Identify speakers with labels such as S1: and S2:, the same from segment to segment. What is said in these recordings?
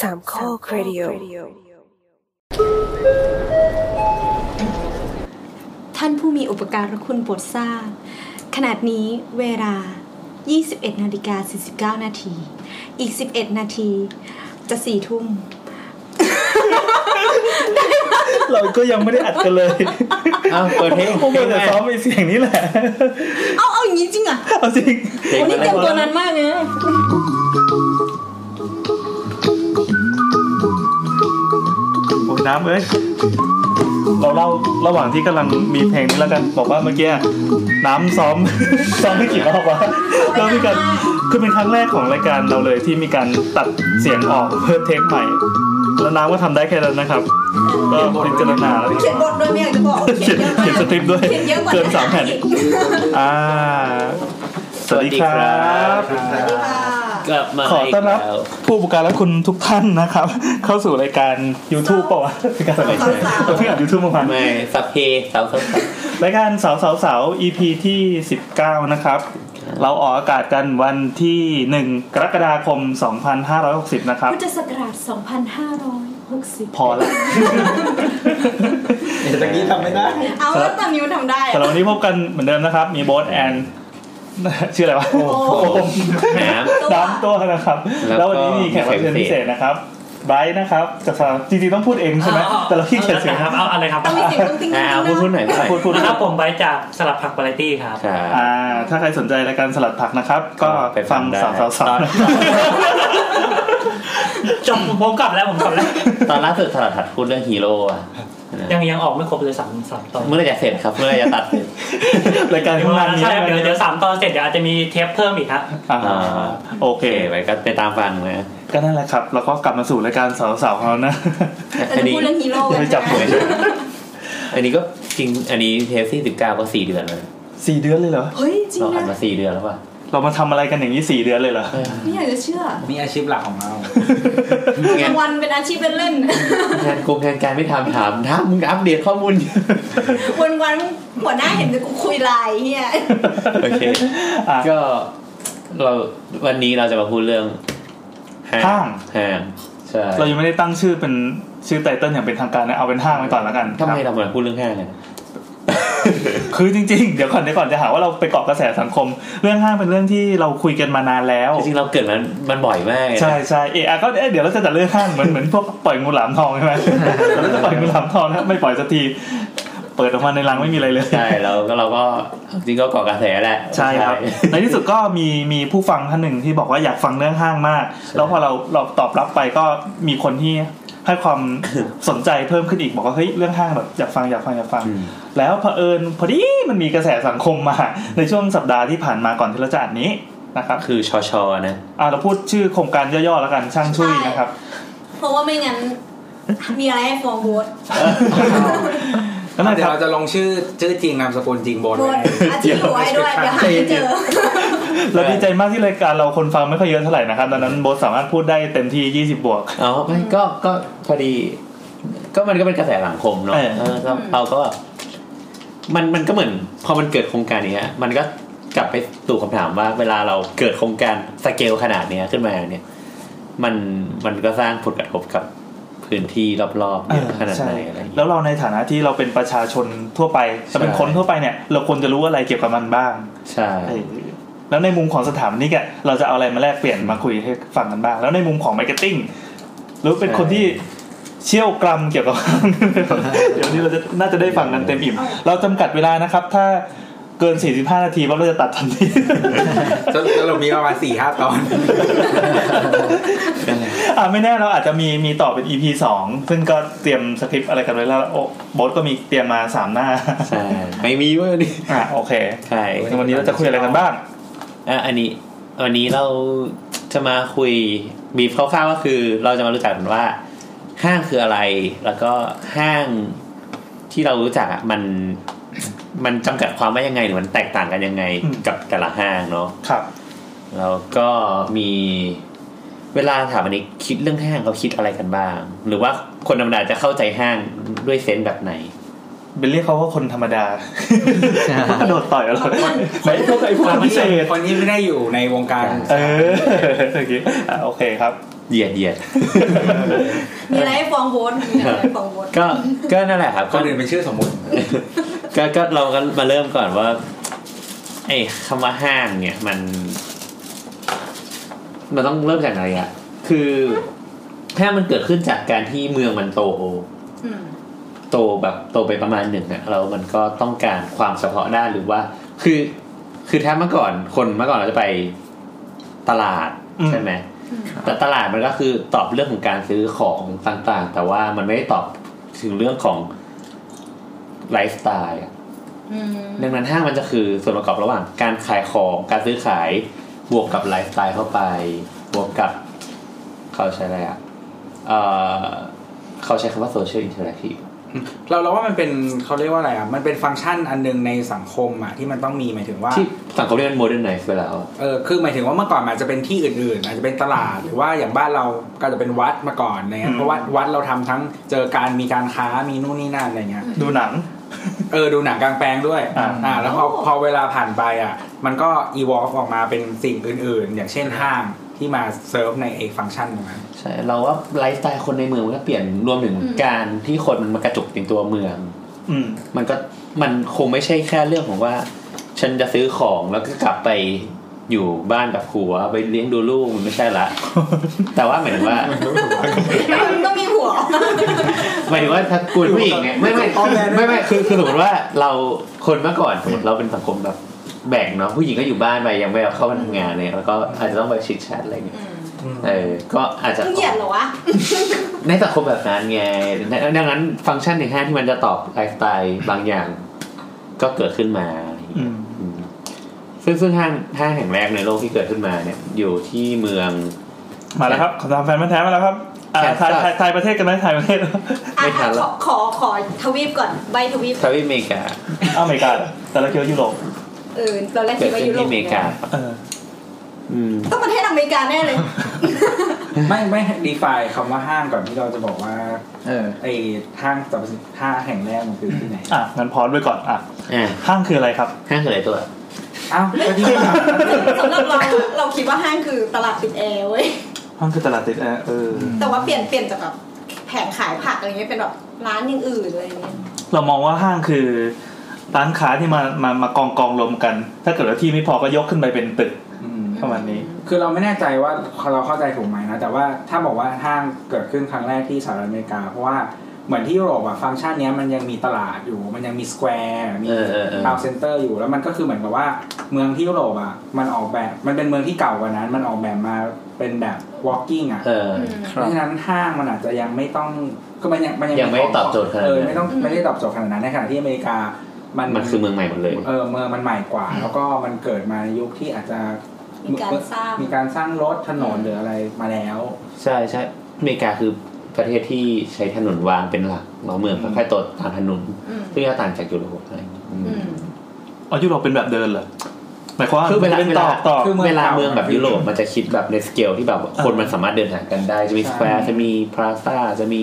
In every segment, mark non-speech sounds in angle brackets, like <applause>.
S1: สามข้อครดิโอ
S2: ท่านผู้มีอุปการะคุณโปรดทราบ ขนาดนี้เวลา 21นาฬิกา49 นาที อีก 11 นาที จะสี่ทุ่ม
S3: เราก็ยังไม่ได้อัดกันเลย
S4: อ้าวเปิดเพลง
S3: พวกมันแต่ซ้อมไอ้เสียงนี้แหละ
S2: เอาเอาอย่างนี้จริงเหรอ่ะ
S3: เอาจริง
S4: เพลง
S2: โอ้
S4: อะ
S2: นี่
S4: ไร
S2: เตรียม
S4: วะ
S2: ตัวนานมากเลยนะ
S3: โอ้ยน้ำเอ้ย เราเล่าระหว่างที่กำลังมีเพลงนี้แล้วกัน บอกว่าเมื่อกี้น้ำซ้อม <laughs> ซ้อมไม่กี่รอบวะแล้วมีการคือเป็นครั้งแรกของรายการเราเลยที่มีการตัดเสียงออกเพื่อเทคใหม่ แล้วน้ำก็ทำได้แค่นั้นนะครับ ก็พิจารณาแล้ว
S2: เขียนบทด้วยไม่อยากจะบอก
S3: เขียนเขียนสคริปต์ด้วย
S2: เขียนเยอะกว่า
S3: เกินสามแผ่นอ่า สวัสดีครับ
S4: กลับมา
S3: ขอต้อนรับ
S4: กแล้ว
S3: ผู้อุปการและคุณทุกท่านนะครับ <laughs> เข้าสู่รายการ YouTube เปล่าวะรายการอะไรเราเพิ่งอ่านยูทูบมาพัน
S4: ไม่สับเพสาวสาวสาว
S3: รายการสาวสาวสาว EP ที่ 19 นะครับ เราออกอากาศกันวันที่ 1 กรกฎาคม 2560 นะครับ
S2: พุทธศักราช2560
S3: พอ <laughs> ละ
S5: เดี๋ยวตะกี้ทำไม่ได้
S2: เอาแล้วตามนี้มันทำได้
S3: แต่เราวันนี้พบกันเหมือนเดิมนะครับ มีโบสแอน <laughs> ชื่ออะไรวะโอ้
S4: น้ำ
S3: น้ำตัวนะครับ
S4: แล้
S3: แล้ว ว
S4: ก็
S3: วันนี้มีแขกรับเชิญพิเศษนะครับไบรท์นะครับจากสาวจริงๆต้องพูดเองใช่ไหมแต่เราขี้เกียจเสียง
S6: ครับเอาอะไรครับ
S2: ต้องมีเสียงตุ้งติ้ง
S4: อ่า
S2: ติ้ง
S4: เอา
S2: ติ้ง
S4: พูดพูดหน่อยพูดหน่อย
S3: พูดพูด
S6: นะ
S3: ค
S6: ค
S3: รั
S6: รั
S3: บบ
S6: ผมไปจากสลับผักบาไรตี้ครับ
S4: ครับ
S3: อ่า ถ้าใครสนใจรายการสลัดผักนะครับ ก็
S4: ไปฟั
S3: ฟั
S4: ง
S3: ง
S4: ได้
S3: สาวสาวสาว
S6: จบผมกลับแล้วผมกลับแล้ว
S4: ตอนล่าสุดถลัดถัดพูดเรื่องฮีโร่อะ
S6: ยังยังออกไม่ครบเลยสามสามตอน
S4: เมื่อไหรจะเสร็จครับ เมื่อไหรจะตัดเสร็จ
S3: <laughs> รายการ
S6: เดี๋ยว
S3: ข้างล่างนี้
S6: ใช่ครับเดี๋ยวเดี๋ยวสามตอนเสร็จเดี๋ยวอาจจะมีเทปเพิ่มอีกฮะ
S3: อ่า
S4: อ่า
S3: โอ
S4: โอ
S3: เค
S4: เคไปก็ไปตามฟังนะ
S3: ก็นั่นแหละครับ แล้วก็กลับมาสู่รายการสาวสาวของเรานะ <laughs>
S2: แต่จะพูดเรื่องฮีโร่
S3: ไม่จับหวย
S4: อันนี้ก็จริงอันนี้เทปที่สิบเก้าก็สี่เดือนแล้ว
S3: สี่เดือนเลยเหรอ
S2: เฮ้ยจริง
S4: เราอัด
S2: นะ
S4: มาสี่เดือนแล้วป่ะ
S3: เรามาทำอะไรกันอย่างนี้สี่เดือนเลยเหรอ
S2: ไม่อยากจะเชื่อ
S5: มีอาชีพหลักของเรา
S2: กลางวันเป็นอาชีพเป็นเล่น
S4: งานกงงานการไม่ทำถามถ้ามึงอัปเดตข้อมูลอยู่
S2: วันวันๆ <laughs> หัวหน้าเห็นแต่กูคุยไลน์เฮีย
S4: โอเค
S3: อ่ะ
S4: ก็เราวันนี้เราจะมาพูดเรื่อง
S3: ห้าง
S4: ห้างใช่
S3: เรายังไม่ได้ตั้งชื่อเป็นชื่อไตเติ้ลอย่างเป็นทางการนะ เอาเป็นห้างไว้ก่อนแล้วกัน
S4: ทำไม
S3: ครับ
S4: เราถึงพูดเรื่องห้างอะ
S3: คือจริง ๆ เดี๋ยวก่อนเดี๋ยวก่อนจะหาว่าเราไปเกาะกระแสสังคม เรื่องห้างเป็นเรื่องที่เราคุยกันมานานแล้ว
S4: จริงๆเราเกิดมันมันบ่อยมากเลยนะ
S3: ใช่ใช่เอออะก็เอ๊ะเดี๋ยวเราจะจัดเรื่องห้างเหมือนเหมือนพวกปล่อยงูหลามทองใช่ไหม เราจะปล่อยงูหลามทองนะไม่ปล่อยสักที เปิดออกมาในรังไม่มีอะไรเลย
S4: ใช่แล้วก็เราก็จริงก็เกาะกระแสแหละ
S3: ใช่ครับ ในที่สุดก็มีมีผู้ฟังท่านหนึ่งที่บอกว่าอยากฟังเรื่องห้างมาก
S4: ใช่
S3: แล้วพอเราเราตอบรับไปก็มีคนที่ให้ความสนใจเพิ่มขึ้นอีกบอกว่าเฮ้ยเรื่องห้างแบบอยากฟังอยากฟังอยากฟัง
S4: อืม
S3: แล้วเผอิญพอดีมันมีกระแสสังคมมา ในช่วงสัปดาห์ที่ผ่านมาก่อนที่เราจะอัดนี้นะครับ
S4: คือชอชอนะ
S3: อ่ะเราพูดชื่อโครงการย่อๆแล้วกันช่างช่วยนะครับ
S2: เพราะว่าไม่
S4: <laughs>
S2: งั้น มีอะไรให้ฟ้องโบส
S3: นั่นแหละ
S5: เดี๋
S3: ค
S5: ย
S3: รับ
S5: วเราจะลงชื่อชื่อจริงนามสกุลจริงโบน
S2: โบ
S4: <laughs>
S5: ไว้
S2: สอาชีพหัวไอ้ด้วย เดี๋ยวหาไม่เจอ
S3: เราดีใจมากที่รายการเราคนฟังไม่ค่อยเยอะเท่าไหร่นะครับดังนั้นโบทสามารถพูดได้เต็มที่ 20 บวก
S4: อ๋อไม่ก็ก็พอดี ก็มันก็เป็นกระแสสังคมเนาะ
S3: เออ
S4: เออเราเราก็ มันมันก็เหมือน พอมันเกิดโครงการเนี้ย มันก็กลับไปสู่คำถามว่า เวลาเราเกิดโครงการสเกลขนาดเนี้ยขึ้นมาเนี่ย มันมันก็สร้างผลกระทบกับพื้นที่รอบๆเยอะขนาด
S3: ใช่
S4: ไหนอะไรอย่าง
S3: แล้
S4: เงี้ย
S3: วเราในฐานะที่เราเป็นประชาชนทั่วไปเราเป็น
S4: ใช่
S3: คนทั่วไปเนี่ย เราควรจะรู้อะไรเกี่ยวกับมันบ้าง
S4: ใช่
S3: เออแล้วในมุมของสถาปนิกอะเราจะเอาอะไรมาแลกเปลี่ยนมาคุยให้ฟังกันบ้าง แล้วในมุมของมาร์เก็ตติ้งหรือเป็นคนที่เชี่ยวกรมเกี่ยวกับ <laughs> เดี๋ยวนี้เราจะน่าจะได้ฟังกันเต็มอิ่ม เราจำกัดเวลานะครับ ถ้าเกิน 45 นาทีเพราะเราจะตัดทันที <laughs>
S5: จะจะเรามีประมาณสี่ห้าตอน
S4: นั่นแหละ
S3: อ่าไม่แน่เราอาจจะมีมีต่อเป็น EP สองซึ่งก็เตรียมสคริปต์อะไรกันไว้แล้วโอ้โบทก็มีเตรียมมาสามหน้า
S4: ใช่ไม่มีเว้ยนี่
S3: อ่าโอเค
S4: ใช่
S3: งั้นวันนี้เราจะคุยอะไรกันบ้าง
S4: อ่ะอันนี้ วันนี้เราจะมาคุยบีฟคร่าวๆก็คือ เราจะมารู้จักกันว่า ห้างคืออะไร แล้วก็ห้างที่เรารู้จักอะมัน มันจำกัดความว่ายังไงหรือมันแตกต่างกันยังไง
S3: อืม
S4: กับแต่ละห้างเนาะ
S3: ครับ
S4: แล้วก็มีเวลาถามอันนี้คิดเรื่องห้างเขาคิดอะไรกันบ้าง หรือว่าคนธรรมดาจะเข้าใจห้างด้วยเซนส์แบบไหน
S3: เบลลี่เขาก็คนธรรม <laughs> ดา
S1: ใช่
S3: กระโดดต่อยเราไม่พวกไอ้พวกพิเศษ
S5: คนที่ไม่ได้อยู่ในวงการ
S3: เออโอเคอ่ะโอเคครับ
S4: เหยียดเหยียด
S7: <laughs> มีอะไรให้ฟ้องโบนมีอะไรให้ฟ้องโบน
S4: ก็ก็นั่นแหละครับ
S5: ค
S4: ก็
S5: นอื่นเป็นชื่อสมมติ
S4: ก็ก็เราก็มาเริ่มก่อนว่า ไอ้คำว่าห้างเนี่ย มัน มันต้องเริ่มจากอะไรอะคือห้างมันเกิดขึ้นจากการที่เมืองมันโต
S7: อืม
S4: โตแบบโตไปประมาณหนึ่งอะแล้วมันก็ต้องการความเฉพาะด้านหรือว่า คือ คือถ้าเมื่อก่อนคนเมื่อก่อนเราจะไปตลาด
S3: อืม
S4: ใช่ไหมแต่ตลาดมันก็คือตอบเรื่องของการซื้อของต่างๆ แต่ว่ามันไม่ได้ตอบถึงเรื่องของไลฟ์สไตล์อะ
S7: อืม
S4: ดังนั้นห้างมันจะคือส่วนประกอบระหว่างการขายของการซื้อขายบวกกับไลฟ์สไตล์เข้าไป บวกกับเขาใช้อะไรอะเอ่อเขาใช้คำว่าโซเชียลอินเทอร์แอคทีฟ
S5: เราเราว่ามันเป็นเขาเรียกว่าอะไรอ่ะ มันเป็นฟังก์ชันอันหนึงในสังคมอ่ะที่มันต้องมีหมายถึงว่า
S4: ที่สังคมเรียกโมเดิร์นไนฟ์ไปแล้ว
S5: เออคือหมายถึงว่าเมื่อก่อนมันอาจจะเป็นที่อื่นๆอาจจะเป็นตลาดหรือว่าอย่างบ้านเราก็อาจจะเป็นวัดมาก่อนอะไรเงี้
S3: อื
S5: ย
S3: ม
S5: เพราะว่าวัดเราทำทั้งเจอการมีการค้ามีนู่นนี่นั่นอะไรเงี้ย
S3: ดูหนัง
S5: เออดูหนังกลางแปลงด้วย
S3: อ่า
S5: อ่าแล้วพอพอเวลาผ่านไปอ่ะมันก็อีวอลออกมาเป็นสิ่งอื่นๆ อย่างเช่นห้างที่มาเซิร์ฟในไอ้ฟังก์ชันตรงนั้น
S4: ใช่ เราว่าไลฟ์สไตล์คนในเมืองมันก็เปลี่ยนรวมถึงการที่คนมันมากระจุกในตัวเมือง
S3: อืม
S4: มันก็มันคงไม่ใช่แค่เรื่องของว่า ฉันจะซื้อของแล้วก็กลับไปอยู่บ้านกับผัวไปเลี้ยงดูลูกมันไม่ใช่ละ แต่ว่าหมายถึงว่า
S7: แล้วมันก็มีหัว
S4: หมายถึงว่าถ้าคุณผู้หญิ <laughs> งเนี่ยไม่ไม่ไม่ไม่คือคือสมมติว่าเราคนเมื่อก่อนสมมติเราเป็นสังคมแบบแบ่งเนาะผู้หญิงก็อยู่บ้านไปยังไม่เอาเข้ามาทำงานเลยแล้วก็อาจจะต้องไปชิดแชทอะไรเนี่ย
S7: อืม
S4: เออก็อาจจะ
S7: มึงเหยียดเหรอวะ
S4: ในสังคมแบบนั้นไงดังนั้นฟังก์ชันในห้างที่มันจะตอบไลฟ์สไตล์บางอย่าง ก็เกิดขึ้นมาอะไรอย่างเงี้ย
S3: อืม
S4: อืมซึ่งซึ่งห้างห้างแห่งแรกในโลกที่เกิดขึ้นมาเนี่ย อยู่ที่เมือง
S3: มาแล้วครับคำถามแฟนมันธุ์แท้มาแล้วครับอ่า
S4: แคนซั
S3: ทาย
S4: ส
S3: ทายทายประเทศกันไหมทายประเทศ <laughs>
S7: อ่ะ
S4: ไม่ทัน
S7: ข
S4: ละ
S7: อขอขอทวีปก่อนใบทวีป
S4: ทวีปอเมริกา
S3: อ้าวอเมริกาเหรอแต่เราเกี่ยวายุโรป
S7: เออตอนแรกคิ
S4: เกิด
S7: ดว่า
S4: ขึ้น
S7: ยุโร
S4: ที่
S7: ป
S4: อเมริกา
S3: เออ
S4: อืม
S7: ต้องประเทศอเมริกาแน่เลย <laughs>
S5: ไม่ไม่ดีไฟคำว่าห้างก่อนที่เราจะบอกว่า
S1: เออ
S5: ไอ้ห้างสรรพสินค้าแห่งแรกมันคือที่ไหน
S3: อ่ะงั้นพร้อมไว้ก่อนอ่ะ
S4: อ่า
S3: ห้างคืออะไรครับ
S4: ห้างเกิดอะไรตัว
S5: อ้าวก็ที่ถาม
S7: สำหรับเราอะเราคิดว่าห้างคือตลาดติดแอร์เว้ย
S3: ห้างคือตลาดติดแอร์เออ
S7: แต่ว่าเปลี่ยนเปลี่ยนจากแบบแผงขายผักอะไรเงี้ยเป็นแบบร้านอย่างอื่นอะไรเงี้ย
S3: เรามองว่าห้างคือร้านค้าที่มามามากองกองรวมกัน ถ้าเกิดว่าที่ไม่พอก็ยกขึ้นไปเป็นตึก
S5: <laughs> อืม
S3: ประมาณนี้
S5: คือเราไม่แน่ใจว่าเราเข้าใจถูกไหมนะ แต่ว่าถ้าบอกว่าห้างเกิดขึ้นครั้งแรกที่สหรัฐอเมริกา เพราะว่าเหมือนที่ยุโรปอะฟังก์ชันเนี้ยมันยังมีตลาดอยู่ มันยังมีสแควร์มี
S4: เออเออเออ
S5: ทาวน์เซ็นเตอร์อยู่แล้วมันก็คือเหมือนกับว่าเมืองที่ยุโรปอะมันออกแบบมันเป็นเมืองที่เก่ากว่านั้น มันออกแบบมาเป็นแบบ walking อะ
S4: เออ
S7: อืม
S5: เพราะฉะนั้นห้างมันอาจจะยังไม่ต้องก็มันยังมันยัง
S4: ยังไม่ตอบโจทย์ขนาดนั้น
S5: เออไม่ต้อง
S7: อืม
S5: ไม่ได้ตอบโจทย์ขนาดนั้นในขณะที่อเมริกามัน
S4: มันคือเมืองใหม่หมดเลย
S5: เออเมืองมันใหม่กว่า แล้วก็มันเกิดมาในยุคที่อาจจะ
S7: มีการสร้าง
S5: มีการสร้างรถถนนหรืออะไรมาแล้ว
S4: ใช่ใช่อเมริกาคือประเทศที่ใช้ถนนวางเป็นหลักเนาะเมืองก็ค่อยๆโตตามถนน
S7: อืม
S4: ซึ่งก็ต่างจากยุโรปอะไรอย่างเงี้ยอืม
S7: อืม
S3: อ๋อยุโรปเป็นแบบเดินเหรอหมายความว่า
S4: คือเวลา
S3: เป็น
S4: เว
S3: ต
S4: ลา
S3: อกตอก
S5: คือ เมืง
S4: เวลา
S5: เก่า
S4: เมืองแบบยุโรปมันจะคิดแบบในสเกลที่แบบว่าคน
S3: เออ
S4: มันสามารถเดินทางกันได้ จะมีสแควร์จะมีพลาซ่าจะมี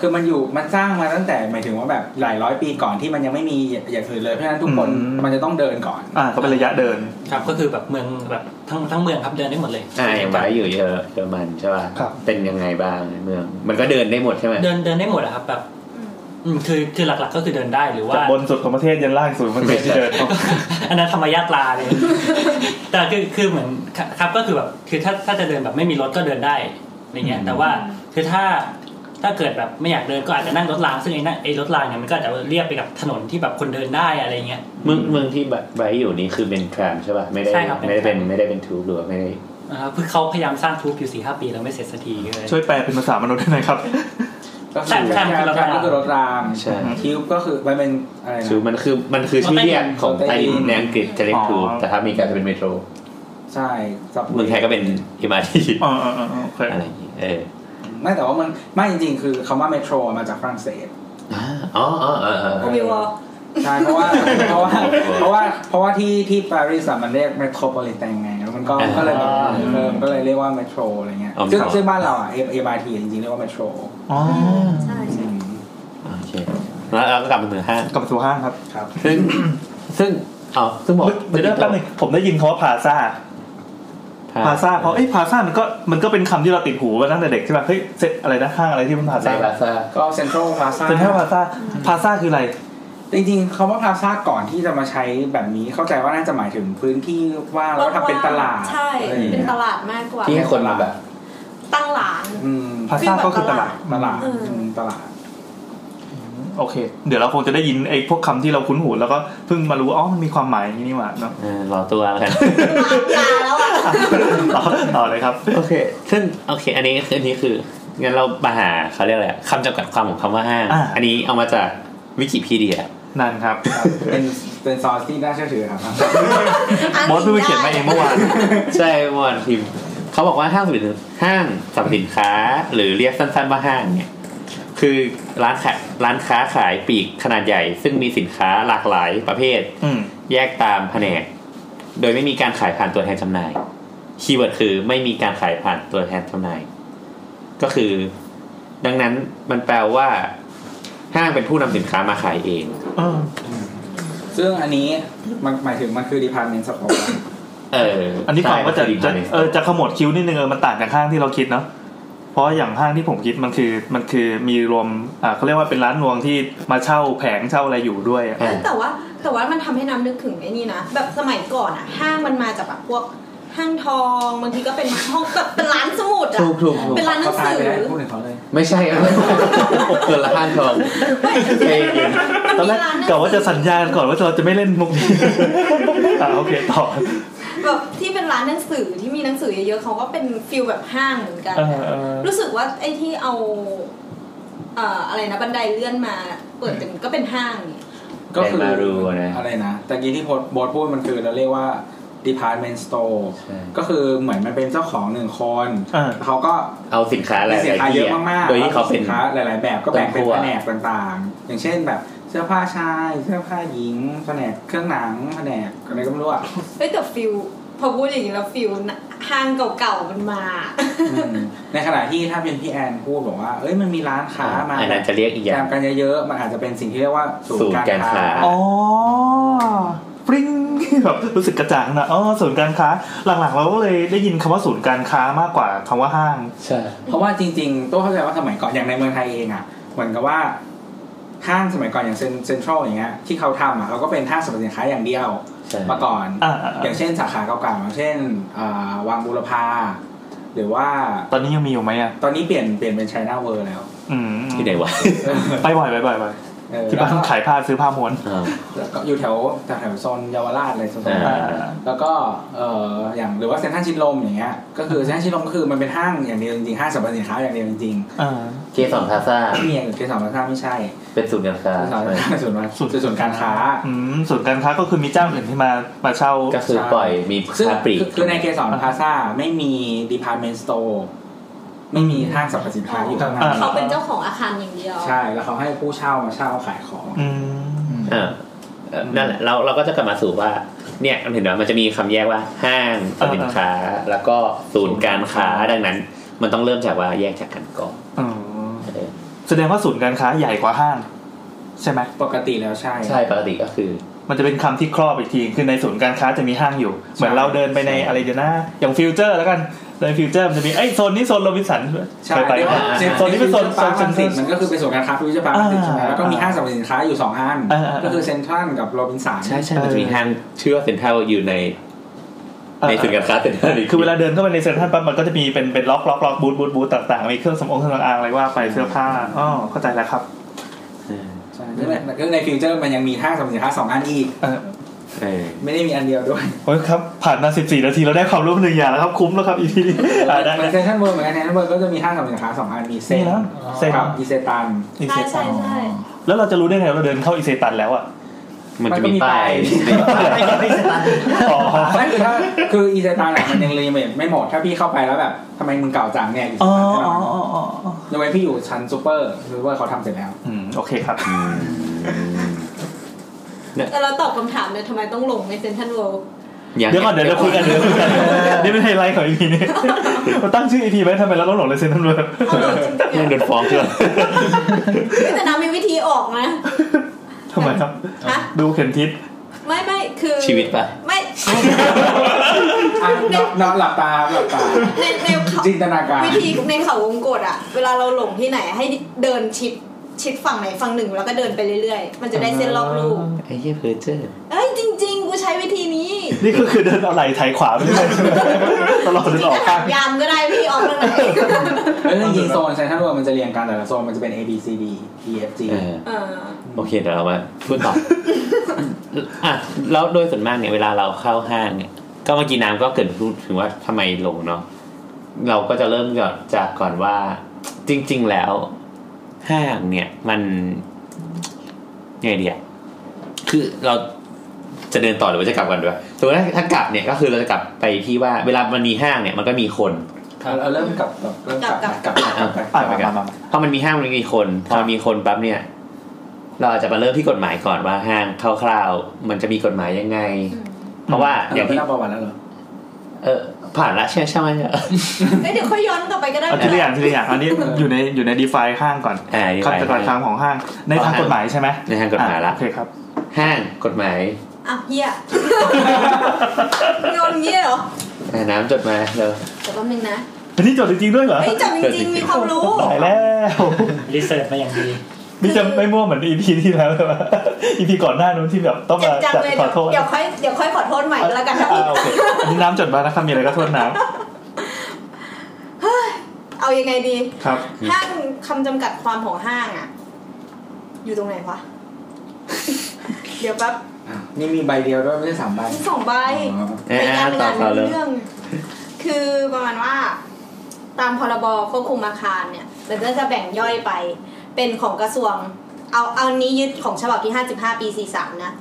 S5: คือมันอยู่มันสร้างมาตั้งแต่หมายถึงว่าแบบหลายร้อยปีก่อนที่มันยังไม่มีอย่างอื่นเลยเพราะฉะนั้นทุกคน
S3: อืม
S5: มันจะต้องเดินก่อน
S3: อ่าก็เป็นระยะเดิน
S6: ครับก็คือแบบเมืองแบบทั้งทั้งเมืองครับเดินได้หมดเลย
S4: อ่าอย่างไบรท์อยู่เยอรเยอรมันใช่ป่ะ
S3: ครับ
S4: เป็นยังไงบ้างเมือง มันก็เดินได้หมดใช่ไหม
S6: เดินเดินได้หมดอะครับแบบอืมคือคือหลักๆก็คือเดินได้หรือ
S3: จาก
S6: ว่า
S3: บนสุดของประเทศยันล่างสุดของประเทศที่เดิน
S6: อันนั้นธรรมยาตราเลย แต่คือคือเหมือนครับครับก็คือแบบคือถ้าถ้าจะเดินแบบไม่มีรถก็เดินได้อะไรเงี้ย แต่ว่าคือถ้าถ้าเกิดแบบไม่อยากเดินก็อาจจะนั่งรถรางซึ่งไอ้นั่นไอ้รถรางเนี่ยมันก็อาจจะเรียบไปกับถนนที่แบบคนเดินได้อะไรเงี้ย
S4: เมืองเมืองที่ไบรท์อยู่นี่คือเป็นแทรมใช่ป่ะไม่ได้
S6: ใช่ครับ
S4: ไม่ได้เป็นไม่ได้เป็นทูบหรือว่าไม่ได้
S6: นะครับคือเขาพยายามสร้างทูบอยู่สี่ห้าปีแล้วไม่เสร็จสักทีเลย
S3: ช่วยแปลเป็นภาษามนุษย์ได้ไหมครับ
S5: ก็คือ
S6: สร้าง
S5: แค่
S6: คือรถราง
S5: ก็คือรถราง
S4: ใช่
S5: ทิวบ์ก็คือมันเป็นอะไร
S4: ทูบ
S5: นะ
S4: มันคือมันคือชื่อเรียกของใต้
S5: ใต้ดิ
S4: ดิ
S5: น
S4: นในอังกฤษจะเรียก
S3: อ๋อ
S4: ทูบแต่ถ้าอเมริกาจะเป็นเมโทร
S5: ใช่สับ
S4: เมืองไทยก็เป็นอิมาที
S3: อ๋ออ๋ออ๋อโอเค
S4: อะไรอย่างงี้เออ
S5: ไม่แต่ว่ามันไม่จริงๆ คือคำว่าเมโทรมาจากฝรั่งเศส
S4: อ่าอ๋ออ๋อเออเออ
S7: โอบิวอล
S4: <laughs>
S5: ใช่เพราะว่าเพราะว่าเพราะว่าเพราะว่าที่ที่ปารีสอะมันเรียกเมโทรโพลิแตนไงแล้วมันก็
S4: อ่า
S5: ก็เลยแบบเออมันก็เลยเรียกว่าเมโทรอะไรเงี้ย
S4: อ๋อ
S5: ซึ่ง
S4: ครับ
S5: ซึ่งบ้านเราอ่ะเอเอบาทีจริงๆเรียกว่าเมโทร
S3: อ๋อ
S7: ใช่ใช่
S4: โอเค ต แล้วเราก็กลับมาถึงห้าง
S3: กลับมาสู่ห้างครับ
S5: ครับ
S4: ซึ่ง ซึ่งอ๋อซึ่งบอก
S3: เดี๋ยวเดี๋ยวแป๊บนึงผมได้ยินคำว่าพาซาพาซาเพราะเอ้ยพาซามันก็มันก็เป็นคำที่เราติดหูมาตั้งแต่เด็กใช่ไหมเฮ้ยเซ็ตอะไรนะห้างอะไรที่มันพา
S4: ใน
S3: ซา
S4: ลาซา
S5: ก็เซ็นทรัลพาซ่า
S3: เป็นแค่พาซาพาซาคืออะไร
S5: จริงๆคำว่าพาซ่าก่อนที่จะมาใช้แบบนี้เข้าใจว่าน่าจะหมายถึงพื้นที่ว่างแล้วทำเป็นตลาด
S7: ใช่
S5: อะไรอย่าง
S7: เป็
S5: เงี้
S7: น
S5: ย
S7: ตลาดมากกว่า
S4: ที่ให้คนมาแบบ
S7: ตั้งร้าน
S5: อืม
S3: พาซาก็คือตลาด
S5: ตลาด
S7: เอออื
S5: มตลาด
S3: โอเค เดี๋ยวเราคงจะได้ยินไอ้พวกคำที่เราคุ้นหูแล้วก็เพิ่งมารู้อ๋อมันมีความหมายอย่างนี้นี่หว่าเนาะ <laughs>
S4: เออรอตัวแล้วกัน
S7: ยาแล้วอ่ะ
S3: ต่อต่อเลยครับ
S4: โอเค ซึ่งโอเค อันนี้คืออันนี้คือ งั้นเรามาหาเขาเรียกอะไรอะคำจำกัดความของคำว่าห้าง
S3: อ่า
S4: อันนี้เอามาจากวิกิพีเดีย
S3: นั่นครับ
S5: เป็นเป็นซอสที่น่าเชื่อถื
S4: <laughs>
S5: อครับ
S3: บอสเพิ่งไปเขียนมาเองเมื่อวาน
S4: ใช่เมื่อวานพิมพ์เขาบอกว่าห้างสรรพสินห้างสรรพสินค้า หรือเรียกสั้นๆว่าห้างเนี่ย คือร้านขายร้านค้าขายปลีกขนาดใหญ่ ซึ่งมีสินค้าหลากหลายประเภท
S3: อืม
S4: แยกตามแผนก โดยไม่มีการขายผ่านตัวแทนจำหน่าย คีย์เวิร์ดคือไม่มีการขายผ่านตัวแทนจำหน่าย ก็คือ ดังนั้นมันแปลว่า ห้างเป็นผู้นำสินค้ามาขายเอง
S3: เออ
S5: ซึ่งอันนี้มันหมายถึงมันคือ department store
S4: เออ
S3: อั
S4: อั
S3: นนี้ฟังก็จะจะเออจะขมวดคิ้วนิดนึงเออมันต่างจากห้างที่เราคิดเนาะเพราะอย่างห้างที่ผมคิดมันคือมันคือมีรวมอ่าเขาเรียกว่าเป็นร้านรวงที่มาเช่าแผงเช่าอะไรอยู่ด้วยอะ
S4: อ่า
S7: แต่ว่าแต่ว่ามันทำให้น้ำนึกถึงไอ้นี่นะ แบบสมัยก่อนอ่ะ ห้างมันมาจากแบบพวกห้างทองบางทีก็เป็นห้องแบบเป็นร้านสมุดอ่ะ
S4: ถูกถูกถูก
S7: เป็นร้านหนัง
S5: เขาตาย
S7: สือ
S5: ไปแล้วพูดถึงเขาเลย
S4: ไม่ใช่ครับเกินละห้างทองเพลงเอง
S3: ตอนแรกกะว่าจะสัญญากันก่อนว่าเราจะไม่เล่นมุกนี้ <laughs> อ่าโอเคต่อ
S7: แบบที่เป็นร้านหนังสือที่มีหนังสือเยอะๆเขาก็เป็นฟิลแบบห้างเหมือนกัน
S3: เออเออ
S7: รู้สึกว่าไอ้ที่เอาเอ่ออะไรนะบันไดเลื่อนมา เปิดเป็นก็เป็นห้างนี่
S5: ก็คือ
S4: แดงมารูนะ
S5: อะไรนะแต่กี้ที่โพสต์โบทพูดมันคือเราเรียกว่า department store ก็คือเหมือนมันเป็นเจ้าของหนึ่งคน
S3: อ่า
S5: เขาก็
S4: เอาสินค้าห
S5: มี
S4: ลาย
S5: สิ
S4: ห
S5: น
S4: ลาย
S5: ค้า
S4: ที่
S5: เยอะมากๆ
S4: โดยที่เขา
S5: แล้วก็
S4: เป็
S5: สิ
S4: น
S5: ค้าหลาย ๆ แบบก็แบ่งเป็น
S4: ตัว
S5: แผนกต่างๆ อย่างเช่นแบบเสื้อผ้าชาย เสื้อผ้าหญิงแผนกเครื่องหนังแผนกอะไรก็ไม่รู้อ่ะ
S7: เฮ้ยแต่ฟิลพอพูดอย่างนี้แล้วฟิลน่ะห้างเก่าๆมันมา
S5: อืมในขณะที่ถ้าเป็นพี่แอนพูดบอกว่า เอ้ยมันมีร้านค้ามา
S4: อันนั้นจะเรียกอีกอย่าง
S5: จำกันเยอะๆมันอาจจะเป็นสิ่งที่เรียกว่าศูนย์
S4: ศูนย์กา
S5: การ ร
S4: ค้า
S5: ค้า
S3: อ๋อปริ้งแบบรู้สึกกระจ่างนะอ๋อศูนย์การค้า หลังๆ เราก็เลยได้ยินคำว่าศูนย์การค้ามากกว่าคำว่าห้าง
S4: ใช่
S5: เพราะว่าจริงๆตัวเข้าใจว่าสมัยก่อนอย่างในเมืองไทยเองอ่ะ เหมือนกับว่าห้างสมัยก่อนอย่างเซ็นเซ็นทรัลอย่างเงี้ยที่เขาทำอ่ะเขาก็เป็นห้างสรรพสินค้าอย่างเดียว
S4: ใช่
S5: มาก่อน
S3: อ่าอ่าอ่า
S5: อย่างเช่นสาขาเก่าๆอย่างเช่นอ่าวังบุรพาหรือว่า
S3: ตอนนี้ยังมีอยู่ไหมอ่ะ
S5: ตอนนี้เปลี่ยนเปลี่ยนเป็นไชน่าเวิร์แล้ว <laughs>
S3: อืม
S4: ที่ไหนวะ
S5: เออ
S3: ไปบ่อยไปบ่อยไป
S5: เออ
S3: ที่บ้านขายผ้าซื้อผ้าม้วน
S4: อ้าว
S5: แล้วก็อยู่แถวแถวแถวโซนเยาวราชอะไรโซนนั้น
S4: อ่า
S5: แล้วก็เอ่ออย่างหรือว่าเซ็นทรัลชิดลมอย่างเงี้ยก็คือเซ็นทรัลชิดลมก็คือมันเป็นห้างอย่างเดียวจริงๆห้างสรรพสินค้าอย่างเดียวจริง
S3: เออ
S4: เกสรพลาซ่า
S5: ๆที่มีอย่างอื่นที่สามารถสร้างไม่ใช่
S4: เป็นศูนย์การค้า
S5: ศูนย์การค้าศูนย์การศูนย์การค้า
S3: อืมส่วนย์การค้าก็คือมีเจ้าอื่นที่มามาเช่า
S4: ก็คือปล่อยมี
S5: ซึ่ง
S4: ค้าปลีก
S5: คือคือในเกสรพลาซ่าไม่มี department store ไม่มีห้างสรรพสินค้าอยู่ข้างใน
S3: อ่า
S7: เขาเป็นเจ้าของอาคารอย่างเดียว
S5: ใช่ แล้วเขาให้ผู้เช่ามาเช่าขายของ
S3: อืม
S4: อ่าเอ่อนั่นแหละเราเราก็จะกลับมาสู่ว่า เนี่ยมันเห็นว่ามันจะมีคำแยกว่าห้างสรรพสินค้า แล้วก็ศูนย์การค้าดังนั้น มันต้องเริ่มจากว่าแยกจากกันก่อน
S3: อ๋อ
S4: เออ
S3: แสดงว่าศูนย์การค้าใหญ่กว่าห้าง ใช่ไหม
S5: ปกติแล้วใช่
S4: ใช่ปกติก็คือ
S3: มันจะเป็นคำที่ครอบอีกทีคือในศูนย์การค้าจะมีห้างอยู่ เหมือน
S5: ใช่
S3: เราเดินไปในอะไรเดียวนะอย่างฟิวเจอร์แล้วกันเดินฟิวเจอร์มันจะมีไอ้ยโซนนี้โซนโรบินสัน
S5: ใช่
S3: เคยไป
S5: เรียก
S3: ไหม
S5: ว่า
S4: เซ็น
S3: โซนนี้เป็นโซนโซ
S5: ปาน พั
S3: เซ็
S5: น
S3: นท
S5: สิ
S3: รัล
S5: บมันก็คือเป็นส่วนการค้าฟิวเจอร์ปาร์คพันสิบใช่ไหม
S3: อ่า
S5: แล้วก็มีห้างสรรพสินค้าอยู่สองอัน
S3: อ่าอ่า
S5: ก็คือเซ็นทรัลกับโรบินสัน
S4: ใช่ใช่มันจะมีห้างชื่อว่าเซ็นทรัลอยู่ใน ในศูนย์การค้าเซ็นทรัลกที
S3: คือเวลาเดินเข้าไปในเซ็นทรัลปั๊บมันก็จะมีเป็นเป็นล็อกล็อกล็อกบูธบูธบูธต่างๆมีเครื่องสำอางเครื่องสำอางอะไรว่าไปเสื้อผ้าอ๋อเข้าใจแล้วครับ
S4: เออ
S5: ใช่นั่นแหละซึ่งในฟิวเจอร์มันยังมีห้างสรรพสินค้าสองอันอีก
S3: เออ
S4: เออ
S5: ไม่ได้มีอันเดียวด้วย
S3: โอ้ยครับ ผ่านมา 14 นาทีเราได้ความรู้หนึ่งอย่างแล้วครับ คุ้มแล้วครับอีพีนี้อ่าได้
S5: เหมือนเซ็นทรัลเวิร์เหมือนกันเซ็นทรัลเวิร์ก็จะมีห้างสรรพสินค้าสองอันมีเซ็
S3: นี่
S5: น
S3: แล้วเซน
S5: กับอีเซตัน
S3: อี
S7: ใช่
S3: เซตั
S7: ใช่
S3: น
S7: ใช่
S3: แล้วเราจะรู้ได้ไงว่าเราเดินเข้าอีเซตันแล้วอ่ะ
S4: มันจะมีป้าย
S3: อ๋อ
S5: ไม่คือถ้าคืออีเซตานอะมันยังรีเมทไม่หมด ถ้าพี่เข้าไปแล้วแบบทำไมมึงเก่าจังเนี่ยอีเซ
S3: อ๋อ
S5: ตานแน่น
S3: อ๋อ
S5: อน
S3: อ๋ออ๋ออ๋อย
S5: กเว้นพี่อยู่ชั้นซูเปอร์ซูเปอร์เขาทำเสร็จแล้ว
S3: อืมโอเคครับ
S7: แต่เราตอบคำถามเลยทำไมต้องลงในเซนทรัลเวิลด์
S4: ยัง
S3: เดี๋ยวก่อนเดี๋ยวเราคุยกันเดี๋ยวคุยกันนี่เป็นไฮไลท์ของ EP นี้เราตั้งชื่อ EP ไว้ทำไมเราต้องหลงเลยเซนตำรวจ
S7: เอาหลงจริงๆ
S4: ยัง
S7: อะ
S4: โดนฟ้องเถอะ
S7: แต่น้ำมีวิธีออกนะ
S3: ทำไมครับ
S7: ฮะ
S3: ดูเข็มทิศ
S7: ไม่ไม่คือ
S4: ชีวิตปะ
S7: ไม่
S5: อ่ะนอนนอนหลับตาหลับตา
S7: ในในเขา
S5: จินตนาการ
S7: วิธีในเขาวงกฏอ่ะ เวลาเราหลงที่ไหนให้เดินชิดชิดฝั่งไหนฝั่งหนึ่งแล้วก็เดินไปเรื่อยๆ มันจะได้เส้นรอบลูก
S4: ไอ้เหี้ยเพอเจอร์
S7: เอ้ยจริง ๆ กูใช้วิธีนี้
S3: นี่ก็คือเดินเอาไหล่ไถขวาไปเรื่อยตลอด
S7: จ
S3: จ
S7: ริ
S3: น
S7: ง
S3: อ
S7: ๆ
S3: อ
S7: ก็
S3: ก
S7: ถา
S3: ข้าง
S7: มยามก็ได้พี่ออกทางไหน
S5: แล้วจริงๆโซนเซนทรัลเวิลด์มันจะเรียงกันแต่ละโซนมันจะเป็น A B C D E F G
S4: เออ
S7: เออ
S4: โอเคเดี๋ยวเรามาพูดต่อ อ่ะแล้วโดยส่วนมากเนี่ยเวลาเราเข้าห้างเนี่ย ก็เมื่อกี้น้ำก็เกริดพูดถึงว่าทำไมลงเนาะเราก็จะเริ่มก่อนจากก่อนว่า จริง ๆ แล้วห้างเนี่ยมันยังไงดีอะคือเราจะเดินต่อหรือว่าจะกลับกันด้วยสมมติว่าถ้ากลับเนี่ยก็คือเราจะกลับไปที่ว่าเวลามันมีห้างเนี่ยมันก็มีคน
S5: เราเริ่มกลับกลับเริ่มกลับกลับกลับกลับกลับ
S3: อ่ะ
S5: กลับ
S3: มามามา
S4: พอมันมีห้างมันมีคนพอมันมีคนปั๊บเนี่ย เราอาจจะมาเริ่มที่กฎหมายก่อนว่าห้างคร่าวๆมันจะมีกฎหมายยังไง เพราะว่า
S5: อย่
S4: อา
S5: ย่าง ง
S4: ที่
S5: ที่เราประวัติแล้วเหรอ
S4: เออผ่านละใช่ใช่ไหมเออ
S7: เอ้ยเดี๋ยวค่อยย้อนกลับไปก็ได้
S3: เอาทีละอย่างทีละอย่างอันนี้อยู่ในอยู่ในดีฟาห้างก่อน
S4: อ่านี่
S3: ขั้น
S4: ไป
S3: ตอนทางของห้างในทางกฎหมายใช่ไหม
S4: ในทางกฎหมายละ
S3: อ่โอเคครับ
S4: ห้างกฎหมาย
S7: อ่ะเฮียงงเงี้ยเหรอ
S4: อ่าน้ำจดมาเร็ว
S7: เดี๋ยวแป๊บนึงนะ
S3: อันนี้จดจริงๆด้วยเหรอ
S7: เฮ้ยจำจริงๆมีความรู้
S3: ตายแล้ว
S6: รีเสิร์ชมาอย่างดี
S3: นี่จะไม่มั่วเหมือน EP ที่แล้วเลยวะ EP ก่อนหน้านู้นที่แบบต้อง
S7: เจ็
S3: มา
S7: บจัง
S3: จัด
S7: เลย
S3: ขอโทษ
S7: เดี๋ยวค่อยเดี๋ยวค่อยขอโทษใหม่ก็แล้วกันถ้าผิด
S3: อ่าโอเคอันนี้น้ำจดมานะครับมีอะไรก็โทษน้
S7: เอายังไงดี
S3: ำครับ
S7: ห้างคำจำกัดความของห้างอะอยู่ตรงไหนวะ เดี๋ยวแป๊บ
S5: อ่ะนี่มีใบเดียวด้วยไม่ใช่สามใบ
S7: สองใบ
S5: อ๋อ
S4: เอ๊ะ
S7: ในการ
S4: ต่อต่อเลย
S7: เรื่อง คือประมาณว่า ตามพรบควบคุมอาคารเนี่ยเราก็จะแบ่งย่อยไป เป็นของกระทรวง เอาเอานี้ยึดของฉบับที่ห้าสิบห้าปีสี่สามนะ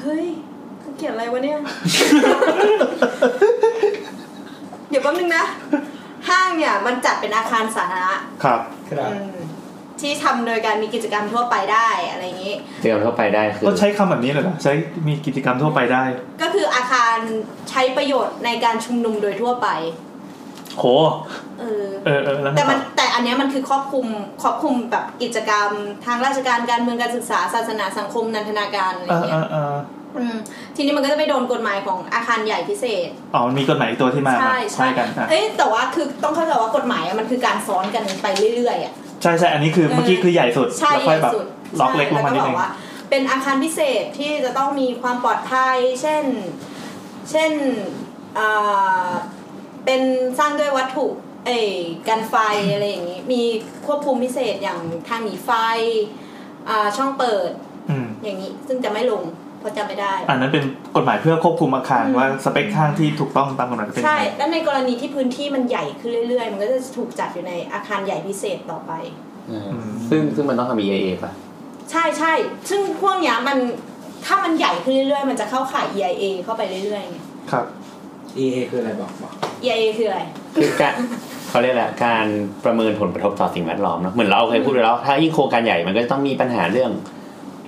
S7: เฮ้ยเขาเขียนอะไรวะเนี่ย <laughs> เดี๋ยวแป๊บนึงนะ ห้างเนี่ยมันจัดเป็นอาคารสาธารณะ
S3: ครับ
S5: ครับ
S7: อืมที่ทำโดยการมีกิจกรรมทั่วไปได้อะไรอย่างนี้
S4: เตรียมเข้าไปได้คือ
S3: ก็ใช้คำแบบนี้เลยเหรอใช้มีกิจกรรมทั่วไปได้
S7: ก็คืออาคารใช้ประโยชน์ในการชุมนุมโดยทั่วไป
S3: โห
S7: เออ
S3: เออเออแล้วไง
S7: แต่
S3: ต่
S7: มั
S3: อน
S7: แต่อันเนี้ยมันคือครอบคลุมครอบคลุมแบบกิจกรรม ทางราชการการเมืองการศึกษา ศาสนาสังคมนันทนาการอะไร
S3: เออ
S7: เงี้
S3: เอย อเออ
S7: อืมทีนี้มันก็จะไปโดนกฎหมายของอาคารใหญ่พิเศษ
S3: อ๋อมันมีกฎหมายอีกตัวที่มา
S7: ใช่
S3: ใช่
S7: ใช่
S3: กันอ่ะ
S7: เอ้ยแต่ว่าคือต้องเข้าใจว่ากฎหมายอะมันคือการซ้อนกันไปเรื่อยๆอ่ะ
S3: ใช่ใช่อันนี้คือเมื่อกี้คือใหญ่สุด
S7: ใช่
S3: แล้วค่อยแบบ
S7: สุด
S3: ล็อกเล็กลงมานิด
S7: ใช่แว
S3: นึง
S7: บอว่เป็นอาคารพิเศษที่จะต้องมีความปลอดภัย เช่น เช่นเอ่อเป็นสร้างด้วยวัตถุ เอ่ยกันไฟอะไรอย่างนี้ มีควบคุมพิเศษอย่างทางหนีไฟอ่าช่องเปิด
S3: อืม
S7: อย่างนี้ ซึ่งจะไม่ลงเพราะจำไม่ได้
S3: อันนั้นเป็นกฎหมายเพื่อควบคุมอาคาร
S7: อืม
S3: ว่าสเปคข้างที่ถูกต้องตามกฎหมายเป็นยัง
S7: ใช่
S3: ไง
S7: แล้วในกรณีที่พื้นที่มันใหญ่ขึ้นเรื่อยๆ มันก็จะถูกจัดอยู่ในอาคารใหญ่พิเศษต่อไป
S4: มซึ่งซึ่งมันต้องทำ EIA ป่ะ
S7: ใช่ใช่ ซึ่งพวกเนี้ยมันถ้ามันใหญ่ขึ้นเรื่อยๆ มันจะเข้าข่าย EIA เข้าไปเรื่อยๆไง
S3: ครับ
S5: เอเอคืออะไรบอกบอก
S7: EIA คืออะไร
S4: คือการเขาเรียกแหละไรการประเมินผลกระทบต่อสิ่งแวดล้อมเนาะเหมือนเราเคยพูดไปแล้วถ้ายิ่งโครงการใหญ่มันก็จะต้องมีปัญหาเรื่อง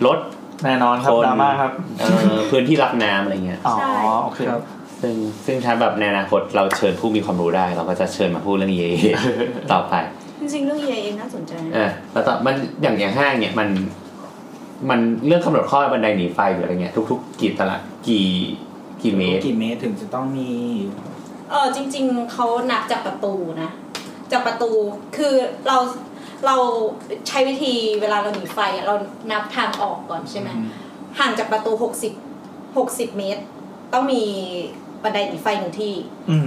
S4: รถ
S3: แน่นอนครับ
S4: คน
S3: ดราม่าครับ
S4: เอ่อพื้นที่รับน้ำอะไรเงี้ย
S3: อ๋อ
S7: ใช่
S3: โอเค
S5: ครับ
S4: ซึ่งซึ่งถ้าแบบในอนาคตเราเชิญผู้มีความรู้ได้ เราก็จะเชิญมาพูดเรื่อง EA
S7: <laughs>
S4: ต่อไป
S7: จริงๆ เรื่อง EIA น่าสนใจนะ
S4: อ่ะแล้วต่อมันอย่างอย่างห้างเนี่ยมัน มันเรื่องกำหนดข้อบันไดหนีไฟหรืออะไรเงี้ยทุก ๆ กี่ตารางกี่กี่เมตร
S5: กี่เมตรถึงจะต้องมี
S7: เออจริง ๆ เขานับจากประตูนะ จากประตูคือเราเราใช้วิธีเวลาเราหนีไฟอะเรานับทางออกก่อนใช่ไหม
S5: อืม
S7: ห่างจากประตู 60 60 เมตร ต้องมีบันไดหนีไฟหนึ่งที่
S3: อืม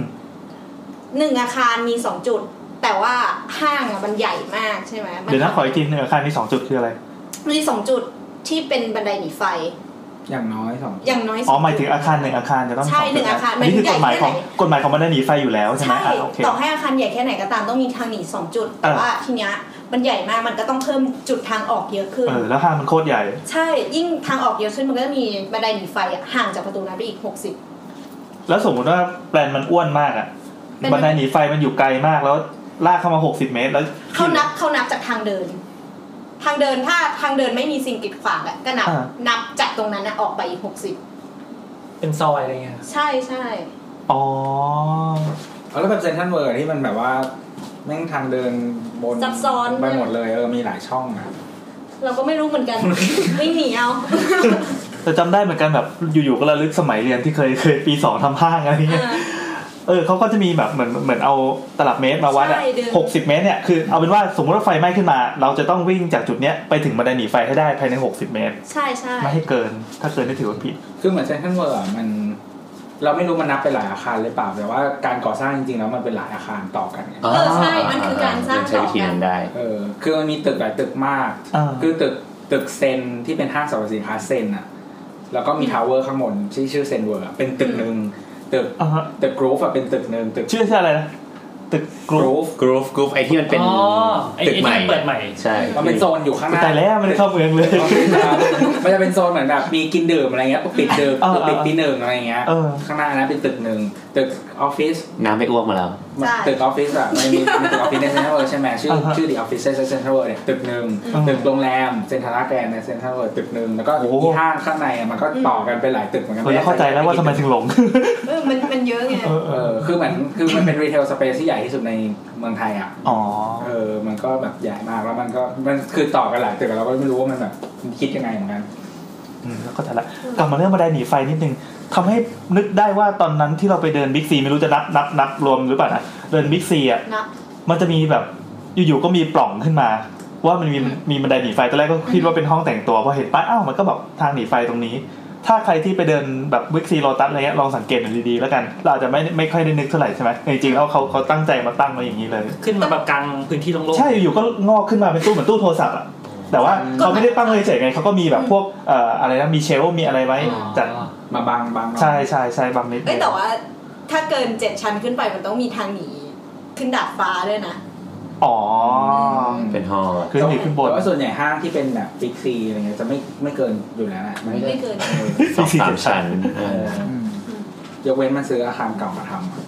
S7: หนึ่งอาคารมีสองจุด แต่ว่าห้างอะมันใหญ่มากใช่ไหมมั
S3: เดี๋ยวนะขออีกทีหนึ่งอาคารที่สองจุดคืออะไร
S7: มีสองจุดที่เป็นบันไดหนีไฟ
S5: อย่างน้อยสอง
S7: อย่างน้อยส
S3: อ๋อ
S7: จุด
S3: หมายถึงอาคารหนึ่งอาคารจะต้อง
S7: ใช่ห
S3: สจุด
S7: นึ่งอาคาร
S3: นนี้
S7: มัน
S3: คือกฎหมาย
S7: ใหญ่
S3: ขอ
S7: แค่
S3: ง
S7: ไหน
S3: กฎหมายของบันไดหนีไฟอยู่แล้วใช่ไหม
S7: ใช่
S3: อ่ะโอเค
S7: ต่อให้อาคารใหญ่แค่ไหนก็ตามต้องมีทางหนีสองจุด
S3: เอ
S7: แต่
S3: อ
S7: ว่าทีเนี้ยมันใหญ่มากมันก็ต้องเพิ่มจุดทางออกเยอะขึ้น
S3: เออ แล้วห้างมันโคตรใหญ่
S7: ใช่ยิ่งทางออกเยอะขึ้นมันก็จะมีบันไดหนีไฟอะห่างจากประตูนั้นไปอีก 60
S3: แล้วสมมติว่าแปลนมันอ้วนมากอ่ะ
S7: เป็น
S3: บันไดหนีไฟมันอยู่ไกลมากแล้วลากเข้ามาหกสิบเมตร แล้ว
S7: เขานับเขานับจากทางเดิน ทางเดินถ้าทางเดินไม่มีสิ่งกีดขวางอะก็นับ นับจากตรงนั้นนะออกไปอีก 60
S1: เป็นซอยอะไรเงี้ย
S7: ใช่ใช่
S1: อ๋อ
S5: เอาแล้วแบบเซนทรัลเวิร์ที่มันแบบว่าแม่งทางเดินบน
S7: ซับซ้อน
S5: ไปหมดเลยเออมีหลายช่องอะ
S7: เราก็ไม่รู้เหมือนกัน
S3: <laughs>
S7: วิ่งหนีเอา
S3: แต่จำได้เหมือนกันแบบอยู่ๆก็ระลึกสมัยเรียนที่เคยเคยปีสองทำห้างอะไรเงี้ย เออเขาก็จะมีแบบเหมือนเหมือนเอาตลับเมตรมาวัดอะ
S7: ใช่เดิน
S3: หกสิบเมตรเนี่ยคือเอาเป็นว่าสมมติว่าไฟไหม้ขึ้นมา เราจะต้องวิ่งจากจุดเนี้ยไปถึงบันไดหนีไฟให้ได้ภายในหกสิบเมตร
S7: ใช่ใช่
S3: ไม่ให้เกิน ถ้าเกินนี่ถือว่าผิด
S5: คือเหมือนเซนทรัลเวิร์มัน เราไม่รู้มันนับเป็นหลายอาคารหรือเปล่าแต่ว่าการก่อสร้างจริงๆแล้วมันเป็นหลายอาคารต่อกันไง
S7: เออใช่มันคือการสร้าง
S4: ใช้
S7: ต่อ
S4: วิธี
S7: กัน
S4: นั้นได้
S5: เออคือมันมีตึกหลายตึกมาก
S3: อ่า
S5: คือตึกตึกเซนที่เป็นห้างสรรพสินค้าเซนอะแล้วก็มีทาวเวอร์ข้างบนที่ชื่อเซนเวิร์เป็นตึกหนึ่งตึก
S3: อ่าฮะ
S5: ตึกกรูฟอะเป็นตึกหนึ่งตึก
S3: ชื่อชื่ออะไรนะตึกก
S5: ก
S3: รุ๊ป
S5: รูฟ
S4: Groove Groove ไอที่มันเป็น
S6: อ๋อไอ้
S4: ตึก
S6: ที่
S4: ใหม่
S6: เปิดใหม่
S4: ใช่
S5: มันเป็นโซนอยู่ข้างหน้า
S3: ตายแล้วไมันเข้าเมื
S5: <laughs>
S3: องเลย
S5: มันจะเป็นโซนเหมือนแบบมีกินดื่มอะไรเงี้ยปิดดื่ม
S3: เออ
S5: ปิด
S3: เออ
S5: ปีหนึ่งอะไรเงี้ย
S3: เออ
S5: ข้างหน้านะเป็นตึกหนึ่งตึกออฟฟิศ
S4: น้ำไปอ้วกมาแล้ว
S5: ตึกออฟฟิศอะมันมีมันมีตึกออฟฟิศในเซ็นทรัลเวิร์ใช่ไหมชื่อ
S3: อ่าฮะ
S5: ชื่อดีออฟฟิศในเซ็นทรัลเวิร์เนี่ยตึกหนึ่ง
S3: อืม
S5: ตึกโรงแรมเซ็นทรัลแกรนด์ในเซ็นทรัลเวิร์ตึกหนึ่งแล้วก็
S3: โอ้
S5: ที่ห้างข้างในอะมันก็ต่อกันเป็นหลายตึกเหมือนกัน
S3: เออแล้วเข้าใจแล้วว่าทำไมถึงหลง
S2: เออมันมันเยอะไง
S3: เออเอ
S5: เอ
S3: อ
S5: อคือเหมือนคือมันเป็นรีเทลสเปซที่ใหญ่ที่สุดในเมืองไทยอ่ะ
S3: อ๋อ
S5: เออมันก็แบบใหญ่มากแล้วมันก็มันคือต่อกันหลายตึกแล้วเราก็ไม่รู้ว่ามันแบบมันคิดยังไงเหมือนกัน
S3: อืมแล้วก็แต่ละกลับมาเรื่องบันไดหนีไฟนิดนึงทำให้นึกได้ว่าตอนนั้นที่เราไปเดินบิ๊กซีไม่รู้จะนับนับนับรวมหรือเปล่านะเดินบิ๊กซีอ่ะ
S7: นับ
S3: มันจะมีแบบอยู่ๆก็มีปล่องขึ้นมา ว่ามันมีมีบันไดหนีไฟตอนแรกก็คิดว่าเป็นห้องแต่งตัวพอเห็นป้ายอ้าวมันก็แบบทางหนีไฟตรงนี้ ถ้าใครที่ไปเดินแบบวิกซีโรตัสอะไรเงี้ยลองสังเกตดูดีๆแล้วกัน เราอาจจะไม่ไม่ค่อยได้นึกเท่าไหร่ใช่ไหมแต่จริงๆแล้วเขาเขาตั้งใจมาตั้งมาอย่างนี้เลย
S6: ขึ้นมาแบบกลางพื้นที่โล่งๆ
S3: ใช่อยู่ๆก็งอกขึ้นมาเป็นตู้เหมือนตู้โทรศัพท์อะแต่ว่าเขาไม่ได้ตั้งเลยเฉยๆไงเขาก็มีแบบพวกเอ่ออะไรนะมีเชลฟ์มีอะไรไว้จัด
S5: มาบางบางหน่อย
S3: ใช่ใช่ใช่บางนิด
S7: เอ้ยแต่ว่าถ้าเกินเจ็ดชั้นขึ้นไปมันต้องมีทางหนีขึ้นดาดฟ้าด้วยนะ
S3: อ๋อ
S4: เป็นฮอล
S3: ขึ้นอยู่ขึ้นบน
S5: แต่ว่าส่วนใหญ่ห้างที่เป็นแบบบิ๊กซีอะไรเงี้ยจะไม่ไม่เกินอยู่แล้วนะด้
S7: ไม่เกิน
S5: ออ
S4: สองสามชั้นเอ
S5: เอ
S4: อ
S5: ออืมยกเว้นมันซื้ออาคารเก่ามาทำอะ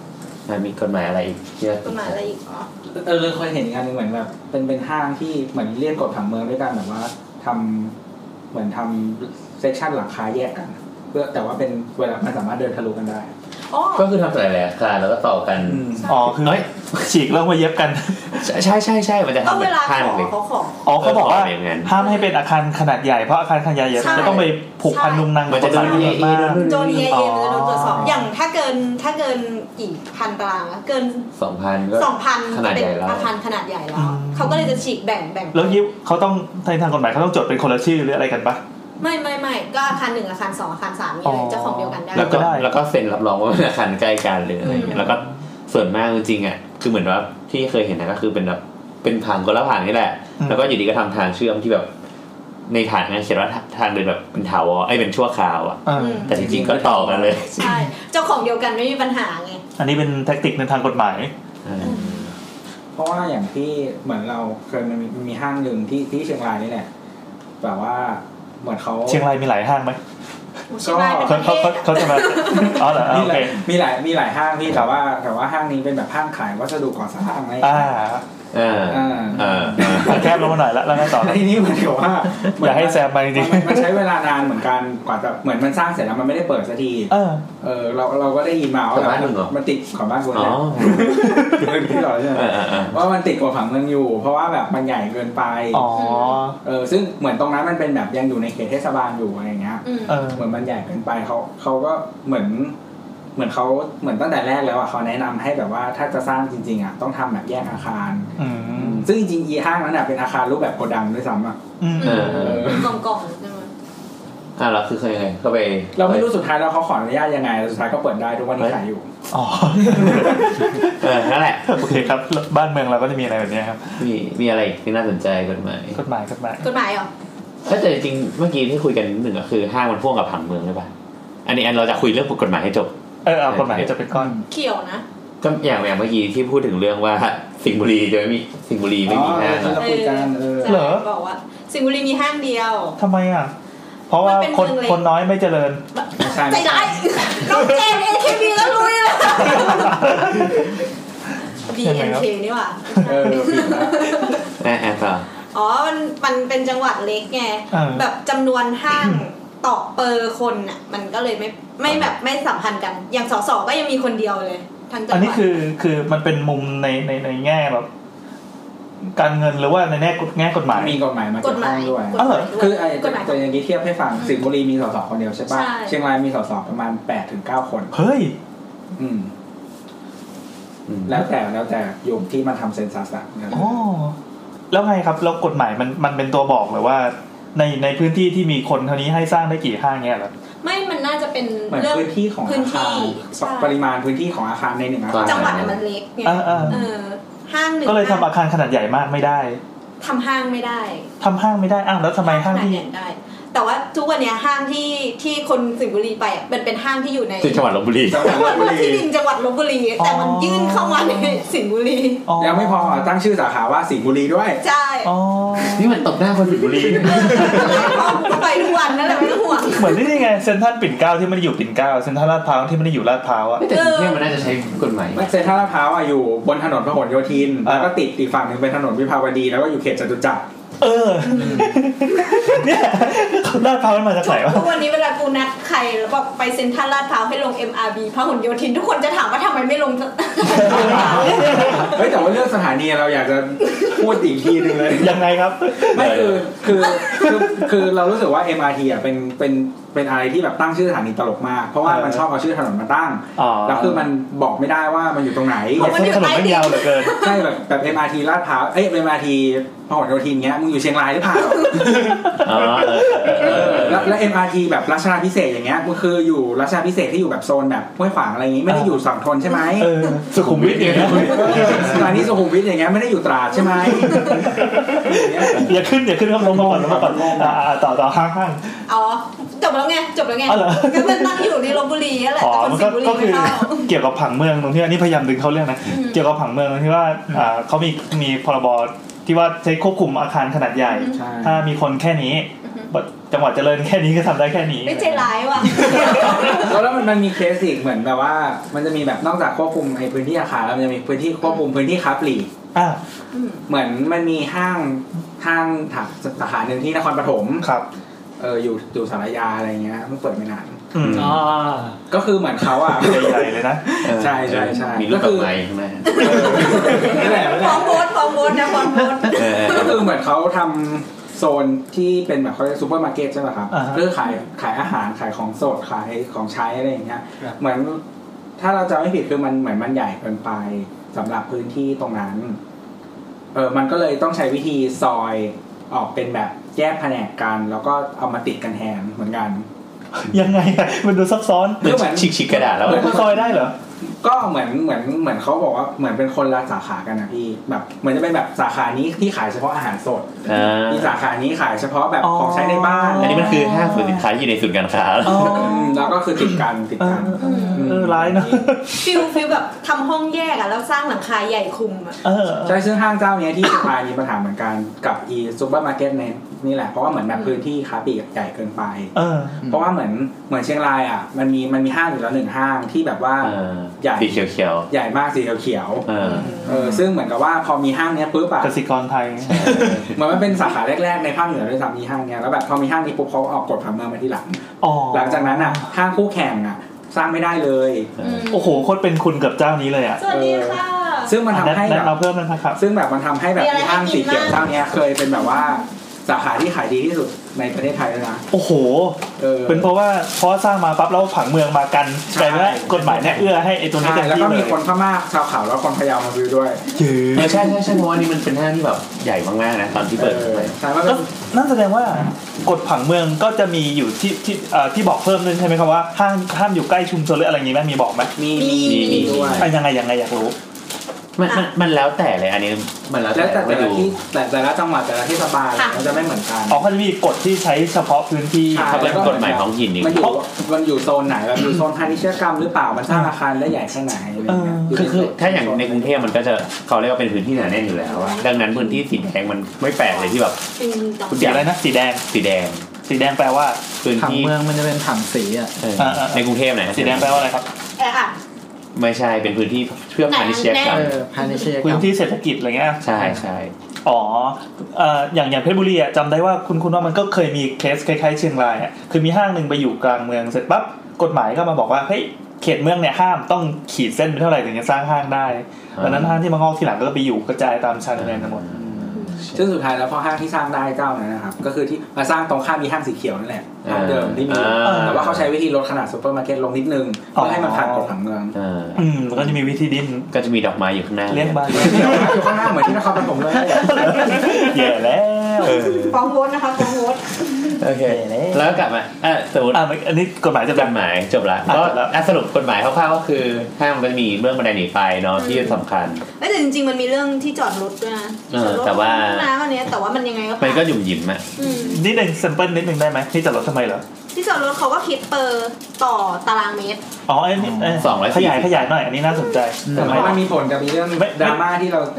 S4: มันมีกฎหมายอะไรอีกที่เรา
S7: กฎหมายอะไรอีกอ๋อ
S5: เออเคยเห็นงานหนึ่งเหมือนแบบเป็นเป็นห้างที่เหมือนเลี่ยงกฎผังเมืองด้วยกันแบบว่าทำเหมือนทำเซกชันหลังคาแยกกัน เพื่อแต่ว่าเป็นเวลามันสามารถเดินทะลุกันได้
S7: อ๋อ
S4: ก็คือทำหลายๆอาคารแล้วก็ต่อกัน
S5: อืม
S3: อ๋อคือ
S4: เอ้ย
S3: ฉีกแล้วมาเย็บกัน <laughs>
S4: ใช่ใช่ใช่ใช่มันจะ
S7: ก็
S4: ทำ
S7: เว
S4: แบบ
S7: ลาข
S4: ข้าง
S7: อ
S4: เลย
S7: เขาขอ
S3: อ๋อเขาบอกว่า
S4: เออเขาบอกอย่างนั้น
S3: ห้ามให้เป็นอาคารขนาดใหญ่เพราะอาคารขนาดใหญ่
S7: ใช่
S3: จะต้องไปผูกพัน
S7: ใช่
S3: นุงนาง
S4: มันจะโดน
S3: เยอะมาก
S7: โจนเอเอ
S3: อ๋อ
S7: มันจะโดนตรวจสอบอย่างถ้าเกินถ้าเกินกี่พันตารางวะเกิน
S4: สองพันก็
S7: สองพัน
S4: ขนาด
S7: เป็
S4: ใหญ่
S7: น
S4: แล้ว
S7: อาคารขนาดใหญ่แล้วเขาก็เลยจะฉีกแบ่งแบ่ง
S3: แล้วยิบเขาต้องในทางกฎหมายเขาต้องจดเป็นคนละชื่อหรืออะไรกันปะ
S7: ไม่ไม่ไม่ก็อาคารหนึ่งอาคารสองอาคารสามนี่
S3: อ๋
S7: เล
S3: อ
S7: ยเจ้าของเดียวกันได้
S4: แล้วก็
S3: ได้
S4: แล้วก็เซ็นรับรองว่าเป็นอาคารใกล้กันหรืออะไร
S7: อื
S4: เงี้
S7: ม
S4: ยแล้วก็ส่วนมากจริงๆอ่ะคือเหมือนว่าที่เคยเห็นนะก็คือเป็นแบบเป็นทางคนละผ่านนี่แหละ
S3: อืม
S4: แล้วก็อยู่ดีก็ทำทางเชื่อมที่แบบในฐานนั้นเขียนว่าทางเดินแบบเป็นถาวรไอ้ยเป็นชั่วคราวอ่ะ
S3: เอออ
S7: ม
S4: แต่จริงๆก็ต่อกันเลย
S7: ใช่เจ้าของเดียวกันไม่มีปัญหาไง
S3: อันนี้เป็นแท็กติกในทางกฎหมาย
S5: เพราะว่าอย่างที่เหมือนเราเคยมันมีมันมีห้างหนึ่งที่ที่เชียงรายนี่แหละแบบว่าเหมือนเขา
S3: เชียงรายมีหลายห้างไหม
S7: เชียงรายเป็นป
S3: เขา
S7: ระเท
S3: เขา
S7: ศ
S3: เขาเขาจะมา อ๋อเหรออ่ะ
S5: มี
S3: โอ
S5: ห
S3: เค
S5: ลายมีหลายมีหลายห้างพี่แต่ว่าแต่ว่าห้างนี้เป็นแบบห้างขายวัสดุก่อสร้างอะไรอย่าง
S3: อ่า
S5: เงี้ย
S4: อ่า
S5: อ่า
S4: อ่า
S3: ตัดแคบลงมาหน่อยละแล้วไงต่อ
S5: ทีนี้เหมือนกับว่า
S3: อย่าให้แซมมาจริงๆ
S5: นมันใช้เวลานานเหมือนกันกว่าจะเหมือนมันสร้างเสร็จแล้วมันไม่ได้เปิดสักที
S3: เออ
S5: เออเราเราก็ได้ยินมาว่าแบบมันติดของบ้านคุณ
S4: อ๋อ
S5: แหละพื้นที่เราใช่ไหม
S4: เออเออเออ
S5: ว่ามันติดกว่าผังเมืองอยู่ เพราะว่าแบบมันใหญ่เกินไป
S3: อ๋อ
S5: เออซึ่งเหมือนตรงนั้นมันเป็นแบบยังอยู่ในเขตเทศบาลอยู่อะไรอย่างเงี้ย
S7: อืม
S3: เออ
S5: เหมือนมันใหญ่เกินไปเขาเขาก็เหมือน เหมือนเขาเหมือนตั้งแต่แรกแล้วอ่ะเขาแนะนำให้แบบว่าถ้าจะสร้างจริงๆอ่ะต้องทำแบบแยกอาคาร
S3: อืม
S5: ซึ่งจริงๆอีห้างนั้นอ่ะเป็นอาคารรูปแบบโกดังด้วยซ้ำอ่ะ
S3: อืม
S4: เออเออก
S7: ล่องกล่องๆใช่ไหม
S4: อ่าแล้วคือเคยยังไงเข้าไป
S5: เราไม่รู้สุดท้ายแล้วเขาขออนุญาตยังไงแต่สุดท้ายก็เปิดได้ทุกวันนี้ขายอยู่
S3: อ๋ <laughs> อ
S4: เออนั่นแหละ
S3: โอเคครับบ้านเมืองเราก็จะมีอะไรแบบเนี้ยครับ
S4: มีมีอะไรอีกที่น่าสนใจกฎหมาย
S3: กฎหมายกฎหมาย
S7: กฎหมายเหรอ
S4: ถ้าแต่จริงๆเมื่อกี้ที่คุยกันหนึ่งก็คือห้างมันพ่วงกับผังเมืองใช่ปะอันนี้อันเราจะคุยเรื่องกฎหมายให้จบ
S3: เออเอากฎหมายจะเป็นก้อน
S7: เขียวนะ
S4: ก็อย่างอย่างเมื่อกี้ที่พูดถึงเรื่องว่าสิงห์บุรีจะไม่มีสิงห์บุรีไม่มีห้าง
S5: อ๋
S4: อะ
S5: อเราคุยกันเออ
S3: เหรอ
S7: บอกว่า สิงห์บุรีมีห้างเดียว
S3: ทำไมอ่ะ เพราะว่า
S7: เป็น
S3: ค
S7: เมือง
S3: น
S7: เล็ก
S3: คนน้อยไม่เจริญ
S5: ไม่
S7: ใจ
S5: ใช่
S7: ร้ายน้องเจนเอ็นเคบีแล้วลุยเลย บี
S3: ยังไง
S7: เอ็น
S3: ครับ
S7: เคนี่หว่า
S5: เออผิดแล้ว
S4: แอะแอะต่อ
S7: อ๋อ มันมันเป็นจังหวัดเล็กไง
S3: อ่า
S7: แบบจำนวนห้างต่อเปอร์คนอ่ะ มันก็เลยไม่ ไม่แบบไม่สัมพันธ์กัน อย่างสสก็ยังมีคนเดียวเลยทั้งจังห
S3: อันนี้
S7: วัด
S3: คือคือมันเป็นมุมในในในแง่แบบ การเงินหรือว่าในแง่กฎแง่กฎหมาย
S5: มีกฎหมายมา
S7: ฎ
S5: เกี่ยว
S7: ห
S5: ข้
S7: มา
S5: อยงด้วย
S7: กฎหมายด้วย
S5: คือไอ้
S7: กฎหมาย
S5: ตัวอย่างนี้เทียบให้ฟังสิงห์บุรีมีสสคนเดียวใช่ปะ
S7: ใช่
S5: เชียงรายมีสสประมาณ8ปดถึงเก้าคน
S3: เฮ้ย
S5: อืม
S4: อืม
S5: แล้วแต่แล้วแต่โยมที่มาทำเซนซัสอะ
S3: โอ้แล้วไงครับแล้วกฎหมายมันมันเป็นตัวบอกเลยว่า ในในพื้นที่ที่มีคนเท่านี้ให้สร้างได้กี่ห้างเงี้ยเหรอ
S7: ไม่มันน่าจะเป็น
S5: เหมือน
S7: เรื่อง
S5: พื้นที่ของ
S7: พื้น
S5: อา
S7: ที่
S5: คาร
S7: ใช่
S5: ปริมาณพื้นที่ของอาคารในหนึ่งอาคาร
S7: จังหวัดอะมันเล็กไง
S3: เออเออ
S7: เออห้างหนึ่ง
S3: ก็เลยทำ
S7: ห้า
S3: อาง คารขนาดใหญ่มากไม่ได้
S7: ทำห้างไม่ได้
S3: ทำห้างไม่ได้อ้าวแล้วทำไมห้าง
S7: ขนาด
S3: ที่
S7: ใหญ่ได้ แต่ว่าทุกวันเนี้ยห้างที่ที่คนสิงห์บุรีไปอะมันเป็นห้างที่อยู่ใน
S4: ที่จังหวัดลบบุรี
S5: จังหวัด
S7: จังห
S5: ล
S7: วัด
S5: บบุรี
S7: ที่ดินจังหวัดลบบุรี แต่มันยื่นเข้ามาในสิงห์บุรี
S3: อ๋อ
S5: แล้วไม่พอตั้งชื่อสาขาว่าสิงห์บุรีด้วย
S7: ใช่
S3: อ๋อ
S4: นี่มันตบหน้าคนสิงห์บุรี
S7: ก็ไปทุกวันนั่นแหละไม่ต้องห่วง
S3: เหมือนนี่ไงเซ็นทรัลปิ่นเกล้าที่ไม่ได้อยู่ปิ่นเกล้าเซ็นทรัลลาดพร้าวที่ไม่ได้อยู่ลาดพร้าวอะ
S4: แต่กรุงเทพมันน่าจะใช้กฎหมาย
S5: เซ็นทรัลลาดพร้าวอะอยู่บนถนนพหลโยธิน
S3: อ่า
S5: แล้วก็ติดอีกฝั่งหนึ่งเป็นถนนวิภาวดี แล้วก็อยู่เขตจตุจักร
S3: เออ เนี่ยลาดพร้าวมันมาจากไหนวะ
S7: ทุกวันนี้เวลากูนัดใครแล้วบอกไปเซ็นทรัลลาดพร้าวให้ลง MRB พหลโยธิน ทุกคนจะถามว่าทำไมไม่
S3: <laughs>
S7: ลง
S5: เฮ้ยแต่ว่าเรื่องสถานีเราอยากจะพูดอีกทีหนึงเลย
S3: ยังไงครับ
S5: ไม่คือคือคือคือเรารู้สึกว่า MRT อ่ะเป็นเป็นเป็นอะไรที่แบบตั้งชื่อสถานีตลกมาก เพราะว่า
S3: เออ
S5: มันชอบเอาชื่อถนนมาตั้ง
S3: อ๋อ
S5: แล้วคือมันบอกไม่ได้ว่ามันอยู่ตรงไหน
S3: เหยียบ
S7: มันอยู่
S3: เส้นถนนไม่ยาวเหลือเกิน
S5: ใช่แบบแบบ MRT ลาดพร้าวเอ้ย MRT พหลโยธินเงี้ยมึงอยู่เชียงรายหรือเปล่า
S4: อ๋อเออเออเออ
S5: แล้วแล้ว MRT แบบรัชดาพิเศษกอย่างเงี้ยมันคืออยู่รัชดาพิเศษกที่อยู่แบบโซนแบบห้วยขวางอะไรอย่างงี้ไม่ได้อยู่ฝั่งทนใช่ไหม
S3: เออสุขุมวิทเนี่ยนะ
S5: สถานีสุขุมวิทอย่างเงี้ยไม่ได้อยู่ตราดใช่ไหมอย่างเงี้ย
S3: อย่าขึ้นอย่าขึ้นครับลงมาก่อนลงมาก่อนอ่าอ่าต่อต่อห้างห้าง
S7: อ๋อ จบแล้วไง จบแล้วไง
S3: อ๋อเหรอ
S7: ก็มันตั้งอยู่ในลบบุรีนั่นแหละ
S3: อ๋อ
S7: แต่ค
S3: มัน น
S7: สิงห์บุ
S3: ก็
S7: รี
S3: ก็
S7: ไม่
S3: คือ
S7: เข้า
S3: เกี่ยวกับผังเมืองตรงที่อันนี้พยายามดึงเข้าเรื่องนะ
S7: อืม
S3: เกี่ยวกับผังเมืองตรงที่ว่าอ่าเขามีมีพรบที่ว่าใช้ควบคุมอาคารขนาดใหญ่
S5: ใช่
S3: ถ้ามีคนแค่นี้จังหวัดเจริญแค่นี้ก็ทำได้แค่นี้
S7: ไม่ใจร้ายว่ะ
S5: แล้วแล้วมันมันมีเคสอีกเหมือนแบบว่า มันจะมีแบบนอกจากควบคุมไอ้พื้นที่อาคารแล้วมันจะมีพื้นที่ควบคุมพื้นที่ค้าปลีก
S3: อ่า
S7: อืม
S5: เหมือนมันมีห้างห้างถาสาขาหนึ่งที่นครปฐม
S3: ครับ
S5: เอออยู่อยู่สารยาอะไรเงี้ยมันเปิดไม่นาน
S3: อืม
S6: อ๋อ
S5: ก็คือเหมือนเขาอ่ะ
S3: ใหญ่ๆ
S5: <laughs>
S3: เลยนะ
S5: ใช่ใช่ใช่
S4: มีรูปดอกไม้ข้างหน้า
S5: นั่นแหละนั่นแห
S7: ฟ้อ
S5: ละ
S7: งโบสฟ้องโบสนะฟ้องโบส
S4: เออ
S5: ก็คือเหมือนเขาทำโซนที่เป็นแบบเขาเรียกซูเปอร์มาร์เก็ตใช่ไหมครับ
S3: อ่าฮะ
S5: ก็คือขายขายอาหารขายของสดขายของใช้อะไรอย่างเงี้ย เหมือนถ้าเราจะไม่ผิดคือมันเหมือนมันใหญ่เกินไปสำหรับพื้นที่ตรงนั้น เออมันก็เลยต้องใช้วิธีซอยออกเป็นแบบแยกแผนกกัน แล้วก็เอามาติดกันแทนเหมือนกัน
S3: ยังไงอะมันดูซับซ้อน
S4: เหมือนฉีกฉีกกระดาษแล้ว
S5: เหมื
S4: อะ
S5: น
S3: มันซอยได้เหรอ
S5: ก็เหมือนเหมือนเหมือนเขาบอกว่าเหมือนเป็นคนละสาขากันนะพี่แบบเหมือนจะเป็นแบบสาขานี้ที่ขายเฉพาะอาหารสด
S4: อ่า
S5: มีสาขานี้ขายเฉพาะแบบของใช้ในบ้าน
S4: อันนี้มันคือห้างสรรพสินค้าที่อยู่ในศูนย์การค้า
S3: อ๋อ
S5: มแล้วก็คือติดกันติด
S3: เอ
S5: กั
S3: อน เออเออร้ายเนอะ
S7: ฟิลฟิลแบบทำห้องแยกอะแล้วสร้างหลังคาใหญ่คุมอะ
S3: เออ
S5: ใช่ซึ่งห้างเจ้าเนี้ยที่สปายมีปัญหาเหมือนกันกับอีซูเปอร์มาร์เก็ตเนยนี่แหละเพราะว่าเหมือนแบบพื้นที่ค้าปลีกใหญ่เกินไป
S3: เออ
S5: เพราะว่าเหมือนเหมือนเชียงรายอ่ะมันมีมันมีห้างอยู่แล้วหนึ่งห้างที่แบบว่า
S4: อ่าสีเขียวเขียว
S5: ใหญ่มากสีเขียว
S4: ๆอ่า
S5: ๆเออซึ่งเหมือนกับว่าพอมีห้างเนี้ยปุ๊บอ่ะ
S3: กสิกรไทย
S5: เหมือนมันเป็นสาขาแรกๆในภาคเหนือด้วยซ้ำมีห้างเนี้ยแล้วแบบพอมีห้างนี้ปุ๊บเขาออกกฎผังเมืองมาที่หลัง
S3: อ๋อ
S5: หลังจากนั้นอ่ะห้างคู่แข่งอ่ะสร้างไม่ได้เลย
S7: อืม
S3: โอ้โหโคตรเป็นคุณกับเจ้านี้เลยอ่ะ
S7: สวัสดีค่ะ
S5: ซึ่งมันทำ
S3: แนะ
S5: ให้แบ
S3: แนะ
S5: บ
S3: นำเพิ่มนั้นนะครับ
S5: ซึ่งแบบมันทำให้แบบ
S7: มีอะไร
S5: ห้าง
S7: ให้กิน
S5: สีเขียว
S7: บ้าง
S5: เจ้าเนี้ยเคยเป็นแบบว่าสาขาที่ขายดีที่สุดในประเทศไทยแล้วนะ
S3: โอ้โห
S5: ออ
S3: เป็นเพราะว่าเพราะสร้างมาปั๊บแล้วผังเมืองมากัน
S5: ใช่
S3: กลายเป็นว่ากฎหมายแนะเอื้อให้ไอ้ตัวนี้
S5: ใช่
S3: เต็ม
S5: แล้ว
S3: ที่
S5: ก็
S3: เล
S5: มี
S3: ย
S5: คนพม่าชาวเขาวแล้วคนพะเยามาวิวด้วย
S3: ยื
S4: เอ
S3: อ
S4: อใช่ใช่ใช่เพราะว่านี่มันเป็นห้างที่แบบใหญ่มากๆนะตอนที่เปิด
S5: ออ
S4: ไป
S5: ใช่ว่า
S3: ก็
S5: เป็น
S3: นั่นแสดงว่ากฎผังเมืองก็จะมีอยู่ที่ที่เอ่อที่บอกเพิ่มด้วยใช่ไหมครับว่าห้ามห้ามอยู่ใกล้ชุมชนหรืออะไรอย่างงี้ไหมมีบอกไหม
S5: มี
S7: มี
S5: มีด้วย
S3: อ่ะยังไงยังไงอยากรู้
S4: มันมันมันแล้วแต่เลยอันนี้มันแล้ว
S5: แล้วแต่
S4: แต่
S5: แต่
S4: ไม่
S5: ละ
S4: ดู
S5: ที่แต่แต่ละจังหวัดแต่ละเทศบาล
S7: ค่ะ
S5: มันจะไม่เหมือนกัน
S3: อ๋อเขาจะมีกฎที่ใช้เฉพาะพื้นที่
S5: ใช่
S4: เขาเป็นกฎหมายท้องถิ่นอีก
S5: มันอยู่มันอยู่โซนไหนแบบอยู่โซนพาณิชยกรรมหรือเปล่ามันสร้างอาคารได้ใหญ่แค่ไหนอะไรเงี้ย
S3: เออ
S5: ยู่
S4: คือคือ
S5: ใโซ
S4: ถ้าอย่างในกรุงเทพมันก็จะเขาเรียกว่าเป็นพื้นที่หนาแน่นอยู่แล้วอะดังนั้นพื้นที่สีแดงมันไม่แปลกเลยที่แบบ
S7: จริงจัง
S3: สีอะไรนะสีแดง
S4: สีแดง
S3: สีแดงแปลว่า
S4: พื้น
S1: ถัง
S4: ที่
S1: เมืองมันจะเป็นถังสีอ่ะ
S4: เออ
S3: เออเออ
S4: ในกรุงเทพไหน
S3: สีแดงแปลว่าอะไรครับ
S7: แออัด
S4: ไม่ใช่เป็นพื้นที่เพื่อพาณิชยกรรม
S1: เออพาณิชยกร
S3: พื้
S1: ร
S3: น
S1: ม
S3: ที่เศรษฐกิจอะไรเงี้ย
S4: ใช่ใช่
S3: อ๋อเอ่ออย่างอย่างเพชรบุรีอะจำได้ว่าคุณคุณว่ามันก็เคยมีเคสคล้ายๆเชียงรายอะคือมีห้างหนึ่งไปอยู่กลางเมืองเสร็จปั๊บ กฎหมายก็มาบอกว่าเฮ้ยเขตเมืองเนี่ยห้ามต้องขีดเส้นไปเท่าไหร่ถึงจะสร้างห้างได้ดังนั้นห้างที่มางอกทีหลังก็ไปอยู่กระจายตามชายแดนทั้งหมด
S5: ซึ่งสุดท้ายแล้วพอห้างที่สร้างได้เจ้านั้นนะครับ ก็คือที่มาสร้างตรงข้ามมีห้างสีเขียวนั่นแหละห้างเดิมที่มี
S4: อ่า
S5: แต่ว่าเขาใช้วิธีลดขนาดซูเปอร์มาร์เก็ตลงนิดนึงเพื่อให้มันผ่านกฎผังเมือง
S4: อ่า
S3: อืมแล้วก็จะมีวิธีดิ้น
S4: ก็จะมีดอกไม้อยู่ข้างหน้า
S3: เลี้ยงบ้าน
S5: อยู่ข้างหน้าเหมือนที่นครปฐมเลย
S3: <laughs> แย่แล้ว
S4: เออ
S7: ฟ้องโวตนะคะฟ้องโวต
S4: โอเค แล้วก็กลับมาอ่ะสมมติ
S3: อ่ะมันอันนี้กฎหมายจะ
S4: ก
S3: แบ่ง
S4: ฎหมายจบละ
S3: อ่ะ
S4: ก็
S3: จบละ
S4: อ่ะสรุปกฎหมายคร่าวๆก็คือห้ามมันมีเรื่องบันไดหนีไฟเนาะที่สำคัญ
S7: เอ้ยแต่จริงๆมันมีเรื่องที่จอดรถด้วยนะ
S4: เออ
S7: จอดรถ
S4: แต่ว่า
S7: น้ำอันเนี้ยแต่ว่ามันยังไงก็
S4: มันก็
S7: ผ่าน
S4: หยุ่มหยิมอะ
S7: อืม
S3: นิดหนึ่งแซมเปิลนิดหนึ่งได้ไหมที่จอดรถทำไมเหรอ
S7: ที่จอดรถเขาก็คิดเปอร์ต่อตารางเมตร
S3: อ๋อไอ้นี่เ
S4: 240
S3: ขยายขยายหน่อยอันนี้น่าสนใจ
S5: แต่
S3: ทำไม
S5: ว่ามันมีผลกับมีเรื่อง
S3: ไม่
S5: ดราม่าที่เรา
S4: <laughs>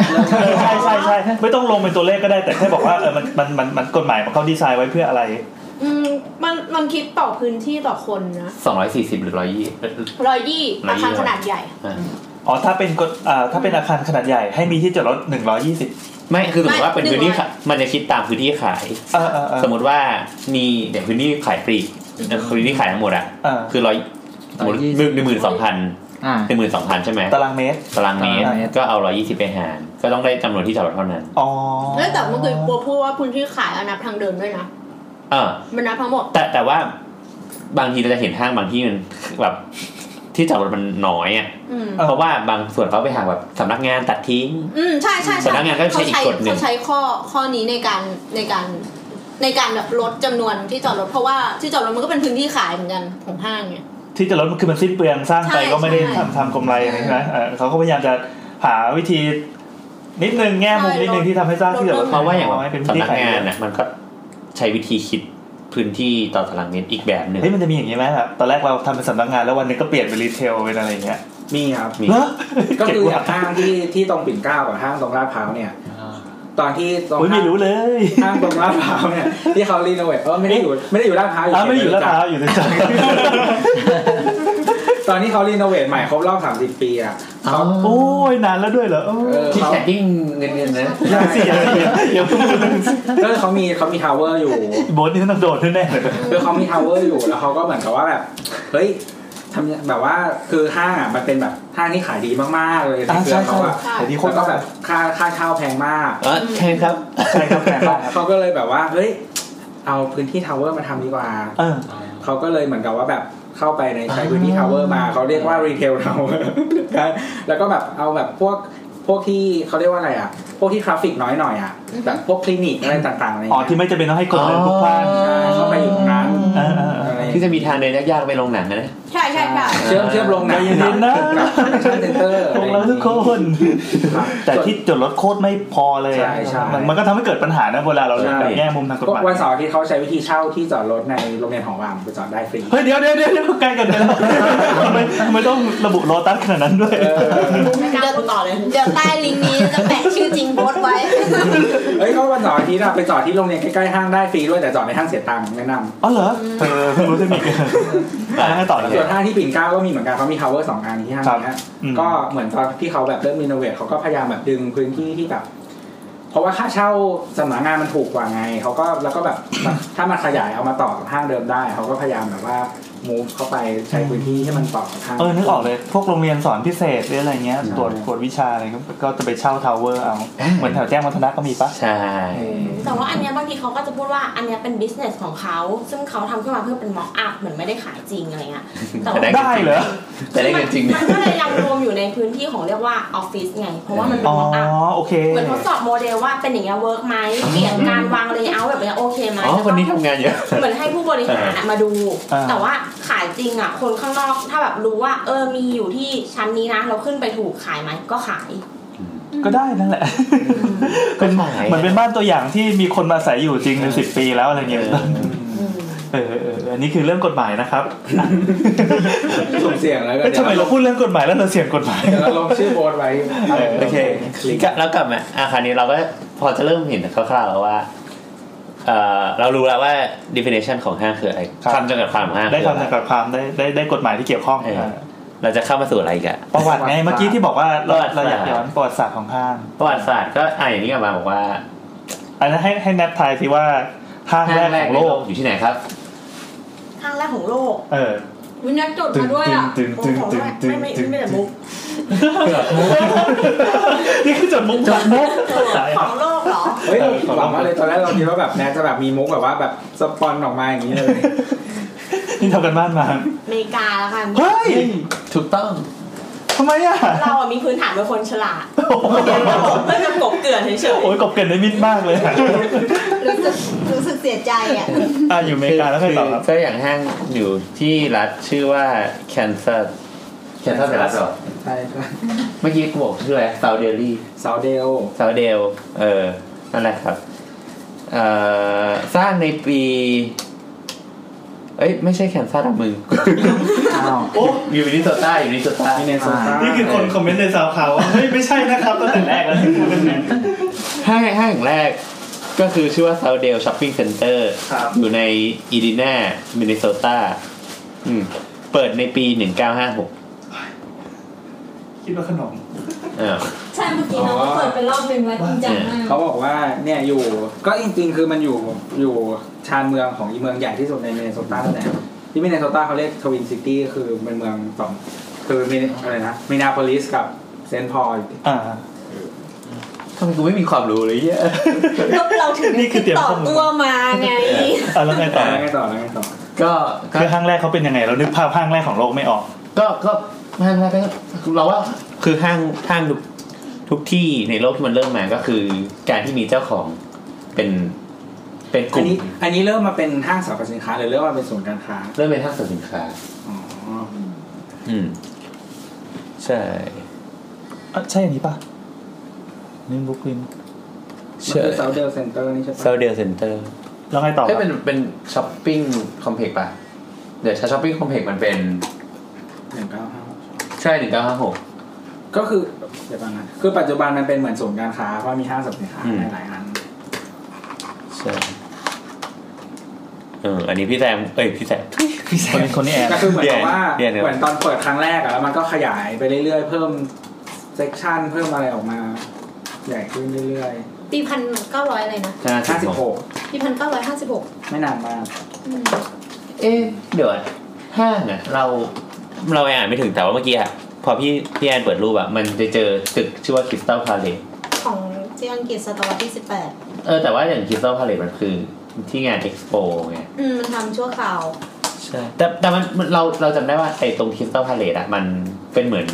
S3: ใช่ใช่ใช่ใช่ไม่ต้องลงเป็นตัวเลขก็ได้แต่แค่บอกว่าเออมันมันมันมันกฎหมายของเขาดีไซน์ไว้เพื่ออะไร
S7: อืมมันมันคิดต่อพื้นที่ต่อคนนะ
S4: 240 หรือ 120
S7: ร้อยยี่อาคารขนาดใหญ่
S4: อ่ะ
S3: อ๋อถ้าเป็นกฎอ่าถ้าเป็นอาคารขนาดใหญ่ให้มีที่จอดรถหนึ่งร้อยยี่สิบ
S4: ไม่คือสมมติว่าเป็น
S7: ไม่
S4: พื้นที่
S7: หนึ่งร้อย
S4: ขายมันจะคิดตามพื้นที่ขาย
S3: เออเออเออ
S4: สมมติว่ามีเดี๋ยวพื้นที่ขายปลีกเอ่อพื้นที่ขายทั้งหมดอะ
S3: อ่า
S4: คือร้อยสมมติ
S1: 120
S4: หนึ่งหนึ่งหมื่นสองพัน
S1: อ่า
S4: หนึ่งหมื่นสองพันใช่ไหม
S3: ตารางเมตร
S4: ตารางเมตร
S3: ตารางเมตร
S4: ก็เอา 120 ไปหาร ก็ต้องได้จำนวนที่จอดรถเท่านั้น
S3: อ๋อ
S7: แล้วแต่เมื่อกี้กลัวพูดว่าพื้นที่ขายอะนับทางเดินด้วยนะ
S4: เออ
S7: มันนับทั้งหมด
S4: แต่แต่ว่าบางทีเราจะเห็นห้างบางที่มันแบบ ที่จอดรถมันน้อยอ่ะ
S7: อืม
S4: เพราะว่าบางส่วนเขาไปหางแบบสำนักงานตัดทิ้ง
S7: อืมใช่ใช่
S4: สำนักงานก็ใช้อีกกฎหนึ่ง
S7: เขาใช้ข้อข้อนี้ในการในการในการแบบลดจำนวนที่จอดรถเพราะว่าที่จอดรถมันก็เป็นพื้นที่ขายเหมือนกันของห้างเนี่ย
S3: ที่จอดรถมันคือมันสิ้นเปลืองสร้างไป
S7: ใช่
S3: ก็ไม่ได้
S7: ใช่
S3: ทำทำกำไรอะไรใช่ไหมเออเขาก็พยายามจะหาวิธีนิดนึงแง่มุมนิดนึงที่ทำให้สร้างที่จอดรถ
S4: เพราะว่าอย่างแบบ
S3: เป็น
S4: สำ
S3: ที่
S4: นัก
S3: ขาย
S4: งานน่ะมันก็ใช้วิธีคิดพื้นที่ต่อตารางเมตรอีกแบบหนึ่ง
S3: เฮ้ยมันจะมีอย่างนี้ไหมครับตอนแรกเราทำเป็นสำนักงานแล้ววันหนึงก็เปลี่ยนเป็นรีเทลเป็นอะไรอย่างเงี้ย
S5: มีครับ
S4: มี
S3: เหรอ
S5: ก็คือ
S3: เง
S5: อ
S3: ว่ะ
S5: ย่างห้างที่ที่ตรงปิ่นเกล้ากับห้างตรงลาดพร้าวเนี่ย ตอนที่ตรง
S3: โอ้ย
S5: ห้า
S3: ไม่
S5: ง
S3: รู้เลย
S5: ห้างตรงลาดพร้าวเนี่ย <laughs> ที่เขารีโนเวทเออไม่ได้อยู่ไม่ได้อยู่ลาดพร้าว
S3: อ้าวไม่อยู่ลาดพร้าวอยู่ในจัง
S5: ตอนที่เขารีโนเวทใหม่ครบรอบสามสิบปีอ่ะเขา
S3: โอ้ยนานแล้วด้วยเหรอโอ้ย
S5: เออ
S4: ที่
S5: เขา
S4: แท็กกิ้งเงินเงินนะ
S5: ใช่
S3: เสียอย่าเพิ่ง
S5: <laughs> ก็คือเขามีเขามีทาวเวอร์อยู่
S3: โบทนี่ต้องโดดแน่ๆเลย
S5: คือเขามีทาวเวอร์อยู่แล้วเขาก็เหมือนกับว่าแบบเฮ้ยทำแบบว่าคือห้างอ่ะมันเป็นแบบห้างที่ขายดีมากๆเลยใน
S3: อ่า
S5: เครื
S3: ใช่
S5: อ
S3: ใช่
S5: เขาอ่ะ
S3: เดี๋ยวนี้ค
S5: แล้
S3: น
S5: ว
S3: ก็
S5: ก็
S3: แบ
S5: แบบ บค่าค่าข้าวแพงมาก
S4: เออใช่ครับ
S3: ใช่ครับแปลกมากครับ
S5: เขาก็เลยแบบว่าเฮ้ยเอาพื้นที่ทาวเวอร์มาทำดีกว่า
S3: เออ
S5: เขาก็เลยเหมือนกับว่าแบบเข้าไปในใช้พื้นที่ทาวเวอร์มาเขาเรียกว่ารีเทลท <laughs> าวเวอร์แล้วก็แบบเอาแบบพวกพวกที่เขาเรียกว่าอะไรอ่ะ พวกที่ทราฟฟิกน้อยหน่อยอ่ะแบบพวกคลินิกอะไรต่างๆอะไร
S3: อ๋อ
S5: เงี้ย
S3: ที่ไม่จะเป็นต้องให้คนเดินพลุกพล่าน
S5: ใช่เข้าไปอยู่ตรงนั้น
S3: เออเออเออ
S5: อะไรอย่าง
S4: ที่
S5: เงี้ย
S4: จะมีทางเดินยากๆไปลงหนังอะนะ
S7: ใช่ใช่ใช่
S5: เชื่อมเชื่อมลงหนัง
S3: ใจเย็นๆนะ
S5: กับคอนเซ็นเตอร์
S3: ตรงแล้วทุกคน
S5: ครับ
S3: แต่ที่จอดรถโคตรไม่พอเลยอะ
S5: ใช่ใช่
S3: มันมันก็ทำให้เกิดปัญหานะเวลาเราเล่นแบบแง่มุมทางกฎหมาย
S5: วันเสาร์ที่เขาใช้วิธีเช่าที่จอดรถในโรงเรียนหอวังไปจอดได้ฟรี
S3: เฮ้ยเดี๋ยวเดี๋ยวเดี๋ยวเดี๋ยวใกล้กันไปแล้วทำไมทำไมต้องระบุโลตัสขนาดนั้นด้วย
S7: ไม่กล้าพูดต่อเลยเดี๋ยวใต้ลิงก์นี้จะแปะชื่อจริงโพสต์ไว้
S5: เฮ้ยเขาวันเสาร์อาทิตย์อะไปจอดที่โรงเรียนใกล้ๆห้างได้ฟรีด้วยแต่จอดในห้างเสียตังค์แนะนำ
S3: อ๋อเหรอเออเพิ่งรู้เทคนิคอ่ะให้ต่อเลย
S5: ส่วนห้างที่ปิ่นเกล้าก็มีเหมือนกันเขามี tower สองอันที่ห้าง
S3: ครับ
S5: เนี้ย
S3: อืม
S5: ก็เหมือนตอนที่เขาแบบเริ่มรีโนเวทเขาก็พยายามแบบดึงพื้นที่ที่แบบ เพราะว่าค่าเช่าสำนักงานมันถูกกว่าไงเขาก็แล้วก็แบบ ถ้ามันขยายเอามาต่อกับห้างเดิมได้เขาก็พยายามแบบว่า move เข้าไปใช้พื้นที่ให้มันต่อกับห้าง
S3: เออนึกออกเลยพวกโรงเรียนสอนพิเศษหรืออะไรเงี้ยตรวจตรวจวิชาอะไรก็ก็จะไปเช่าทาวเวอร์เอาเหมือนแถวแจ้งวัฒนะก็มีปะ
S4: ใช่
S8: แต่ว่าอันเนี้ยบางทีเขาก็จะพูดว่าอันเนี้ยเป็น business ของเขา ซึ่งเขาทำขึ้นมาเพื่อเป็น mock up เหมือนไม่ได้ขายจริงอะไรเงี้ยแต่ว่า
S3: ได้เหรอ
S4: แต่ได้เงินจริง
S8: มันก็เลยยังรวมอยู่ในพื้นที่ของเรียกว่าออฟฟิศไง เพราะว่ามันเป็น
S3: อ๋อ
S8: mock up
S3: โอเค
S8: เหมือนทดสอบโมเดลว่าเป็นอย่างเงี้ยเวิร์กไหมเปลี่ยนการวางเลเยอร์แบบเนี้ยโอเคไหม
S4: อ๋อคนนี้ทำงานเยอะ
S8: เหมือนให้ผู้บริหารอะมาดู
S3: อ่า
S8: แต่ว่าขายจริงอ่ะ คนข้างนอกถ้าแบบรู้ว่า เออมีอยู่ที่ชั้นนี้นะ เราขึ้นไปถูกขายไหมก็ขาย
S3: ก็ได้นั่นแหละเป็น
S4: ก็ขาย
S3: เหมือนเป็นบ้านตัวอย่างที่มีคนมาอาศัยอยู่จริงในสิบปีแล้วอะไรเงี้ยเออเอออันนี้คือเรื่องกฎหมายนะครับ
S5: สุ่มเสี่ยงแล้วก็
S3: เอ้ย
S5: เดี๋ย
S3: ทำ
S5: ว
S3: ไม
S5: เรา
S3: เราพูดเรื่องกฎหมายแล้วเราเสี่ยงกฎหมาย
S5: เดี๋ยวเราลงชื่อโบสไว้
S3: โอเค
S5: คลิก
S4: แล้วกลับมาอาคราวนี้เราก็พอจะเริ่มเห็นคร่าวๆแล้วว่าเอ่อเรารู้แล้วว่า definition ของห้างคืออะไร
S3: ครับ
S4: คำจำกัดความของห้าง
S3: ได้
S4: คืออะ
S3: คำ
S4: ไร
S3: จำกัดความได้ได้ได้กฎหมายที่เกี่ยวข้อง
S4: เออ เราจะเข้ามาสู่อะไรอีกัน
S3: ประวัติไงเมื่อกี้ที่บอกว่าเรา
S4: ประวัติศาสตร์
S3: เราอยากย้อนประวัติศาสตร์ของห้าง
S4: ประวัติศาสตร์ก็อ่านอย่างนี้กลับมาบอกว่า
S3: อันนั้นให้ให้แนบทายสิว่าห้างแรกของโลก
S4: อยู่ที่ไหนครับ
S8: ครั้งแรกของโลก
S3: เออ
S7: <laughs> วินักจดมาด้วยอ่ะ
S3: ตึง
S8: โอ้
S3: ตึง
S8: โห
S3: ตึงตึ
S8: ไม่
S3: ง
S8: ไม่
S3: ตึง
S8: ไม่แต่มุก
S3: นี่คือจดมุกจดมุกสาย
S8: ของโลกเหรอ
S5: เฮ้ยเราผิดหวังมากเลยตอนแรกเราคิดว่าแบบแนทจะแบบมีมุกแบบว่าแบบสปอนออกมาอย่างนี้เลย
S3: นี่ทำกันบ้านมา
S8: อเมริกาแล้วกัน
S3: เฮ้ย
S4: ถูกต้อง
S3: ทำไมอ่ะ
S8: เราอะมีพื้นฐานเป็นคนฉลาดเรียนระบบเพื่อจะกบเกลื่อนเฉย
S3: โอ้ยกบเกินได้มิดมากเลยอะ
S7: รู้สึกรู้สึกเสียใจ <laughs> อ่ะ
S3: อ่ะอยู่อเมริกาแล้วใครตอบครับ
S4: ก็อย่างห้างอยู่ที่รัฐชื่อว่าแคนซัสแคนซัสเป็นรัฐเหรอ
S5: ใช่ใช่
S4: เมื่อกี้กูบอกชื่ออะไรซาวเดลี่
S5: ซาวเดล
S4: ซาวเดลเออ นั่นแหละครับ เอ่อ สร้างในปี เอ้ย ไม่ใช่แคนซัสอะมึง
S1: อ้าว
S3: โอ้
S4: <laughs> อยู่มินนิโซตาอยู่มินนิโซตา
S5: มินเนโซตา
S3: นี่คือคนคอมเมนต์ในซาวเขาว่าเฮ้ยไม่ใช่นะครับตั้งแต่แรกแล้วที่พูดกันเนี่ย
S4: ห้างห้างแรกก็คือชื่อว่าซาวเดลช็อปปิ้งเซ็นเตอร์
S3: ครับ
S4: อยู่ในอีดินามินนิโซตาเปิดในปี 1956
S3: คิดว่าขนม
S4: อ้าว
S9: ใช่เมื่อกี้เราก็เปิดเป็นรอบหนึ่งแล้วจริงจังมาก
S5: เขาบอกว่าเนี่ยอยู่ก็จริงๆ คือมันอยู่อยู่ชานเมืองของอีเมืองใหญ่ที่สุดในมินเนโซตาแต่ที่มินเนโซตาเขาเรียกทวินซิตี้คือเป็นเมืองสองคือมินอะไรนะมินาโพลิสกับเซนต์พอล
S3: อ่า
S4: ทำไมกูไม่มีความรู้เลยเหี้ย <laughs> อะ
S7: ก็เราถึง
S3: นี่คือเตรียม
S7: ต่อ
S3: ข้อมูล
S7: ตัวมาไง
S3: อ่ะแล้วไงต่อ
S5: แล้วไงต่อแล้วไงต่อ
S4: ก็ก็
S3: คือห้างแรกเขาเป็นยังไง เรานึกภาพห้างแรกของโลกไม่ออก
S4: ก็ก็ห้างแรกก็เราว่าคือห้างห้างทุกทุกที่ในโลกที่มันเริ่มมาก็คือการที่มีเจ้าของเป็นเป็นก
S5: อัน
S4: ลุ่ม
S5: นี้อันนี้เริ่มมาเป็นห้างสรรพสินค้าหรือเริ่มมาเป็นศูนย์การค้า
S4: เริ่มเป็นห้างสรรพสินค้า
S5: อ๋อ
S4: อืม ใช่
S3: อ่ะใช่อันนี้ปะนี่บุกลิน
S5: มันคือเซาเดลเซ็นเตอร์นี่ใช่ปะ
S4: ซาวเดลเซ็นเตอร์
S3: แล้วไงต่อค
S4: เอ้ย
S3: รับ
S4: เป็นเป็นช้อปปิ้งคอมเพล็กป่ะ เดี๋ยวถ้าช้อปปิ้งคอมเพล็กมันเป็น
S5: หนึ่งเก้าห้า
S4: ใช่หนึ่งเก้าห้าหก
S5: ก็คือเดี๋ยวก่อนนะคือปัจจุบันมันเป็นเหมือนศูนย์การค้าเพราะมีห้างสรรพสินค้า
S4: อืม
S5: หลายๆอัน
S4: ใช่เอออันนี้พี่แซมเอ้ยพี่แซม
S3: คนนี้คนนี้แอน
S5: ก็คือเหมือนกับว่า
S4: เดี๋ยวเดี๋ยว
S5: เหมือนตอนเปิดครั้งแรกอะแล้วมันก็ขยายไปเรื่อยๆ เพิ่มเซกชันเพิ่มอะไรออกมา ใหญ่ขึ้นเรื่อย
S9: ปีพันเก้าร้อยอะไรนะ
S4: ห้า
S5: ๆห้าสิบหก
S9: ปีพันเก้าร้อยห้าสิบหก
S5: ไม่นานมาก
S4: เอ๊ะเดี๋ยวอะห้างอ่ะ เราเราอ่านไม่ถึงแต่ว่าเมื่อกี้อะพอพี่พี่แอนเปิดรูปอ่ะ มันจะเจอตึกชื่อว่าคริสตัลพาเล e
S7: ของที่อังกฤษศตวรรษที่
S4: เออแต่ว่าอย่างคริสตัลพาเล e มันคือที่งานเอ็กซ์โปไง
S7: 18 อืม มันทำชั่วคราว
S4: ใช่แต่แต่มันมันเราเราจำได้ว่าไอ้ตรงคริสตัลพาเลตอะมันเป็นเหมือน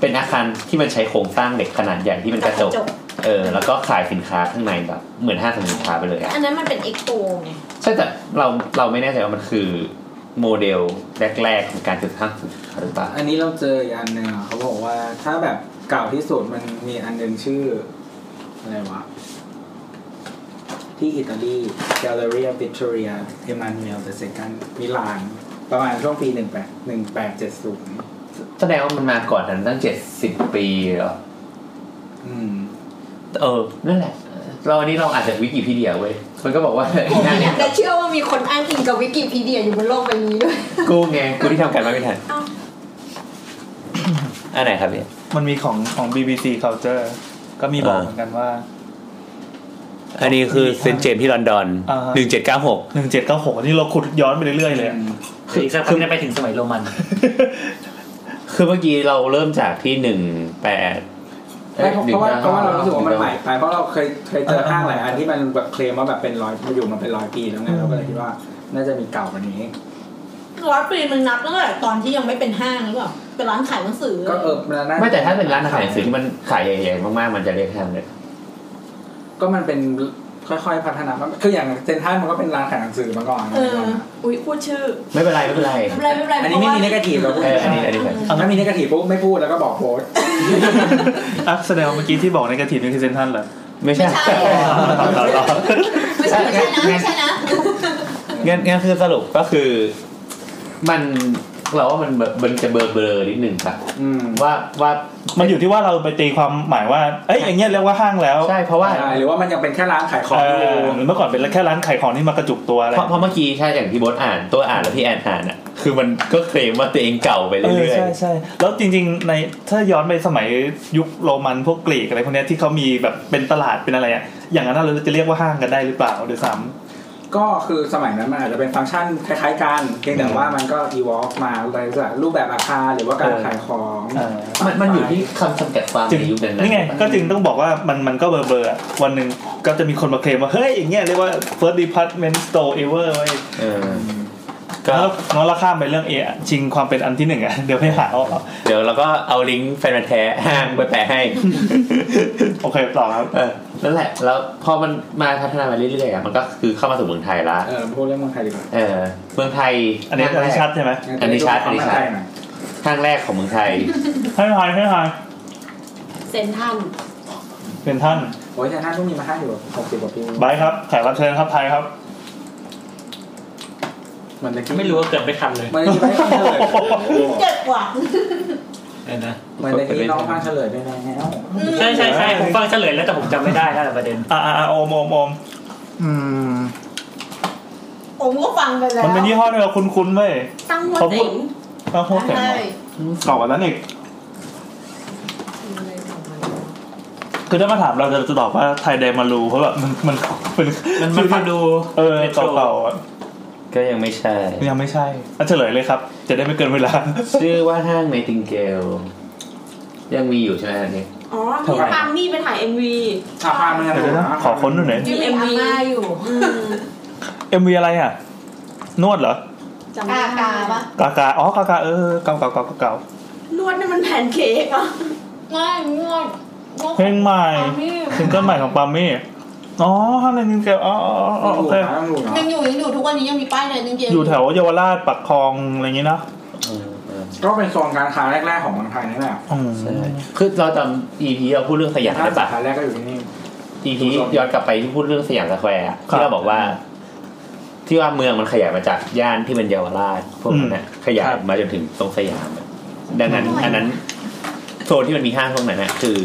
S4: เป็นอาคารที่มันใช้โครงสร้างเหล็กขนาดใหญ่ที่มันกระจก
S7: กระจก
S4: เออ แล้วก็ขายสินค้าข้างในแบบ เหมือนห้างสรรพสินค้าไปเลยอะ
S7: อันนั้นมันเป็นเอ็กโปไง
S4: ใช่แต่เราเราไม่แน่ใจว่ามันคือโมเดลแรกๆของการจัดห้างสรรพสินค้าหรือเปล่า
S5: อันนี้เราเจออีกอันหนึ่งอะเขาบอกว่าถ้าแบบเก่าที่สุดมันมีอันหนึ่งชื่ออะไรวะที่อิตาลี Galleria Vittoria Emanuele II มิลานประมาณช่วงปี18 1870
S4: แสดงว่ามันมาก่อนนั้นตั้งเจ็ดสิบปีเหรอ
S5: อืม
S4: เออนั่นแหละ เราอันนี้เราอาจจะวิกิพีเดียเว้ยมันก็
S5: <laughs>
S4: บอกว่าไอ้หน้าเนี่ย
S9: แต่เชื่อว่ามีคนอ้างอิงกับวิกิพีเดียอยู่บนโลกใบนี้ด้วย
S4: กูไงกูที่ทำกันมานไม่ทันอันไหนครับเนี่ย
S3: มันมีของของ BBC Culture ก็มีบอก
S4: อ่า
S3: เหมือนกันว่า
S4: อันนี้คือเซนเจมที่ลอนดอน
S3: อ่า
S4: หนึ่งเจ็ดเก้าหก
S3: 1796อันนี้เราขุดย้อนไปเรื่อยๆเลยอะ
S6: คืออีกสักพักจะไปถึงสมัยโรมัน
S4: <laughs> คือเมื่อกี้เราเริ่มจากที่หนึ่งแปด
S5: ไม่เพราะเพราะว่าเพราะว่าเรารู้สึกว่ามันใหม่ไปเพราะเราเคยเคยเจอห้างหลายอันที่มันแบบเคลมว่าแบบเป็นร้อยมาอยู่มาเป็นร้อยปีแล้วไงเราก็เลยคิดว่าน่าจะมีเก่ากว่านี้
S7: ร้อยปีมันนับตั้งแต่ตอนที่ยังไม่เป็นห้างหรือเปล่า เป็นร้านขายหนังสือ
S5: ก็เออมันน่
S4: ไม่แต่ถ้าเป็นร้านอาหารซื้อที่มันขายใหญ่ๆมากๆ มันจะเรียกห้างเลย
S5: ก็มันเป็นค่อยๆพัฒนามันคืออย่างเซนทรัลมันก็เป็นร้านขายหนังสือมาก่อน
S7: เออ
S8: อุ้ยพูดชื่อ
S4: ไม่เป็นไรไม่เป็นไร
S7: ไม่เป็นไรไม่เป็นไร
S5: อันนี้ไม่มีนกาทีฟเราพูด
S4: เอออันนี้อันนี้ไป
S5: ถ้ามีนกาทีฟปุ๊บไม่พูดแล้วก็บอกโพสต์
S3: อ่ะแสดงว่าเมื่อกี้ที่บอกในกระถิ่นนี่คือเซนทรันเหรอ
S4: ไม่ใช่
S7: ใช่
S3: ต่อต่อต่อ
S7: ไม่ใช่ไม่ใช่นะไม่ใช่นะ
S4: งั้นงั้นคือสรุปก็คือ มันเราว่ามันแบบมันจะเบลอเบลอๆนิดนึงครับ
S5: อืม
S4: ว่าว่า
S3: มันอยู่ที่ว่าเราไปตีความหมายว่า เอ้ยอย่างเงี้ยเรียกว่าห้างแล้ว
S4: ใช่เพราะว่า
S5: ใช่หรือว่ามันยังเป็นแค่ร้านขายของ
S3: เอ
S5: อยู่
S3: อหรือเมื่อก่อนเป็นแค่ร้านขายของที่มากระจุกตัวอะไร
S4: เพราะเพราะเมื่อกี้ใช่อย่างที่โบอสอ่านตัวอ่านแล้วพี่แอนอ่านอ่ะคือมันก็เคลมว่าตัวเองเก่าไป
S3: เออ
S4: เรื่อย
S3: ใช่ใช่แล้วจริงๆในถ้าย้อนไปสมัยยุคโรมันพวกกรีกอะไรพวกเนี้ยที่เขามีแบบเป็นตลาดเป็นอะไรอ่ะอย่างนั้นเราจะเรียกว่าห้างกันได้หรือเปล่าโดยซ้ำ
S5: ก็คือสมัยนั้นมันอาจจะเป็นฟังก์ชันคล้ายๆกันเพียงแต่ว่ามันก็อีวอล์มาในรูปแบบอาคารหรือว่าการขายของ
S3: เออ
S1: มันมันอยู่ที่คำจำกัดความในยุคนั้นนะ
S3: นี่ไงก็จึงต้องบอกว่ามันมันก็เบลอเบลอะวันหนึ่งก็จะมีคนมาเคลมว่า เฮ้ย อย่างเงี้ยเรียกว่า first department store ever เว้ย
S4: เออ ก็
S3: แล้วน้องเราข้ามไปเรื่องเอชิงความเป็นอันที่หนึ่งอะ <laughs> เดี๋ยวไปหาเอาเอา
S4: เดี๋ยวเราก็เอาลิงก์แฟนพันธุ์แท้ห้างไปแปะให้
S3: โอเคต่อครับ
S4: เออนั่นแหละ แล้วพอมันมาพัฒนามาเรื่อยๆอะมันก็คือเข้ามาสู่เมืองไทยละ
S5: เออพูดเรื่องเมืองไทยดีกว่า
S4: เออเมืองไทย
S3: อันนี้อัน
S4: ห้างแร
S3: นี้
S4: ก
S3: ชัดใช่ไหม
S4: อันนี้ชัดอันนี้ชัด
S5: เข้าใจหน่อย
S4: ห้างแรกของเมืองไทย
S3: ให้ทายให้ทาย
S8: เซนทรัน
S3: เป็นท่าน
S5: โอ้ยแต่ท่านต้องมีมาให้อยู่หกสิบกว่าปี
S3: บายครับแขกรับเชิญครับไทยครับ <laughs>
S5: มันจะคิด
S6: ไม่รู้ว่าเกิดไปคันเลย
S5: มันจะคิดไม่ทันเลย
S8: เจ็บกว่า
S6: เออนะ
S5: มันจะคิดน้องพังเฉลยไปแล้ว
S6: ใช่ใช่ใช่ผมฟังเฉลยแล้วแต่ผมจำไม่ได้นั่นแหละประเด็น
S3: อ่าอ่าโอมโอมโอม
S1: อืม
S8: ผมก็ฟังไปแล้ว
S3: มันเป็นยี่ห้อเดียวกับคุณคุณเว้ย
S8: ตั้งหัวเจ๋ง
S3: ต้องโคตรแข็ง
S8: ใช่
S3: กล่องอันนั้นอีกคือถ้ามาถามเราจะจะตอบว่าไทยแดมารูเพราะแบบมันมันมัน
S6: มันมันฟังดู
S3: เออ
S6: เรโทร
S3: เก่าๆอะ
S4: ก็ยังไม่ใช่
S3: ยังไม่ใช่อ่ะเฉลยเลยครับ จะได้ไม่เกินเวลา
S4: ชื่อว่าห้างไนติงเกล ยังมีอยู่ใช่ไหมอันนี้
S8: อ๋อพี่ปาล์มนี่ไปถ่ายเอ็มวี
S5: ถ้าพามันจะ
S3: เดี๋ยวนะขอค้นหน่อยหน่อย
S8: มี
S9: มีเอ็ม
S8: เอ็มวี
S9: วีอยู่
S3: เอ็มวีอะไรอ่ะ นวดเหรอ
S9: จำไม่
S7: กา
S9: ได้
S7: ปะ
S3: กากา อ๋อกากา เออ เก่าเก่าเก่าเก่าน
S8: วดนี่นมันแผ่นเค้กอ่ะ
S9: ง่ายง่วง
S3: เพลงใหม่
S9: ปาล์มนี่
S3: ซิงเกิลใหม่ของปาล์มมี่ อ๋อห้างในนิงเกลอ๋ออ๋ออ๋อโอเค
S5: ต้องดูเนาะ
S9: ยังอยู่ยังอยู่ทุกวันนี้ยังมีป้ายเลยนึงเกม
S3: อยู่แถวเยาวราชปักคลองอะไรอย่างงี้นะ
S5: ก็เป็นโซนการค้าแรกๆของเมืองไทยนี่แหละ
S3: อืม
S4: ใช่คือเราจำ EP เราพูดเรื่องสยาม
S5: ถ้า
S4: ได้
S5: สา
S4: ปะ
S5: ขาแรกก็อยู่ที่นี่
S4: EP ย้อนกลับไปที่พูดเรื่องสยามสแควร์อะที่เราบอกว่า ที่ว่าเมืองมันขยายมาจากย่านที่เป็นเยาวราชพวกนั้นนะขยายมาจนถึงตรงสยามอะดังนั้นอันนั้นโซนที่มันมีห้างพวกนั้นนะคือ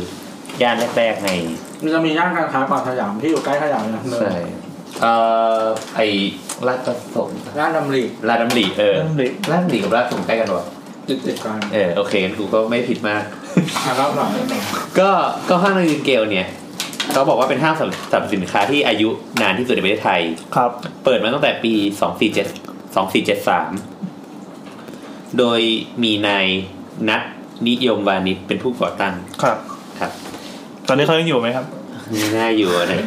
S4: ย่านแรกๆใน
S5: มันจะมีย่านการค้าก่อนสยามที่อยู่ใกล้สยามนะเลย
S4: ใช่เอ่อไอ้ลาดประสงค์
S5: ย่านดำริ
S4: ลาดดำริเออ
S3: เริ่มดิ
S4: ลาดดำริกับลาดประสงค์ใกล้กันวะ
S5: จุดติดกัน
S4: เออโอเคงั้นกูก็ไม่ผิดมาก
S5: อ่ะรอบหลัง
S4: ก็ก็ห้างนารินเกลเนี่ยเขาบอกว่าเป็นห้างสรรพสรรพสินค้าที่อายุนานที่สุดในประเทศไทย
S3: ครับ
S4: เปิดมาตั้งแต่ปี 2470 2473 โดยมีนายนัทนิยมวานิชเป็นผู้ก่อตั้ง
S3: ครับ
S4: ครับ
S3: ตอนนี้เขายังอยู่ไหมครับ
S4: นี่น่าอยู่อะเนี่ย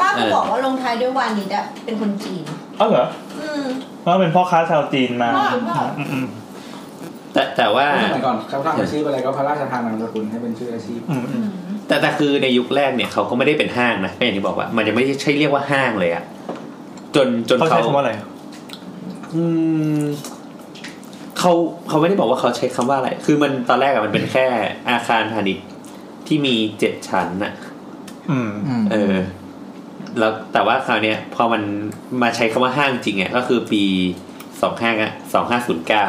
S9: ป้าก็บอกว่าลงท้ายด้วยวานิดอะเป็นคนจีน
S3: อ๋อเหรอ
S9: อืม
S3: ว่าเป็นพ่อค้าชาวจีนมา
S9: ว่าว่า
S3: อืมอืม
S4: แต่แต่ว่า
S5: สมัยก่อนเขาทำอาชีพอะไรก็พระราชทานนามสกุลให้เป็นชื่ออาชีพ
S3: อืมอืม
S4: แต่แต่คือในยุคแรกเนี่ยเขาก็ไม่ได้เป็นห้างนะก็อย่างที่บอกว่า มันยังไม่ใช่เรียกว่าห้างเลยอะจนจน
S3: เขา
S4: เขา
S3: ใช้คำว่าอะไร
S4: อืมเขาเขาไม่ได้บอกว่าเขาใช้คำว่าอะไร คือมันตอนแรกอะมันเป็นแค่อาคารพาณิชย์ที่มีเจ็ดชั้นอะ
S3: อืม
S1: อืม
S4: เออ แล้วแต่ว่าคราวเนี้ยพอมันมาใช้คำว่าห้างจริงอะก็คือปีสองห้าสองห้าศูนย์เก้า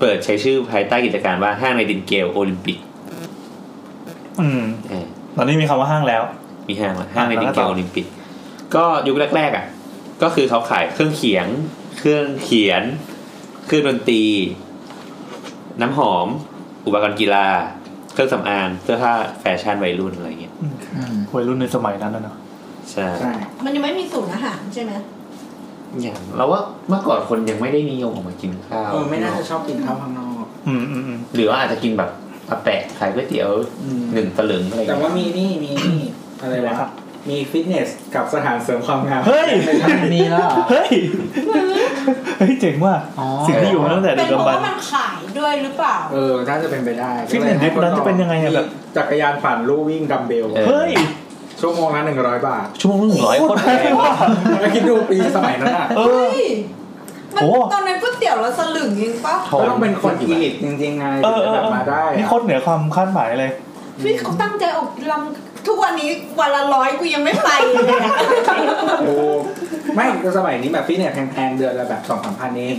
S4: เปิดใช้ชื่อภายใต้กิจการว่าห้างในดินเกลโอลิมปิก
S3: อืม
S4: เออ
S3: ตอนนี้มีคำว่าห้างแล้ว
S4: มีห้างละห้างใน
S3: อ่ะ
S4: ดิ
S3: แล้
S4: ง
S3: วก็ต่อ
S4: เกลโอลิมปิก ก็ยุคแรกๆอ่ะ ก็คือเขาขายเครื่องเขียง เครื่องเขียน เครื่องดนตรี น้ำหอม อุปกรณ์กีฬา เครื่องสำอางเสื้อผ้าแฟชั่นวัยรุ่นอะไรเงี้ย
S3: วัยรุ่นในสมัยนั้นนะเนอะ
S4: ใช่
S5: ใช่
S9: มันยังไม่มีศูนย์อาหารใช่ไหม
S4: อย่างเราว่าเมื่อก่อนคนยังไม่ได้นิยมออกมากินข้าว
S5: เออไม่น่าจะชอบกินข้าวข้างนอก
S3: อืมอืมอืม
S4: หรือว่าอาจจะกินแบบอาแปะขายก๋วยเตี๋ยว
S5: อืม
S4: หนึ่งตะลึงอะไร
S5: แต่
S4: เงี้
S5: ว่าย มีนี่มีนี่อะไรวะมีฟิตเนสกับสถานเสริมความงาม
S3: เฮ้ย
S5: เป็นทางนี้แล้วเหรอ
S3: เฮ้ยเฮ้ยเจ๋งว่ะ
S1: อ๋อ
S3: สิ่งที่อยู่มาตั้งแต่
S8: เป็
S3: ดึ
S8: น
S3: กดำ
S8: เพ
S3: บร
S8: ราะ
S3: รพ์
S8: ว่ามันขายด้วยหรือเปล่า
S5: เออ น่าจะเป็นไปได้
S3: ฟิตเนสยุคนั้นจะเป็นยังไงอะแบบ
S5: จักรยานปั่นลู่วิ่งดัมเบล
S4: ออ
S3: เฮ้ย
S5: ชั่วโมงละหนึ่งร้อยบาท
S3: ชั่วโมงละหนึ่งร้อย
S4: โคตรแพง
S3: ว่ะ
S5: แล้วคิดดูปีสมัยนั้นอะ
S3: เออ
S9: มัน
S3: โอ้
S9: ตอนนั้นก๋วยเตี๋ยวเราสลึงเองปะ
S4: ทอง
S5: ก็ต้องเป็นคนอีลิตจริงๆไง
S3: เอ
S5: ถึง
S3: อเอ
S5: จะ
S3: อ
S5: แบบมาได้อะ
S3: นี่โคตรเหนือความคาดหมายเลย
S9: พี่เขาตั้งใจออกลำทุกวันนี้วันละร้อยกูยังไม่ไปเลยอะ
S5: โอ้ไม่ก็สมัยนี้แบบฟิตเนสแพงๆเดือนละแบบสองสามพันเอง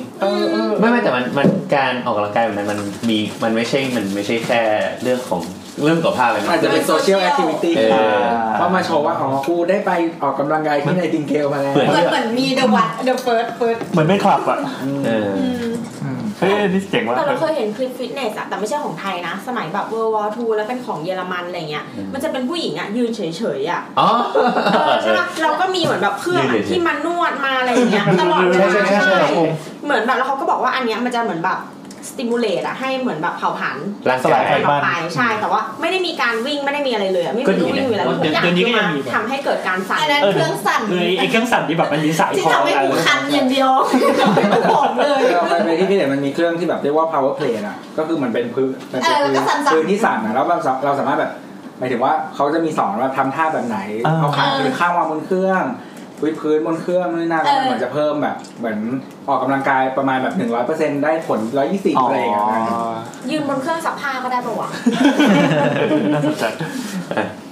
S4: ไม่ไม่แต่มันมันการออกกำลังกายแบบนั้นมันมีมันไม่ใช่มันไม่ใช่แค่เรื่องของเรื่องสุขภาพเลยนะ
S5: อาจจะเป็นโซเชียลแอคทิวิตี้
S4: เออ
S5: เพราะมาโชว์ว่า อ๋อ กูได้ไปออกกำลังกายที่ในดิงเกลมาแล้ว
S9: เหมือนเหมือนมีเดอะวัดเดอะเฟิร์สเฟิร์ส
S3: เหมือนไม่คลับอ่ะ
S4: เออ
S1: อืม
S4: ค
S3: ฮ้ยอันนี่เจ๋งว่ะ
S8: แต่เราเคยเห็นคลิปฟิตเนสอะแต่ไม่ใช่ของไทยนะ สมัยแบบ World War II แล้วเป็นของเยอรมันอะไรเงี้ย มันจะเป็นผู้หญิงอะยืนเฉยๆอะ
S4: อ๋อ
S8: เออใช่ปะเราก็มีเหมือนแบบเครื่อง
S4: ยืน
S8: อะ
S4: เฉยๆ
S8: ที่มันนวดมาอะไรอย่างเงี้ยตลอดเวลา
S3: ใช่ใช่ใช่ครับผม
S8: เหมือนแบบแล้วเขาก็บอกว่าอันเนี้ยมันจะเหมือนแบบสติมูลเลตอะให้เหมือนแบบเผาผลาญ
S4: ร่าง
S3: สลาก
S4: าย ย
S3: ไฟ
S8: ต่อ
S3: บ้าน
S8: ไปใช่แต่ว่าไม่ได้มีการวิ่งไม่ได้มีอะไรเลยอะไม่
S4: ก็
S8: มี
S4: ดีนะ
S8: ลู่วิ่งอยู่แล้ว
S6: เดี๋ยว
S8: ทุกอย่าง
S6: เดี๋ยวนี้ก็
S8: คือ
S6: ยัง
S8: มา
S6: มีแบบ
S8: ทำให้เกิดการสั่น
S9: อันนั้นเครื่องสั่น
S6: คือไอ้เครื่องสั่นที่แบบมันมีสาย
S9: ที่
S6: คอ
S9: ทำให้
S6: อะไร
S9: กูคันอย่างเดียวไม่กูผมเลย
S5: เราไปไปที่พี่เด็มันมีเครื่องที่แบบเรียกว่า power plate อ่ะ ก็คือมันเป็นพื้นมันเป็น
S9: เออ
S5: พื้
S9: แล้วก็สั่นๆ
S5: พื้นที่สั่นอ่ะแล้วเราสาเราสามารถแบบหมายถึงว่าเขาจะมีสอนว่าทำท่าแบบไหน
S3: อ่า
S5: เอาขาหรือข้างวางบนเครื่องวิดพื้นบนเครื่องนู่นนนั่นแล้วมันเหมือนจะเพิ่มแบบเหมือนออกกำลังกายประมาณแบบหนึ่งร้อยเปอร์เซ็นต์ได้ผลร้อยยี่สิบอะไรอย่างเงี้ยนะ
S8: ยืนบนเครื่องซักผ้าก็ได้ปะวะ
S3: น่าสนใจ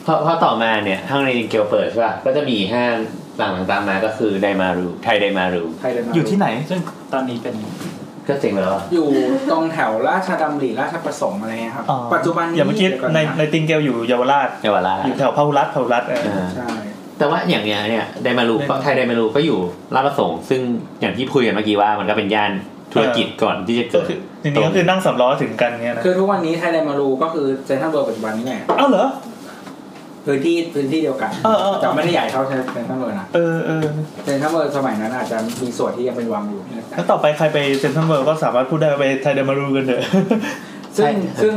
S4: พอพอต่อมาเนี่ยห้างในเกียวเปิดใช่ป่ะก็จะมีห้างหลังๆตามมาก็คือไดมารูไทยไดมารู
S5: ไทยเดนมาร์ก
S3: อยู่ที่ไหน
S6: ซึ่งตอนนี้เป็น
S4: ก็เจ๋งไปแล้วอะ
S5: อยู่ตรงแถวราชดำริราชประสงค์อะไรเงี้ยครับ
S3: อ๋อ
S5: ปัจจุบัน
S3: อย่างเมื่อกี้
S5: ดี๋
S3: ใน
S5: วะ
S3: ในติงเกลอยู่เยาวราช
S4: เยาวราช
S3: อยู่แถวพาหุรัตน์พาหุรัตน์เออ
S4: อ่า
S5: ใช่
S4: แต่ว่าอย่างเนี้ยเนี่ยไดมารูก็ไทยไดมารูก็อยู่ลาดประสงค์ซึ่งอย่างที่พูดกันเมื่อกี้ว่ามันก็เป็นย่านธุรกิจก่อนที่จะ
S3: ก็
S4: เกิด
S3: คือทีนี้ก็คือนั่งสำล้อถึงกันเงี้ยนะ
S5: คือทุกวันนี้ไทยเดนมารูก็คือเซนทรัลเวิลด์ปัจจุบันนี่แหละ
S3: เอ้าเหรอ
S5: พื้นที่พื้นที่เดียวกัน
S3: เออเออเออ
S5: แต่ไม่ได้ใหญ่เท่าเซนทรัลเวิลด์นะ
S3: เออเออ
S5: เซนทรัลเวิลด์สมัยนั้นอาจจะมีส่วนที่ยังเป็นวังอยู่นะ
S3: แล้วต่อไปใครไปเซ็นทรัลเวิลด์ก็สามารถพูดได้ว่าไปไทยเดนมารูกันเถอะ
S5: ซึ่งซึ่ง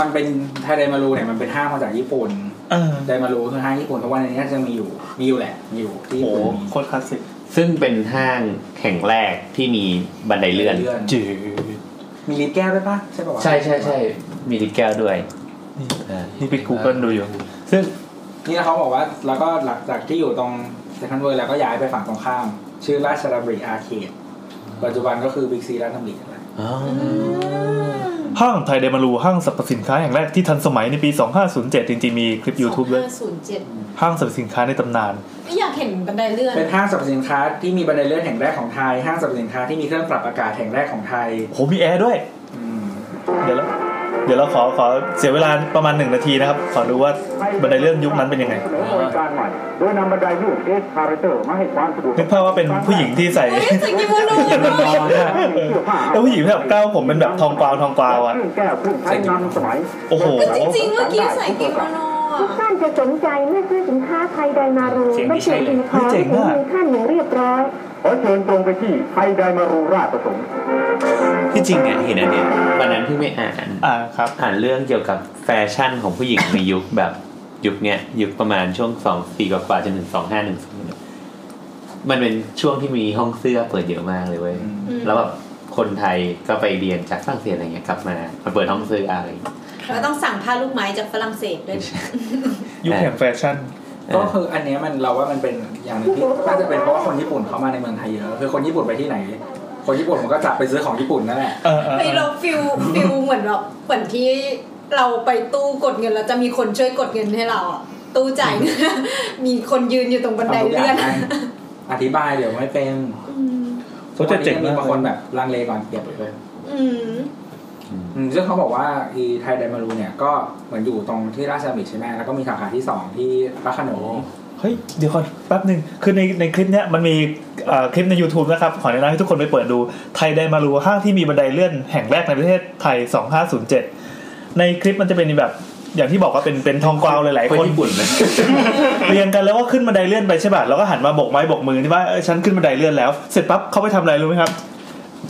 S5: มันเป็นไทยเดนมารูเนี่ยมันเป็นห้างมาจากญี่ปุ่น
S3: เออ
S5: ไดมารูคือห้างญี่ปุ่นทุกวันนี้ก็ยังมีอยู่มีอยู่แหละมีอยู่ที่
S3: โอ้
S5: ญี่
S3: โห
S5: ปุ่น
S3: โคตรคลาสสิก
S4: ซึ่งเป็นห้างแห่งแรกที่มีบันได
S5: มี
S4: เลื่อน
S5: เลื่อน
S3: จืด
S5: มีลิฟต์แก้วด้วยปะใช่ปะวะ
S4: ใช่ใช่ใช่มีลิฟต์แก้วด้วยอ่า
S3: นี่ปิดกูเกิลดูอยู่
S4: ซึ่ง
S5: นี่เขาบอกว่าแล้วก็หลังจากที่อยู่ตรงเซนทรัลเวิลด์แล้วก็ย้ายไปฝั่งตรงข้าม ชื่อราชดำริอาร์เคดปัจจุบันก็คือบิ๊กซีราชดำริอะไร
S4: อ๋อ
S3: ห้างไทยเดนมารูห้างสรรพสินค้าแห่งแรกที่ทันสมัยในปี 2507 จริงๆมีคลิป YouTube ด้วย
S9: ศูนย์เจ็ด
S3: ห้างสรรพสินค้าในตำนาน
S9: ไม่อยากเห็นบันไดเลื่อน
S5: เป็นห้างสรรพสินค้าที่มีบันไดเลื่อนแห่งแรกของไทย ห้างสรรพสินค้าที่มีเครื่องปรับอากาศแห่งแรกของไทย
S3: โหมีแอร์ด้วย
S5: อืม
S3: เดี๋ยวแล้วเดี๋ยวเราขอขอเสียเวลาประมาณหนึ่งนาทีนะครับ ขอดูว่าบันไดเลื่อนยุคนั้นเป็นยังไง
S10: เสนอบริการใหม่โดยนำบันไดรูปเอสคาร์เตอร์มาให้ความสะดวก
S3: นึกภาพว่าเป็นผู้หญิงที่ใส่
S9: สกิมู
S7: <laughs>
S9: นู
S3: แล้วผู้หญิงที่แบบก้าวผมเป็นแบบทองกวาวทองกวาวอ่ะ
S10: เครื่องแก้วเครื่องใช้งานสมัย
S3: โอ้โห
S9: จริงๆเมื่อกี้ใส่กิมูนูอะ
S11: ทุกท่านจะสนใจเมื่อซื้อสินค้าไทยไดมารู
S6: เสียง
S11: และ
S6: ดี
S11: เขียนสิน
S6: ใช่เลย
S11: ค้า
S3: เฮ้ยเจ๋
S11: ถึ
S3: ง
S11: ง
S3: มาก
S11: มือท่านอย่างเรียบร้อย
S10: ขอเชิญตรงไปที่ไทยไดมารูราชประสงค์
S4: ที่จริงเนี่ยเห็นอันเนี้ยวันนั้นเพิ่งไม่อ่าน
S3: อ่าครับ
S4: อ่านเรื่องเกี่ยวกับแฟชั่นของผู้หญิง ในยุคแบบ <coughs> ยุคเนี้ยยุคประมาณช่วงสองสี่กว่าๆจนถึงสองห้าหนึ่งมันเป็นช่วงที่มีห้องเสื้อเปิดเยอะมากเลยเว้ยแล้วแบบคนไทยก็ไปเรียนจากฝรั่งเศสอะไรเงี้ยกลับมามาเปิดห้องเสื้ออะไรอย่างเงี้ย
S7: เราต้องสั่งผ้าลูกไม้จากฝรั่งเศสด้วย
S3: ยุคแห่งแฟชั่น
S5: ก็คืออันเนี้ยมันเราว่ามันเป็นอย่างหนึงที่น่าจะเป็นเพราะว่าคนญี่ปุ่นเขามาในเมืองไทยเยอะคือคนญี่ปุ่นไปที่ไหน คนญี่ปุ่นมันก็จับไปซื้อของญี่ปุ่นนั่นแหละ
S3: เออเออ
S9: เฮ้ย
S3: เอ
S9: เรา
S3: อ
S9: ฟิลฟิลเหมือนแบบเหมือนที่เราไปตู้กดเงินแล้วจะมีคนช่วยกดเงินให้เราอะตู้จ่าย <laughs> เงินมีคนยืนอยู่ตรงบันได
S5: ทำทุก
S9: เลื่อย่
S5: อาน งให้อธิบายเดี๋ยวไม่เป็น
S3: เขาจะเจ๋ง
S5: มี
S3: มาก
S5: บางคนแบบลังเลก่อนเก็บเลย
S9: อืม
S5: อืมซึ่งเขาบอกว่าอีไทยไดมารูเนี่ยก็เหมือนอยู่ตรงที่ราชดำริใช่ไหมแล้วก็มีสาขาที่สองที่พระโขนง
S3: เฮ้ย เดี๋ยวก่อนแป๊บหนึ่งคือในในคลิปเนี้ยมันมีเอ่อคลิปใน YouTube นะครับ ขอแนะนำให้ทุกคนไปเปิดดูไทยไดมารูห้างที่มีบันไดเลื่อนแห่งแรกในประเทศไทย 2507 ในคลิปมันจะเป็นแบบอย่างที่บอกว่าเป็นเป็นทองกวาวหลาย
S4: คน
S3: ๆคน
S4: ญี่ปุ่นไหม
S3: <laughs> เรียงกันแล้วก็ขึ้นบันไดเลื่อนไปใช่ป่ะแล้วก็หันมาโบกไม้โบกมือที่ว่าเออฉันขึ้นบันไดเลื่อนแล้ว เสร็จปั๊บเขาไปทำอะไรรู้ไหมครับ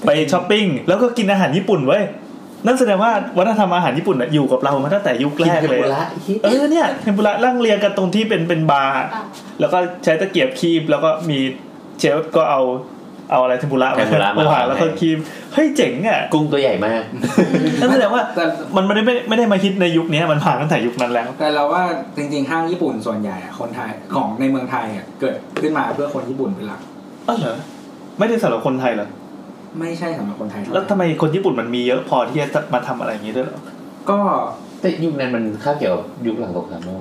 S3: ไปช้อปปิ้งแล้วก็กินอาหารญี่ปุ่นเว้ยนั่นแสดงว่าวัฒนธรรมอาหารญี่ปุ่นน่ะอยู่กับเรามาตั้งแต่ยุคแรกเลยเออเนี่ยเทมปุระร่างเรียงกันตรงที่เป็นเป็นบาร์แล้วก็ใช้ตะเกียบคีบแล้วก็มีเชฟก็เอาเอาอะไรเทมปุระ
S4: เทมปุระมา
S3: าว
S4: วาง ง
S3: แล้วก็คีบเฮ้ยเจ๋งอ่ะ
S4: กุ้งตัวใหญ่มาก
S3: นั่นแสดงว่า
S5: แต่
S3: มันไม่ได้ไม่ไม่ได้มาคิดในยุคนี้มันผ่านตั้งแต่ยุคนั้นแล้ว
S5: แต่เราว่าจริงๆ ห้างญี่ปุ่นส่วนใหญ่อะคนไทยของในเมืองไทยอะเกิดขึ้นมาเพื่อคนญี่ปุ่นเป็นหลัก
S3: เออเหรอไม่ได้สำหรับคนไทยเหรอ
S5: ไม่ใช่สำหรับคนไทยเท่าไห
S3: แล้ว
S5: ร่
S3: ทำไมคนญี่ปุ่นมันมีเยอะพอที่จะมาทำอะไรอย่างนี้ด้วยเหรอ
S5: ก็
S4: แต่ยุคนั้นมันข้าวเกี่ยวกับยุคหลังสงครามโลก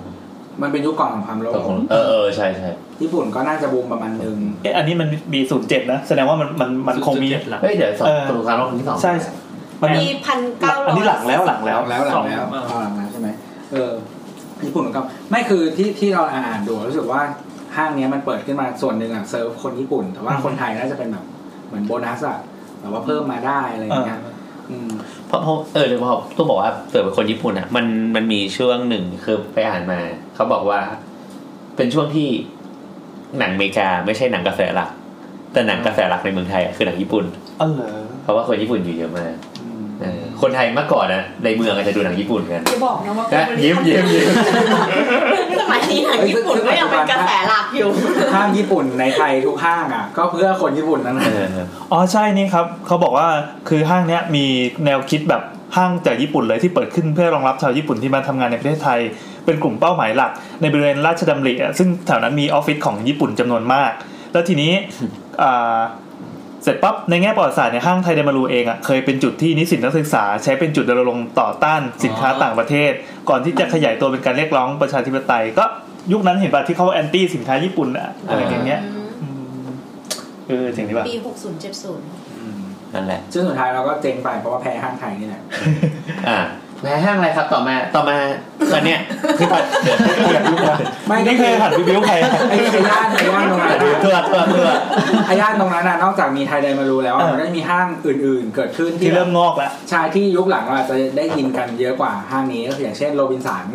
S5: มันเป็นยุคก่อนของความโล
S4: ส
S5: ก
S4: งครามโลกเออเออใช่ใช่
S5: ญี่ปุ่นก็น่าจะบูมประมาณหนึ่ง
S3: เอ๊ะอันนี้มันมีศูนย์เจ็ดนะ แสดงว่ามันมันมันคงมี
S6: เจ็ดหลัง
S4: เฮ้ยเดี๋ยวสอง
S3: เออ
S4: สงครามโลกครั้งที่สอง
S3: ใช่ มันมี
S7: มีพันเก้าร้
S3: อัน
S7: อ
S3: นี้หลัง
S7: ย
S3: แล้วหลังแล้ว
S5: แล้วหลังแล้วเอาหลังแล้วใช่ไหมเออญี่ปุ่นก็ไม่คือที่ที่เราอ่านดูรู้สึกว่าห้างเนี้ยมันเปิดขึ้นมาส่วนหนึ่งอะเซิร์ฟคนญี่ปุ่น แต่ว่า
S3: อืม
S5: คนไทยน่าจะเป็นแบบเหมือนโบนัสอะแบบว่าเพิ่มมาได้อะไรอย่างเงี้ย
S3: เออ
S4: เพราะเพราะเออเลยพอต้องบอกว่าเกิดเป็นคนญี่ปุ่นอ่ะ มันมันมีช่วงหนึ่งคือไปอ่านมา เขาบอกว่า เป็นช่วงที่หนังอเมริกาไม่ใช่หนังกระแสหลัก แต่หนังกระแสหลักในเมืองไทยอะคือหนังญี่ปุ่น
S3: อ๋อเหรอ
S4: เพราะว่าคนญี่ปุ่นอยู่เยอะมากเออคนไทยเมื่อก่อนนะในเมืองอาจจะดูหนังญี่ปุ่นกัน
S9: จะบอกนะว่า
S4: นะยิ้มยิ้มยิ้ม
S8: <laughs> สมัยนี้หนังญี่ปุ่นก็ยังเป็นกระแสหลักอยู่
S5: ห้างญี่ปุ่นในไทยทุกห้างอ่ะ ก็เพื่อคนญี่ปุ่นนั่นแหละ
S3: อ๋อใช่นี่ครับเขาบอกว่าคือห้างเนี้ยมีแนวคิดแบบห้างจากญี่ปุ่นเลยที่เปิดขึ้นเพื่อรองรับชาวญี่ปุ่นที่มาทำงานในประเทศไทย เป็นกลุ่มเป้าหมายหลัก ในบริเวณราชดำริอะซึ่งแถวนั้นมีออฟฟิศของญี่ปุ่นจำนวนมาก แล้วทีนี้อ่าเสร็จปั๊บในแง่ประวัติศาสตร์เนี่ยห้างไทยเดมารูเองอ่ะเคยเป็นจุดที่นิสิตนักศึกษา ใช้เป็นจุดรณรงค์ต่อต้านสินค้าต่างประเทศ ก่อนที่จะขยายตัวเป็นการเรียกร้องประชาธิปไตย ก็ยุคนั้นเห็นป่ะที่เขาแอนตี้สินค้าญี่ปุ่นอะอะไรอย่างเงี้ยเออจริงดีป่ะ
S9: ปี 60 70
S4: นั่นแหละ
S5: ซึ่งสุดท้ายเราก็เจ๊งไปเพราะว่าแพ้ห้างไทยนี่แหละ
S4: อ่าแพ้ห้างอะไรครับต่อมาต่อมาตอนเนี้ยคือตอน
S5: ไม่
S3: ไม่เคยหันไปบิ้วใคร
S5: ไอ้ไอ้ย่านไอ้ย่านตรงนั้น
S4: เถื่อเถื่อเถื่อ
S5: ไอ้ย่านตรงนั้นน่ะนอกจากมีไทยไดมารูแล้วอ่ะมันก็จะมีห้างอื่นๆ เกิดขึ้น
S3: ที่
S5: ที่
S3: เริ่มงอกแล้ว
S5: ชายที่ยุคหลังเราอาจจะได้ยินกันเยอะกว่าห้างนี้ก็คืออย่างเช่นโรบินสัน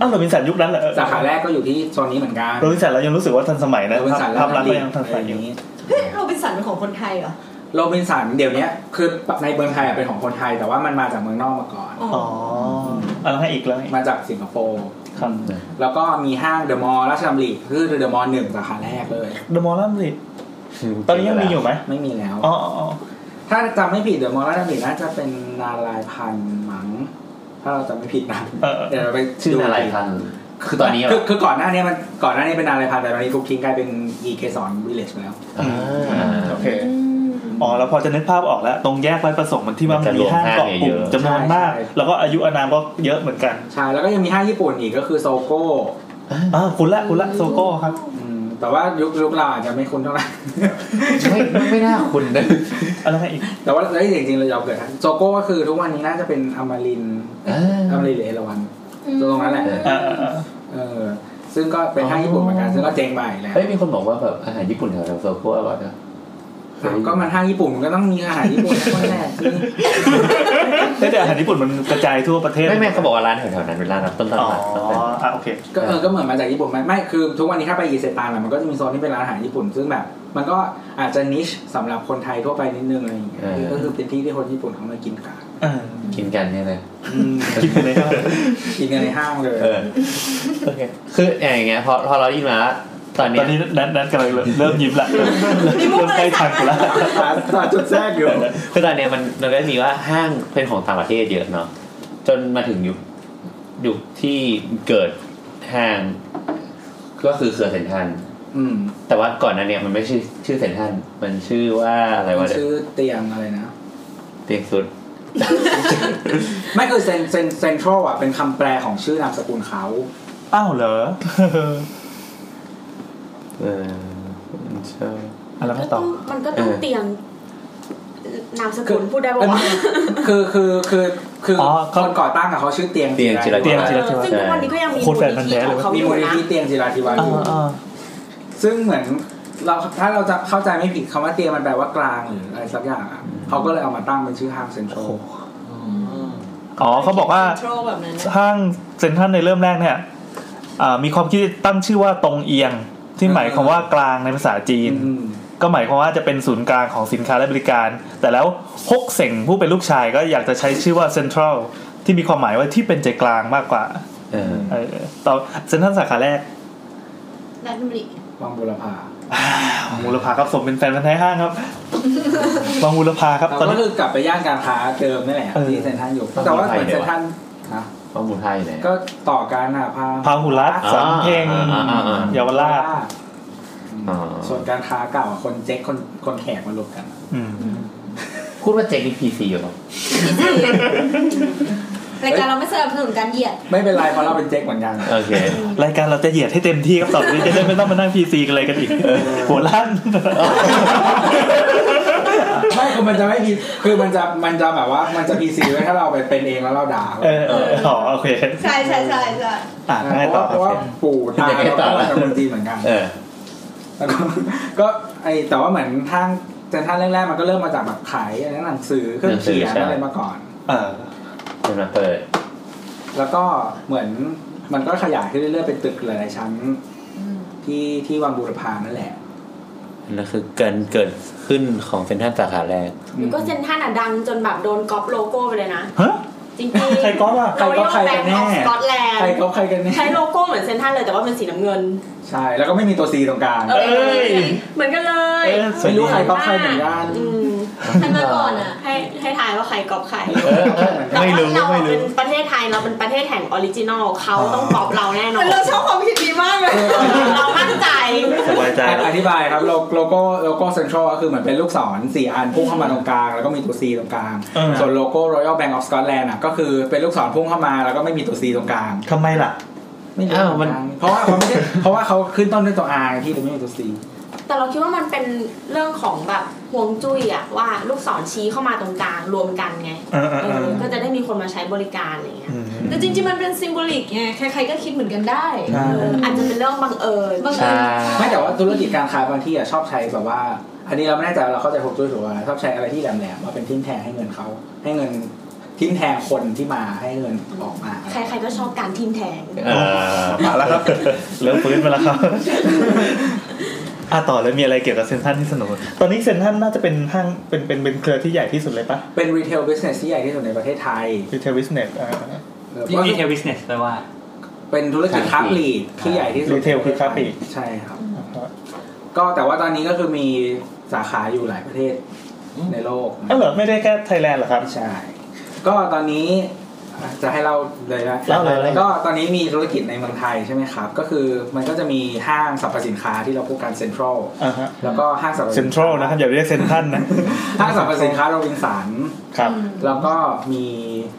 S3: อ้าวโรบินสันยุคนั้นเหรอ
S5: สาขาแรกก็อยู่ที่โซนนี้เหมือนกัน
S3: โรบินสันเรายังรู้สึกว่าทันสมัยนะ
S5: โรบินสัน
S3: ภาพลักษณ์
S5: ดี
S3: ก็ยังทันสมัยอยู่
S9: เฮ้ยเราเป็นสันเป็นของคนไทยเหรอ
S5: โรบินสันเดี๋ยวเนี้ยคือในเมืองไทยอ่ะเป็นของคนไทย แต่ว่ามันมาจากเมืองนอกมาก่อน
S9: อ๋อ
S3: อ๋อเอาให้อีกแล้ว
S5: มาจากสิงคโปร์
S3: ครับ
S5: แล้วก็มีห้างเดอะมอลล์ราชดำริคือเดอะมอลล์หนึ่งสาขาแรกเลย
S3: เดอะมอลล์ลัมลิตอนนี้ยังมีอยู่ไหม
S5: ไม่มีแล้ว
S3: อ๋ออ๋ออ๋อ
S5: ถ้าจำไม่ผิดเดี๋ยวมอลลาดามิน่าจะเป็นนาลายพันธุ์มั้งถ้าเราจำไม่ผิดนะ
S3: เออ
S5: เดี๋ยวเราไป
S4: ชื่ออะไรพันคือตอนนี้เหร
S5: คือ
S4: อ
S5: คือก่อนหน้านี้มันก่อนหน้านี้เป็นนาลายพันธุ์แต่ตอนนี้ทุกทิ้งกลายเป็นอีเคสอนวิลเลจไปแล้ว
S4: อ่า
S3: โอเคอ๋อแล้วพอจะนึกภาพออกแล้ว ตรงแยกไว้ประสงค์มันที่ว่ามันมีห้างเกาะกลุ่มจำนวนมาก แล้วก็อายุอานามก็เยอะเหมือนกัน
S5: ใช่แล้วก็ยังมีห้างญี่ปุ่นอีกก็คือโซโก้
S3: อ่าคุณละคุณละโซโก้ครับ
S5: อืมแต่ว่ายุคยุคเราอาจจะไม่คุ้นเท่า <laughs> ไหร่
S4: ไม่ไม่น่าคุณนะ
S3: เอาแล้วไงอีก
S5: แต่ว่าเอ้ยจริงๆเราเกิดทันโซโก้ก็คือทุกวันนี้น่าจะเป็นอมรินทร์
S4: อ่า
S5: อมรินทร์หรือเอราวัณตรงนั้นแหละ
S3: อ่าอ่าอ่า
S5: เออซึ่งก็เป็นห้างญี่ปุ่นเหมือนกันซึ่งก็เจ๊งไปแล้ว
S4: เฮ้ยมีคนบอกว่าแบบอาหารญี่ปุ่นแถวๆโซโก้อร่อยนะ
S5: ก็มันห้างญี่ปุ่นมันก็ต้องมีอาหาร
S4: <laughs>
S5: ญี่ปุ่นคนแรกสิ
S3: เอ้ยแต่อาหารญี่ปุ่นมันกระจายทั่วประเทศ
S4: ไม่ไม่เขาบอกว่าร้านแถวๆนั้นเป็นร้านรับต้นต
S3: อ๋อ
S4: ลาดตั้งแต่
S3: อ่ะโอเค
S5: ก็เออก็เหมือนมาจากญี่ปุ่นไหมไม่คือทุกวันนี้ถ้าไปอิเซตานอะมันก็จะมีโซนที่เป็นร้านอาหารญี่ปุ่นซึ่งแบบ มันก็อาจจะนิชสำหรับคนไทยทั่วไปนิดนึงอะไรอย่างเงี้ยก็คือเป็นที่ที่คนญี่ปุ่นเขามากินกัน
S3: อ่า
S4: กินกันเนี่ยนะ
S3: คิดไปเลยครับ
S5: กินกันในห้างเลย
S4: เออโอเคคืออย่างเงี้ยพอพอเราได้ยินมาแล้วตอน
S3: ต
S4: เนี้
S3: อยนนี้นัทนัทกำลังเริ่ <laughs> มเริ่มยิ้มละเริ่มเริ่มใกล้ทางกูละ
S5: ตาตาจุดแทรกอยู่
S4: คือตอนเนี้ยมันมันก็มีว่าห้างเป็นของต่างประเทศเยอะเนาะจนมาถึงยุคยุคที่เกิดห้าง ก็คือเครือเซนทรัน
S5: อืม
S4: แต่ว่าก่อนหนั้นเนี่ยมันไม่ชื่อชื่อเซนทรันมันชื่อว่าอะไรวะ
S5: ชื่อเตียงอะไรนะ
S4: เตียงสุด
S5: ไม่คือเซนเซนเซนทรัลอ่ะเป็นคำแปลของชื่อนามสกุลเขา
S3: อ้ <laughs> าวเหรอ
S4: เออใช่
S3: อ่ะแล้วไงต่อ
S8: มันก็ต้อง
S4: เออ
S8: เตียงนามสกุลพูดได้ว่า
S5: คือคือคือคือคนก่อตั้งอะเขาชื่อเตียง
S4: เตียงจิระ
S3: เตรียมจิระเทวะ
S8: ซึ่งทุกวันนี้ก็ยังมี
S3: โคตรแฟนพันธุ์แท้
S8: ข
S3: เล
S8: อย ง
S3: วะ
S8: เขาอ
S5: มี
S8: ยู่
S5: มูลนิ
S8: นะ
S5: ธิเตียงจิราธิวัฒน์
S3: อ่า
S5: อยู่
S3: อ่า
S5: ซึ่งเหมือนเราถ้าเราจะเข้าใจไม่ผิดคำว่าเตียงมันแปลว่ากลางหรืออะไรสักอย่างอะเขาก็เลยเอามาตั้งเป็นชื่อห้างเซ็นทรั
S3: โอ้
S5: ล
S3: โหอ๋อเขาบอกว่า
S9: โทรแบบนั้นนะ
S3: ห้างเซ็นทรัลในเริ่มแรกเนี่ยอ่ามีความคิดตั้งชื่อว่าตรงเอียง ที่หมายความว่ากลางในภาษาจีน
S5: อืม
S3: ก็หมายความว่าจะเป็นศูนย์กลางของสินค้าและบริการ แต่แล้วฮกเส่งผู้เป็นลูกชายก็อยากจะใช้ชื่อว่าเซ็นทรัลที่มีความหมายว่าที่เป็นใจกลางมากกว่า
S4: เออ
S3: เออต่อเซ็นทรัลสาขาแรก
S9: รัฐมนตรี
S5: วังบุรพา
S3: บางบุรพาครับสมเป็นแฟนพันธ์แท้ห้างครับ บางบุรพาครับตอน
S5: เราก็
S3: นี้
S5: คือกลับไปย่านการค้าเดิมนี่แหละ
S3: เออ
S5: ที่เซ็นทรัลอยู่แต่ว่าเหมือนเซ็นทรัลนะ
S4: ข้อมูลไทยเนี่ย
S5: ก็ต่อการหาพา
S3: พาหุรัตน์สัมเพง
S4: อ่าอ่าอ่าอ่า
S3: เยาวราช
S4: อ๋อ
S5: ส่วนการค้าเก่าคนเจ๊กคนคนแขกมารวมกัน
S3: อืม
S4: พูดว่าเจ๊งนี่พีซีอยู่หรอ
S9: รายการเราไม่สนับสนุนการเหยียด
S5: ไม่เป็นไรเพราะเราเป็นเจ๊กเหมือนกัน
S4: โอเค
S3: รายการเราจะเหยียดให้เต็มที่ครับต่อไปนี้จะได้ไม่ต้องมานั่งพีซีกันเลยกันอีกหัวล้าน
S5: ไม่คือมันจะไม่พีคือมันจะมันจะแบบว่ามันจะพีซีไว้ถ้าเราไปเป็นเองแล้วเราด่า
S3: เออเอออ๋อโอเค
S9: ใช่ใช่ใช่ใช่
S3: อ่ะ
S5: เพ
S3: ง่าย
S5: ราะ
S3: ต่อ
S5: ว่าเพราะว่าปู่ตาเราก็มาจากเมืองจีนเหมือนกัน
S4: เออ
S5: แล้วก็ก็ไอแต่ว่าเหมือนทาง เซ็นทรัลแรกๆมันก็เริ่มมาจากแบบขายอะไรนะหนังสือเครื่องเขีย
S4: ห
S5: น
S4: นังสือใช่
S5: อะไรมาก่อน
S3: อ่า
S4: เป็นมาเปิด
S5: แล้วก็เหมือนมันก็ขยายขึ้นเรื่อยๆเป็นตึกหลายๆชั้นที่ที่วังบูรพานั่นแหละ
S4: นั่นคือเกินเกิดขึ้นของเซ็นทรัลสาขาแรก
S8: หรือก็เซนท่านอ่ะดังจนแบบโดนก๊อปโลโก้ไปเลยนะ
S3: ฮะ
S8: จริงๆ
S3: ใครก๊อฟอ่ะ
S5: ใครก๊อปใครกันแน่
S8: โรยัลบงก์ออฟสกอตแลนด์
S5: ใครก็ใครกันแน่
S8: ใช้โลโก้เหมือนเซนท่านเลยแต่ว่าเป็นสีน้ำเงิน
S5: ใช่แล้วก็ไม่มีตัวซีตรงกลาง
S8: เอ้ย เหมือนกันเลย
S3: เอ๊ะสวัส
S5: ไม่
S3: ดี
S5: รู้ใครก็ใครเหมือนกัน
S8: อืม
S9: ใครมาก่อนอ่ะ
S8: ให้ให้ทายว่าใครก๊อปใคร
S3: เออเออไม่รู้
S8: แต่ว่า
S3: ไม่
S8: เราเป็
S3: รู้
S8: นประเทศไทยเราเป็นประเทศแห่งออริจินอลเขาต้องก๊อปเราแน่นอน
S9: เราชอบความคิดนี้มากเลย
S8: เรามั่นใจ
S3: สบายใจ
S5: อธิบายครับโลโลโก้โลโก้เซ็นทรัลก็คือเหมือนเป็นลูกศรสี่อันพุ่งเข้ามาตรงกลาง แล้วก็มีตัวซีตรงกลาง
S3: เออ
S5: ส่วนโลโก้ Royal Bank of Scotland อ่ะก็คือเป็นลูกศรพุ่งเข้ามาแล้วก็ไม่มีตัวซีตรงกลาง
S3: ทำไมล่ะ
S5: ไม่รู้
S4: อ้าวมัน
S5: เพราะว่าเขาไม่ได้เพราะว่าเขาขึ้นต้นด้วยตัว R ที่ไม่มีตัว C
S8: แต่เราคิดว่ามันเป็นเรื่องของแบบห่วงจุ้ยอะว่าลูกศรชี้เข้ามาตรงกลางรวมกันไง
S3: เออเออเออ
S8: เออก็จะได้มีคนมาใช้บริการอะไรเงี้ย
S3: อืม
S9: แต่จริงๆ มันเป็นซิมโบลิกไง ใครๆ ก็คิดเหมือนกันได้
S5: ใช่
S8: เอออาจจะเป็นเรื่องบังเอิญ
S9: บาง
S4: ใช่
S9: ที
S5: ไม่แต่ว่าธุรกิจการค้าบางที่อ่ะชอบใช้แบบว่า อันนี้เราไม่แน่ใจว่าเราเข้าใจหกจุ้ยถูกไหมชอบใช้อะไรที่แหลมๆว่าเป็นทิมแทงให้เงินเขาให้เงินทิมแทงคนที่มาให้เงินออกมา
S8: ใครๆก็ชอบการทิมแทง
S4: เออ
S3: มาแล้วครับ เริ่มฟื้นมาแล้วครับ อ่ะต่อเลยมีอะไรเกี่ยวกับเซนทรันที่สนุก ตอนนี้เซนทรันน่าจะเป็นห้างเป็นเป็นเป็นเครือที่ใหญ่ที่สุดเลยปะ
S5: เป็นรีเทลบิสเนสที่ใหญ่ที่สุดในประเทศไทย
S3: คือเทลวิสเนส
S5: แล้ว
S6: ดี
S5: ก็
S6: เทลบิสเนสแปลว่า
S5: เป็นธุรกิจค้าปลีกที่ใหญ่ที่สุด
S3: รีเทลคือค้าปลีก
S5: ใช่ครับ ก็แต่ว่าตอนนี้ก็คือมีสาขาอยู่หลายประเทศ
S6: อืม
S5: ในโลกนะ
S3: เออเหรอ ไม่ได้แค่ไทยแลนด์เหรอครับ
S5: ใช่ ก็ตอนนี้จะให้เราเลยนะ
S3: เล่าเลยเล่าเลย
S5: ก็ตอนนี้มีธุรกิจในเมืองไทยใช่ไหมครับ ก็คือมันก็จะมีห้างสรรพสินค้าที่เราพูดกันเซ็นทรัล
S3: อ่าฮะ
S5: แล้วก็ห้างสรรพ
S3: เซ็นทรัลนะครับอย่าเรียกเซนทรัน
S8: <laughs>
S3: นะ
S5: ห้างสรรพสินค้าโรบินสัน
S3: ครับ
S5: แล้วก็มี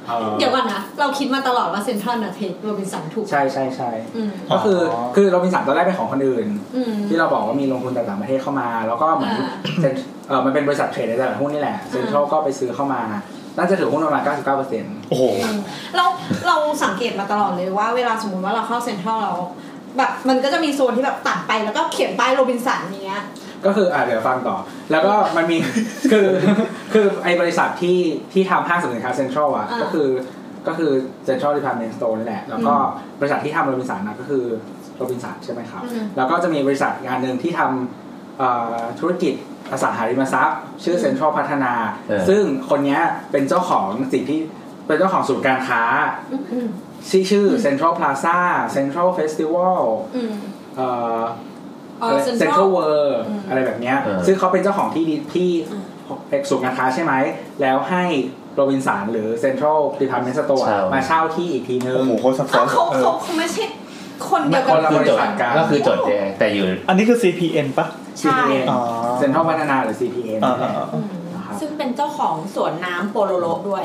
S5: อ่อ
S9: เดี๋ยวก่อนนะ เราคิดมาตลอดว่าเซ็นทรัลนะเทคโรบินสันถูก
S5: ใช่ใช่ใช่
S9: อืม
S5: ก็คืออ
S3: อ
S5: คือโรบินสันตอนแรกเป็นของคนอื่น
S9: อืม
S5: ที่เราบอกว่ามีลงทุนจากต่างประเทศเข้ามา แล้วก็เหมือน
S9: อ่า
S5: เซ็นเออมันเป็นบริษัทเทรดในตลาดหุ้นนี่แหละเซ็นทรัลก็ไปซื้อเข้ามา น่าจะถือหุ้นประมาณ 99%
S3: โอ้โห
S9: เราเราสังเกตมาตลอดเลยว่าเวลาสมมติว่าเราเข้าเซ็นทรัลเราแบบมันก็จะมีโซนที่แบบตัดไปแล้วก็เขียนป้ายโรบินสันเนี้ย
S5: ก็คืออ่าเดี๋ยวฟังต่อ แล้วก็มันมี <laughs> คือคือไอ้บริษัทที่ที่ทำห้างสรรพสินค้าเซ็นทรัลอ่ะ
S9: อ่า
S5: ก็คือก็คือเซ็นทรัลดิพาร์ตเมนต์สโตร์นี่แหละ แล้วก็บริษัทที่ทำโรบินสันนะก็คือโรบินสันใช่ไหมครับ
S9: อืม
S5: แล้วก็จะมีบริษัทงานหนึ่งที่ทำเอ่อธุรกิจอสังหาริมทรัพย์ ชื่อเซ็นทรัลพัฒนา
S4: เออ
S5: ซึ่งคนเนี้ยเป็นเจ้าของสิ่งที่เป็นเจ้าของศูนย์การค้า
S9: อืม
S5: ที่ชื่อเซ็นทรัลพลาซ่าเซ็นทรัลเฟสติวัล
S9: อืม
S5: เอ่อ
S9: อ๋อเซ็น
S5: เซ็น
S9: ท
S5: ท
S9: รั
S5: รั
S9: ล
S5: ลเวิร์
S9: อืม
S5: อะไรแบบเนี้ย
S4: เออ
S5: ซึ่งเขาเป็นเจ้าของที่ดินที่
S8: อืม
S5: ศูนย์การค้าใช่ไหม แล้วให้โรบินสันหรือเซ็นทรัลดิพาร์ตเมนต์สโตร์
S4: เช่า
S5: มาเช่าที่อีกทีนึง
S3: โอ้โหโคตรซับซ้อน
S9: เขา
S3: เออ
S9: เขาเขาไม่ใช่คนเดียว
S5: ค
S9: กัน
S5: นละ
S4: คือ
S5: บริ
S4: จด
S5: ษัทกัน
S4: ก็คือจดแดงแต่อยู่
S3: อันนี้คือ CPN ปะ
S8: ใช่
S5: เอง
S3: อ๋อ
S5: เซ็นทรัลพัฒนาหรือ CPM
S3: อ่า
S5: นั่นแหละ
S3: อ่าอ่า
S5: นะครับ
S8: ซึ่งเป็นเจ้าของสวนน้ำโปโลโลด้วย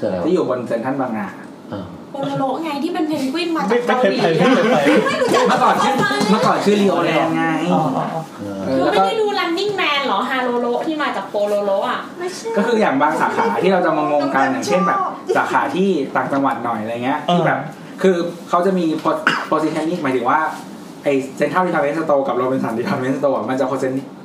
S4: คืออะไรวะ
S5: ที่อยู่บนเซ็นทรัลบางนา
S4: อ้าว
S8: โปโลโลไงที่เป็นเพนกวินมาจา
S3: ไม่
S8: ก
S3: ไม่
S8: เกา
S3: เคย
S8: หลี
S3: ไปไม่เคยไป
S9: ไม่รู้จัก
S5: เมื่อก่อนชื่อเมื่อก่อนชื่อลีโอแลนไง
S3: อ๋ออ๋ออ๋อ
S4: เออ
S5: เอ
S8: เธ
S5: อ
S8: อ
S5: แล้ว
S8: ไม่
S5: ก็
S8: ได้ดู running man เหรอฮาโลโลที่มาจากโปโลโลอ่ะ
S9: ไม่ใช่
S5: ก็คืออย่างบางสาขาที่เราจะมางงๆกันอย่างเช่นแบบสาขาที่ต่างจังหวัดหน่อยอะไรเงี้ยที่แบบคือเขาจะมีโพสิชันนิ่งหมายถึงว่าไอเซ็นทรัลดิพาร์เมนต์สโตกับโรบินสันดิพาร์เมนต์สโตมันจะโ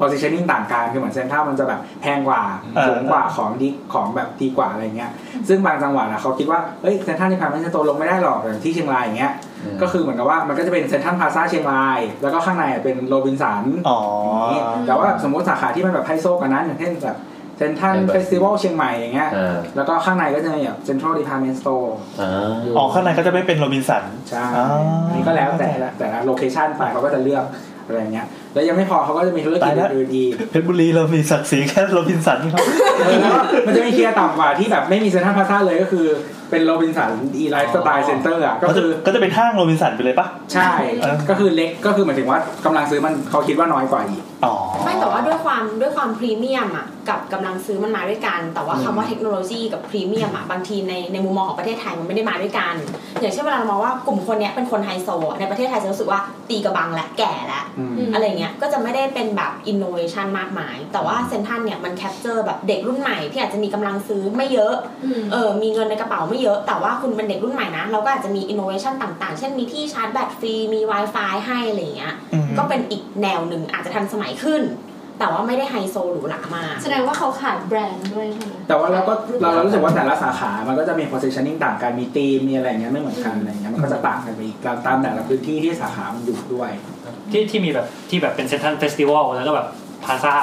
S5: พสิชันนิ่งต่างกันคือเหมือนเซ็นทรัลมันจะแบบแพงกว่าสูงกว่าของดีของแบบดีกว่าอะไรเงี้ยซึ่งบางจังหวัดอะเขาคิดว่าเฮ้ยเซ็นทรัลดิพาร์เมนต์สโตลงไม่ได้หรอกอย่างที่เชียงรายอย่างเงี้ย ก็คือเหมือนกับว่ามันก็จะเป็นเซ็นทรัลพลาซ่าเชียงราย แล้วก็ข้างในเป็นโรบินสัน
S3: อ๋อ
S5: อย่างนี้แต่ว่าสมมติสาขาที่มันแบบไฮโซกว่านั้น อย่างเช่นแบบเซ็นทรัลเฟสติวัลเชียงใหม่อย่างเงี้ย
S4: อ่า
S5: แล้วก็ข้างในก็จะมีแบบเซ็นทรัลดีพาร์เมนต์สโตร์
S4: อ่า
S3: อ๋อข้างในก็จะไม่เป็นโรบินสัน
S5: ใช่
S3: อ๋ออั
S5: นนี้ก็แล้วแต่ละแต่ละโลเคชันไปเขาก็จะเลือกอะไรเงี้ยแล้วยังไม่พอเขาก็จะมีธุรกิจอื่นๆอีก
S3: เพชรบุรีเรามีศักดิ์ศรีแค่โรบินสันครับ
S5: เออแล้วก็มันจะมีเทียร์ต่ำกว่าที่แบบไม่มีเซ็นทรัลพลาซ่าเลยก็คือเป็นโรบินสันอีไลฟ์สไตล์เซ็นเตอร์อ่ะก็
S3: ก็จะ
S5: คือ
S3: ก็จะเป็นห้างโรบินสันไปเลยปะ
S5: ใช่
S3: เออ
S5: ก็คือเล็กก็คือหมายถึงว่ากำลังซื้อมันเขาคิดว่าน้อยกว่าอีก
S3: อ๋อ
S8: ไม่แต่ว่าด้วยความด้วยความพรีเมียมอ่ะกับกำลังซื้อมันมาด้วยกัน แต่ว่าคำว่าเทคโนโลยีกับพรีเมียมอ่ะบางทีในในมุมมองของประเทศไทยมันไม่ได้มาด้วยกัน อย่างเช่นเวลาเรามองว่ากลุ่มคนเนี้ยเป็นคนไฮโซอะในประเทศไทยจะรู้สึกว่าตีกระบังและแก่แล้ว
S5: อืม
S8: อะไรเงี้ยก็จะไม่ได้เป็นแบบอินโนเวชันมากมาย แต่ว่าเซนทันเนี่ยมันแคปเจอร์แบบเด็กรุ่นใหม่ที่อาจจะมีกำลังซื้อไม่เยอะเออมีเงินในกระเป๋าไม่เยอะ แต่ว่าคุณเป็นเด็กรุ่นใหม่นะเราก็อาจจะมีอินโนเวชันต่างๆ เช่นมีที่ชาร์จแบตฟรีมี Wi-Fi ให้อะไรเงี้ย
S3: อืม
S8: ก็เป็นอีกแนวหนึ่งอาจจะทันสมัยขึ้น แต่ว่าไม่ได้ไฮโซหรูหรามาก
S9: แสดงว่าเขาขายแบรนด์ด้วยใช่ไหม
S5: แต่ว่าเราก็เราเรารู้สึกว่าแต่ละสาขา มันก็จะมี positioning ต่างกัน มีธีม มีอะไรอย่างเงี้ยไม่เหมือนกันอะไรเงี้ย มันก็จะต่างกันไปอีกตามตามแต่ละพื้นที่ที่สาขา มันอยู่ด้วย
S6: ที่ที่มีแบบที่แบบเป็นเซนทรัลเฟสติวัลแล้วก็แบบพาซา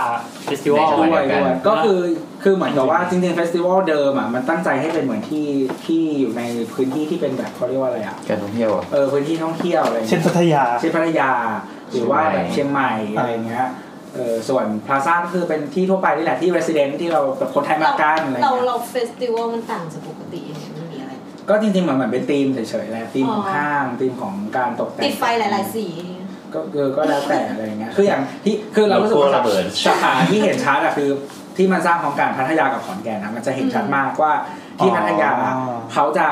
S6: เฟสติวัล
S5: ด้วยด้วยก็คือคือเหมือนกับว่าจริงๆเฟสติวัลเดิมอ่ะมันตั้งใจให้เป็นเหมือนที่ที่อยู่ในพื้นที่ที่เป็นแบบเขาเรียกว่าอะไรอ่ะ
S4: การท่องเที่ยวอะ
S5: เออพื้นที่ท่องเที่ยวอะไรงี้ย
S3: เช่นพัทยา
S5: เช่นพัทยา หรือว่าแบบ
S4: เชี
S5: เชีย
S4: ย
S5: ง
S4: ง
S5: ให
S4: ใหม่
S5: ม่อะไรเงี้ยเออส่วนพลาซ่าก็คือเป็นที่ทั่วไปนี่แหละที่เรส i เดนที่เราแบบคนไทยมากันอะไร
S9: เรา
S5: เงี้ย
S9: เราเฟสติวัลมันต่างจากปกติยังไงมันมีอะไร
S5: ก็จริงๆเหมือนเหมือนเป็นธีมเฉยๆแหละธีมของ
S9: อ๋อ
S5: ห้างธีมของการตกแต่ง
S9: ติดไฟหลาย ๆ สี
S5: ก็คือก็แล้วแต่อะไรอย่างเงี้ย คืออย่างที่คือเรารู้สึกว่า
S4: โลโก้ระเบิด
S5: สาขาที่เห็นชัดอะคือที่มันสร้างของการพัทยากับขอนแก่นนะมันจะเห็นชัดมากว่าที่พัทยา
S3: อ๋อ
S5: เขาจะ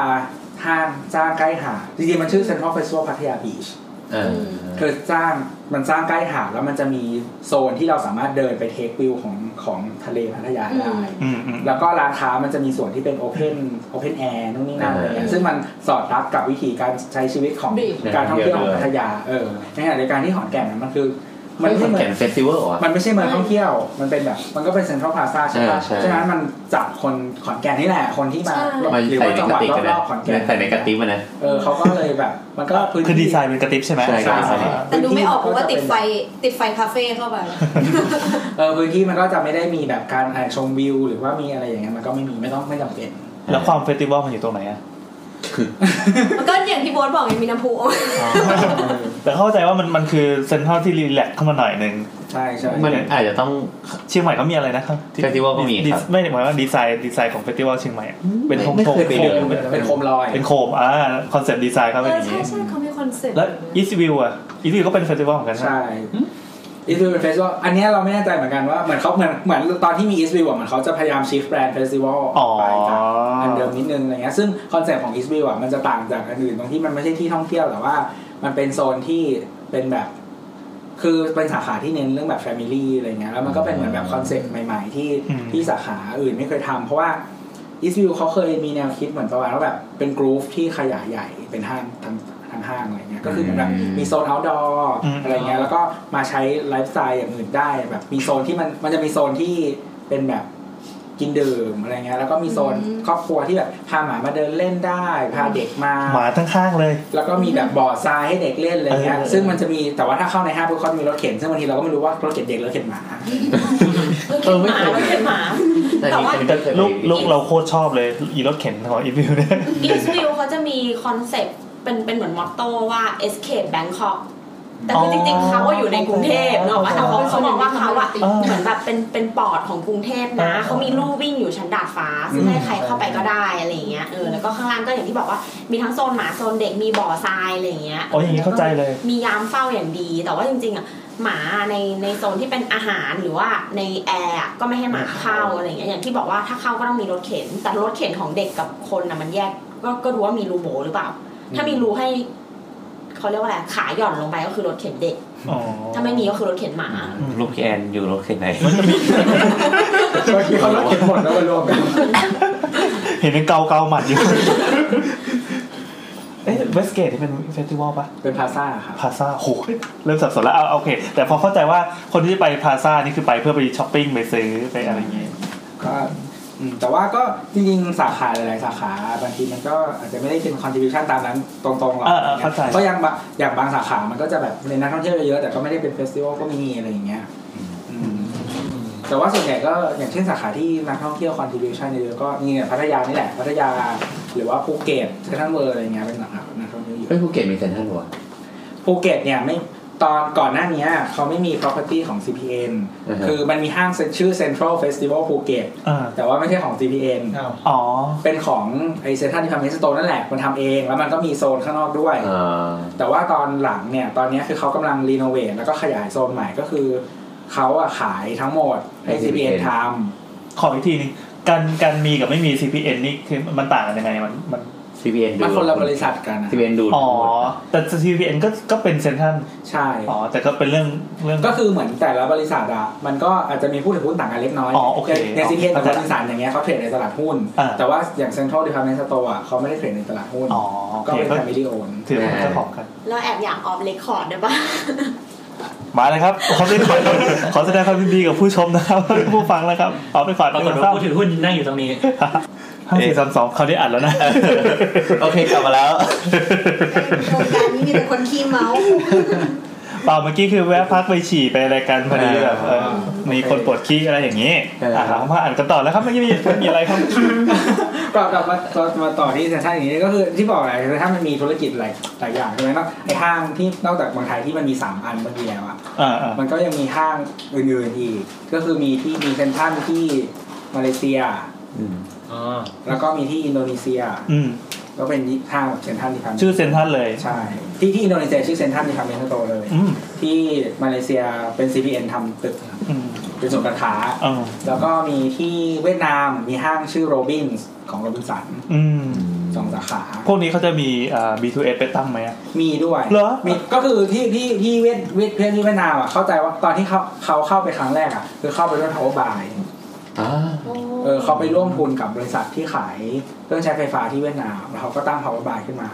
S5: ท่านสร้างใกล้หาดจริงๆมันชื่อเซ็นทรัลเฟสติวัลพัทยาบีช
S4: เออ
S5: คือสร้างมันสร้างใกล้หาดแล้วมันจะมีโซนที่เราสามารถเดินไปเทควิวของของทะเลพัทยาได้
S3: อืมอืม
S5: แล้วก็ร้านค้ามันจะมีส่วนที่เป็นโอเพนโอเพนแอร์นู่นนี่นั่นอะไรเงี้ยซึ่งมันสอดรับกับวิธีการใช้ชีวิตของการท่องเที่ยวของพัทยาเออในขณะเดียวกันที่ขอนแก่นน่ะมันคือ มั
S4: มัน น
S5: ไม่
S4: เป็น
S5: เหมือ
S4: แก่
S5: น
S4: นเฟสติวัลเหรอ่ะ
S5: มันไม่ใช่เมืองท่องเที่ยว มันเป็นแบบ มันก็เป็นเซ็นทรัลพลาซ่าใช่ปะ
S4: ใช่ใช่
S5: ฉะนั้นมันจับคนขอนแก่นนี่แหละคนที่มา
S4: มา
S5: หรือ
S4: ใส่
S5: ว่า
S4: ใน
S5: จัง
S4: กระ
S5: หวัด
S4: ติกกัน
S5: ร
S4: นะ
S5: อบๆขอนแก่น
S4: ใส่ในกระติกมันนะ
S5: เออเขาก็เลยแบบ มันก็พื้น
S3: คือดี
S5: ที่
S3: ไซน์เป็นกระติบใช่ไหม
S4: ใช่ครับ
S5: ใช่
S9: แต่ดูไม่ออกเพราะว่าติดไฟติดไฟคาเฟ่เข้าไป
S5: เออพื้นที่มันก็จะไม่ได้มีแบบการอะไรชมวิว หรือว่ามีอะไรอย่างเงี้ยมันก็ไม่มีไม่ต้องไม่จำเป็น
S3: แล้วความเฟสติวัลมันอยู่ตรงไหนอะ
S9: มันก็อย่างที่โบ๊ทบอกไงมีน้ำพุ
S3: แต่เข้าใจว่ามันมันคือเซ็นทรัลที่รีแลกซ์เข้ามาหน่อยหนึ่ง
S5: ใช่ใช่
S4: มันอาจจะต้อง
S3: เชียงใหม่เขามีอะไรนะครับที่
S4: Festival ก็มี
S3: ดี
S4: ครับ
S3: ไม่หมายว่าดีไซน์ดีไซน์ของเฟสติวัลเชียงใหม่อะเป็นโคม
S4: ไม่
S3: โคม
S4: เคยไปเดิน
S5: เป็นโคมลอย
S3: เป็นโคมอ่าคอนเซ็ปต์ดีไซน์เขา
S9: เอ
S3: เป็นอ
S9: อย่าง ใช่
S3: นี้
S9: ใช่เขามีคอนเซ็ปต์
S3: แล้วอีสวิวอ่ะอีสวิวก็เป็นเฟสติวัลเหมือนกันใช่ไหม
S5: ใช่อีส i ิวเป็นเฟสติวัลอันเนี้ยเราไม่แน่ใจเหมือนกันว่าเหมือนเขาเหมือนเหมือนตอนที่มีอีส i ิวอ่ะเหมือนเขาจะพยายามชิฟแบรนด์เฟสติวัล
S3: อ๋อ
S5: ไปจากอันเดิมนิดนึงอะไรเงี้ยซึ่งคอนเซ็ปต์ของอีส i ิวอ่ะมันจะต่างจากอันอื่นตรงที่มันไม่ใช่ที่ท่องเที่ยวแต่ว่า มันเป็นโซนที่เป็นแบบ คือเป็นสาขาที่เน้นเรื่องแบบแฟมิลี่อะไรเงี้ยแล้วมันก็เป็นเหมือนแบบคอนเซ็ปต์ใหม่ ๆ ที่ที่สาขาอื่นไม่เคยทำเพราะว่าอีส i ิวเขาเคยมีแนวคิดเหมือนประมาณว่าแบบเป็นกรูฟที่ขยายใหญ่เป็นห้างทั้งทั้งห้างอะไรเงี้ยก็คือเหมือนแบบมีโซน outdoor อะไรเงี้ย แล้วก็มาใช้ไลฟ์สไตล์อย่างอื่นได้แบบมีโซนที่มันมันจะมีโซนที่เป็นแบบกินดื่มอะไรเงี้ยแล้วก็มีโซนครอบครัวที่แบบพาหมามาเดินเล่นได้พาเด็กมา
S3: หมาทั้งข้างเลย
S5: แล้วก็มีแบบบ่อทรายให้เด็กเล่นอะไรเงี้ย
S3: เออ
S5: ซึ่งมันจะมีแต่ว่าถ้าเข้าในห้างปุ๊บเขาจะมีรถเข็นซึ่งบางทีเราก็ไม่รู้ว่ารถเข็นเด็กหรือรถเข็นหมา
S8: เออเข็นหมาเราเข็นหมา
S4: แต่
S8: แต่
S4: นี่
S8: ว่า
S4: อันนี้ก็เคยไป
S3: ลูกลูกเราโคตรชอบเลยอีรถเข็นของอีวิว
S4: <laughs>
S3: เนี่ย
S8: อีสวิวเขาจะมีคอนเซ็ปต์เป็นเป็นเหมือนมอตโต้ว่า escape Bangkok แต่คือจริง
S3: อ๋อ
S8: ๆเขาว่าอยู่ในกรุงเทพเนกออกปะว่าแต่เขาเขามองว่าเขาอะ
S3: อ่า
S8: เหมือนแบบเป็นเป็นปอดของกรุงเทพนะ
S3: อ่า
S8: เขามีลู่วิ่งอยู่ชั้นดาดฟ้า ซึ่งให้ใครเข้าไปก็ได้อะไรอย่างเงี้ยเออแล้วก็ข้างล่างก็อย่างที่บอกว่ามีทั้งโซนหมาโซนเด็กมีบ่อทรายอะไรอย่างเงี้ย
S3: อ๋ออย่างนี้เข้าใจเลย
S8: มียามเฝ้าอย่างดี แต่ว่าจริงๆอะหมาในในโซนที่เป็นอาหารหรือว่าในแอร์อะก็ไม่ให้หมาเข้าอะไรอย่างเงี้ยอย่างที่บอกว่าถ้าเข้าก็ต้องมีรถเข็น แต่รถเข็นของเด็กกับคนนะมันแยกก็ก็รู้ว่ามีรูโบหรือเปล่า ถ้ามีรูให้ เขาเรียกว่าอะไร ขาหย่อนลงไปก็คือรถเข็นเด็ก
S3: อ๋อ
S8: ถ้าไม่มีก็คือรถเข็นหมา
S4: ลูกพี่แอนอยู่รถเข็นไหน
S5: บางทีเขารถเข็นหมดแล้วมารวมกัน
S3: เห็นเป็นเกาเกาหมัดอยู่ <laughs> เอ๊ะเวสเกตที่เป็นเฟสติวัลปะ
S5: เป็นพลาซ่าครับ
S3: พาซาโหเริ่มสับสนแล้วเอาเอาโอเค แต่พอเข้าใจว่าคนที่ไปพาซานี่คือไปเพื่อไปช้อปปิ้งไปซื้อไปอะไรอย่างเงี้ย
S5: ก็อืมแต่ว่าก็จริงๆ สาขาหลายๆสาขาบางทีมันก็อาจจะไม่ได้เป็น contribution ตามนั้นตรงๆหรอก
S3: เออเออเข้าใจ
S5: เพราะอย่างบางอย่างบางสาขามันก็จะแบบในนักท่องเที่ยวเยอะแต่ก็ไม่ได้เป็นเฟสติวัลก็มีอะไรอย่างเงี้ยอืมแต่ว่าส่วนใหญ่ก็อย่างเช่นสาขาที่นักท่องเที่ยว contribution เยอะๆก็นี่ไงพัทยานี่แหละพัทยาหรือว่าภูเก็ตเซนทรัลเวิร์อะไรเงี้ยเป็นสาขานักท่องเที่ยวเยอะ
S4: เฮ้ยภูเก็ตมีเซ็นทรัลวะ
S5: ภูเก็ตเนี่ยไม่ตอนก่อนหน้านี้เขาไม่มี property ของ CPN
S4: อือฮะ
S5: คือมันมีห้างเซ็นชื่อ Central Festival ภูเก็ต
S3: อ่า
S5: แต่ว่าไม่ใช่ของ CPN
S3: อ๋อ
S5: เป็นของไอเซนทันที่ทำเมสโตนั่นแหละ มันทำเอง แล้วมันก็มีโซนข้างนอกด้วย
S4: อ่า
S5: แต่ว่าตอนหลังเนี่ย ตอนนี้คือเขากำลังรีโนเวทแล้วก็ขยายโซนใหม่ก็คือ เขาอะขายทั้งหมดให้
S4: ให้ CPN
S5: CPN ท
S3: ขออีกทีหนึงการการมีกับไม่มี CPN นี่คือมันต่างกันยังไงมันมัน
S4: CBN
S5: ำ
S4: ดู
S5: มันคนละบริษัทกันนะ
S4: ซีบีเอ็นดูด
S3: อ๋อ แต่ CPN ก็ก็เป็นเซ็นทรัล
S5: ใช่
S3: อ๋อ แต่ก็เป็นเรื่องเรื่อง
S5: ก็คือเหมือนแต่ละบริษัทอะมันก็อาจจะมีผู้ถือหุ้นต่างกันเล็กน้อย
S3: อ๋อโอเค
S5: ในซีเพียน
S3: เข้าใจ
S5: บริษัทอย่างเงี้ยเขาเทรดในตลาดหุ้น
S3: อ่า
S5: แต่ว่าอย่างเซ็นทรัลดีพาร์เมนต์สโตร์อะเขาไม่ได้เทรดในตลาดหุ้น
S3: อ๋อโอ
S5: ก็
S3: เค
S5: เป็น
S3: ก็
S5: แฟมิลี่โอน
S3: ถือว่าเป็นเจ้าของกัน
S8: <laughs> เราแอบอยากออฟเลคคอร์ดได้ปะ
S3: มาเลยครับขอแสดงความขอแสดงความยินดีกับผู้ชมนะครับ <laughs> ผู้ฟังนะครับ เอาไปก่อน
S6: ปรากฏว่าผู้ถือหุ้นนั่งอยู่ตรงนี้
S3: ห้าสี่สามสองเขาได้อัดแล้วนะ
S4: โอเคกลับมาแล้ว
S9: โครงการนี้มีแต่คนขี้เมาส์
S3: เปล่าเมื่อกี้คือแวะพักไปฉี่ไปอะไรกันพอดีแบบเออมีคนปวดขี้อะไรอย่างนี้อ่ะเรามาอ่านกันต่อแล้วครับไม่มีไม่มีอะไรครับ
S5: ก <laughs> ลับกลับมาต่อมาต่อที่เซนทรัลอย่างนี้ก็คือที่บอกแหละเซนทรัลมันมีธุรกิจหลายหลายอย่างใช่ไหมเนาะไอห้างที่นอกจากเมืองไทยที่มันมีสามอันเมื่อกี้แล้วอ่ะ
S3: อ่าอ่า
S5: มันก็ยังมีห้างอื่นๆอีก ก็คือมีที่มีเซนทรัลที่มาเลเซีย
S6: อ๋อ
S5: แล้วก็มีที่อินโดนีเซีย
S3: อืม
S5: ก็เป็นห้างเซนทรัลที่ทำ
S3: ชื่อเซนทรันเลย
S5: ใช่ ที่ที่อินโดนีเซียชื่อเซนทรัลที่ทำเมนโตเลย
S3: อืม
S5: ที่มาเลเซียเป็น CPN ทำตึก
S3: อืม
S5: เป็นส่วนย์การค้า
S3: อ่า
S5: แล้วก็มีที่เวียดนามมีห้างชื่อโรบินส์ของโรบินสัน
S3: อืม
S5: สองสาขา
S3: พวกนี้เขาจะมีอ่า B2S ไปตั้งไหมอ่ะ
S5: มีด้วย
S3: เหรอ
S5: มีก็คือที่ที่ที่เวียดเวียดเพื่อนที่เวียดนามอ่ะเข้าใจว่าตอนที่เขาเขาเข้าไปครั้งแรกอ่ะคือเข้าไปด้วยทาวบายเออเขาไปร่วมทุนกับบริษัทที่ขายเครื่องใช้ไฟฟ้าที่เวียดนามแล้วเขาก็ตั้งทาวบายขึ้นมา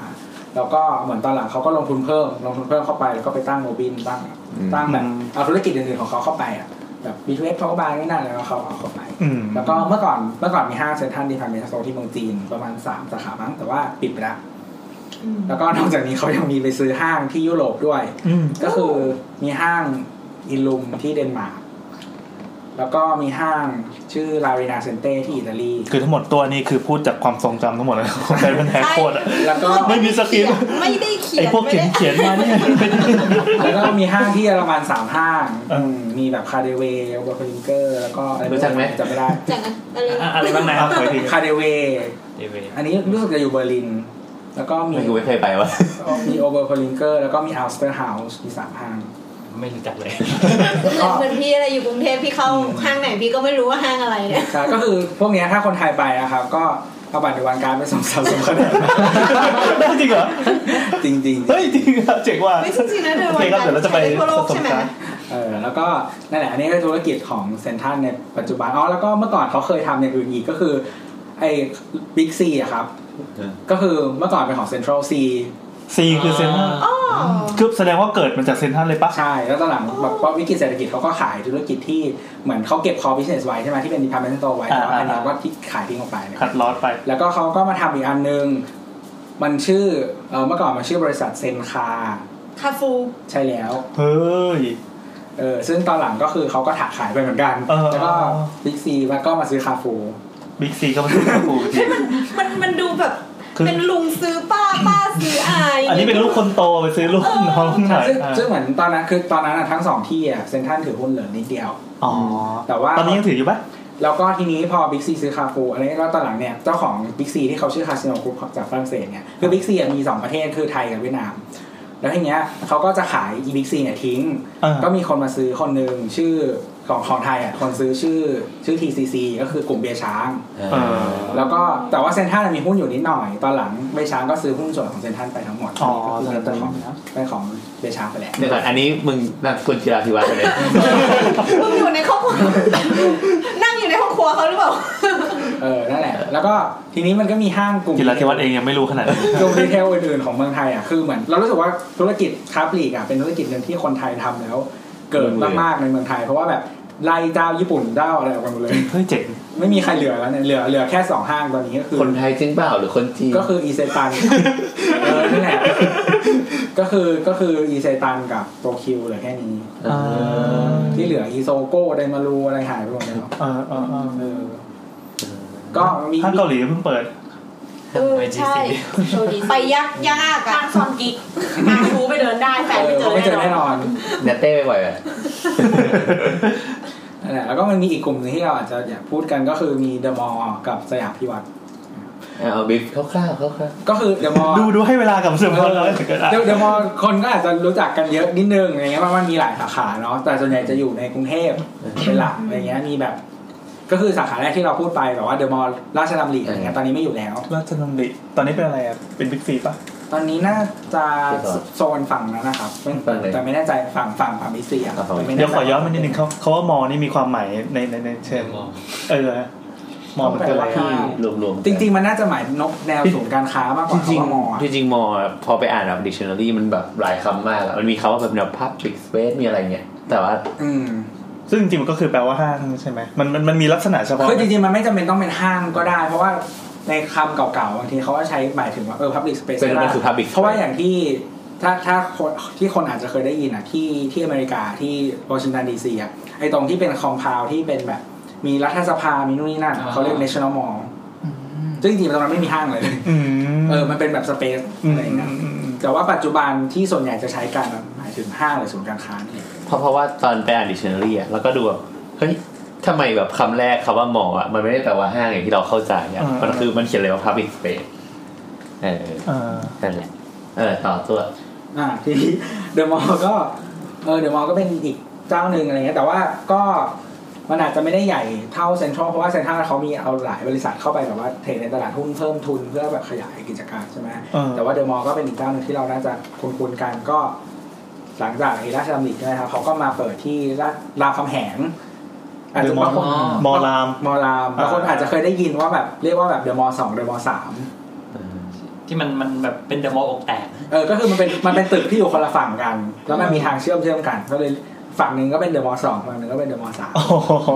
S5: แล้วก็เหมือนตอนหลังเขาก็ลงทุนเพิ่มลงทุนเพิ่มเข้าไปแล้วก็ไปตั้งโมบินตั้งตั้งแบบเอาธุรกิจอื่นๆของเขาเข้าไปอ่ะแบบบีทูเอสทาวบายนี่นั่นแล้วเขาเอาเข้าไป
S3: อืม
S5: แล้วก็เมื่อก่อนเมื่อก่อนมีห้างเซ็นทรัลดีพาร์ตเมนต์สโตร์ที่เมืองจีนประมาณ 3 สาขามั้งแต่ว่าปิดไปแล้ว แล้วก็นอกจากนี้เขายังมีไปซื้อห้างที่ยุโรปด้วย
S3: อืม
S5: ก็คือมีห้างอิลุมที่เดนมาร์กแล้วก็มีห้างชื่อลารินาเซนเต้ที่อิตาลี
S3: คือทั้งหมดตัวนี้คือพูดจากความทรงจำทั้งหมดเลยของใจเป็นแฮกโคตรอ่ะ
S5: แล้วก็
S3: ไม่มีสคริปต์
S9: ไม่ได้เขียน
S3: ไอพวก
S9: ไม่
S3: เขียน
S9: ได้
S3: เขียนมาเนี่ยเป็น
S5: แล้วก็มีห้างที่เยอรมันสามห้าง
S3: เออ
S5: มมีแบบคาเดเวย์บอคลิงเกอร์ แล้วก็อะ
S4: รู้จักไหม
S5: จำไม่ได้
S9: จากนั้นอะไร
S6: อ่ะอะไรบ้างนะ
S3: อ่ะขออีกที
S5: คาเดเวย์
S6: เดเวย์
S5: อันนี้รู้สึกจะอยู่เบอร์ลิน แล้วก็มี
S4: ไม่กูไม่เคยไปวะ
S5: มีโอเบอร์คลิงเกอร์ แล้วก็มีอัลสเตอร์เฮาส์มีสามห้าง
S6: ไม่รู้จักเลย
S9: เหมือนเหมือนพี่อะไรอยู่กรุงเทพพี่เข้าห้างไหนพี่ก็ไม่รู้ว่าห้างอะไรเนี่ย
S5: ใช่ก็คือพวกเนี้ยถ้าคนไทยไปนะครับ ก็เอาบัตรในวันการดไปส่งสะสมคะแน
S3: <laughs>
S5: น <laughs>
S3: ได้จริงเหรอ
S5: จริงจริง
S3: เฮ้ยจริงอ่ะเจ๋งว่ะ
S9: ไม่จริงๆนะเดิน
S3: โอ
S9: วั
S3: เคน ครับ
S9: การ
S3: เดี๋ยวเราจะไป
S9: ใช้ทั่วโลกใช่ไหม
S3: ผสมกัน
S5: เออแล้วก็นั่นแหละอันนี้คือธุรกิจของเซนทันในปัจจุบันอ๋อแล้วก็เมื่อก่อนเขาเคยทำอย่างอื่นอีกก็คือไอ้บิ๊กซีอะครับ ก็คือเมื่อก่อนเป็นของเซ็นทรัลซี
S3: ซีคือเซนทรัลคือแสดงว่าเกิดมาจากเซนทรัลเลยปะ
S5: ใช่ แล้วตอนหลังแบบพอวิกฤตเศรษฐกิจเขาก็ขายธุรกิจที่เหมือนเขาเก็บคอ s ิ n e s s ไว้ใช่ไหมที่เป็น department store ไว้แล้วอันนี้ก็ที่ขายทิ้งออกไปเนี่ย
S3: ขัดลอสไป
S5: แล้วก็เขาก็มาทำอีกอันนึง มันชื่อเอ่อเมื่อก่อนมันชื่อบริษัทเซนคา
S9: คาฟู
S5: ใช่แล้ว
S3: เฮ้ย
S5: เออ ซึ่งตอนหลังก็คือเขาก็ถักขายไปเหมือนกัน
S3: เออ
S5: แล้วก็บิ๊กซีแล้วก็มาซื้อคาฟู
S3: บิ๊กซีก็มาดูกูจริง
S9: มันมันดูแบบ
S3: คือ
S9: เป็นลุงซื้อป้าป้าซื้ออาย
S3: อันนี้เป็นลูกคนโตไปซื้อลูกน้องหน่อย
S5: ซึ่ง
S3: อ่ะ
S5: ซึ่งเหมือนตอนนั้นคือตอนนั้นอะทั้งสองที่อะเซนทันถือหุ้นเหลือนิดเดียว
S3: อ๋อ
S5: แต่ว่า
S3: ตอนนี้ยังถืออยู่ปะ
S5: แล้วก็ทีนี้พอบิ๊กซีซื้อคาฟูอันนี้แล้วตอนหลังเนี่ยเจ้าของบิ๊กซีที่เขาชื่อคาสิโนกรุ๊ปจากฝรั่งเศสเนี่ยคือบิ๊กซีอะมีสองประเทศคือไทยกับเวียดนาม แล้วทีเนี้ยเขาก็จะขายอีบิ๊กซีเนี่ยทิ้ง
S3: เออ
S5: ก็มีคนมาซื้อคนหนึ่งชื่อของของไทยอ่ะคนซื้อชื่อชื่อ TCC ก็คือกลุ่มเบียร์ช้าง
S3: เออ
S5: แล้วก็แต่ว่าเซนทรัลมีหุ้นอยู่นิดหน่อย ตอนหลังเบียร์ช้างก็ซื้อหุ้นส่วนของเซนทรัลไปทั้งหมด
S3: อ๋อ
S5: ก็คือเป็นของเป็นของเบียร์ช้างไปแล้ว
S4: เดี๋ยวก่อนอันนี้มึงนักกุลกีฬาธิวัฒน์ไป <laughs> เลย
S9: มึงอยู่ในครอบครัว <laughs> นั่งอยู่ในห้องครัวเขาหรือเปล่า
S5: เออนั่นแหละ แล้วก็ทีนี้มันก็มีห้างกลุ่ม
S3: กีฬาเทวัตเองยังไม่รู้ขนาดนี้
S5: กลุ่มดีเทลอื่นๆของเมืองไทยอ่ะคือเหมือนเรารู้สึกว่าธุรกิจค้าปลีกอ่ะเป็นธุรกิจหนึ่งที่คนไทยทำแล้ว เกิดมากๆในเมืองไทย เพราะว่าแบบไล่เจ้าญี่ปุ่นเจ้าอะไรออกมาหมดเลย
S3: เฮ้ยเจ๋ง
S5: ไม่มีใครเหลือแล้วเนี่ยเหลือเหลือแค่สองห้างตอนนี้ก็คือ
S4: คนไทยจริงเปล่าหรือคนจีน
S5: ก็คืออีเซตันเออนั่นแหละก็คือก็คืออีเซตันกับโตเกียวเหลือแค่นี้
S4: เออ
S5: ที่เหลืออีโซโก้ไดมารูอะไรหายไปหมดแล้ว
S3: เออเออเออ
S5: เออก็มี
S3: ห้างเกาหลีเพิ่งเปิด
S9: เออ ใช่ ไปยากยาก
S8: กา
S9: อ่ะ
S8: รซอนกิ๊กมาคูไปเดินได้แฟน
S5: เอ
S8: ไม่
S5: อ
S8: เจ
S5: ก็
S8: อ
S5: ไม่เจอ
S8: แน่
S5: แน่
S8: น
S5: น
S8: อน
S5: อน
S4: เนตเต้ไปบ่อยอะ
S5: นั่นแหละแล้วก็มันมีอีกกลุ่มหนึงที่เราอาจจะอยากพูดกันก็คือมีเดอะมอลล์กับสยามพิวัตร
S4: เอาบิฟคร่าวๆคร่าว
S5: ก็คือเดอะมอลล์
S3: ดูดูให้เวลากับเสื่อมคนเลย
S5: เดอะเดอะมอลล์คนก็อาจจะรู้จักกันเยอะนิดนึงอะไรเงี้ยเพราะมันมีหลายสาขาเนาะแต่ส่วนใหญ่จะอยู่ในกรุงเทพเป็นหลักอะไรเงี้ยมีแบบ ก็คือสาขาแรกที่เราพูดไปแบบว่าเดอะมอลล์ราชดำริอะไรเงี้ยตอนนี้ไม่อยู่แล้ว
S3: ราชดำริตอนนี้เป็นอะไรอ่ะ เป็นบิ๊กซีปะ
S5: ตอนนี้น่าจะโซนฝั่งนั้นนะครับไม่แต่ไม่แน่ใจฝั่งฝั่งฝั่งมิสซีอะ
S3: เดี๋ยวขอย้อนมานิดนึงเขาเขาว่ามอนี่มีความหมายในในในเชิงเออ มอมันก็ไร
S5: ต้องแปลว่า
S4: รวมๆ
S5: จริง ๆ มันน่าจะหมายนกแนวศูนย์การค้ามากก
S4: จ
S5: ว่า
S4: ริง
S5: คำว่ามออะ
S4: ๆจริงๆมอพอไปอ่านแบบ dictionary มันแบบหลายคำมากอะมันมีคำว่าแบบแนว public space มีอะไรเงี้ยแต่ว่า
S5: อืม
S3: ซึ่งจริงๆมันก็คือแปลว่าห้างใช่ไหมมันมันมันมีลักษณะเฉพาะ
S5: คือจริงๆ มันไม่จำเป็นต้องเป็นห้างก็ได้ เพราะว่าในคำเก่าๆบางทีเขาก็ใช้หมายถึงว่าเออ public space
S4: เป็น
S5: ก็ได้
S4: มันคือ public
S5: เพราะว่าอย่างที่ถ้าถ้าคนที่คนอาจจะเคยได้ยินอ่ะที่ที่อเมริกาที่วอชิงตันดีซีอ่ะไอตรงที่เป็นคอมพาวที่เป็นแบบ มีรัฐสภา มีนู่นนี่นั่นอะเขาเรียก national mall ซึ่งจริงๆตรงนั้นไม่มีห้างเลย
S3: อืม
S5: เออ มันเป็นแบบสเปซอะไรอย่างเงี้ยแต่ว่าปัจจุบันที่ส่วนใหญ่จะใช้กันอะหมายถึงห้างหรือศูนย์การค้านี่
S4: เพราะเพราะว่าตอนไปอ่าน dictionary อะแล้วก็ดูแบบเฮ้ยทำไมแบบคำแรกคำว่าหมออะมันไม่ได้แปลว่าห้างอย่างที่เราเข้าใจอะมันคือมันเขียนเลยว่า public space เออ
S3: เออ
S4: นั่นแหละเออต่อตัว
S5: อ่าทีนี้เดอะมอลก็เออเดอะมอลก็เป็นอีกเจ้าหนึ่งอะไรเงี้ยแต่ว่าก็มันอาจจะไม่ได้ใหญ่เท่าเซ็นทรัลเพราะว่าเซ็นทรัลเขามีเอาหลายบริษัทเข้าไปแบบว่าเทรดในตลาดหุ้นเพิ่มทุนเพื่อแบบขยายกิจการใช่ไหม
S3: เออ
S5: แต่ว่าเดอะมอลก็เป็นอีกเจ้าหนึ่งที่เราน่าจะคุ้นๆกันก็ หลังจากไอ้ราชดำริใช่ไหมครับเขาก็มาเปิดที่ราชรามคำแหงอาจ
S3: เด
S5: จะ
S3: อะมอล
S5: บางคน
S3: มอลาม
S5: มอลามบางคนอาจจะเคยได้ยินว่าแบบเรียกว่าแบบเดอะมอลสองเดอะมอลสาม
S6: ที่มันมันแบบเป็นเดอะมอลล์อกแตกนะ
S5: เออ ก็คือมันเป็นมันเป็นตึกที่อยู่คนละฝั่งกัน แล้วมันมีทางเชื่อมเชื่อมกัน ก็เลยฝั่งหนึ่งก็เป็นเดอะมอลล์สองฝั่งหนึ่งก็เป็นเดอะมอลล์สาม
S3: โอ้โห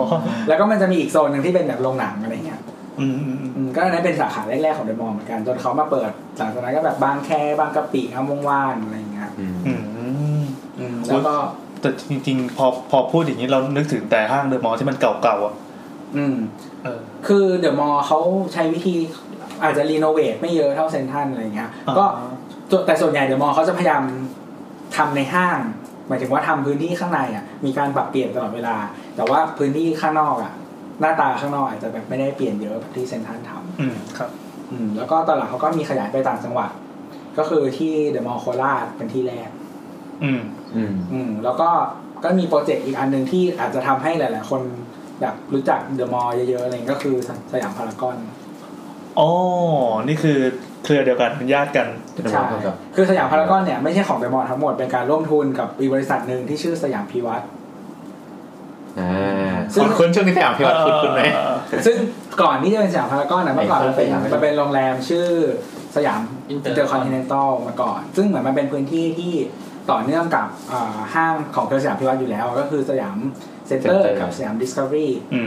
S5: แล้วก็มันจะมีอีกโซนหนึ่งที่เป็นแบบโรงหนังอะไรเงี้ย
S3: อืมอืมอืม
S5: อืมก็อันนั้นเป็นสาขาแรกๆของเดอะมอลล์เหมือนกัน จนเขามาเปิดหลังจากนั้นก็แบบบางแคบางกะปิอามวงวานอะไรเงี้ย
S3: อืม
S5: อืมแล้วก็
S3: แต่จริงๆ พอพอพูดอย่างนี้เรานึกถึงแต่ห้างเดอะมอลล์ที่มันเก่าๆอ่ะ
S5: อืม
S3: เออ
S5: คือเดอะมอลล์เขาใช้วิธีอาจจะรีโนเวทไม่เยอะเท่าเซนทรันอะไรเงี้ย
S3: อ่า
S5: ก็ส่วนแต่ส่วนใหญ่เดอะมอลล์เขาจะพยายามทำในห้าง หมายถึงว่าทำพื้นที่ข้างในอ่ะมีการปรับเปลี่ยนตลอดเวลา แต่ว่าพื้นที่ข้างนอกอ่ะ หน้าตาข้างนอกอาจจะแบบไม่ได้เปลี่ยนเยอะแบบที่เซนทรันท
S3: อืมครับ
S5: ำอืมแล้วก็ตอนหลังเขาก็มีขยายไปต่างจังหวัด ก็คือที่เดอะมอลล์โคราชเป็นที่แรก
S3: อืม
S4: อืม
S5: อืมแล้วก็ก็มีโปรเจกต์อีกอันหนึ่งที่อาจจะทำให้หลาย ๆ คนแบบรู้จักเดอะมอลล์เยอะๆอะไรเงี้ยก็คือสยามพารากอน
S3: อ๋อ นี่คือเครือเดียวกันเป็นญาติกัน
S5: ใช่
S4: The Mall ครับ
S5: คือสยามพารากอนเนี่ยไม่ใช่ของเดอะมอลล์ทั้งหมด เป็นการร่วมทุนกับอีกบริษัทหนึ่งที่ชื่อสยามพิวัตร
S4: อ่า
S5: ซึ่
S4: คุ
S5: ง
S4: ณคุณช่วงนี้แถมพี่วัดคุณคุณไหม
S5: ซึ่งก่อนที่จะเป็นสยามพารากอนนะเมื่อก่อนมันเป็น
S4: ไอ้สยาม
S5: มันเป็นโรงแรมชื่อสยาม
S6: อินเตอ
S5: i ิ
S6: ร์
S5: t เ r อร์คอนติเนนตัลมาก่อน ซึ่งเหมือนมันเป็นพื้นที่ที่ต่อเนื่องกับอ่าห้างของเครือสยามพิวัตรอยู่แล้ว ก็คือสยามเซ็นเตอร์
S4: Center
S5: กับสยามดิสคัฟเวอรี่
S3: อื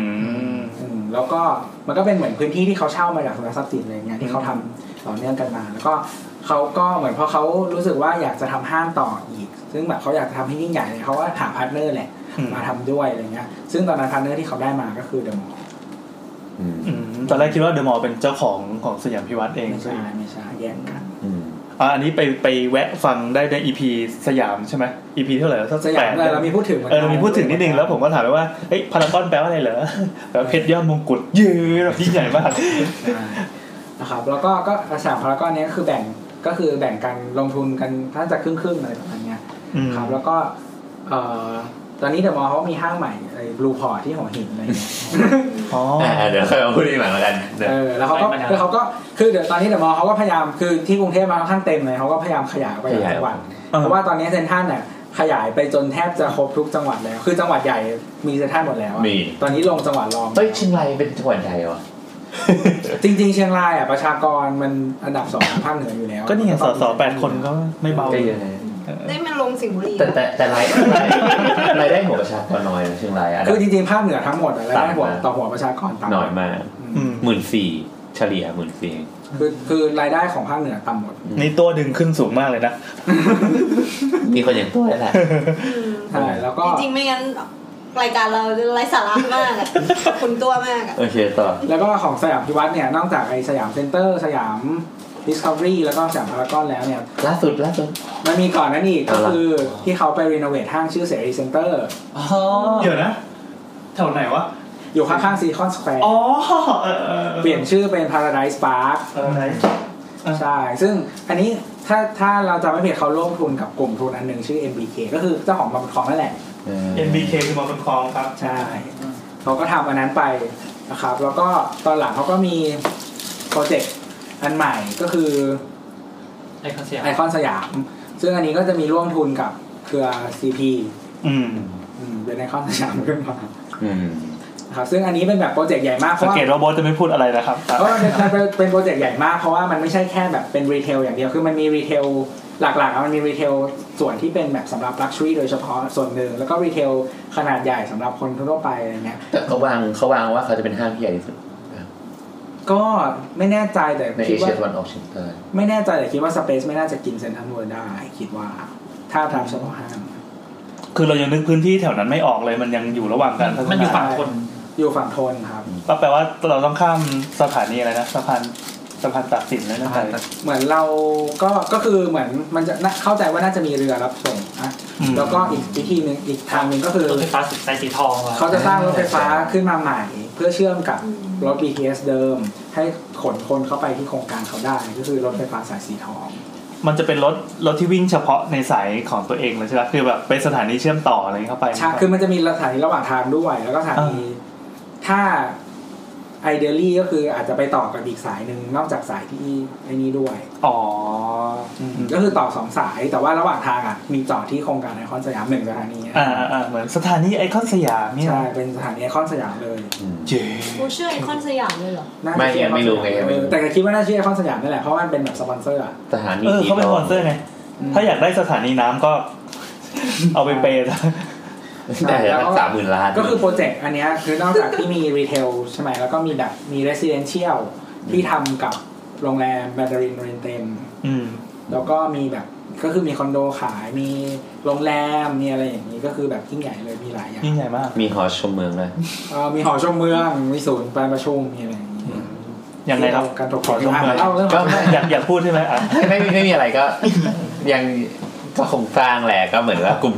S3: ม
S5: อืมแล้วก็มันก็เป็นเหมือนพื้นที่ที่เขาเช่ามาจากสำนักทรัพย์สินอะไรเงี้ยที่เขาทำต่อเนื่องกันมา แล้วก็เขาก็เหมือนพอเขารู้สึกว่าอยากจะทำห้างต่ออีก ซึ่งแบบเขาอยากจะทำให้ยิ่งใหญ่เลยเขาก็หาพาร์ทเนอร์แหละ
S3: อืม
S5: มาทำด้วยอะไรเงี้ยซึ่งตอนนั้นพาร์ทเนอร์ที่เขาได้มาก็คือเดอะมอลล์
S4: อืม
S3: อืมตอนแรกคิดว่าเดอะมอลล์เป็นเจ้าของของสยามพิวัตรเอง
S5: ไม่ใช่ไม่ใช่แย่งกัน
S4: อืม
S3: อ่ะอันนี้ไปไปแวะฟังได้ในอีพีสยามใช่ไหมอีพีเท่าไหร่แล้วสัก
S5: สยา
S3: แป
S5: ม
S3: ด
S5: เรามีพูดถึง
S3: เออเรามีพูดถึงนิดนึงแล้วผมก็ถามไปว่าเอ้ยพารากอนแปลว่าอะไรเหร <laughs> อแปลว่าเพชรยอดมงกุฎเยืนแบบยิ่งใหญ่มาก
S5: ใช่นะครับแล้วก็ก็สยามพารากอนเนี้ยก็คือแบ่งก็คือแบ่งกันลงทุนกันน่าจะครึ่งๆอะไรประมาณเนี้ย
S3: อืม
S5: ครับแล้วก็เอ่อตอนนี้เดอะมอลล์เขามีห้างใหม่ไอ้บลูพอร์ที่หัวหินอะไรเงี้ย
S3: อ๋อ
S4: อ่าเดี๋ยวค่อยมาพูดทีหลังแล้วกันเดี๋ยว
S5: เออแล้วเขาก็
S6: ไปมานาน
S5: คือเขาก็คือเดี๋ยวตอนนี้เดอะมอลล์เขาก็พยายามคือที่กรุงเทพมาค่อนข้างเต็มเลยเขาก็พยายามขยายไปหลาย
S4: ขาย ย
S5: จังหวัด
S3: เออ
S5: เพราะว่าตอนนี้เซนทรัลเนี่ยขยายไปจนแทบจะครบทุกจังหวัดแล้ว คือจังหวัดใหญ่มีเซนทรัลหมดแล้วอะ
S4: มี
S5: ตอนนี้ลงจังหวัดรอง
S4: เฮ้ยเชียงรายเป็นจังหวัดใหญ่เหรอ
S5: จริง ๆ เชียงรายอ่ะประชากรมันอันดับสองของภาคเหนืออยู่แล้ว
S3: ก็นี่ไงสสแปดคนก็ไม่เบา
S4: ก็เยอะนะ
S9: ได้มันลงสิงห์บุรี
S4: แต่แต่แต่รายรายรายได้หัวประชากรน้อยนะเชียงรายอันดั
S5: คื
S4: บ
S5: อจริงๆภาคเหนือทั้งหมดอะแล้วได้หัว
S4: ต่ำมาก
S5: ต่อหัวประชากรต่ำ
S4: น้อยมาก
S5: อื
S3: อืม
S5: ม
S4: หมื่นสี่เฉลี่ยหมื่นสี่
S5: คือคือรายได้ของภาคเหนือต่ำหมด
S3: นี่ตัวดึงขึ้นสูงมากเลยนะ
S4: มีคนอย่างตัวนั่นแหละ
S5: ใช่แล้วก็
S9: จริงๆไม่งั้นรายการเราไร้สาระมากอะขอบคุณตัวมากอะ
S4: โอเคต่อ
S5: แล้วก็ของสยามพิวัฒน์เนี่ยนอกจากไอสยามเซ็นเตอร์ สยาม Discovery แล้วก็สยามพารากอนแล้วเนี่ย
S4: ล่าสุดล่าสุด
S5: มันมีก่อนนั้นอีกก็
S4: เอาล่ะ
S5: คือที่เขาไปรีโนเวทห้างชื่อเสรีเซ็นเตอร์
S6: อ๋อ
S3: เดี๋ยวนะ แถวไหนวะ
S5: อยู่ข้างๆซีคอนสแควร์
S3: อ๋อ เออเออ
S5: เปลี่ยนชื่อเป็น Paradise Park
S3: เออไหน อ่า
S5: ใช่ ซึ่งอันนี้ถ้าถ้าเราจะไม่ผิดเขาร่วมทุนกับกลุ่มทุนอันหนึ่งชื่อ MBK ก็คือเจ้าของบางบัวทองนั่นแหละ
S4: เออ
S3: MBK คือมอเป็นคลองครับ
S5: ใช่ เขาก็ทำอันนั้นไปนะครับ แล้วก็ตอนหลังเขาก็มีโปรเจกต์อันใหม่ก็คือ
S6: ไอคอนสยาม
S5: ไอคอนสยาม ซึ่งอันนี้ก็จะมีร่วมทุนกับเครือซีพี
S3: อืม
S5: เป็นไอคอนสยามขึ้นมา
S4: อืม
S5: ครับซึ่งอันนี้เป็นแบบโปรเจกต์ใหญ่มากเพ
S3: สัง
S5: ราะว่า
S3: เกตว่าโบทจะไม่พูดอะไรนะครับ
S5: เพราะมันเป็นมันเป็นเป็นโปรเจกต์ใหญ่มากเพราะว่ามันไม่ใช่แค่แบบเป็นรีเทลอย่างเดียว คือมันมีรีเทลหลักๆอะมันมีรีเทลส่วนที่เป็นแบบสำหรับลักชัวรี่โดยเฉพาะส่วนหนึ่ง แล้วก็รีเทลขนาดใหญ่สำหรับคนทั่วๆไปอะไรเงี้ย
S4: แต่เขาวางเขาวางว่าเขาจะเป็นห้างที่ใหญ่ที่สุด
S5: ก็ไม่แน่ใจแต่
S4: ในเอ
S5: คิด
S4: เชีย
S5: ว่า
S4: ตะวันออกเฉียงใต้
S5: ไม่แน่ใจแต่คิดว่าสเปซไม่น่าจะกินเซ็นทรัลเวิร์ได้คิดว่า ถ้าทำเฉพาะห้าง
S3: คือเรายังนึกพื้นที่แถวนั้นไม่ออกเลยมันยังอยู่ระหว่างการพัฒนา
S6: มันอยู่ฝั่งทน
S5: อยู่ฝั่งทนครับ
S3: ก็แปลว่าเราต้องข้ามสถานีอะไรนะสะพานสะพานตัดสินแล้วนะค
S5: ใช่
S3: รับ
S5: ครับเหมือนเราก็ก็คือเหมือนมันจะน่าเข้าใจว่าน่าจะมีเรือรับส่งนะ
S3: อืม
S5: แล้วก็อีกวิธีหนึ่งอีกทางหนึ่งก็คือ
S6: รถไฟฟ้าสีสายสีทองว่ะ
S5: เขาจะสร้างรถไฟฟ้าขึ้นมาใหม่ เพื่อเชื่อมกับรถ BTS เดิม ให้ขนคนเข้าไปที่โครงการเขาได้ ก็คือรถไฟฟ้าสายสีทอง
S3: มันจะเป็นรถรถที่วิ่งเฉพาะในสายของตัวเองเลยใช่ไหมคือแบบไปสถานีเชื่อมต่ออะไรเข้าไป
S5: ใช่คือมันจะมีสถานีระหว่างทางด้วย แล้วก็สถานีถ้าไอเดลี่ก็คืออาจจะไปต่อกับอีกสายหนึ่งนอกจากสายที่ไอ้นี้ด้วย
S3: อ๋อ
S5: ก็คือต่อสองสายแต่ว่าระหว่างทางอ่ะมีจอดที่โครงการไอคอนสยามหนึ่งสถานี
S3: อ่าอ่าเหมือนสถานีไอคอนสยามเนี่ย
S5: ใช่เป็นสถานีไอคอนสยามเลย
S3: เจ๊
S9: กูเชื่อไอคอนสยามเลยเหรอ
S5: น่าจะ
S4: ไม่ไง
S5: ชื่อ
S4: ไม่รู้ไงไม่รู้
S5: แต่ก็คิดว่าน่าเชื่อไอคอนสยามนั่นแหละเพราะว่ามันเป็นแบบสปอนเซอร์อะ
S4: สถานี
S3: เออเขาเป็นสปอนเซอร์ไง ถ้าอยากได้สถานีน้ำก็ เอาไปเปย์ซะ
S4: ได้แล้วสามหมื่นล้าน
S5: ก็คือโปรเจกต์อันเนี้ยคือนอกจากที่มีรีเทลใช่ไหมแล้วก็มีแบบมีเรสซิเดนเชียลที่ทำกับโรงแรมแบดดารินโรนเต็ม
S3: อืม
S5: แล้วก็มีแบบก็คือมีคอนโดขายมีโรงแรมมีอะไรอย่างนี้ก็คือแบบยิ่งใหญ่เลยมีหลายอย่าง
S3: ยิ่งใหญ่มาก
S4: มีหอชมเมืองเลย
S5: เอ่อมีหอชมเมืองมีศูนย์การประชุมมีอะไรอย่างนี้
S3: ยังไงครับ
S5: การถก
S3: ขอชม
S5: อ่ะ
S3: เลย
S5: เล่าเรื่อง
S3: ก็อยากอยากพูดใช่ไหมอ่ะ
S4: ไม่ไม่ไม่มีอะไรก็ ยังก็คงสร้างแหละก็เหมือนว่ากลุ่ม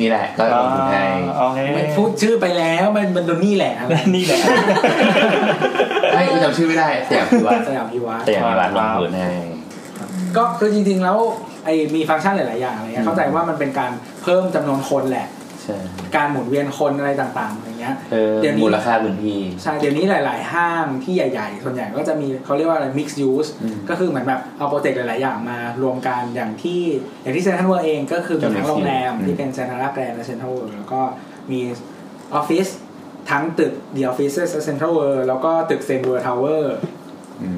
S4: นี่แหละ ก็ลงทุนให้
S3: โอเค
S4: <laughs>
S5: ไม่พูดชื่อไปแล้วมันมันโดนนี่แหละอะไร
S3: นี่แหละ
S4: ไม่กูจำชื่อไม่ได้แต่อยากพิวัตร
S5: สยามพิวา
S4: แต่อยากพิวัตรลงทุนให้
S5: ก็คือจริงๆแล้วไอ้มีฟังก์ชันหลายๆอย่างอะไรเงี้ยเข้าใจว่ามันเป็นการเพิ่มจำนวนคนแหละ
S4: ใช่
S5: การหมุนเวียนคนอะไรต่างๆอย่างเงี้ย
S4: เออ
S5: เดี๋ยวนี้
S4: มูลค่าพื้นที่
S5: ใช่ เดี๋ยวนี้หลาย ๆ ห้างที่ใหญ่ ๆ ส่วนใหญ่ก็จะมีเขาเรียกว่าอะไร mixed use
S4: อืม
S5: ก็คือเหมือนแบบเอาโปรเจกต์หลาย ๆ อย่างมารวมกันอย่างที่อย่างที่เซนทรัลเวิร์เองก็คือมีทั้งโรงแรม
S4: อืม
S5: ที่เป็นเซนทรัลแกรนและเซนทรัลเวิร์แล้วก็มีออฟฟิศทั้งตึกเดีย f ฟิ e และเซนทรัลเวิร์แล้วก็ตึกเซนเวิร์ทาวเวอร์
S4: อื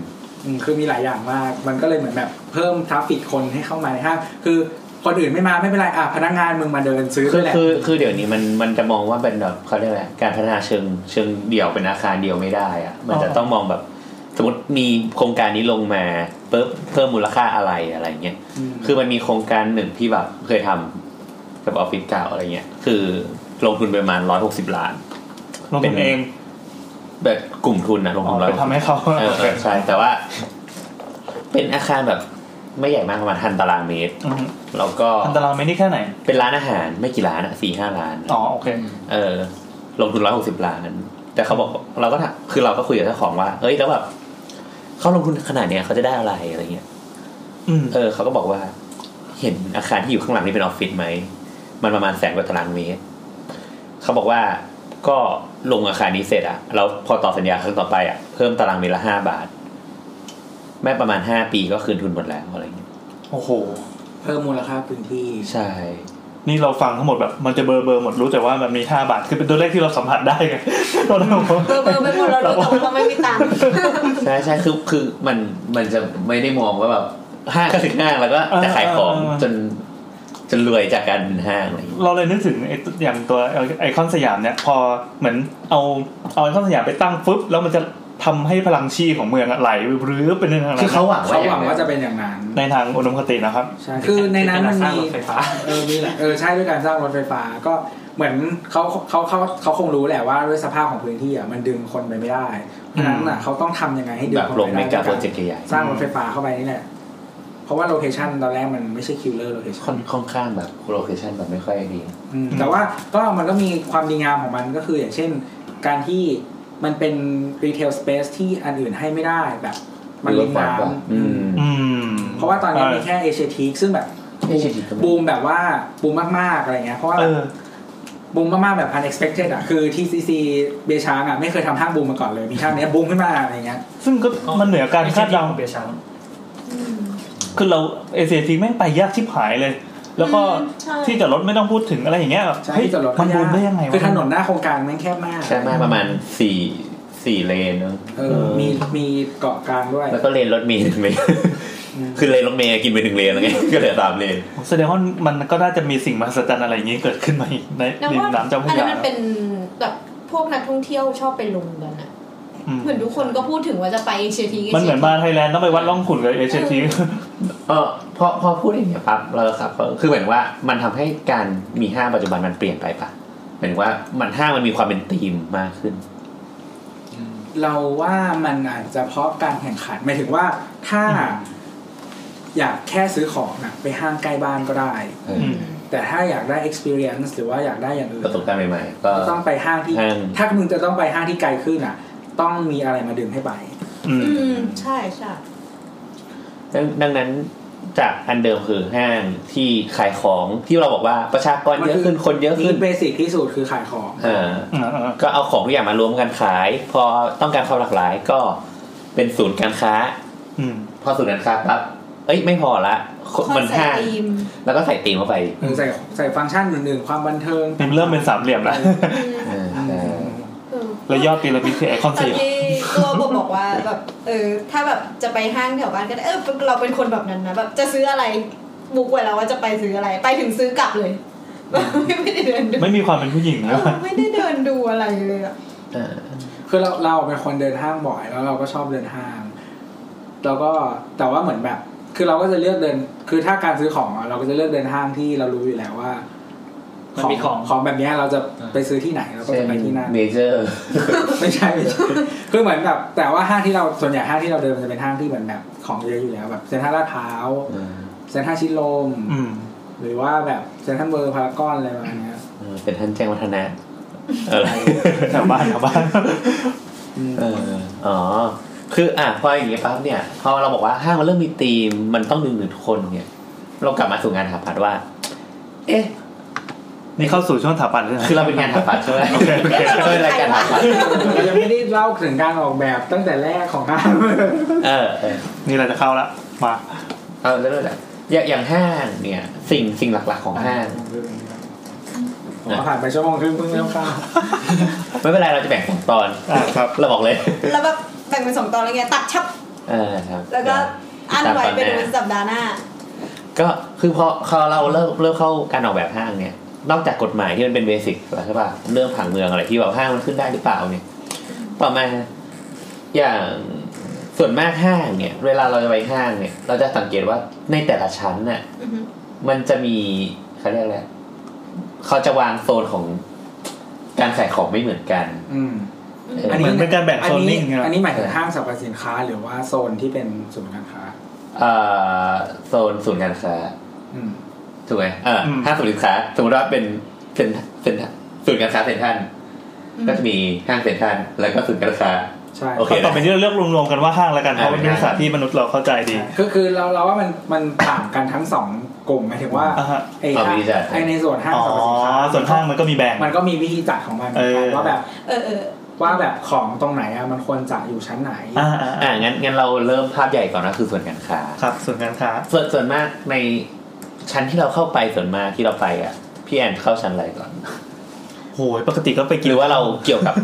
S4: ม
S5: คือมีหลายอย่างมาก มันก็เลยเหมือนแบบเพิ่มทราฟฟิกคนให้เข้ามาในห้างคือคนอื่นไม่มาไม่เป็นไรอ่ะพนักงานมึงมาเดินซื้อ
S4: คื
S5: ด้ว
S4: อย
S5: แหละ
S4: คือคือเดี๋ยวนี้มันมันจะมองว่าเป็นแบบเขาเรียกอะไรการพัฒนาเชิงเชิงเดี่ยวเป็นอาคารเดียวไม่ได้อะมันจะ
S3: อ๋อ
S4: ต้องมองแบบ สมมติมีโครงการนี้ลงมาเพิ่มเพิ่มมูลค่าอะไรอะไรเงี้ย คือมันมีโครงการหนึ่งที่แบบเคยทำกับออฟฟิศเก่าอะไรเงี้ย คือลงทุนไปประมาณร้อยหกสิบล้าน
S3: ลงทุนเอง
S4: แบบกลุ่มทุนนะลง
S3: อ๋
S4: ทุ
S3: อน
S4: ร้อ
S3: ไป
S4: ย
S3: ทำให้เขา
S4: เออเออใช่แต่ว่าเป็นอาคารแบบไม่ใหญ่มากประมาณพันตารางเมตร
S3: ม
S4: แล้วก็
S3: อันตรายไหมนี่แค่ไหน
S4: เป็นร้านอาหารไม่กี่ร้านอะสี่ห้าร้าน
S3: อ๋อโอเค
S4: เออ ลงทุนร้อยหกสิบล้าน แต่เขาบอกเราก็ถามคือเราก็คุยกับเจ้าของว่า เอ้ยแล้วแบบเขาลงทุนขนาดเนี้ยเขาจะได้อะไรอะไรเงี้ย
S3: อืม
S4: เออเขาก็บอกว่า เห็นอาคารที่อยู่ข้างหลังนี่เป็นออฟฟิศไหมมันประมาณแสนกว่าตารางเมตรเขาบอกว่าก็ลงอาคารนี้เสร็จอะแล้วพอต่อสัญญาครั้งต่อไปอะเพิ่มตารางเมตรละห้าบาท แม่ประมาณห้าปีก็คืนทุนหมดแล้วอะไรเงี้ย
S3: โอ้โห
S5: เพิ่มมูลค่าพื้นที่
S4: ใช่
S3: นี่เราฟังทั้งหมดแบบมันจะเบอร์เบอร์หมดรู้แต่ว่ามันมีห้าบาทคือเป็นตัวเลขที่เราสัมผัสได้ไง <laughs> ตอนนั้นผม
S9: เบอร์เบอร์ไปหมดแล้วรู้แต่ว่าเราไม่มีตังค์
S4: ใช่ใช่คือคือมันมันจะไม่ได้มองว่าแบบห้างก็ถึงห้างแล้วก็จะขายของจนจนรวยจากการเป็นห้างอะไรอย่างเงี้ย
S3: เราเลยนึกถึงไอ้อย่างตัวไอคอนสยามเนี่ย พอเหมือนเอาเอาไอคอนสยามไปตั้งปุ๊บแล้วมันจะทำให้พลังชีของเมืองอะไหลไปรื้อเป็นทางนั้น
S4: คือเขาหวัง
S5: เขา
S4: ว่า
S5: หวังว่า
S4: อย่
S5: จะเป็นอย่างนั้น
S3: ในทางอุดมคตินะครับ
S5: ใช่ คือในนั้นมัน
S6: สร้าง
S5: มี
S6: รถไฟฟ้า
S5: เออมีแหละเออใช่ด้วยการสร้างรถไฟฟ้าก็เหมือนเขาเขาเขาเขาคงรู้แหละว่าด้วยสภาพของพื้นที่อ่ะมันดึงคนไปไม่ได้เพราะฉะนั้นอ่ะเขาต้องทำยังไงให้ดึง
S4: แบบ
S5: คน
S4: ลง
S5: ไป
S4: ใน
S5: ได้
S4: กาโปรเจกต์ใหญ่
S5: สร้างรถไฟฟ้าเข้าไปนี่แหละเพราะว่าโลเคชันตอนแรกมันไม่ใช่คิวเลอร์โลเค
S4: ๆ
S5: ชั
S4: ค่อน นค่อนข้างแบบโลเคชันแบบไม่ค่อยดี
S5: แต่ว่าก็มันก็มีความดีงามของมันก็คืออย่างเช่น การที่มันเป็นรีเทลสเปซที่อันอื่นให้ไม่ได้แบบ มันริมน้ำ
S4: อื
S5: อืม
S4: ม
S3: อืม
S5: เพราะว่าตอนนี้มีแค่เอเชียทีคซึ่งแบบ
S4: ไม่ใช่ดีก็ไม่
S5: บูมแบบว่าบูมมากๆอะไรเงี้ยเพราะว่า
S3: เออ
S5: บูมมากๆแบบ unexpected อ่ะ คือ TCC เบช้างอ่ะ ไม่เคยทำห้างบูมมาก่อนเลย มีห้างเนี้ยบูมขึ้นมาอะไรเงี้ย
S3: ซึ่งก็มันเหนือการคาดเดา
S6: เบียร์ช้าง
S3: คือเราเอเชียทีแม่งไปยากชิบหายเลย แล้วก็
S7: อืมใช่
S3: ที่จอดรถไม่ต้องพูดถึงอะไรอย่างเงี้ยแบบ
S5: ใช่
S3: เฮ้ย
S5: ที่จอดรถ
S3: มันบูมได้ยังไงวะ
S5: คือถนนหน้าโครงการแม่งแคบมาก
S4: ใช่ไหมประมาณสี่สี่เลนเนอะ
S5: เออมีมีเกาะกลางด้วย
S4: แล้วก็เลนรถเมล์หนึ่งเลน <laughs> คือเลนรถเมล์กินไปหนึ่งเลนแล้วไง <laughs> ก็เหลือสามเลน
S3: แสดงว่ามันก็น่าจะมีสิ่งมหัศจรรย์อะไรอย่างนี้เกิดขึ้นมาอีกใน
S9: นะ
S3: ริม
S9: ว่า
S3: น้ำเจ้าพ
S9: อัน
S3: ระ
S9: นั้
S3: ยาน
S9: มันเป็นแบบพวกนักท่องเที่ยวชอบไปลงกันอะ
S3: อืม
S9: เหมือนทุกคนก็พูดถึงว่าจะไปเอเชียที
S3: มันเหมือนมาไทยแลนด์ต้องไปวัดล่องขุนกับเอเชียที
S4: เออพอพอพูดอย่างเงี้ยปั๊บเราครับก็คือเหมือนว่ามันทำให้การมีห้างปัจจุบันมันเปลี่ยนไปปะเหมือนว่ามันห้างมันมีความเป็นธีมมากขึ้น
S5: เราว่ามันอาจจะเพราะการแข่งขันหมายถึงว่าถ้า อยากแค่ซื้อของนะไปห้างใกล้บ้านก็ได้
S4: เอออื
S3: ม
S5: แต่ถ้าอยากได้ experience หรือว่าอยากได้อย่างอื่น
S4: ประสบการณ์ใหม่ๆก็
S5: ก็ต้องไปห้างที่
S4: ห้าง
S5: ถ้ามึงจะต้องไปห้างที่ไกลขึ้นอ่ะ ต้องมีอะไรมาดึงให้ไป
S3: อืม
S7: อืมใช่ใช่
S4: ดังดังนั้นจากอันเดิมคือห้างที่ขายของที่เราบอกว่าประชากรเยอะขึ้นคนเยอะขึ้น
S5: เบสิกที่สุดคือขายของ
S4: เออ
S3: อ่าอ่า
S4: ก็เอาของทุกอย่างมารวมกันขาย พอต้องการความหลากหลายก็เป็นศูนย์การค้า
S3: อืม
S4: พอศูนย์การค้าปั๊บเอ้ยไม่พอละมันห้างแล้วก็ใส่ตีมเข้าไป
S5: หรือใส่ใส่ฟังก์ชันอื่นๆความบันเทิง
S3: เป็นเริ่มเป็นสามเหลี่ยมแล้ว
S4: เออ
S5: อื
S4: ใช่
S5: ม
S3: แล้วยอดพีระมิดคือไอคอน
S7: ต
S3: ส
S7: อน
S3: ยาม
S7: ที่ตัวบอกบอกว่าแบบเออถ้าแบบจะไปห้างแถวบ้านก็ได้เออเราเป็นคนแบบนั้นนะแบบจะซื้ออะไรบุกไว้แล้วว่าจะไปซื้ออะไร ไปถึงซื้อกลับเลยแบบไม่ได้เดินดู
S3: ไม่มีความเป็นผู้หญิง
S7: เอ
S3: แล้
S7: อไม่ได้เดินดูอะไรเลยอะ
S4: เออ
S5: คือเราเราเป็นคนเดินห้างบ่อยแล้วเราก็ชอบเดินห้างเราก็แต่ว่าเหมือนแบบ คือเราก็จะเลือกเดิน คือถ้าการซื้อของอะเราก็จะเลือกเดินห้างที่เรารู้อยู่แล้วว่า
S6: มันมีของ
S5: ของแบบเนี้ยเราจะไปซื้อที่ไหนเราก็จะไปที่นั่น
S4: เมเจอร์
S5: <laughs> ไม่ใช่ไม่ใช่คือเหมือนแบบแต่ว่าห้างที่เราส่วนใหญ่ห้างที่เราเดินมันจะเป็นห้างที่เหมือนแบบ ของเยอะอยู่แล้วแบบเซ็นทรัลลาดพร้าวเซ็นทรัลชิดลม
S3: อืม
S5: หรือว่าแบบเซ็นทรัลเวิร์พารากอนอะไรประมาณเนี้ย <laughs>
S4: เป็นท่านแจ้งวัฒนะอะไร
S3: แถวบ้านแถวบ้าน
S4: เอออ๋อ คืออ่ะพออย่างงี้ปั๊บเนี่ย พอเราบอกว่าห้างมันเริ่มมีธีม มันต้องดึงดูดคนเนี่ย เรากลับมาสู่งานถาปัดว่า เอ๊ะ
S3: นี่เข้าสู่ช่วงถาปัตย์ใช่ไหม
S4: คือเราเป็นงานถาปัดใช่ไหม
S3: โอเคโอเค
S4: เป็นรายการถาปัด
S5: เรายังไม่ได้เล่าถึงการออกแบบตั้งแต่แรกของห้าง
S4: เออเออ
S3: นี่เราจะเข้าละมา
S4: เอาเรื่อยๆอย่างอย่างห้างเนี่ย สิ่งสิ่งหลักๆของห้าง
S5: ผมผ่านไปชั่วโมงครึ่งเพิ่งเริ่มเข้า
S4: ไม่เป็นไรเราจะแบ่งสองตอน
S3: อ่าครับ
S4: เราบอกเลย
S7: แล้วแบบแบ่งเป็นสองตอนอะไรเงี้ยตัดชับ
S4: เออครับ
S7: แล้วก็อั้นไว้ไปดูสัปดาห์หน้า
S4: ก็คือพอพอเราเริ่มเริ่มเข้าการออกแบบห้างเนี่ย นอกจากกฎหมายที่มันเป็นเบสิกแล้วใช่ป่ะเรื่องผังเมืองอะไรที่แบบห้างมันขึ้นได้หรือเปล่าเนี่ย ต่อมาอย่างส่วนมากห้างเนี่ย เวลาเราจะไปห้างเนี่ย เราจะสังเกตว่าในแต่ละชั้นน่ะ
S7: อือฮึ
S4: มันจะมีเขาเรียกอะไรเขาจะวางโซนของการขายของไม่เหมือนกัน
S5: อืม
S4: เออ
S3: อันนี้ เหมืเป็นการแบ่งโซนนิ่งอะ
S5: อันนี้หมายถึงห้างสรรพสินค้า หรือว่าโซนที่เป็นศูนย์การค้า
S4: เอ่อโซนศูนย์การค้า
S5: อืม
S4: ถูกไหมเอออ
S3: ม
S4: ห้างสรรพสินค้า สมมติว่าเป็นเซ็นเซ็นศูนย์การค้าเซ็นทรัลก็จะมีห้างเซ็นทรัลแล้วก็ศูนย์การค้า
S5: ใช่
S4: โอเค
S3: ต่อไปนี้เราเลือกรวมๆกันว่าห้างละกันเพราะมันเป็นภาษาที่มนุษย์เราเข้าใจดี
S5: ก็คือเราเราว่ามันมันต่างกันทั้งสองกลุ่มหมายถึงว่า
S3: อ่าฮะ
S5: ไอ้
S4: เอา
S5: ห้าง
S4: วิธีจัด
S5: ไอ้ในส่วนห้าง
S3: อ๋อ
S5: สรรพสินค้า
S3: ส่วนห้างมันก็มีแบ่ง
S5: มันก็มีวิธีจัดของมันเหมือน
S3: เออ
S5: กันว่าแบบ
S7: เออเออ
S5: ว่าแบบของตรงไหนอะมันควรจะอยู่ชั้นไหน
S3: อ่าอ่าอ่า
S4: อ่างั้นงั้นเราเริ่มภาพใหญ่ก่อนนะคือส่วนการค้า
S3: ครับส่วนการค้า
S4: ส่วนส่วนมากในชั้นที่เราเข้าไปส่วนมากที่เราไปอ่ะพี่แอนเข้าชั้นอะไรก่อน
S3: โหยปกติก็ไปกิน
S4: หรือว่าเราเกี่ยวกับ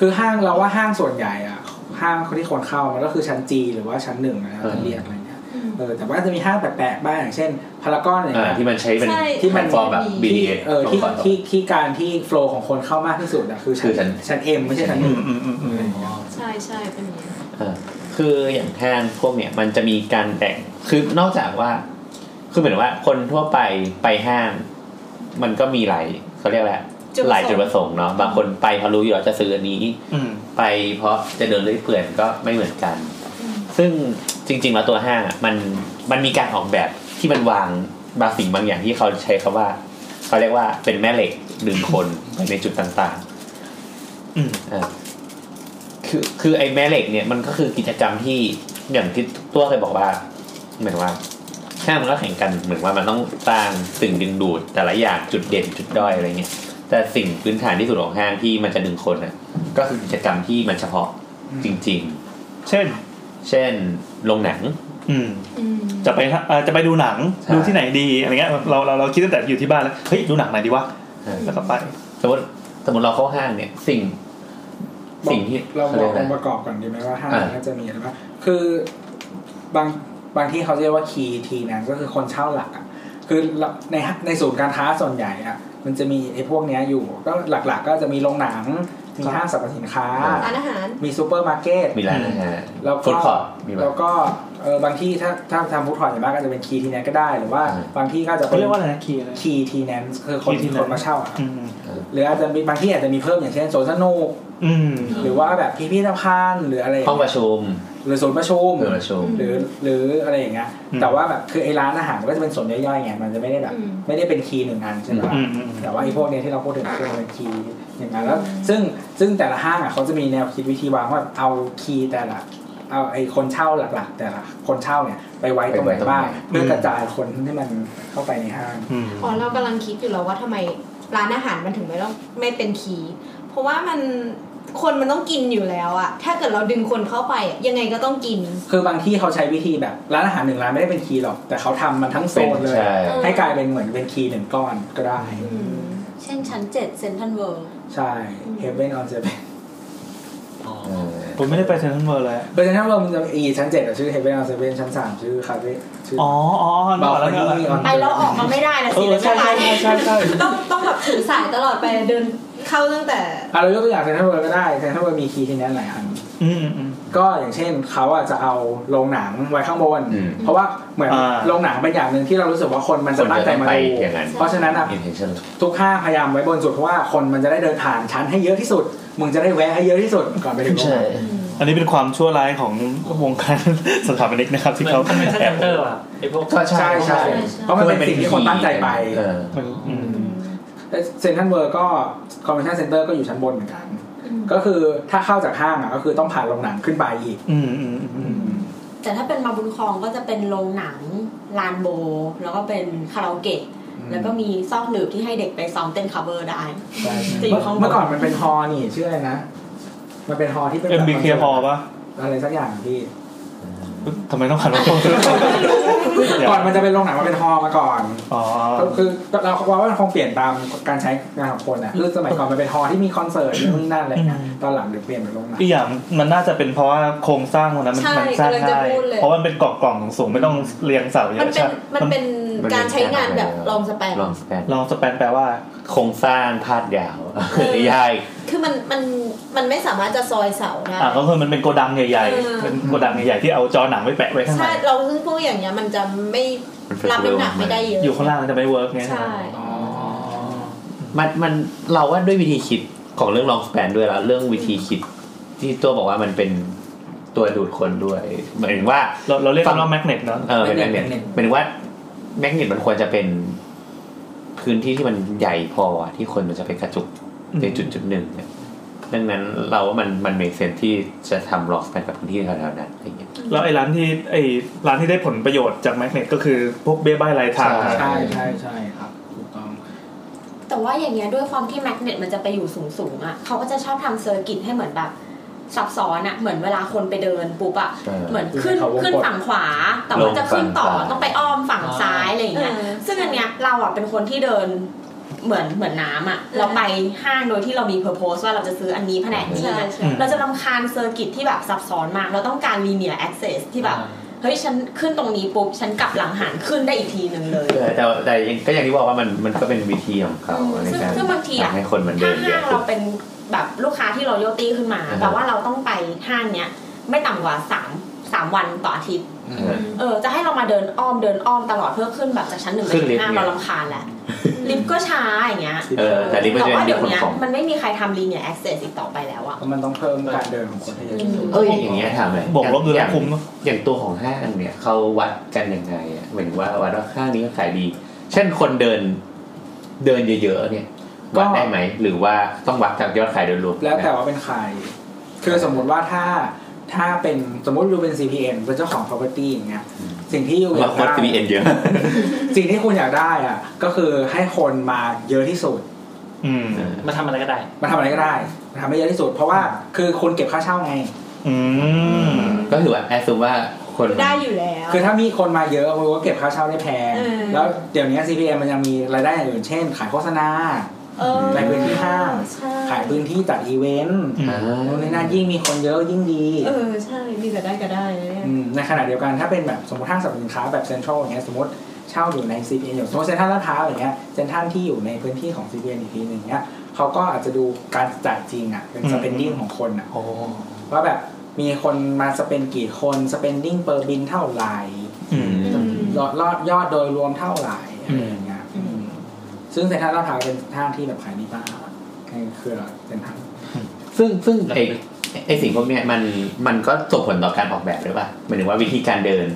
S5: คือห้างเราว่าห้างส่วนใหญ่อะห้างที่คนเข้ามันก็คือชั้นจีหรือว่าชั้นหนึ่งนะ
S4: เออ
S5: ชั้นเรียกอะไรเงี้ยเออแต่ว่าจะมีห้างแปลกๆบ้างอย่างเช่นพารากอนอะไร
S4: อ่า
S5: เงี้ย
S4: ที่มันใช้เป็น
S7: ใช่
S4: ที่มันฟอร์มแบบ
S5: ที่
S4: BDA
S5: เออที่ที่ที่การที่โฟล์ของคนเข้ามากที่สุดอะคือ
S4: คือชั้น
S5: ชั้นเอ็มไม่ใช่ชั้นห
S3: อื
S5: นึ่ง
S3: มอืมอืมอืม
S9: ใช่ใช่เป็นอย่างนี้
S4: อ่าคืออย่างห้างพวกเนี่ยมันจะมีการแบ่งคือนอกจากว่า คือเหมือนว่าคนทั่วไปไปห้าง มันก็มีหลายเขาเรียกแหละ
S7: จุดประสงค์
S4: ไรหลายจุดประสงค์เนาะบางคนไปเพราะรู้อยู่แล้วจะซื้ออันนี้
S3: อืม
S4: ไปเพราะจะเดินเรื่อยเปื่อยก็ไม่เหมือนกัน ซึ่งจริงๆแล้วตัวห้างอะมันมันมีการออกแบบที่มันวางบางสิ่งบางอย่างที่เขาใช้คำว่าเขาเรียกว่าเป็นแม่เหล็กดึงคนไปในจุดต่าง
S3: อืม
S4: ๆอ่าคือคือไอ้แม่เหล็กเนี่ยมันก็คือกิจกรรมที่อย่างที่ตัวเคยบอกว่าเหมือนว่าห้างมันก็แข่งกันเหมือนว่ามันต้องสร้างสิ่งดึงดูด แต่ละอย่างจุดเด่นจุดด้อยอะไรเงี้ยแต่สิ่งพื้นฐานที่สุดของห้างที่มันจะดึงคนน่ะก็คือกิจกรรมที่มันเฉพาะจริง ๆ
S3: เช่น
S4: เช่นโรงหนัง
S3: อืม จะไปทำเอ่อจะไปดูหนัง
S4: ใช่
S3: ดูที่ไหนดีอะไรเงี้ยเราเราเราคิดตั้งแต่อยู่ที่บ้านแล้วเฮ้ยดูหนังไหนดีวะแล้วก็ไป
S4: สมมติสมมติเราเข้าห้างเนี่ย สิ่ง สิ่งที่
S5: เรา
S4: เขา
S5: บ
S4: เรี
S5: อย ก
S4: ก
S5: อ
S4: นะ
S5: งค์ประกอบก่อนดีไหมว่าห้างน่าจะมีอะไรบ้างคือบางบางที่เขาเรียกว่าคีย์ทีนะก็คือคนเช่าหลักอ่ะคือในในศูนย์การค้าส่วนใหญ่อ่ะมันจะมีไอ้พวกเนี้ยอยู่ ก็หลักๆ ก็จะมีโรงหนังมีห้างสรรพสินค้า
S7: ร้านอาหาร
S5: มีซูเปอร์มาร์เก็ต
S4: มีร้านอาหาร
S5: แล้วก็
S4: Food court มีไหม
S5: แล้วก็เออบางที่ถ้าถ้าทำฟู้ดคอร์ตอย่างมากก็จะเป็นคีย์ทีแนนก็ได้หรือว่า
S4: อ่า
S5: บางที่ก็จะ
S3: เขาเรียกว่าอะไรนะ key อะไร
S5: คีย์ทีแนนคือคน
S3: key tenant
S5: คนมาเช่าอะ
S3: อืม
S5: หรืออาจจะมีบางที่อาจจะมีเพิ่มอย่างเช่นสวนสนุก
S3: อืม
S5: หรือว่าแบบพิพิธภัณฑ์หรืออะไรอย่าง
S4: ห้องป
S5: เงี้ย
S4: ระชุม
S5: หรือศูนย์ประชุม
S4: เพื่อประชุม
S5: หรือหรืออะไรอย่างเงี้ยแต่ว่าแบบคือไอ้ร้านอาหารมันก็จะเป็นส่วนย่อยๆไงมันจะไม่ได้แบบ
S7: อืม
S5: ไม่ได้เป็นคีย์หนึ่งอันใช่ไหม
S3: อื
S5: ล่ะ
S3: มอืม
S5: แต่ว่าไอ้พวกเนี้ยที่เราพูดถึงคือเป็นคีย์อย่างนั้นแล้ว ซึ่งซึ่งแต่ละห้างอ่ะเขาจะมีแนวคิดวิธีวางว่าเอาคีย์แต่ละ เอาไอ้คนเช่าหลักๆ แต่ละคนเช่าเนี่ยไปไว้ตรงไห
S4: ไปไว้
S5: น
S4: ตรงไหน
S5: บ้างเพื่อกระจายคนที่มันเข้าไปในห้าง
S3: อืม
S9: อ๋อเรากำลังคิดอยู่แล้วว่าทำไมร้านอาหารมันถึงไม่ต้องไม่เป็นคีย์เพราะว่ามันคนมันต้องกินอยู่แล้วอะถ้าเกิดเราดึงคนเข้าไปอะยังไงก็ต้องกิน
S5: คือบางที่เขาใช้วิธีแบบร้านอาหารหนึ่งร้านไม่ได้เป็นคีย์หรอก แต่เขาทำมันทั้งโซ
S4: เป็น
S5: นเลย
S4: ใช่
S9: เออ
S5: ให้กลายเป็นเหมือนเป็นคีย์หนึ่งก้อนก็ได้
S8: เช่นชั้นเจ็ดเซนทันเวิร์
S5: ใช่เฮเว่นออนเจเป็น
S4: เออ
S3: ผมไม่ได้ไปเซนทรัลเวิร์เลยอะ
S5: เพราะฉะนั้นว่ามันจะอีชั้นเจ็ดอะชื่อเฮเว่นออนเจเป็นชั้นสามชื่อคาเฟ่ชื่อ
S3: อ๋ออ๋อนึก
S5: บา
S3: ออก
S5: ร์
S3: แล้วนึกออก
S5: คา
S3: แล้ว
S5: นี่ออน
S8: ไปแล้วออกมาไม่ได้นะ
S3: เอ
S8: สิ
S3: อใช่ใช่ใช่ใช่
S9: ต้องต้องแบบถือสายตลอดไปเดินเข้าตั้งแต่
S5: อ่ะเรายกตัวอย่างเซนทรัลเวิลด์ก็ได้เซนทรัลเวิลด์มีคีย์ที่นั่นหลายอัน
S3: อืมอืมอืม
S5: ก็อย่างเช่นเขาอาจจะเอาโรงหนังไว้ข้างบน
S4: อืม
S5: เพราะว่าเหมือน
S3: อ่า
S5: โรงหนังเป็นอย่างหนึ่งที่เรารู้สึกว่าคนมันจะตั้งใจมา
S4: คน
S5: ดู
S4: เยอะไปอย่างนั้น
S5: เพราะฉะนั้นอ่ะ
S4: intention
S5: ทุกห้างพยายามไว้บนสุดเพราะว่าคนมันจะได้เดินผ่านชั้นให้เยอะที่สุด มึงจะได้แวะให้เยอะที่สุดก่อนไปถึงโรง
S4: ใช่
S5: หนัง
S3: อันนี้เป็นความชั่วร้ายของวงการสถาปนิกนะครับที่เขา
S6: มันเป็น
S3: แอ
S6: แช
S3: บ
S6: ปเตอร์อะไอพวก
S4: ก็ใช่
S5: ใช่ใช่เพราะมันเป็นสิ่งที่คนตั้งใจไป
S4: เออ
S3: มันอืม
S5: เซ็นทรัลเวิร์ก็คอมเมชั่นเซ็นเตอร์ก็อยู่ชั้นบนเหมือนกัน ก็คือถ้าเข้าจากห้างอ่ะก็คือต้องผ่านโรงหนังขึ้นไปอีก
S3: อืมอืมอืม
S8: แต่ถ้าเป็นมาบุญคลองก็จะเป็นโรงหนังลานโบ แล้วก็เป็นคาราโอเกะ แล้วก็มีซอกหลืบที่ให้เด็กไปซ้อมเต้นคัฟเวอร์ได้
S5: ใช่
S8: จะอยู่ข้างบน
S5: เมื่อก่อนมันเป็นฮอลล์นี่ชื่ออะไรนะ มันเป็นฮอลล์ที่เป็น
S3: เอ็
S5: แบ
S3: ม
S5: บ
S3: บีเคพอปะ
S5: อะไรสักอย่างพี่
S3: ทำไมต้องขันมาพอ
S5: ก่อนมันจะเป็นโรงหนังมาเป็นฮอลล์มาก่อน
S3: อ๋อ
S5: ก็คือเราว่ามันคงเปลี่ยนตามการใช้งานของคนอ่ะคือสมัยก่อนมันเป็นฮอลล์ที่มีคอนเสิร์ตนู่นนนั่นอะไรนะตอนหลังถึงเปลี่ยนเป็นโรงหนัง
S3: อีกอย่างมันน่าจะเป็นเพราะว่าโครงสร้างของนั้นมัน
S9: ใช่
S3: มันสร้าง
S9: กำลังจะ
S3: ง่าย
S9: พูดเลย
S3: เพราะมันเป็นกล่องกล่องๆสูงๆไม่ต้องเรียงเสาเย
S9: มันเป็น
S3: อะใช่
S9: มันเป็นการใช้งานแบบลองสแปน
S4: ลองสแปน
S3: ลองสแปนแปลว่า
S4: โครงสร้างพาดยาวหรื <laughs> อยาย
S9: คือมันมันมันไม่สามารถจะซอยเสาได้
S3: อ่ะก็คือมันเป็นโกดังใหญ่
S9: เออ
S3: ๆเป็นโกดังใหญ่ๆที่เอาจอหนังไปแปะไว้ข้างใน
S9: ใช่เราซึ่งพวกอย่างเงี้ยมันจะไม่รับน้ำหนักไม่ได้เยอะ
S3: อยู่ข้างล่างมันจะไม่เวิร์กไง
S9: ใช่
S5: อ๋อ
S4: มันมันเราว่าด้วยวิธีคิดของเรื่องลองสแปนด้วยละเรื่องวิธีคิด ที่ตัวบอกว่ามันเป็นตัวดูดคนด้วยหมายถึงว่า
S3: เราเราเรียก
S4: ฟั
S3: มัน
S4: ง
S3: ว่าแมกเนตเนาะ
S4: เออเป็นแมกเนตหมายถึงว่าแมกเนตมันควรจะเป็นพื้นที่ที่มันใหญ่พอที่คนมันจะไปกระจุก ในจุดจุดหนึ่งเนี่ยดังนั้นเราว่ามันมันเมคเซนที่จะทำล็อกไปกับพื้นที่แถวๆนั้นอะไรเงี้ย
S3: แล้วไอ้ร้านที่ไอ้ร้านที่ได้ผลประโยชน์จากแมกเนตก็คือพวกเบี้ยบ้ายรายทาง
S4: ใช่
S5: ใช่ใช่ใช่ครับถูกต้อง
S8: แต่ว่าอย่างเงี้ยด้วยความที่แมกเนตมันจะไปอยู่สูงสูงๆอะ่ะเขาก็จะชอบทำเซอร์กิตให้เหมือนแบบซับซ้อนอะ่ะเหมือนเวลาคนไปเดินปุ๊บอะ่ะ
S4: ใช่
S8: เหมือนขึ้นขึ้นฝั่งขวา แต่ว่าจะขึ้นต่อต้องไปอ้อมฝั่งซ้ายอะไรอย่างเงี้ย ซึ่งอันเนี้ยเราอ่ะเป็นคนที่เดินเหมือนเหมือนน้ำอ่ะเราไปห้างโดยที่เรามีเพอร์โพสว่าเราจะซื้ออันนี้แผนกนี้
S9: ใช่
S8: นะ
S9: ใช่
S8: เราจะรำคาญเซอร์กิตที่แบบซับซ้อนมาก เราต้องการ linear access ที่แบบ เฮ้ย ฉันขึ้นตรงนี้ปุ๊บ ฉันกลับหลังหันขึ้นได้อีกทีหนึ่งเลย
S4: เออแต่แต่ยังก็อย่างที่บอกว่ามันมันก็เป็นวิธีของเขา
S8: อืม
S4: ใน
S8: ซึ่ง
S4: การ
S8: ซึ่งบางทีอะ
S4: ทำให้คนมันเดิ
S8: ถ้าน
S4: เย
S8: ห้า
S4: อะ
S8: ง
S4: ขึ้
S8: เรา
S4: น
S8: เป็นแบบลูกค้าที่ loyalty ขึ้นมา
S4: อ่าฮะ
S8: แต่ว่าเราต้องไปห้างเนี้ย ไม่ต่ำกว่าสามสามวันต่ออาทิตย์
S4: เออ
S8: เออ จะให้เรามาเดินอ้อมเดินอ้อมตลอดเพื่อขึ้นแบบจากชั้นหนึ่งไป
S4: ขึ้นลิ
S8: ชั้
S4: ฟต์ไง
S8: นห้าเราลำคาญแหละ ลิฟต์ก็ช้าอย่างเงี้ย
S4: เออแต่นี่มัน
S8: แต่
S4: จะ
S8: ว่า
S4: มี
S8: เดี๋ยว
S4: คน
S8: เนี้ย
S4: ของ
S8: มันไม่มีใครทำ linear access อีกต่อไปแล้วอ่ะ
S5: เพราะมันต้องเพิ่มการเดินของคนให้เยอะที่สุด
S4: เอ้ยอย่างเงี้ยถามเลย
S3: บวกลบดู
S4: อ
S3: แล
S4: ย่าง
S3: คุ้มเนอะ
S4: อย่างตัวของห้างเนี่ยเขาวัดกันยังไงอะเหมือนว่าวัดว่าห้างนี้ขายดี เช่นคนเดินเดินเยอะๆเนี่ยวัดได้ไหมหรือว่าต้องวัดจากยอดขายโดยรวม
S5: แล้วแต่ว่าเป็นใคร คือสมมติว่าถ้าถ้าเป็นสมมติยูเป็น CPN เป็นเจ้าของ property อย่างเงี้ยสิ่งที่ยูอยา
S4: เรา
S5: ก
S4: วัด
S5: ได้
S4: CPN
S5: <laughs>
S4: เยอะ
S5: สิ่งที่คุณอยากได้อ่ะก็คือให้คนมาเยอะที่สุด
S3: อืม
S6: มาทำอะไรก็ได้
S5: มาทำอะไรก็ได้มาทำให้เยอะที่สุด เพราะว่าคือคุณเก็บค่าเช่าไง
S3: อืม
S4: ก็ถือว่าแอดซูมว่า คน
S7: ได้อยู่แล้ว
S5: คือถ้ามีคนมาเยอะมันก็เก็บค่าเช่าได้แพง
S7: เออ
S5: แล้วเดี๋ยวนี้ CPM มันยังมีรายได้อย่างอื่นเช่น ขายโฆษณา
S7: เออ
S5: ในพื้นที่ห้าง
S7: ใช่
S5: ขายพื้นที่จัดอีเวนต์
S4: อ่า
S5: นู่นนี่นั่นยิ่งมีคนเยอะยิ่งดี
S7: เออใช่มีแต่ได้ก็ได้นะเนี่ย
S5: มในขณะเดียวกันถ้าเป็นแบบสมมติห้างสรรพสินค้าแบบเซ็นทรัลอย่างเงี้ยสมมติเช่าอยู่ใน CPN อยู่สมมติเซ็นทรัลลาดพร้าวอย่างเงี้ยเซ็นทรัลที่อยู่ในพื้นที่ของ CPN อีกทีหนึ่งเงี้ยเขาก็อาจจะดูการจ่ายจริงอ่ะเป็น
S3: อืม
S5: spending ของคนอ่ะ
S3: โอ้
S5: ว่าแบบมีคนมาสเปนกี่คน spending per bin เท่าไหร่
S3: อืม
S4: อืม
S5: ยอดยอดโดยรวมเท่าไหร่อะไรอย่างเงี้ยอืมซึ่งเซ็นทรัลลาดพร้าวเป็นห้างที่แบบขายดีมากในเครือเซ็นทรัล
S4: ซึ่งซึ่งไอไอสิ่งพวกเนี้ยมันมันก็ส่งผลต่อการออกแบบหรือเปล่าหมายถึงว่าวิธีการเดิน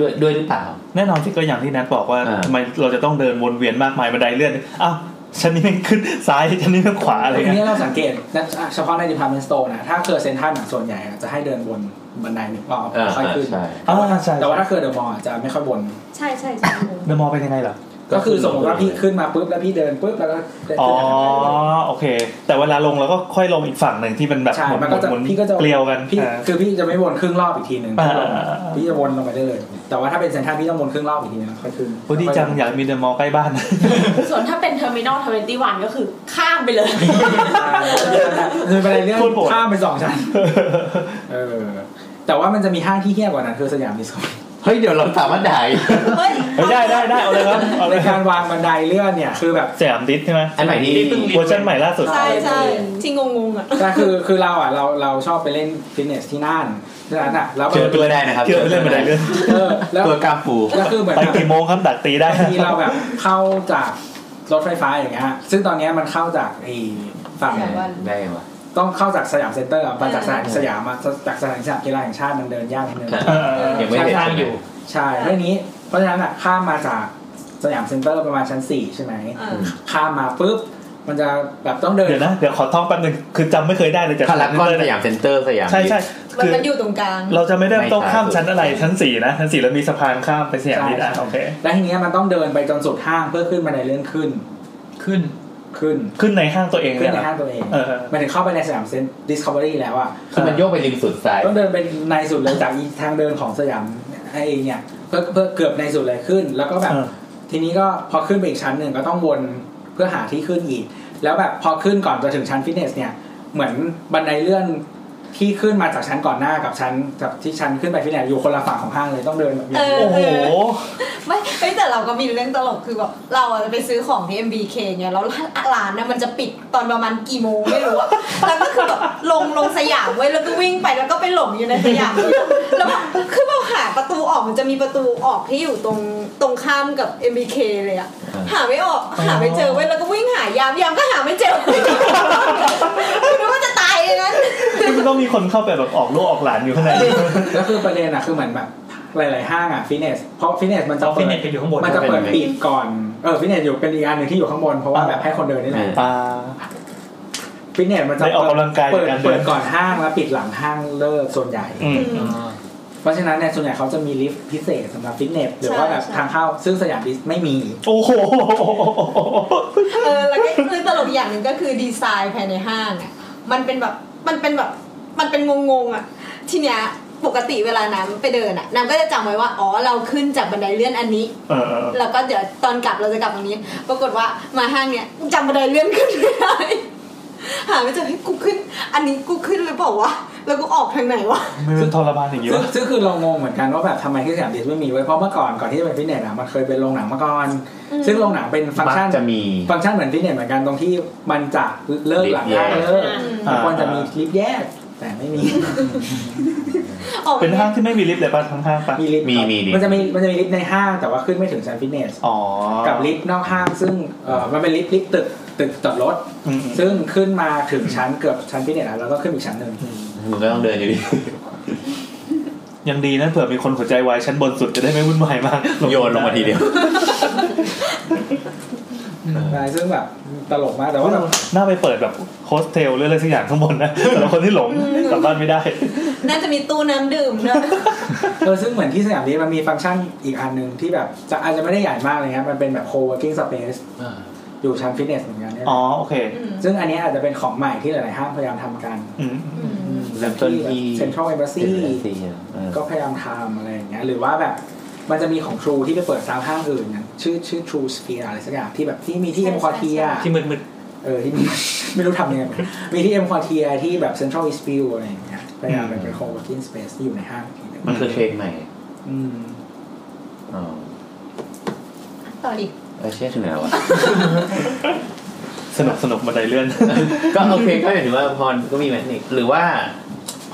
S4: ด้วยด้วยหรือเปล่า
S3: แน่นอนที่ก็อย่างที่แนทบอกว่า
S4: อ่า
S3: ทำไมเราจะต้องเดินวนเวียนมากมายบันไดเลื่อนอ้าวชั้นนี้แม่งขึ้นซ้ายชั้นนี้แม่งขวาอะไร
S5: อัน
S3: เงี้
S5: นี้
S3: ย
S5: เราสังเกตนะเฉพาะใน department store นะ ถ้าเคยเซ็นทรัลน่ะส่วนใหญ่อ่ะจะให้เดินบนบันไดหนึ่งรอบ
S4: เออ
S5: ค่อย
S4: เออ
S5: ขึ้น
S4: ใช่
S3: อ้าวใช่
S5: แต่ว่าถ้าเคยเดอะมอลล์อ่ะจะไม่ค่อยบน
S7: ใช่ใช่ใช่
S3: เดอะมอลล์เป็นยังไงเหรอ
S5: ก็คือสมมติว่าพี่ขึ้นมาปุ๊บ แล้วพี่เดินปุ๊บ แล้วก็เดิน
S3: อ๋อ
S5: ขึ้นบันไดเลย
S3: โอเค แต่เวลาลงเราก็ค่อยลงอีกฝั่งหนึ่งที่มันแบบ
S5: ใช่
S3: หมุน
S5: มันก็จะ
S3: หมุน
S5: พี่ก็จะ
S3: เกลียวกัน
S5: พี่
S3: อ่า
S5: คือพี่จะไม่วนครึ่งรอบอีกทีหนึ่ง
S3: อ่า
S5: พี่จะวนลงไปได้เลย แต่ว่าถ้าเป็นเซ็นทรัลพี่ต้องวนครึ่งรอบอีกทีหนึงค่อยขึ้น
S3: โอ้ดีจังอยากมีเดอะมอลล์ใกล้บ้าน
S8: ส่วนถ้าเป็นเทอร์มินอลทเวนตี้วันก็คือข้ามไปเลย
S5: คือเป็นอะไรเรื่อง
S3: โคตรโหด
S5: ข้ามไปสองชั้นเออแต่ว่ามันจะมีห้างที่เฮี้ยกว่านั้นคือสยามดิสโก้
S4: เฮ้ยเดี๋ยวเราสามารถได้
S7: เฮ้ย
S3: เฮ้ยได้ได้ได้เอาเลยครับเอา
S5: ใน
S3: เลย
S5: การวางบันไดเลื่อนเนี่ยคือแบบ
S3: สยามดิสใช่ไหม
S4: อันใหม่ที่
S3: เวอร์ชันใหม่ล่าสุด
S7: ใช่ใช่ที่งงงๆอ่ะ
S5: แต่คือคือเราอ่ะเราเราชอบไปเล่นฟิตเนสที่นั่นที่ร้านอ่ะแล้ว
S4: เจอตัวได้นะครับ
S3: เจอไปเล่นบันไดเลื่อน
S5: เออแล้ว
S4: ตัวกาฟู
S5: แล้วคือเหมือน
S3: ไป
S5: แบบ
S3: กี่โมงครับดักตีได้
S5: บางทีเราแบบเข้าจากรถไฟฟ้าอย่างเงี้ยซึ่งตอนเนี้ยมันเข้าจากไอ้ฝั่ง
S7: ใช่
S4: ได้ไงวะ
S5: ต้องเข้าจากสยามเซ็นเตอร์อ่ะมาจากสยาม
S4: เออ
S5: สยามอ่ะจากสถานสยามกีฬาแห่งชาติมันเดินยากนิดนึง
S3: เออเออ
S4: ยังไม่เห็น
S6: สร้างอยู่
S5: ใช่เรื่องนี้เพราะฉะนั้นอ่ะข้ามมาจากสยามเซ็นเตอร์ประมาณชั้นสี่ใช่ไหม
S7: เออ
S5: ข้ามมาปุ๊บมันจะแบบต้องเดิน
S3: เดี๋ยวนะเดี๋ยวขอท่องแป๊บนึงคือจำไม่เคยได้เลยจาก
S4: พารากอนสยามเซ็นเตอร์สยาม
S3: ใช่ใช่
S7: มัน
S3: คือ
S7: มันอยู่ตรงกลาง
S3: เราจะไม่เริ่มต้น
S4: ไม่ใช่
S3: ข้ามชั้นอะไรชั้นสี่นะชั้นสี่แล้วมีสะพานข้ามไปสยามดิส
S5: ใช่
S3: อ่ะ
S5: ใช่
S3: โอเค
S5: และทีเนี้ยมันต้องเดินไปจนสุดห้างเพื่อขึ้นบันไดเลื่อนขึ้น
S6: ขึ้น
S5: ขึ้น
S3: ขึ้นในห้างตัวเอง
S5: ขึ้
S3: เนี่ย
S5: นใน
S3: นะ
S5: ห้างตัวเอง
S3: เออ
S5: หมันถึงเข้าไปในสนามเซ็นดิสคัฟเวอรี่แล้วอ่ะ
S4: คือมันโยกไปริมสุดซ้าย
S5: ต้องเดินเป็นในสุดเลยจากอีทางเดินของสยามไอ้เนี่ยเพื่อเพื่อเกือบในสุดเลยขึ้น แล้วก็แบบ
S3: เออ
S5: ทีนี้ก็พอขึ้นไปอีกชั้นหนึ่งก็ต้องวนเพื่อหาที่ขึ้นอีก แล้วแบบพอขึ้นก่อนจะถึงชั้นฟิตเนสเนี่ยเหมือนบันไดเลื่อนที่ขึ้นมาจากชั้นก่อนหน้ากับชั้นกับที่ชั้นขึ้นไปฟิตเนสอยู่คนละฝั่งของห้างเลยต้องเดินแบบนี้
S7: เอ
S3: โอ้โห
S7: ไม่เฮ้ยแต่เราก็มีเรื่องตลกคือแบบเราอะจะไปซื้อของที่ MBK เงี้ยแล้วร้านร้านนะมันจะปิดตอนประมาณกี่โมงไม่รู้อะแล้วก็คือแบบลงลงสยามเว้ยแล้วก็วิ่งไปแล้วก็ไปหลงอยู่ในสยามแล้วแบบคือเราหาประตูออกมันจะมีประตูออกที่อยู่ตรงตรงข้ามกับ MBK เลยอะ
S4: อ่า
S7: หาไม่ออกหาไม่เจอเว้ยแล้วก็วิ่งหายามยามก็หาไม่เจอ <laughs> คือนึกว่าจะตายเลยนะ
S3: คือมันต้องมีคนเข้าไปแบบออกลูกออกหลานอยู่ข้างใน
S5: แล้วคือประเด็นอ่ะคือเหมือนแบบหลาย ๆ ห้างอ่ะฟิตเนสเพราะฟิตเนสมันจะ
S6: เอาฟิ
S5: เปิ
S6: ต
S5: ด
S6: เนสไปอยู่ข้างบน
S5: มันจะเปิดปิดก่อน เออฟิตเนสอยู่เป็นอีกอันหนึ่งที่อยู่ข้างบน เพราะว่า
S3: อ่า
S5: แบบให้คนเดินนี่แหละ
S4: อืม
S3: อ่า
S5: ฟิตเนสมันจะ
S3: ได้ออกกำลังกาย
S5: เปิด
S3: จากการเดิน
S5: เปิดก่อนห้างแล้วปิดหลังห้างเลิกส่วนใหญ่
S3: อืม
S5: เพราะฉะนั้นเนี่ยส่วนใหญ่เขาจะมีลิฟต์พิเศษสำหรับฟิตเนสหรือว่าแบบทางเข้าซึ่งสยามดิสไม่มี
S3: โอ้โห
S7: เออแล้วก็คือตลกอย่างหนึ่งก็คือดีไซน์ภายในห้างอะมันเป็นแบบมันเป็นแบบมันเป็นงงๆอ่ะทีเนี้ยปกติเวลาน้ำไปเดินอ่ะน้ำก็จะจำไว้ว่าอ๋อเราขึ้นจากบันไดเลื่อนอันนี้
S3: เออเออ
S7: แล้วก็เดี๋ยวตอนกลับเราจะกลับตรงนี้ ปรากฏว่ามาห้างเนี้ยจำบันไดเลื่อนขึ้นไม่ได้หาไม่เจอให้ยกูขึ้น อันนี้กูขึ้นหรือเปล่าวะแล้วกูออกทางไหนวะ
S3: ไม่เป็นทรมานอย่างนี้
S5: ซึ่ง
S3: วะ
S5: ซึ่งคือเรางงเหมือนกันว่าแบบทำไมที่สยามดิสไม่มีไว้ยเพราะเมื่อก่อนก่อนที่จะเป็นฟิตเนสอ่ะมันเคยเป็นโรงหนังมาก่อน ซึ่งโรงหนังเป็นฟัง
S4: มั
S5: ก์ชัน
S4: กจะมี
S5: ฟังก์ชันเหมือนฟิตเนสเหมือนกันตรงที่มันจะเลิกหลังห้างเลิกมันควรจะมีลิฟต์แยกแต่ไม่มี
S7: ออก
S3: เป็นห้างที่ไม่มีลิฟต์เลยป่ะทั้งห้างป่ะ
S5: มีลิฟต์
S4: มี
S5: ครับ
S4: มีลิฟต์
S5: มันจะมีมันจะมีลิฟต์ในห้างแต่ว่าขึ้นไม่ถึงชั้นฟิตเนส
S3: อ๋อ
S5: กับลิฟต์นอกห้างซึ่งเอ่อมันเป็นลิฟต์ลิฟต์ตึกตึกจอดรถ
S3: อืม
S5: ซึ่งขึ้นมาถึงชั้นเกือบชั้นฟิตเนสแล้วแล้วก็ขึ้นอีกชั้นหนึ่ง
S4: มึงก็ต้องเดินอยู่ดี
S3: ยังดีนะเผื่อมีคนหัวใจวายชั้นบนสุดจะได้ไม่วุ่นวายมาก
S4: โยนลงมาทีเดียว
S5: ใช่ซึ่งแบบตลกมากแต่ว่าแบบ
S3: น่าไปเปิดแบบโฮสเทลหรืออะไรสักอย่างข้างบนนะสำหรับคนที่หลงกลับบ้านไม่ได้
S7: น่าจะมีตู้น้ำดื่ม
S3: <laughs>
S7: ด้วย
S5: เออซึ่งเหมือนที่สยามนี้มันมีฟังก์ชันอีกอันหนึ่งที่แบบจะอาจจะไม่ได้ใหญ่มากเลยครับมันเป็นแบบ co-working space อยู่ชั้นฟิตเนสเหมือนกันเนี่ย
S3: อ๋อโอเค
S5: ซึ่งอันเนี้ยอาจจะเป็นของใหม่ที่หลายๆห้างพยายามทำกัน
S3: อืม
S4: เริ่มต้นที่
S5: เซ็นทรัลเอมบาซี ก็พยายามทำอะไรอย่างเงี้ยหรือว่าแบบมันจะมีของ True ที่ไปเปิดตามห้างอื่นนะชื่อชื่อ True Sphere อะไรสักอย่างที่แบบที่มีที่เอ็มคอเทีย
S6: ที่มืดมืด
S5: เออที่มี ไม่รู้ทำยังไงมีที่เอ็มคอเทียที่แบบ Central East View อะไรอย่างเงี้ยพยายามแบบเป็น co-working space ที่อยู่ในห้างทีหง
S4: มันคือเทรนด์ใหม่
S5: อืม
S4: อ๋อ
S9: ต่อดิ
S4: เออเชื่อถึงแล้ววะ
S3: สนุกสนุกบันไดเลื่อน
S4: ก็โอเคก็เห็นว่าพรก็มีแมทนิกหรือว่า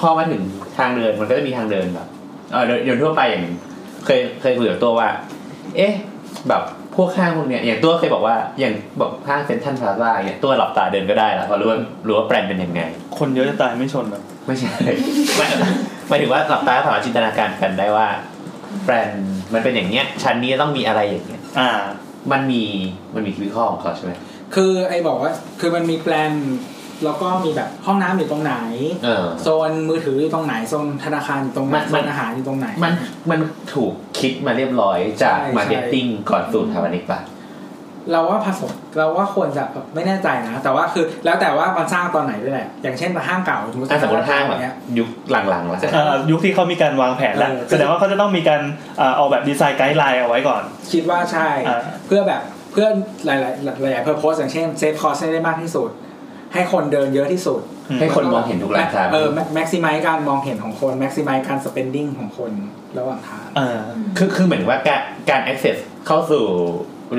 S4: พอมาถึงทางเดินมันก็จะมีทางเดินแบบเออเดินทั่วไปอย่างเคยเคยคุยกับตัวว่า เอ๊ะ แบบพวกห้างพวกเนี้ยอย่างตัวเคยบอกว่าอย่างบอกห้างเซ็นทรัลพลาซ่าอย่างเงี้ยตัวหลับตาเดินก็ได้ละเพราะรู้ว่ารู้ว่าแปลนเป็นยังไง
S3: คนเยอะจะตายไม่ชนอะ
S4: ไม่ใช่ <laughs> หมายหมายถึงว่าหลับตาสามารถจินตนาการกันได้ว่าแปลนมันเป็นอย่างเงี้ยชั้นนี้ต้องมีอะไรอย่างเงี้ย
S3: อ่า
S4: มันมีมันมีวิเคราะห์ของเขาใช่ไหม
S5: คือไอ้บอกว่าคือมันมีแปลนแล้วก็มีแบบห้องน้ำอยู่ตรงไหน
S4: เออ
S5: โซนมือถืออยู่ตรงไหนโซนธนาคารอยู่ตรงไหน
S4: มัน
S5: โซ
S4: มัน
S5: นอาหารอยู่ตรงไหน
S4: มันมันถูกคิดมาเรียบร้อยจาก
S5: ใช่
S4: มาร์เก็ตติ้งก่อนสู่สถาปนิกป่ะ
S5: เราว่าผสมเราว่าควรจะแบบไม่แน่ใจนะ แต่ว่าคือแล้วแต่ว่ามันสร้างตอนไหนด้วยแหละ อย่างเช่นห้างเก่าสมมติ
S4: ถ้าสมมติห้างแบบ
S5: เนี้ย
S4: ยุคหลังๆละ
S3: เอ่อยุคที่เขามีการวางแผนแล้ว
S5: เออ
S3: แสดงว่าเขาจะต้องมีการเอ่อออกแบบดีไซน์ไกด์ไลน์เอาไว้ก่อน
S5: คิดว่าใช่
S3: อ่า
S5: เพื่อแบบเพื่อหลายๆหลายๆเพอร์โพสอย่างเช่นเซฟคอสให้ได้มากที่สุด ให้คนเดินเยอะที่สุด
S4: ให้คนมองเห็นทุกร้านค้า
S5: เออแม็กซิมัการมองเห็นของคนแม็กซิมัการสเปนดิ้งของคนระหว่างทาง
S3: อ่า
S4: คือคือเหมือนว่าการการ access เข้าสู่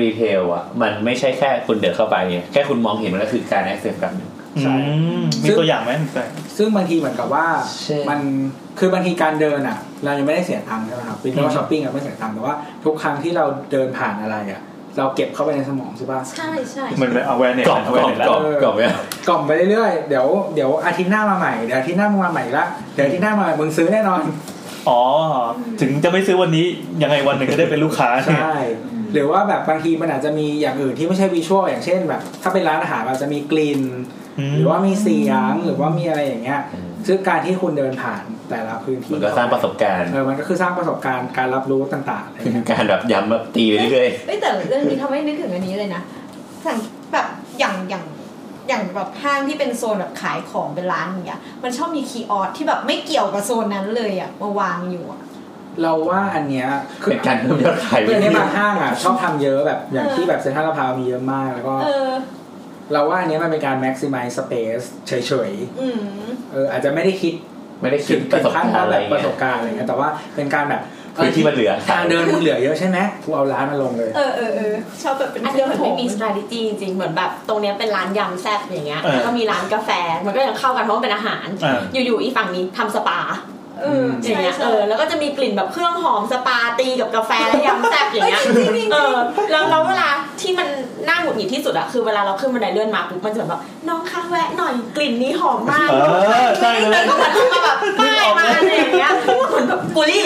S4: รีเทลอ่ะ มันไม่ใช่แค่คุณเดินเข้าไปไงแค่คุณมองเห็นมันก็คือการ access แบบหนึง
S3: อืมมีตัวอย่างไหมมีตัวอย่าง
S5: ซึ่งบางทีเหมือนกับว่า
S4: ใช่
S5: มันคือบางทีการเดินอ่ะ เรายังไม่ได้เสียตังค์ใช่ไหมครับวินโดว์ช้อปปิ้งอะไม่เสียตังค์แต่ว่า ทุกครั้งที่เราเดินผ่านอะไรอ่ะ เราเก็บเข้าไปในสมองใช่ปะ
S9: ใช่ใช่
S3: เหมือนเอาแวร์เน็ต
S4: กล่อมกล่อมกล่อมกล่อมเนี่ย
S5: กล่อมไปเรื่อยๆ เดี๋ยวเดี๋ยวอาทิตย์หน้ามาใหม่ เดี๋ยวอาทิตย์หน้ามึงมาใหม่ละ เดี๋ยวอาทิตย์หน้ามาใหม่มึงซื้อแน่นอน
S3: อ๋อ ถึงจะไม่ซื้อวันนี้ยังไงวันหนึ่งก็ได้เป็นลูกค้า
S5: ใช่ หรือว่าแบบบางทีมันอาจจะมีอย่างอื่นที่ไม่ใช่วิชวลอย่างเช่นแบบ ถ้าเป็นร้านอาหารอาจจะมีกลิ่น
S3: ม
S5: หรือว่ามีเสียง หรือว่ามีอะไรอย่างเงี้ย ซึ่งการที่คุณเดินผ่านแต่ละพื้นที่
S4: มันก็สร้างประสบการณ์
S5: เออ มันก็คือสร้างประสบการณ์การรับรู้ต่างๆอะไรอย่างเงี้ย
S4: การแบบย้ำแบบตีไปเรื่อย
S9: เอ้ยแต่เรื่องนี้ทำให้นึกถึงอันนี้เลยนะสังแบบอย่างอย่างอย่างแบบห้างที่เป็นโซนแบบขายของเป็นร้านอย่างเงี้ยมันชอบมีคีย์ออสที่แบบไม่เกี่ยวกับโซนนั้นเลยอ่ะมาวางอยู่อ่ะ
S5: เราว่าอันเนี้ย
S4: ๆ
S5: คือ
S4: เป็นการเพิ่มยอดขายไป
S5: คืออัน
S4: เรื่อย ย
S5: เนี้บางห้างอ่ะชอบทำเยอะแบบอย่างที่แบบเซ็นทรัลลาดพร้าวมีเยอะมากแล้วก็
S9: เออ
S5: เราว่าอันเนี้ยมันเป็นการ maximize space เฉย
S9: อืม
S5: ๆ เอออาจจะไม่ได้คิด
S4: ๆไม่ได้คิ
S5: ถึ
S4: ด
S5: ง
S4: ประสบ
S5: ขั้น
S4: การ
S5: ว่า
S4: ณ์อะ
S5: แบ
S4: ไร
S5: บป
S4: เงี้
S5: ระสบ
S4: ย
S5: การณ์อะไรเงี้ยแต่ว่าเป็นการแบบ
S4: คือที่มันเหลือ
S5: ทางเดินมึงเหลือเยอะใช่ไหมกูเอาร้านมาลงเลย
S9: เออเออเออชอบแบบเป็น
S8: อัน
S9: เค
S8: นี้
S9: รื่อง
S8: มัน
S9: โถ
S8: ไม่
S9: ง
S8: มี strategy จริงๆ เหมือนแบบตรงเนี้ยเป็นร้านยำแซ่บอย่างเงี้ยแล้วก็มีร้านกาแฟมันก็ยังเข้ากันเพราะมันเป็นอาหาร
S3: อ่า
S8: อยู่ๆอีฝั่งนี้ทำสปา
S9: เออ
S8: อย่าง
S9: ใช่
S8: เงี้ย
S9: ใช่
S8: เออแล้วก็จะมีกลิ่นแบบเครื่องหอมสปาตีกับกาแฟและยำแซ่บอย่างเงี้ย
S9: เออจริงๆ
S8: เออแล้วแล้วเวลาที่มันน่าหงุดหงิดที่สุดอะคือเวลาเราขึ้นบันไดเลื่อนมาปุ๊บมันจะเหมือนแบบน้องคะแวะหน่อยกลิ่นนี้หอมมาก
S3: เออใช่เล
S8: มั
S3: ย
S8: นก็เหมือนมาแบบป้ายมาอะไรอย่างเงี้ยเหมือนแบบปุรี่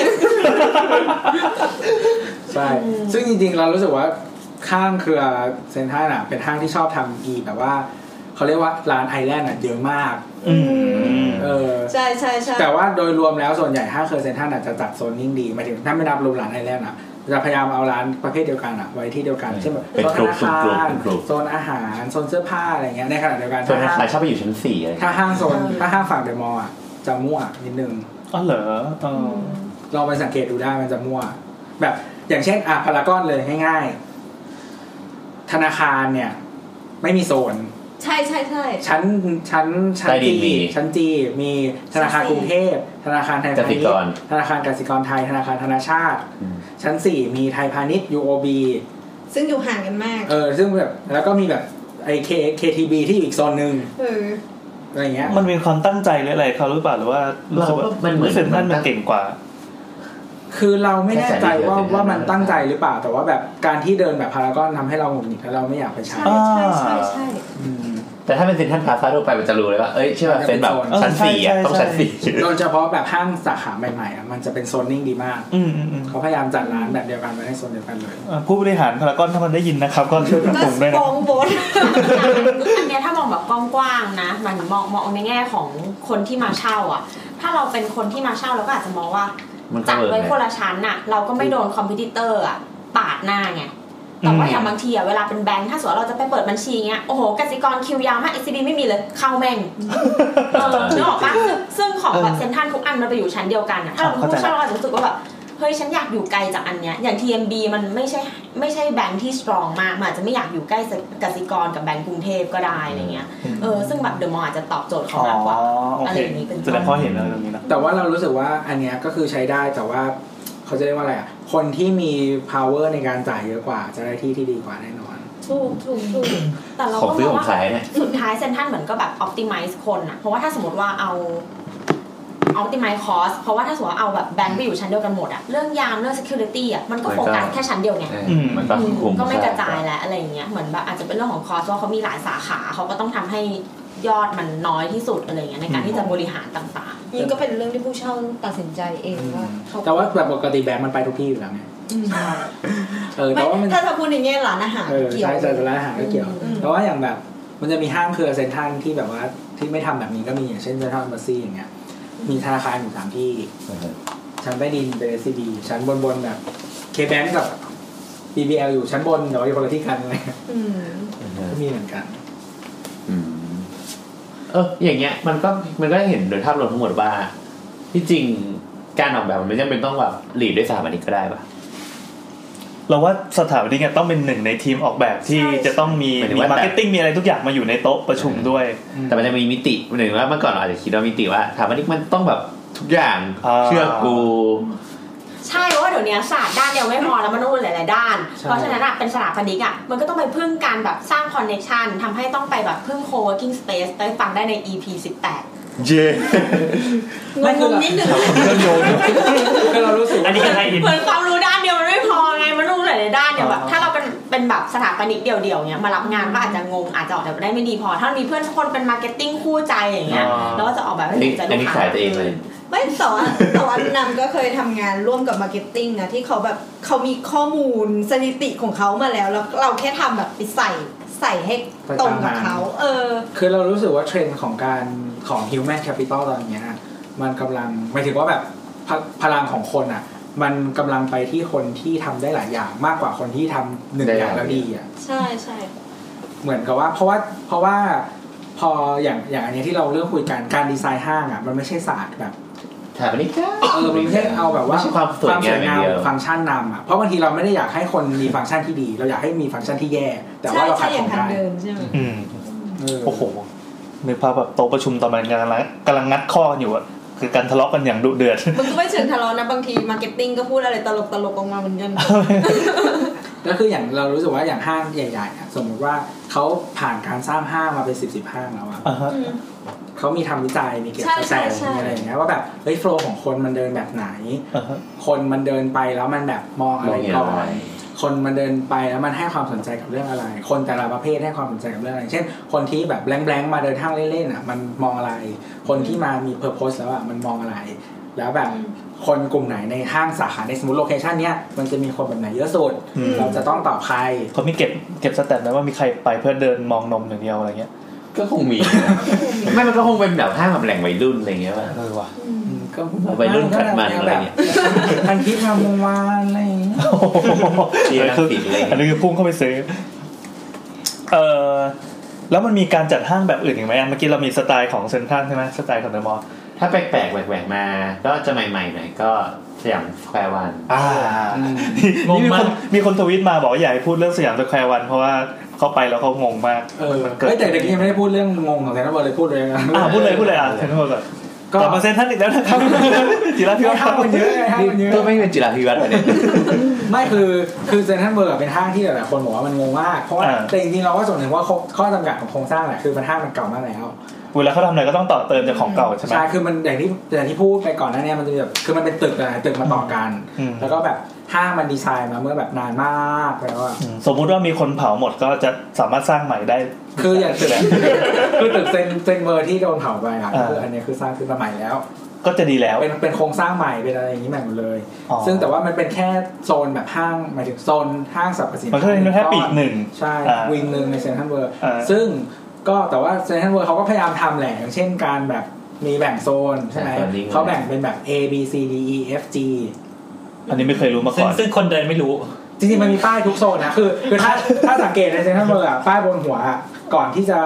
S5: ใช่ ซึ่งจริงๆ เรารู้สึกว่าข้างเครือเซ็นทรัลอ่ะ เป็นห้างที่ชอบทำอีแบบว่าเขาเรียกว่าร้านไอแลนด์อ่ะเยอะมาก
S3: อืม
S5: เออ
S9: ใช่ใช่ใช่
S5: แต่ว่าโดยรวมแล้วส่วนใหญ่ห้างเครือเซ็นทรัลอาจจะจัดโซนนิ่งดีหมายถึงถ้าไม่นับรวมร้านไอแลนด์อ่ะจะพยายามเอาร้านประเภทเดียวกันอ่ะไว้ที่เดียวกันเช่นแบบ
S4: เป็น
S5: โซน
S4: ก
S5: ธ
S4: รุ๊ป
S5: นา
S4: เป็นรุ๊ป
S5: คากร
S4: เป็นกรุ๊ป
S5: โซนอาหารโซนเสื้อผ้าอะไรเงี้ยในขณะเดียวกัน
S4: ส่วน
S5: ถ้าห้าง
S4: ใครชอบไปอยู่ชั้นสี่อะไร
S5: ถ้า
S4: เงี้ย
S5: ห้างโซนถ้าห้างฝั่งเดอะมอลล์อ่ะจะมั่วนิดนึง
S3: อ๋อเหรอเออ
S5: ลองไปสังเกตดูได้มันจะมั่ว แบบอย่างเช่นอ่ะพารากอนเลยง่ายๆ ธนาคารเนี่ย ไม่มีโซน
S9: ใช่ใช่ใช่
S5: ชั้นชั้นชั้นจีชั้นจีมีธนาคารกรุงเทพธนาคารไทยพาณิชย์ธนาคารกสิกรไทย ธนาคารธนาชาติ
S4: อืม
S5: ชั้นสี่มีไทยพาณิชย์ UOB
S9: ซึ่งอยู่ห่างกันมาก
S5: เออซึ่งแบบแล้วก็มีแบบไอเคเคทีบีที่อยู่อีกโซนหนึ่ง
S9: เออ
S5: อะไรเงี้ย
S3: มันมีความตั้งใจหรืออะไรเขาหรือเปล่าหรือว่ารู้สึกว่ารู้สึกนั่นมันเก่งกว่า
S5: คือเราไม่แน่ใจว่าว่ามันตั้งใจหรือเปล่า แต่ว่าแบบการที่เดินแบบพารากอนทำให้เราหงุดหงิดแล้วเราไม่อยากไปใช้
S9: ใช่ใช่ใช่ใช่
S5: อืม
S4: แต่ถ้าเป็นเซ็นทรัลพลาซ่าทั่วไปมันจะรู้เลยว่าเอ้ยใช่ป่ะ
S5: มันจะเป็
S4: เป็น
S5: น
S4: แบบ
S5: โซน
S4: ชั้นสี่อะ
S3: ใช่ใช่
S4: ต้องชั้นสี่
S5: โดยเฉพาะแบบห้างสาขาใหม่ๆอ่ะมันจะเป็นโซนนิ่งดีมาก
S3: อืมอืมอืม
S5: เขาพยายามจัดร้านแบบเดียวกันไว้ให้โซนเดียวกันเลย
S3: เอ่อผู้บริหารพารากอนถ้ามันได้ยินนะครับ ก็ช่วยปรับ
S9: ก็
S3: ปรุงด้วย
S9: ก
S3: นะ
S9: องบน
S8: อันเนี้ยถ้ามองแบบกว้างๆนะหมันมองมองในแง่ของคนที่มาเช่าอ่ะ ถ้าเราเป็นคนที่มาเช่าเราก็อาจจะมองว่า
S4: มันก็
S8: จัด
S4: เวิร์ก
S8: ไว้
S4: นะ
S8: คนละชั้นน่ะ เราก็ไม่โดนคอมพิวเตอร์อ่ะปาดหน้าไง แต่ว่าอย่างบางทีอะเวลาเป็นแบงค์ถ้าสมมติเราจะไปเปิดบัญชีเงี้ยโอ้โหกสิกรคิวยาวมากเอซีบีไม่มีเลยเข้าแม่งเออนึกออกปะซึ่งซึ่งของแบบเซ็นทรัลทุกอันมันไปอยู่ชั้นเดียวกันอะถ้าเราเป็นผู้เช่าเราอาจจะรู้สึกว่าแบบเฮ้ยฉันอยากอยู่ไกลจากอันเนี้ยอย่าง TMB มันไม่ใช่ไม่ใช่แบงค์ที่สตรองมากมันอาจจะไม่อยากอยู่ใกล้กสิกรกับแบงค์กรุงเทพก็ได้อะไรเงี้ยเออซึ่งแบบเดอะมอลล์อาจจะตอบโจทย์เขามากกว่า
S3: โอ
S8: อะไร
S3: เค
S8: อย่างนี้เป็นต้น
S3: แสดงข้อเห็นอะไรตรงนี้นะ
S5: แต่ว่าเรารู้สึกว่าอันเนี้ยก็คือใช้ได้แต่ว่าเขาจะเรียกว่าอะไรอ่ะ คนที่มี power ในการจ่ายเยอะกว่า จะได้ที่ที่ดีกว่าแน่นอน
S8: ถูกถูก
S9: <coughs>
S8: ถูกแต่เรา
S4: ขอ
S8: ก็
S4: งซื้อ
S8: ม
S4: ของง
S8: ว่า
S4: ขายเนี่ย
S8: สุดท้ายเซนทรันเหมือนก็แบบออ t ติมิ e คนอะเพราะว่าถ้าสมมติว่าเอาออ t ติมิ e คอสเพราะว่าถ้าสมมติว่าเอาแบบแบงค์ไปอยู่ชั้นเดียวกันหมดอะเรื่องยามเรื่อง security อะมันก็
S4: มันก็
S8: โฟกัสแค่ชั้นเดียวไง
S4: เออ
S3: อืม
S4: มันก็
S8: อืม
S4: คุม
S8: ก็ไม่กระจายแล้วอะไรอย่างเงี้ยเหมือนแบบอาจจะเป็นเรื่องของคอสว่าเขามีหลายสาขาเขาก็ต้องทำให้ยอดมันน้อยที่สุดอะไรอย่างเงี้ยในการที่จะบริหารต่าง
S9: นี่ก็เป็นเรื่องที่ผู้เช่าตัดสินใจเองว่าเขา
S5: แต่ว่าแบบปกติแบงค์มันไปทุกที่อยู่แล้วไงเออแต่ว่ามัน
S9: ถ้าจะพูดในแง่ร้านอาหาร
S5: เออ
S9: เกี่ยว
S5: ใช่ใช่ร้านอาหารก็เกี่ยว
S9: อืม
S5: แต่ว่าอย่างแบบ มันจะมีห้างเครือเซ็นทรัลที่แบบว่าที่ไม่ทำแบบนี้ก็มีอย่างเช่นเซ็นทรัลเบอร์ซี่อย่างเงี้ย มีธนาคารอยู่สามที่ ชั้นใต้ดินเป็น SCB ชั้นบนบนๆแบบ K-Bank กับ BBL อยู่ชั้นบนแต่ว่าอยู่คนละที่กันอะไรเลย
S9: อืม
S5: ก็มีเหมือนกัน
S4: อืมเอออย่างเงี้ย มันก็มันก็เห็นโดยภาพรวมทั้งหมดว่า ที่จริงการออกแบบมันไม่จำเป็นต้องแบบหลีดด้วยสถาปนิกก็ได้ปะ
S3: เราว่าสถาปนิกเนี่ยต้องเป็นหนึ่งในทีมออกแบบที่จะต้องมี
S4: หมายถึง
S3: มี
S4: ว่าแบบ
S3: มาร์เก็ตติ้งมีอะไรทุกอย่างมาอยู่ในโต๊ะประชุมด้วย
S4: แต่มันจะมีมิติหมายถึงว่าเมื่อก่อนเราอาจจะคิดว่ามิติว่าสถาปนิกมันต้องแบบทุกอย่าง
S3: อ่า
S4: เชื่อกู
S8: ๆ ใช่เพราะว่าเดี๋ยวนี้ศาสตร์ด้านเดียวไม่พอแล้วมันต้องรู้หลายๆด้าน
S5: ใช่
S8: เพราะฉะนั้นอะเป็นสถาปนิกอะมันก็ต้องไปพึ่งการแบบสร้างคอนเน t ชันทำให้ต้องไปแบบพึ่ง co-working space ไปฟังได้ใน EP 18
S4: เย่
S8: งงงนิดนึง
S5: ก็เรารู้สึก
S6: อันนี้ก็ไทยอิน
S8: เหมือนความรู้ด้านเดียวมันไม่พอไง มันรู้หลายๆด้านเนี่ยแบบ
S5: อ่า
S8: ถ้าเราเป็นเป็นแบบสถาปนิกเดียวๆเนี่ยมารับงานก็อาจจะงงอาจจะออกแบบได้ไม่ดีพอ ถ้ามีเพื่อนสักคนเป็นมาร์เก็ตติ้งคู่ใจอย่างเงี้ย
S3: อ่า
S8: แล้วก็จะออกแบบให้
S4: นี่
S8: ถูกใจ
S4: อั
S8: ลู
S4: น
S8: ก
S4: นี้
S8: ค้า
S4: ขายตัวเองเลย
S9: ไม่แต่ว่า <laughs> แต่ว่านันก็เคยทำงานร่วมกับมาร์เก็ตติ้งนะที่เขาแบบเขามีข้อมูลสถิติของเขามาแล้ว แล้วเราแค่ทำแบบไปใส่ใส่ให้ตรงกับเขาเออ
S5: คือเรารู้สึกว่าเทรนด์ของการของ human capital ตอนเนี้ยมันกำลังหมายถึงว่าแบบพะพลังของคนอ่ะ มันกำลังไปที่คนที่ทำได้หลายอย่างมากกว่าคนที่ทำหนึ่ง
S4: ได้
S5: อ
S4: หลาย
S5: ย่างแล้วดีอ่ะ
S9: ใช่ใช่
S5: เหมือนกับว่าเพราะว่าเพราะว่าพออย่างอย่างอันเนี้ยที่เราเรื่องคุยกันการดีไซน์ห้างอ่ะมันไม่ใช่ศาสตร์แบบ
S4: สถาปนิกก็
S5: เออมันไม่ใช่เอาแบบว่า
S4: ไม่ใช่ความสวยงามอย่างเดียว
S5: ฟังก์ชันนำอ่ะเพราะบางทีเราไม่ได้อยากให้คนมีฟังก์ชันที่ดี เราอยากให้มีฟังก์ชันที่แย่ แต่ว่า
S9: ใช่
S5: เรา
S9: ใช่อ
S5: ขาดข
S9: ย่า
S5: องง
S9: ทาง
S5: ได้
S9: เดิมใช่ไหม
S3: อืม
S5: เออ
S3: โอ้โหนึกภาพแบบโต๊ะประชุมตอนมันกำลังกำลังงัดข้อกันอยู่อะคือการทะเลาะกันอย่างดุเดือด
S9: มันก็ไม่เชิงทะเลาะนะบางทีมาร์เก็ตติ้งก็พูดอะไรตลกตลกๆออกมาเหมือนกัน
S5: แล้วคืออย่างเรารู้สึกว่าอย่างห้างใหญ่ๆอ่ะสมมุติว่าเขาผ่านการสร้างห้างมาเป็นสิบสิบห้างแล้วอ่ะ
S3: อ่าฮะ
S9: อืม
S5: เขามีทำวิจัยมีเก็บ
S9: ใช่
S5: สแต
S9: ใช่
S5: ท
S9: ใช่
S5: มีอะไรอย่างเงี้ยว่าแบบเฮ้ยโฟล์ของคนมันเดินแบบไหน
S3: อ่าฮะ
S5: คนมันเดินไปแล้วมันแบบมองอะ
S4: ม
S5: ไร
S4: องเห็น
S5: ก่อ
S4: อะไร
S5: น คนมันเดินไปแล้วมันให้ความสนใจกับเรื่องอะไร คนแต่ละประเภทให้ความสนใจกับเรื่องอะไร เช่น คนที่แบบแบงค์ๆมาเดินห้างเล่นๆอ่ะ มันมองอะไร คนที่มามีเพอร์โพสแล้วอ่ะ มันมองอะไร แล้วแบบคนกลุ่มไหนในห้างสาขาในสมมติโลเคชันเนี้ย มันจะมีคนแบบไหนเยอะสุด
S3: อืม
S5: เราจะต้องตอบใคร
S3: เขามีเก็บเก็บสแตทไหมว่ามีใครไปเพื่อเดินมองนมอย่างเดียวอะไรเงี้ย
S4: ก็คงมีไม่มันก็คงเป็นแบบห้างแบบแหล่งวัยรุ่นอะไรอย่างเงี้ยป่ะ
S3: เออว่ะ
S5: ก็
S4: วัยรุ่นขัดมันอะไรเงี้ย
S5: ทันคิดงามวงวานอะไรอย่างเงี้ย
S3: โอ้โห
S4: ที่รังสิตอะไรเงี้ย
S3: อันนี้คือพุ่งเข้าไปซื้อเออแล้วมันมีการจัดห้างแบบอื่นอีกไหมอะเมื่อกี้เรามีสไตล์ของเซนทรัลใช่ไหมสไตล์ของเดอะมอลล์
S4: ถ้าแปลกๆแหวกๆมา ก็จะใหม่ๆหน่อยก็สยามสแควร์วัน
S3: อ่า
S5: อืม
S3: <laughs>
S6: งง
S3: นี่มี
S6: มา
S3: ค
S6: ก
S3: นมีคนทวิตมาบอกว่าอยากให้พูดเรื่องสยามสแควร์วันเพราะว่าเขาไปแล้วเขางงมาก
S5: เออเฮ้ยแต่เด็กยังไม่ได้พูดเรื่องงงของแซนต์บอลเลยพูดเลยนะ
S3: อ่าพูดเลยพูดเลยอ่ะเซนทรัลก่อนกลับมาเซนทรัลอีกแล้วนะครับ
S5: <laughs>
S3: จิราพิวัฒน์ค
S5: ห้า
S3: รั
S5: ง
S3: บ
S5: มันเยอะไงห้างมันเยอะ
S4: ก็ไม่เป็นจิราภิวัฒน์เลย
S5: ไม่คือคือเซนทรัลเวิร์เป็นห้างที่หลายๆคนบอกว่ามันงงมาก เพราะว่า
S3: อ่า
S5: แต่จริงๆเราก็ส่วนหนึ่งว่าข้อข้อจำกัดของโครงสร้างแหละคือมันห้างมันเก่ามากแล้ว
S3: เวลาเขาทำอะไรก็ต้องต่อเติมจากของเก่าใช่ไหม
S5: ใช่คือมันอย่างที่อย่างที่พูดไปก่อนหน้าเนี้มันจะแบบคือมันเป็นตึกอะตึกมาต่อกัน
S3: อืม
S5: แล้วก็แบบห้างมันดีไซน์มาเมื่อแบบนานมากแล้วอะ
S3: อืมสมมุติว่ามีคนเผาหมดก็จะสามารถสร้างใหม่ได้
S5: คืออย่างตึก
S3: <laughs>
S5: คือตึกเซนเซนเวอร์ที่โดนเผาไปอะ
S3: อ่า
S5: คืออันเนี้ยคือสร้างขึ้นมาใหม่แล้ว
S3: ก็จะดีแล้ว
S5: เป็นเป็นโครงสร้างใหม่เป็นอะไรอย่างนี้ใหม่หมดเลย
S3: อ๋อ
S5: ซึ่งแต่ว่ามันเป็นแค่โซนแบบห้างหมายถึงโซนห้างสรรพสินค้า
S3: มันก็เป็นแค่ปีกหนึ่ง
S5: ใช่
S3: อ่า
S5: วิงหนึ่งในเซนทรัลเวิร์
S3: อ่า
S5: ซึ่งก็แต่ว่าเซนทรัลเวิร์เขาก็พยายามทำแหละอย่างเช่นการแบบมีแบ่งโซนใช่ไหมเขาแบ่งเป็นแบบ A B C D E F G
S3: อันนี้ไม่เคยรู้มา
S6: ซึ่
S3: ก่
S6: ง
S3: อน
S6: ซึ่งคนเดินไม่รู้
S5: จริงๆมันมีป้ายทุกโซนนะคือคือถ้าถ้าสังเกตในเซ็นทรัลเวิลด์อะป้ายบนหัวอะก่อนที่จะ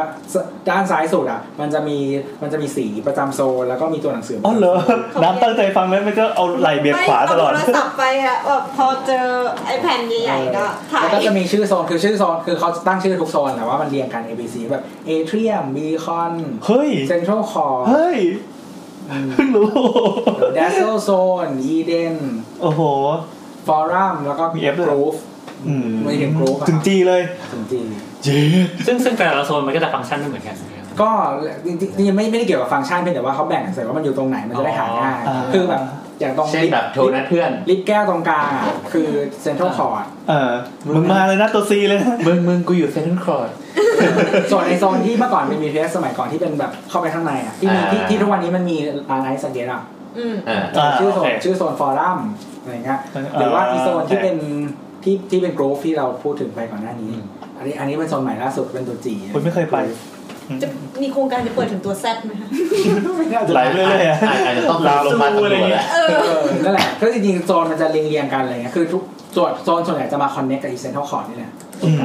S5: ด้านซ้ายสุดอ่ะ มันจะมีมันจะมีสีประจำโซนแล้วก็มีตัวหนังสือ
S3: อ๋อเหรอ น้ำตั้งใจฟังไหมมันก็เอาไหลเบียดขวาตลอด
S7: ไม่เาโทรศัพท์ไปอะแบบพอเจอไอแผ่นใหญ่ๆก็ถ่าย
S5: แล้วก็จะมีชื่อโซนคือชื่อโซนคือเขาตั้งชื่อทุกโซนแต่ว่ามันเรียงกัน A B C แบบเอเทียมบีคอน
S3: <laughs> เฮ้ย
S5: เซ็นทรัลคอร์
S3: เฮ้ยเพิ่งรู้
S5: เดซเซลโซนอีเดน
S3: โอ้โห
S5: ฟอรัมแล้วก็
S3: มี F ด้วย
S5: กรูฟ
S3: อืม
S5: ไม่เห็น proof อะ
S3: ถึงจีเลย
S5: จริงๆ
S3: เจ๊
S6: ซึ่งซึ่งแต่ละโซนมันก็จะฟังก์ชันไม่เหมือนกัน
S5: ก็จริงๆจริงๆไม่ไม่ได้เกี่ยวกับฟังก์ชันเพียงแต่ว่าเขาแบ่งใส่ว่ามันอยู่ตรงไหนมันจะได้หาง่าย
S3: อ๋อ
S5: คือแบบอย่างตรง
S1: เช่นแบบโทรนัดเพื่อน
S5: ลิฟต์แก้วตรงกลางอ่ะคือเซ็นทรัลคอร์ด
S3: เออมึงมาเลยนะตัวซีเลยนะ
S1: มึงมึงกูอยู่เซนทรัลคอร์ด
S5: ส่วนไอโซนที่เมื่อก่อนเป็นมีเทสสมัยก่อนที่เป็นแบบเข้าไปข้างในอ่ะที่มี
S1: อ่า
S5: ที่ที่ทุกวันนี้มันมีร้านไอซ์สเกตอ่ะ
S9: อืม
S1: อ่า
S3: อ่า
S5: ชื่อโซ
S3: โอนเค
S5: ชื่อโซนฟอรัมอะไรเงี้ยหรือว่า
S3: อ่า
S5: อีโซนที่
S3: โอเค
S5: เป็นที่ที่เป็นกรูฟที่เราพูดถึงไปก่อนหน้านี้ อันนี้อันนี้เป็นโซนใหม่ล่าสุดเป็นตัวจี
S3: คุณไม่เคยไป
S9: จะมีโครงการจะเปิดถึงตัวแซดไหมคะ
S3: ไหลไปเรื่อยๆอะ
S1: อาจอาจจะต้องลาลงมาลตำรวจแหละ
S9: เออ
S5: เออนั่นแหละก็จริงๆโซนมันจะเรียงเรียงๆกันอะไรเงี้ยคือทุกส่วนโซนส่วนใหญ่จะมาคอนเนคกับอีเซ็นทรัลคอร์ดนี่แหละ
S3: อืม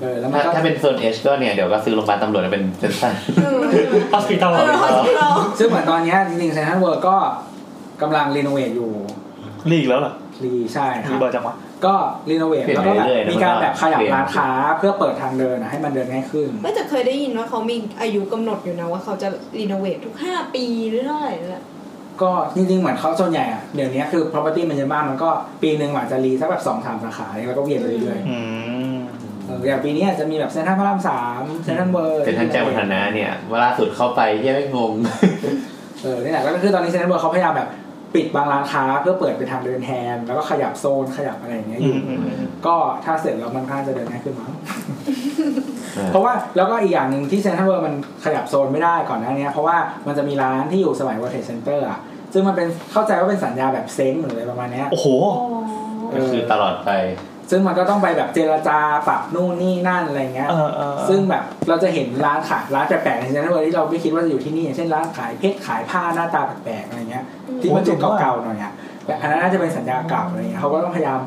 S5: เออแล้วมัน
S1: ถ้า
S5: ก็
S1: ถ้าเป็นโซนเอชก็เนี่ย เดี๋ยวก็ซื้อโรงพยาบาลตำรวจเป็นเซนทรัล
S6: hospital
S9: เออฮอสพิทอล
S5: ซึ่งเหมือนตอนเนี้ยจริงๆเซนทรัลเวิร์ก็กำลังรีโนเวทอยู่
S3: รีอีกแล้วเหรอ
S5: รีใช่ค
S3: รี
S5: รับ
S3: บ่อยจังวะ
S5: ก็รีโนเวท
S1: เปลี่ยน
S5: แล้วก็แบบ
S1: ไปเรื่อยๆนะ
S5: มีการแบบขยับ
S1: เปลี่ยน
S5: ร้านค้าเพื่อเปิดทางเดินอะให้มันเดินง่ายขึ้น
S7: ไม่แต่เคยได้ยินว่าเขามีอายุกำหนดอยู่นะว่าเขาจะรีโนเวททุก 5 ปีหรือเท่าไหร่นั่นแหละ
S5: ก็จริงๆเหมือนเขาส่วนใหญ่อะเดี๋ยวนี้คือ property มันเยอะมากมันก็ปีหนึ่งอาจจะรีสักแบบสองสามสาขาแล้วก็เวียนไปเรื่อย
S3: อืม
S5: ๆเอออย่างปีนี้อาจจะมีแบบเซ็นทรัลพระรามสามเซ็นทรัลเวิร์
S1: เซ็นทรัลแจ้งวัฒนะเนี่ยเวลาสุดเข้าไปแย่ไม่งง
S5: เออนี่แหละก็คือตอนนี้เซ็นทรัลเวิร์เขาพยายามแบบปิดบางร้านค้าเพื่อเปิดเป็นทางเดินแทน แล้วก็ขยับโซนขยับอะไรอย่างเงี้ยอ
S3: อื
S5: ยู่
S3: มอืมอืม
S5: ก็ถ้าเสร็จแล้วมันค่าจะเดินง่ายขึ้นมั้ง
S1: เออ
S5: เพราะว่าแล้วก็อีกอย่างหนึ่งที่เซ็นทรัลเวิร์มันขยับโซนไม่ได้ก่อนหน้านี้เพราะว่ามันจะมีร้านที่อยู่สมัย World Trade Center อ่ะ ซึ่งมันเป็นเข้าใจว่าเป็นสัญญาแบบเซ้งหรืออะไรประมาณเนี้ย
S3: โอ้โห
S5: เอ
S1: ก็
S5: อ
S1: คือตลอดไป
S5: ซึ่งมันก็ต้องไปแบบเจรจาปรับนู่นนี่นั่นอะไรเงี้ย
S3: เออเออ
S5: ซึ่งแบบเราจะเห็นร้านขายร้านแปลกๆในเซ็นทรัลเวิร์ที่เราไม่คิดว่าจะอยู่ที่นี่อย่างเช่นร้านขายเพชรขายผ้าหน้าตาแปลกๆอะไรเงี้ย ที่มันจุดเก่าๆหน่อยอ่ะแต่อันนั้นน่าจะเป็นสัญญาเก่าอะไรเงี้ยเขาก็ต้องพยายาม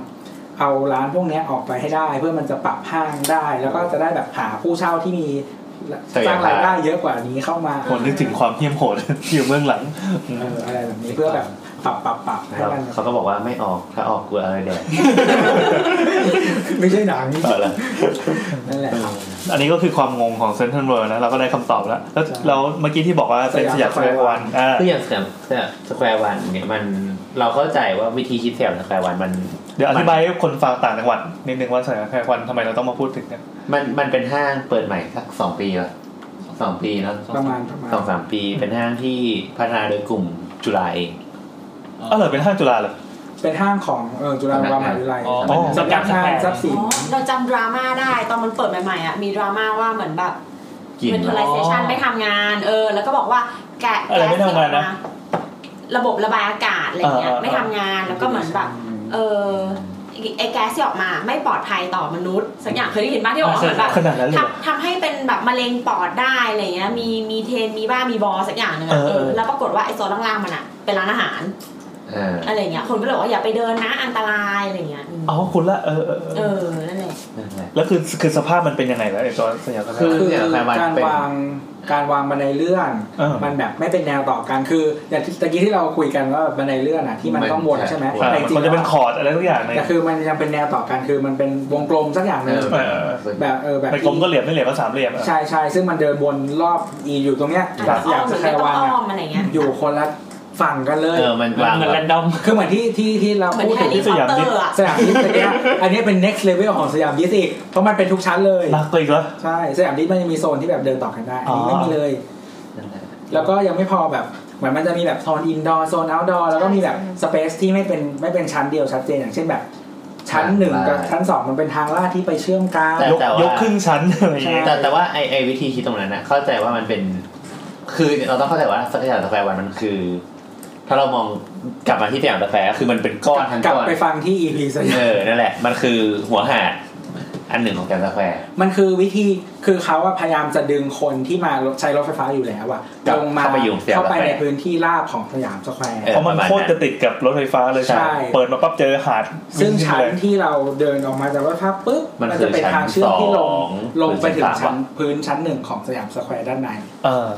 S5: เอาร้านพวกเนี้ยออกไปให้ได้ เพื่อมันจะปรับห้างได้ แล้วก็จะได้แบบหาผู้เช่าที่มี
S1: ศักยภาพ
S5: สร้างรายได้เยอะกว่านี้เข้ามา
S3: ผมนึกถึงความเหี้ยมโหด <laughs> ที่อยู่เบื้องหลัง
S5: เอออะไรแบบนี้เพื่อแบบปรับปรับปรับให้
S1: แล้ว
S5: มัน
S1: เขาก็บอกว่าไม่ออกถ้าออกกูเอาอะไรแดก
S5: ไม่ใช่หนัง
S1: ต่อละ
S5: นั่นแหละครับ
S3: อันนี้ก็คือความงงของเซนทรัลเวิร์นะเราก็ได้คำตอบแล้ว แล้ว
S5: ใช่
S3: เราเมื่อกี้ที่บอกว่าเป็นสยามสแควร์วันอ่า
S1: คืออย่างสแควร์สแควร์วันเนี่ยมันเราเข้าใจว่าวิธีคิดแถวสแควร์วันมัน
S3: เดี๋ยวอธิบายให้คนฟังต่างจังหวัดนิดนึงว่าสยามสแควร์วันทำไมเราต้องมาพูดถึงเนี่ย
S1: มันมันเป็นห้างเปิดใหม่สักสองปีละสองปีเนาะ
S5: ประมาณประมาณ
S1: สองสามปีเป็นห้างที่พัฒนาโดยกลุ่มจุฬาเอง
S3: อ๋อเหรอเป็นห้างจุฬาเหรอ
S5: เป็นห้างของเออจุฬาลงกรณ์มหาวิทยาลัย
S6: อ๋อ
S5: สำนักงานทรัพย์สิน
S8: เราจำดราม่าได้ตอนมันเปิดใหม่ๆอ่ะมีดราม่าว่าเหมือนแบบ
S1: กิน
S8: เป็นเทอร์ไลเซชัน
S6: อ๋อ
S8: ไม่ทำงานเออ แล้วก็บอกว่าแกะ
S3: อะไร
S8: แก๊ส
S3: ไม่ทำงานนะ
S8: ที่ออกระบบระบายอากาศอะไรเงี้ย
S3: เออเออ
S8: ไม่ทำงานแล้วก็เหมือนแบบเออไอ้ไอ้แก๊สที่ออกมาไม่ปลอดภัยต่อมนุษย์สักอย่างเคยได้ยินบ้างที่บอกว่าเหมือนแบบ
S3: ขนาดนั้นเลยเหรอ
S8: ทำทำให้เป็นแบบมะเร็งปอดได้อะไรเงี้ย มีมีเทรนมีบ้ามีบอสักอย่างหนึ่งอะ
S3: เออเออ
S8: เออแล้วปรากฏว่าไอ้โซนล่างๆมันอะเป็นร้านอาหาร
S1: อ่า
S8: อะไรเงี้ย คนก็เลยบอกว่าอย่าไปเดินนะอันตรายอะไรเงี้ยอืม
S3: อ๋อคุณละเออเออ
S8: เอ
S3: เออ
S8: อ นั่นแหละ
S1: นั่นแหละ
S3: แล้วคือคือสภาพมันเป็นยังไงล่ะไอ้ตอนสยามสแคว
S5: คื
S3: ร์
S5: อ
S1: คือเนี่ยแฟนบอล
S5: การ
S1: เป็น
S5: วางการวางบันไดเลื่อน
S3: เออ
S5: มันแบบไม่เป็นแนวต่อกันคืออย่างที่ตะกี้ที่เราคุยกันว่าบันไดเลื่อนอ่ะที่มันต้องวนใช่ไหม
S3: า
S5: แต่จริง
S3: มัน
S5: ๆแล้
S3: จะ
S5: ว
S3: เป็นคอร์ดอะไรทุกอย่างเลย
S5: แต่คือมันยังเป็นแนวต่อกันคือมันเป็นวงกลมสักอย่างหนึ่ง
S1: เออ
S3: เออ
S5: แบบเออแบบ
S3: เป็นกลมก็เหลี่ยมไม่เหลี่ยมก็สามเหลี่ยมอะ
S5: ใช่ใช่ซึ่งมันเดินวนรอบอีอยู่ตรงเนี้ย
S8: อาจจะอ้อย
S5: อาก
S8: มห
S5: จะ
S8: รือ
S5: ใคร
S8: ไม่ต้อ
S5: วา
S8: ง
S5: ง
S8: อ้
S5: อะ
S8: อมอะไรเงี้ย
S5: อยู่คนละฝั่งกันเลย
S1: เออมันวาง
S6: เหมือน
S1: แบ
S6: แร
S1: บ
S6: นดอม
S5: คือเหมือนที่ที่ที่เรา
S8: เหมือน
S5: พูด
S8: แฮ
S5: ถึ
S8: ร์
S5: ง
S8: รี่
S3: ส
S8: พอต
S3: ยาม
S8: เต
S3: นิ
S8: อ
S3: ด
S8: ร์อะ
S5: สยามดิสตะกี้อันนี้เป็น next level ของสยามดิสอีกเพราะมันเป็นทุกชั้นเลย
S3: รักตัวอีกแล้ว
S5: ใช่สยามดิสมันยังมีโซนที่แบบเดินต่อกันได้อันนี้ไม่มีเลย
S1: นั่นแหละ
S5: แล้วก็ยังไม่พอแบบเหมือนมันจะมีแบบโซนอินดอร์โซนเอาท์ดอร์แล้วก็มีแบบสเปซที่ไม่เป็นไม่เป็นชั้นเดียวชัดเจนอย่างเช่นแบบ ชั้นหนึ่งกับชั้นสองมันเป็นทางลาดที่ไปเชื่อมกัน
S3: ยกยกครึ่งชั้นอะไรอย่างเงี้ย
S1: แต่แต่ว่าไอไอวิธีคิดตรงนั้นนะเข้าใจว่ามันเป็น คือเราต้องเข้าใจว่าสแควร์สแควร์วันมันคือ ถ้าเรามองกลับมาที่สยามสแควร์คือมันเป็นก้อนทั้ง
S5: กลับ
S1: ก้อน
S5: ไปฟังที่ EP สยาม
S1: เออนั่นแหละ มันคือหัวหาด
S4: อันหนึ่งของแกรนด์สแควร์
S5: <laughs> มันคือวิธีคือเขาอะพยายามจะดึงคนที่มาใช้รถไฟฟ้าอยู่แล้วอะ
S4: กลับ
S5: ลงมา
S4: เข้าไปอยู่สยาม
S5: เข้าไป
S4: สแควร์
S5: ในพื้นที่ราบของสยามสแควร์
S4: เออ
S3: เพราะมัน
S4: ประมาณนั้น
S3: โคตรจะติดกับรถไฟฟ้าเลย
S5: ใช่
S3: เปิดมาปั๊บเจอหาด
S5: ซึ่ง
S3: วิ่
S5: ชั้น
S3: เลย
S5: ที่เราเดินออกมาจากรถไฟฟ้าปุ๊บ
S4: มัน
S5: จะเป็น
S4: คือชั้น
S5: ทางเชื่อมที่ล
S4: ส
S5: ง
S4: อง
S5: ลงไปถึง
S4: หรือชั้นสาม
S5: ชั้น
S4: วะ
S5: พื้นชั้นหนึ่งของสยามสแควร์ด้านใน
S3: เออ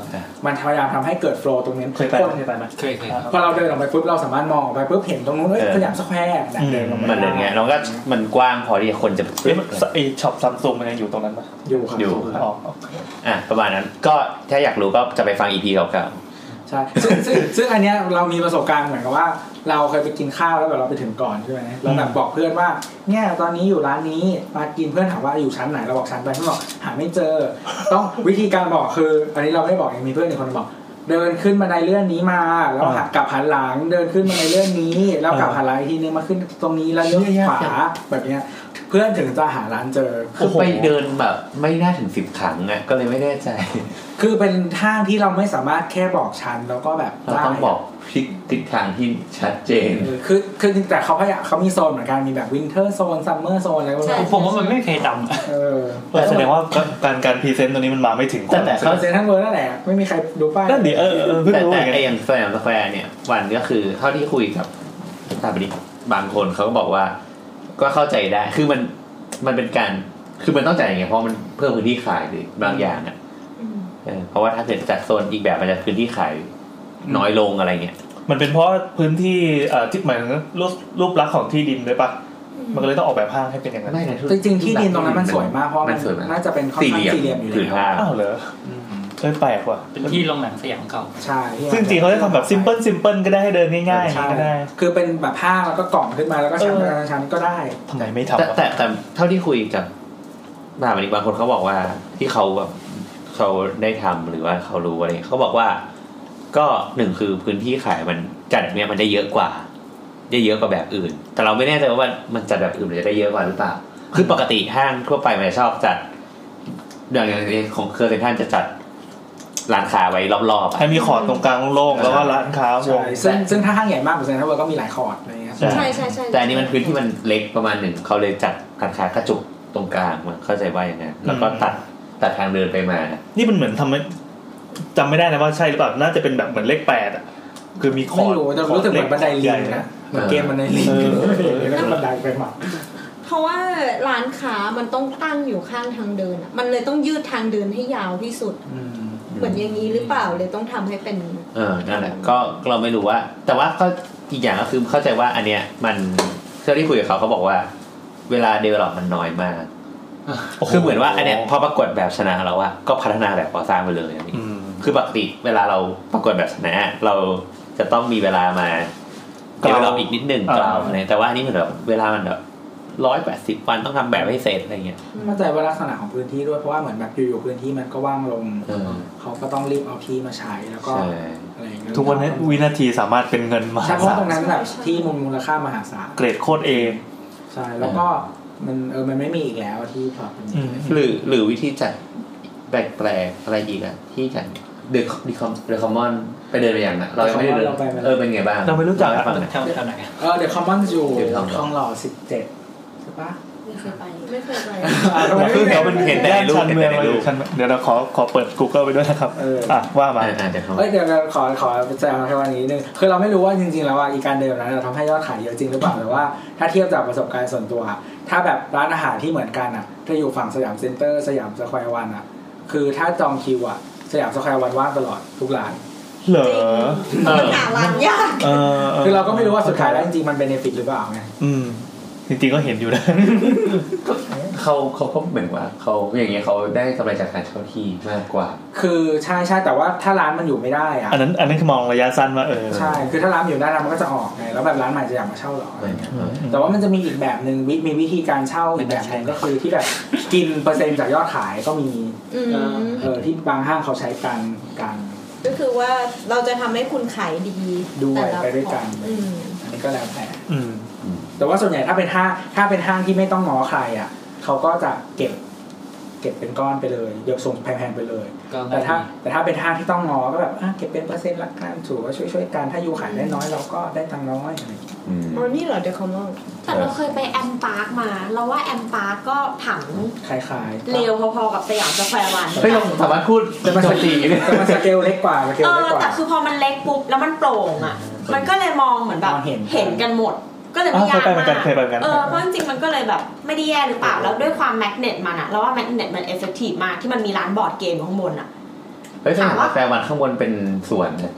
S5: มันพยายามทำให้เกิดโฟลว์ตรงนี้
S3: เคยไปไหมเคยไปไหม
S6: เคยเคย
S5: พอเราเดินออกไปปุ๊บเราสามารถมองออกไปปุ๊บเห็นตรงนู้นเอ้ย
S4: เออ
S5: สยามสแควร์แบบเดินลงไป
S4: มันเลยไงแล้วก็มันกว้างพอที่คนจะไปซื้
S3: เอ้
S4: อย
S3: มันไอช็อปซัมซุงมันยังอยู่ตรงนั้นปะ
S5: อยู่ครับ
S4: อยู่
S3: อ๋อ
S4: อ่ะประมาณนั้นก็ถ้าอยากรู้ก็จะไปฟังอีพีเก่า
S5: ใช่ซึ่งซึ่งซึ่งอันเนี้ยเรามีประสบการณ์เหมือนกับว่า เราเคยไปกินข้าวแล้วแบบเราไปถึงก่อนใช่ไหมเราแบบบอกเพื่อนว่าเนี่ยตอนนี้อยู่ร้านนี้มากินเพื่อนถามว่าอยู่ชั้นไหนเราบอกชั้นไปเพื่อนบอกหาไม่เจอ ต้องวิธีการบอกคือ อันนี้เราไม่ได้บอกเองมีเพื่อนอีกคนบอก เดินขึ้นบันไดเลื่อนนี้มาแล้วหักกลับหันหลังเดินขึ้นบันไดเลื่อนนี้ แล้วกลับหันหลังอีกทีนึงมาขึ้นตรงนี้แล้วเลี้ยวขวาแบบเนี้ยเพื่อนถึงจะหาร้านเจอ
S4: ๆคือไปเดินแบบไม่น่าถึงสิบครั้งอ่ะก็เลยไม่แน่ใจ
S5: คือเป็นท่างที่เราไม่สามารถแค่บอกชั้นแล้วก็แบบ
S4: เราต้อง
S5: ได้
S4: บอกทิศทิศทางที่ชัดเจน
S5: เออคือคือจริงๆแต่เขาพยายามเขามีโซนเหมือนกันมีแบบวินเทอร์โซนซัมเมอร์โซนอะไรพวกนี้น
S6: ผมว่ามันไม่เคยจ
S5: เออ
S3: แต่แสดงว่าการการพรีเซนต์ตัวนี้มันมาไม่ถึงค
S4: แต่
S3: น
S4: แต่
S5: เขาเซ็นทั้งเวิร์นั่นแหละไม่มีใครดูป้าย
S3: นั่นดิเออเออเพิ่ง
S4: แต่
S3: รู้เห
S4: แต่
S3: มือนกัน
S4: ไอ้อย่างสยามสแควร์เนี่ย วันก็คือเท่าที่คุยกับสถาปนิกบางคนเขาก็บอกว่า ก็เข้าใจได้คือมันมันเป็นการคือมันต้องจ่ายอย่างเงี้ยเพราะมันเพิ่มพื้นที่ขายหรือบางอย่างอ่ะเออเพราะว่าถ้าเกิดจัดโซนอีกแบบมันจะพื้นที่ขายน้อยลงอะไรเงี้ย
S3: มันเป็นเพราะพื้นที่เอ่อที่เหมือนรูปรูปลักษณ์ของที่ดินด้วยปะมันก็เลยต้องออกแบบห้างให้เป็นอย่างนั้น
S4: ไม่นะ
S5: จริงๆที่ดินตรงนั้นมันสวยมากเพราะ
S4: มั
S5: มัน น
S4: สวยมาก
S5: น่าจะเป็นค่อน
S4: สี่
S5: ข้าง
S4: เหลี่ยม
S5: สี่เหลี่ยมอยู่
S4: ผืน
S5: แล้ว
S4: ผ้า
S3: อ้าวเหรอ
S5: อืม
S3: เอ้ยแปลกว่ะ
S6: ำเป็นที่โรงหนังสยามเก่า
S5: ใช่
S3: ซึ่งจริงๆเขาจะทำแบบซิมเพิลซิมเพิลก็ได้ให้เดินง่ายๆอย่าง
S5: ใช่
S3: นี้ก็ได้
S5: คือเป็นแบบผ้าแล้วก็กล่องขึ้นมาแล้วก็ชั้น
S3: เออ
S5: ชั้นก็ได้
S3: ทำไมไม่ทำ
S4: แต่
S3: วะ
S4: แต่แต่เท่าที่คุยกับสถาปนิกบางคนเขาบอกว่าที่เขาแบบเขาได้ทำหรือว่าเขารู้อะไรเงี้ยเขาบอกว่า ก็หนึ่งคือพื้นที่ขายมันจัดแบบเนี้ยมันได้เยอะกว่า ได้เยอะกว่าแบบอื่น แต่เราไม่แน่ใจว่ามันมันจัดแบบอื่นมันจะได้เยอะกว่าหรือเปล่า คือปกติห้างทั่วไปมันจะชอบจัดอย่างอย่างของเครือเซ็นทรัลจะจัดร้านค้าไว้รอบๆอะ
S3: ให้มีขอดตรงกลางโล่งๆแล้วก็ร้านค้าว
S5: ใช่
S3: ง
S5: ซึ่งซึ่งถ้าห้างใหญ่มากกว่าเซ็นทรัลเวิร์ก็มีหลายคอร์ดอะไรเงี้ย
S3: ใช่
S7: ใช่ใช่ใช่
S4: แต่อันนี้มันพื้นที่มันเล็กประมาณหนึ่งเขาเลยจัดร้านค้ากระจุกตรงกลางมันเข้าใจว่าอย่างนั้นแล้วก็ตัดตัดทางเดินไปมา
S3: นี่มันเหมือนทำให้จำไม่ได้นะว่าใช่หรือเปล่าน่าจะเป็นแบบเหมือนเลขแปดอ่ะคือมีขอ
S5: ไม่
S3: ด
S5: รู้แต่รู้สึกเหมือนบันไดลิง
S3: ใหญ่
S5: นะเหมือนเกมบันไดลิง
S3: เออเออ
S5: แล้วก็บันไดไปมา
S7: เพราะว่าร้านค้ามันต้องตั้งอยู่ข้างทางเดินอะมันเลยต้องยืดทางเดินให้ยาวที่สุด
S5: อืม
S7: เหมือนอย่างนี้หรือเปล่าเลยต้องทำให้เป็น
S4: เออ นั่นแหละ ก็เราไม่รู้ว่า แต่ว่าก็อีกอย่างก็คือเข้าใจว่าอันเนี้ยมันเท่าที่คุยกับเขาเขาบอกว่า เวลาเดเวลลอปมันน้อยมาก
S3: โโ
S4: คือเหมือนว่าอันเนี้ยพอประกวดแบบชนะแล้วอะก็พัฒนาแบบก่อสร้างไปเลยอันนี้
S3: อืม
S4: คือปกติเวลาเราประกวดแบบชนะ เราจะต้องมีเวลามาเด
S3: กล่าว
S4: เวลลอปอีกนิดหนึ่ง
S3: อ่า
S4: กล่าวอะไรแต่ว่าอันนี้เหมือนแบบเวลามันแบบร้อยแปดสิบ180 วันต้องทำแบบให้เสร็จอะไรเงี้ย
S5: เข้าใจว่าลักษณะของพื้นที่ด้วยเพราะว่าเหมือนแบบอยู่ๆพื้นที่มันก็ว่างลง
S4: เออ
S5: เขาก็ต้องรีบเอาที่มาใช้แล้วก็
S4: ใช่
S5: อะไรอย่างเงี้ย
S3: ทุกวันนี้วินาทีสามารถเป็นเงินมหา
S5: ใช่เพราะ
S3: ศา
S5: ว่าต
S3: ล
S5: รงนั้นแบบที่มูลมูลค่ามหาศาล
S3: เกรดโคตรเอง
S5: ใช่แล้วก็มันเออมันไม่มีอีกแล้วที่พอเป็นอย่างนี้
S4: หรือหรือวิธีจัดแปลกๆอะไรอีกอะที่จัดเดอะดีคอมเดอะคอมมอนไปเดินไปอย่างน่ะเรายังไม่ได้เดินเออเป็นไงบ้าง
S3: เราไม่รู้จักอะ
S4: เล่าให้ฟังหน่อย
S6: แถวแถวไหนอะ
S5: เออเดี๋ยวคอมมอนอยู่
S4: เดี๋ยวทองหล่อ
S5: ทองหล่อสิบเจ็ดใช่ปะ
S7: ไม่เคยไป ไม่เคยไป
S4: คือเขาเป็นเห็นแต่
S3: ย่า
S4: ใน
S3: น
S4: รูป
S3: ชัน
S4: เห็น
S3: เมือ
S4: แต่
S3: ง
S4: ในรูป
S3: ชันเมืองเดี๋ยวเราขอขอเปิด Google ไปด้วยนะครับ
S5: เออ
S3: อ่ะว่ามา
S4: อ่าอ่าเดี๋ยวเขา
S5: เอ้ยเดี๋ยวเราขอขอแซวแค่วันนี้นิดนึงคือเราไม่รู้ว่าจริงๆแล้วว่าอีการเดินแบบนั้นเราทำให้ยอดขายเยอะจริงหรือเปล่าแต่ว่าถ้าเทียบจากประสบการณ์ส่วนตัวอะถ้าแบบร้านอาหารที่เหมือนกันอ่ะถ้าอยู่ฝั่งสยามเซ็นเตอร์สยามสแควร์วันอ่ะ คือถ้าจองคิวอ่ะสยามสแควร์วันว่างตลอดทุกร้าน
S3: เหรอ
S4: เออ
S7: หาร้านยาก
S3: เออ
S5: คือเราก็ไม่รู้ว่าสุดท้ายแล้วจริงๆ มันเบนฟิตหรือเปล่าไง
S3: อืมจริงๆก็เห็นอยู่นะ
S4: เขาเขาก็เหมือนว่าเขาอย่างเงี้ยเขาได้กำไรจากการเช่าที่มากกว่า
S5: คือใช่ใช่แต่ว่าถ้าร้านมันอยู่ไม่ได้อะ
S3: อันนั้นอันนั้นคือมองระยะสั้นว่าเออ
S5: ใช่ คือถ้าร้านอยู่ได้ร้านมันก็จะออกไง แล้วแบบร้านใหม่จะอยากมาเช่าหรออะไรเงี้ย
S3: อืม
S5: แต่ว่ามันจะมีอีกแบบหนึ่งวิมีวิธีการเช่าอีกแบบหนึ่งก็คือที่แบบกินเปอร์เซ็นต์จากยอดขายก็มี
S7: อืม
S5: เออที่บางห้างเขาใช้กันกัน
S7: ก็คือว่าเราจะทำให้คุณขายดี
S5: ด้วย
S7: แต่เรา
S5: ไปด้วยกัน
S7: อืม
S5: อันนี้ก็แล้วแต่
S3: อืม
S5: แต่ว่าส่วนใหญ่ถ้าเป็นห้างถ้าเป็นห้างที่ไม่ต้องงอใครอ่ะเขาก็จะเก็บ เ ก็บเป็นก้อนไปเลยยกส่งแพงๆไปเลย
S6: ก็ไม่
S5: แต่ถ้าแต่ถ้าเป็นห้างที่ต้องงอก็แบบอ่ะเก็บเป็นเปอร์เซ็นต์ละกันถือว่าช่วยๆกันถ้าอยู่ขายได้น้อยเราก็ได้ตังค์น้อยอะไรอย่างเงี้ย
S4: อืม
S12: อ๋อนี่เหรอเดอะคอมมอน
S8: แต่เราเคยไปแอมปาร์คมา เราว่าแอมปาร์คก็ถัง
S5: คล้ายๆ
S8: เลวพอๆกับสยามสแควร์วัน
S4: เฮ้ยเราสามารถพูด
S5: แต่มัน
S4: โจ
S5: ส
S4: ม
S5: เก
S4: ตี
S5: ล
S4: เนี่ย
S5: แต่มันสเกลเล็กกว่าสเกล
S8: เอ
S5: เล็ก
S8: อก
S5: ว่า
S8: แต่คือพอมันเล็กปุ๊บแล้วมันโปร่งอ่ะ มันก็เลยมองเหมือนแบบ
S5: มองเห็น
S8: นกันหมด ก็เลย
S3: อ้าวย
S8: ไม่าก
S3: เคยไปเหมือ
S8: มา
S3: นกัน
S8: ก
S3: เคยไปเหมือนกัน
S8: เออเพราะจริงๆมันก็เลยแบบไม่ได้แย่หรือเปล่าแล้วด้วยความแมกเนตมันอ่ะเราว่าแมกเนตมันเอฟเฟกตีฟมากที่มันมีร้านบอร์ดเกมอยู่ข้างบนอ่ะ
S4: เฮ้ยสนาม
S8: ถามว่า
S4: กาแฟวันข้างบนเป็นสวนนะ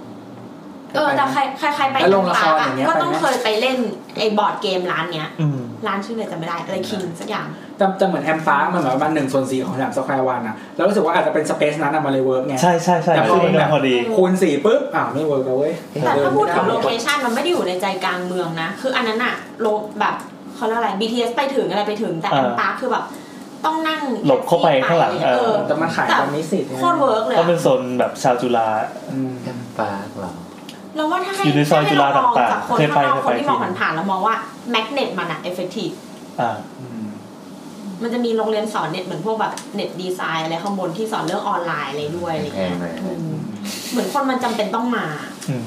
S8: เออแต่ใครใครใครไป
S5: แล้วโรงละคร
S8: อ่ะ
S5: อย่างเงี้ย
S8: ก็ต้อง
S5: ไปไหม
S8: เคยไปเล่นไอ้บอร์ดเกมร้านเนี้ย
S3: อืม
S8: ร้านชื่ออะไรจำไม่ได้อะไรคิงสักอย่าง
S5: จำจำเหมือนแอมฟ้ามันเหมือนประมาณหนึ่งส่วนสี่ของสยามสแควร์วันอะแล้วรู้สึกว่าอาจจะเป็นสเปซนั้นอะมาเลยเวิร์กไง
S3: ใช่ใช่ใช่
S5: แต่พอ
S3: คือมันกำลังพอดี
S5: คูณสี่ปุ๊บอ้าวไม่เวิร์กแล้วเว้ย
S8: แต่ถ้าพูดถึงโลเค
S5: ชั่น
S8: ชันมันไม่ได้อยู่ในใจกลางเมืองนะ คืออันนั้นอะโลแบบเขาเรียกอะไร BTS ไปถึงอะไรไปถึง แต่
S3: เออ
S8: อันตาคือแบบ ต้องนั่ง
S3: หลบเข้าไปข้างหลัง
S8: เออ
S3: เออ
S5: แต่มันขายตามนิสิตไง
S8: โคตรเวิร์กเลย
S3: เพราะเป็
S8: อะ
S3: นโซนแบบชาวจุฬา
S5: อืม
S4: แอมปาร์กเหรอ
S8: เราว่าถ้าให้
S3: อยู่ในซอยจุฬา
S8: ถ้ให้เรมอง
S3: ต่างๆ
S8: จากคน
S3: เคยไป
S8: ข้างนอก
S3: เคยไป
S8: คนที่มอง
S3: ที่
S8: ผ่านๆแล้วมองว่าแมกเนตมันอะเอฟเฟกตีฟ
S3: อ่า
S5: อืม
S8: มันจะมีโรงเรียนสอนเน็ตเหมือนพวกแบบเน็ตดีไซน์อะไรข้างบนที่สอนเรื่องออนไลน์อะไรด้วยอะไร
S4: แพง
S8: เงี้ย
S4: ไหม
S8: อืมเหมือนคนมันจำเป็นต้องมา
S3: อืม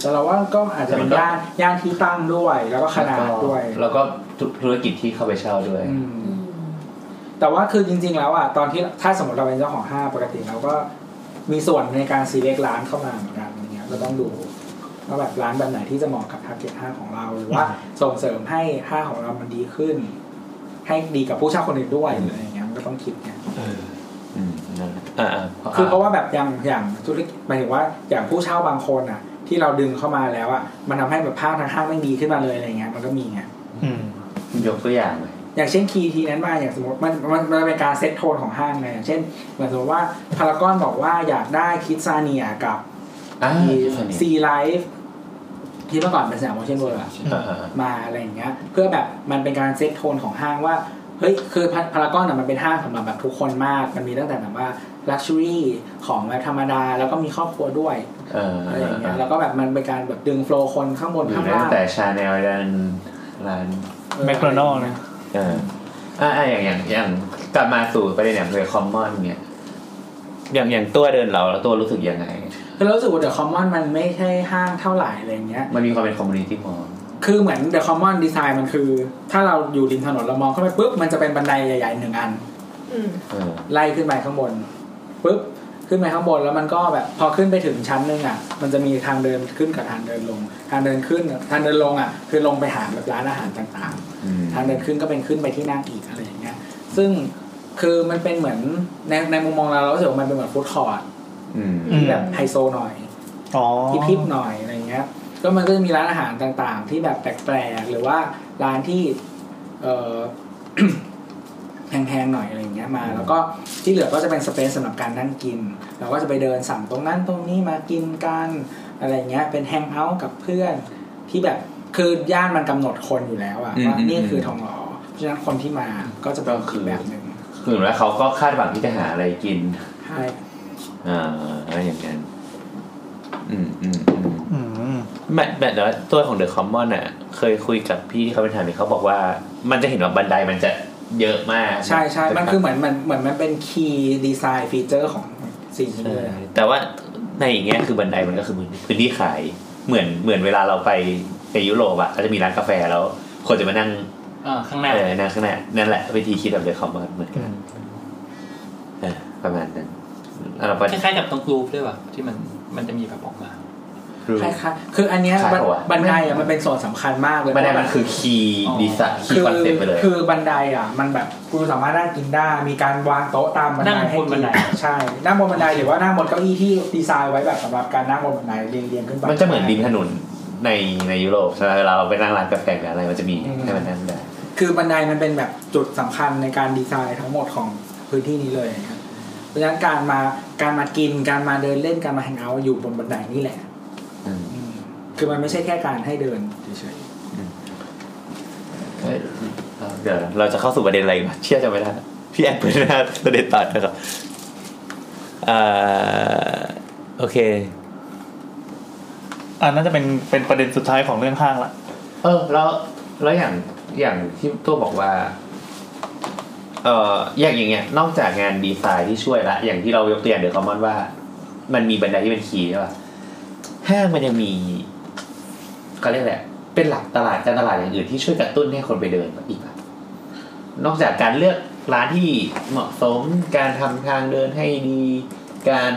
S5: แต่เราว่าก็อาจจะเป็นย่านย่านที่ตั้งด้วย แล้วก็ขนาดด้วย
S4: แล้วก็ธุรกิจที่เข้าไปเช่าด้วย
S5: อืม แต่ว่าคือจริง ๆ แล้วอ่ะตอนที่ถ้าสมมติเราเป็นเจ้าของห้างปกติเราก็มีส่วนในการซีเล็กร้านเข้ามาเหมือนกันอย่างเงี้ยก็ต้องดูว่าแบบร้านแบบไหนที่จะเหมาะกับทาร์เก็ตห้างของเราหรือว่าส่งเสริมให้ห้างของเรามันดีขึ้น ให้ดีกับผู้เช่าคนอื่นด้วย
S4: อืม
S5: อะไรอย่างเงี้ยมันก็ต้องคิดไง
S4: อืมนั่นแหละอ่าๆ
S5: คือเพราะว่าแบบอย่างอย่างธุรกิจหมายถึงว่าอย่างผู้เช่าบางคนอ่ะ ที่เราดึงเข้ามาแล้วอ่ะมันทำให้แบบภาพทางห้างไม่ดีขึ้นมาเลยอะไรเงี้ยมันก็มีไง
S3: อืม
S4: ยกตัวอย่างไหม
S5: อย่างเช่นคีย์ทีนั้นมาอย่างสมมติมันมันมันเป็นการเซตโทนของห้างไงอย่างเช่นเหมือนสมมติว่าพารากอนบอกว่าอยากได้คิดซาเนียกับ
S4: อ่า
S5: ซีไลฟ์ที่เมื่อก่อนเป็นสนามโมเชนเวิร์
S4: อ่า
S5: มาอะไรอย่างเงี้ย เพื่อแบบมันเป็นการเซตโทนของห้างว่าเฮ้ยคือพารากอนน่ะมันเป็นห้างสำหรับแบบทุกคนมาก มันมีตั้งแต่แบบว่าลักชัวรี่ของแบบธรรมดา แล้วก็มีครอบครัวด้วย
S4: ๆเออ
S5: อะ
S4: อะไร
S5: อย่างเงี้ยแล้วก็แบบมันเป็นการแบบดึงโฟลว์คนข้างบน
S4: อ
S5: ข้า
S4: ยู่
S5: ง
S4: ได้
S5: ล่า
S4: ตั้
S5: ง
S4: งแต่ชาแนลยันร้าน
S5: เออ
S3: แมคโดนัลล์นะ
S4: เอออ่าๆอย่างอย่างอย่างกลับมาสู่ประเด็นอย่างเรื่องคอมมอนเนี่ยอย่างอย่างตัวเดินเราแล้วตัวรู้สึกยังไง
S5: คือเรารู้สึกว่าเดอะคอมมอนมันไม่ใช่ห้างเท่าไหร่อะไรอย่างเงี้ย
S4: มันมีความเป็นคอมมูนิตี้มอล
S5: คือเหมือน The Common Design มันคือ ถ้าเราอยู่ริมถนนเรามองเข้าไปปุ๊บ มันจะเป็นบันไดใหญ่ๆหนึ่งอัน
S4: เออ
S5: ไล่ขึ้นไปข้างบนปุ๊บ ขึ้นไปข้างบนแล้วมันก็แบบพอขึ้นไปถึงชั้นหนึงอ่ะ มันจะมีทางเดินขึ้นกับทางเดินลง ทางเดินขึ้นทางเดินลงอ่ะ คือลงไปหาแบบร้านอาหารต่าง
S4: อืม
S5: ๆ ทางเดินขึ้นก็เป็นขึ้นไปที่นั่งอีกอะไรอย่างเงี้ย ซึ่งคือมันเป็นเหมือนในในมุมมองเราเรารู้สึกว่ามันเป็นเหมือนฟู้ดคอร์ท
S4: อืม
S3: อืม
S5: แบบไฮโซหน่อย
S3: อ๋อ
S5: ที่พริบหน่อยอะไรเงี้ย ก็มันก็จะมีร้านอาหารต่างๆ ที่แบบแปลกๆ หรือว่าร้านที่เออ <coughs> แพงๆหน่อยอะไรเงี้ยมา แล้วก็ที่เหลือก็จะเป็นสเปซสำหรับการนั่งกิน เราก็จะไปเดินสั่งตรงนั้นตรงนี้มากินกันอะไรเงี้ย เป็นแฮงเอาท์กับเพื่อนที่แบบคือย่านมันกำหนดคนอยู่แล้วอะว่านี่คือทองหล่อเพราะฉะนั้นคนที่มาก็จะเป็นอีกแบบหนึ่ง
S4: คือเหมือนว่าเขาก็คาดหวังที่จะหาอะไรกิน
S5: ใช่
S4: อ่าอะไรอย่างนั้น อืมอืมอืม
S3: อืม
S4: แมทแมทแล้วตัวของเดอะคอมมอนอ่ะ เคยคุยกับพี่ที่เขาเป็นทหารเนี่ยเขาบอกว่า มันจะเห็นว่าบันไดมันจะเยอะมาก
S5: ใช่ใช่มันคือเหมือนมันเหมือนมันเป็นคีย์ดีไซน์ฟีเจอร์ของสิ่งนี้
S4: ใช่
S5: เลยอะ
S4: แต่ว่าในอีกแง่คือบันไดมันก็คือพื้นที่ขาย เหมือนเหมือนเวลาเราไปในยุโรปอ่ะก็จะมีร้านกาแฟแล้ว คนจะมานั่ง
S6: อ่าข้างหน้า
S4: เออนั่งข้างหน้านั่นแหละวิธีคิดแบบเดอะคอมมอนเหมือนกันเออประมาณนั้นอ่าประ
S6: คล้ายๆกับตรงกรูฟด้วยป่ะที่มันมันจะมีแบบออกมา
S4: รูป
S5: คล้ายๆคืออันเนี้ย
S4: คล้าย
S5: บัน
S4: ปะวะ
S5: บันไดอ่ะมันเป็นส่วนสำคัญมากเลย
S4: บันไดมันคือคีย์
S6: อ๋อ
S4: ดีไซน์คีย์คอนเซ็ปต์ไปเลย
S5: คือบันไดอ่ะ มันแบบกูสามารถนั่งกินได้ มีการวางโต๊ะตามบันได
S6: นั่ง
S5: ให้
S6: บนบันได
S5: ใช่นั่งบนบันไดหรือว่านั่งบนเก้าอี้ที่ดีไซน์ไว้แบบสำหรับการนั่งบนบันไดเรียงเรียงๆขึ้นไป
S4: มันจะเหมือนริมถนนในในยุโรปใช่ไหมเวลาเราไปนั่งร้านกาแฟหรืออะไรมันจะมี
S5: อืม
S4: ให้มันนั่งได้
S5: คือบันไดมันเป็นแบบจุดสำคัญในการดีไซน์ทั้งหมดของพื้นที่นี้เลยนะครับเพราะฉะนั้นการมาการมากินการมาเดินเล่นการมาแฮงเอาท์อยู่บนบันไดนี่แหละ
S4: อืม
S5: อืมคือมันไม่ใช่แค่การให้เดินเฉย
S4: เอ้ยเดี๋ยวนะเราจะเข้าสู่ประเด็นอะไรอีกวะเชื่อจะไม่ได้นะพี่แอนเปิดหน้าประเด็นตัดนะครับเอ่อโอเค
S3: อ่าน่าจะเป็นเป็นประเด็นสุดท้ายของเรื่องห้างละ <laughs>
S4: เออ แล้วแล้วอย่างอย่างที่ตัวบอกว่า
S1: เอ่ออย่างอย่างเงี้ยนอกจากงานดีไซน์ที่ช่วยละอย่างที่เรายกตัวอย่างเดอะคอมมอนว่า มันมีบันไดที่เป็นคีย์ใช่ป่ะห้างมันยังมีเขาเรียกแหละไรเป็นหลักตลาดการตลาดอย่างอื่นที่ช่วยกระตุ้นให้คนไปเดินอีกป่ะนอกจากการเลือกร้านที่เหมาะสมการทำทางเดินให้ดี การ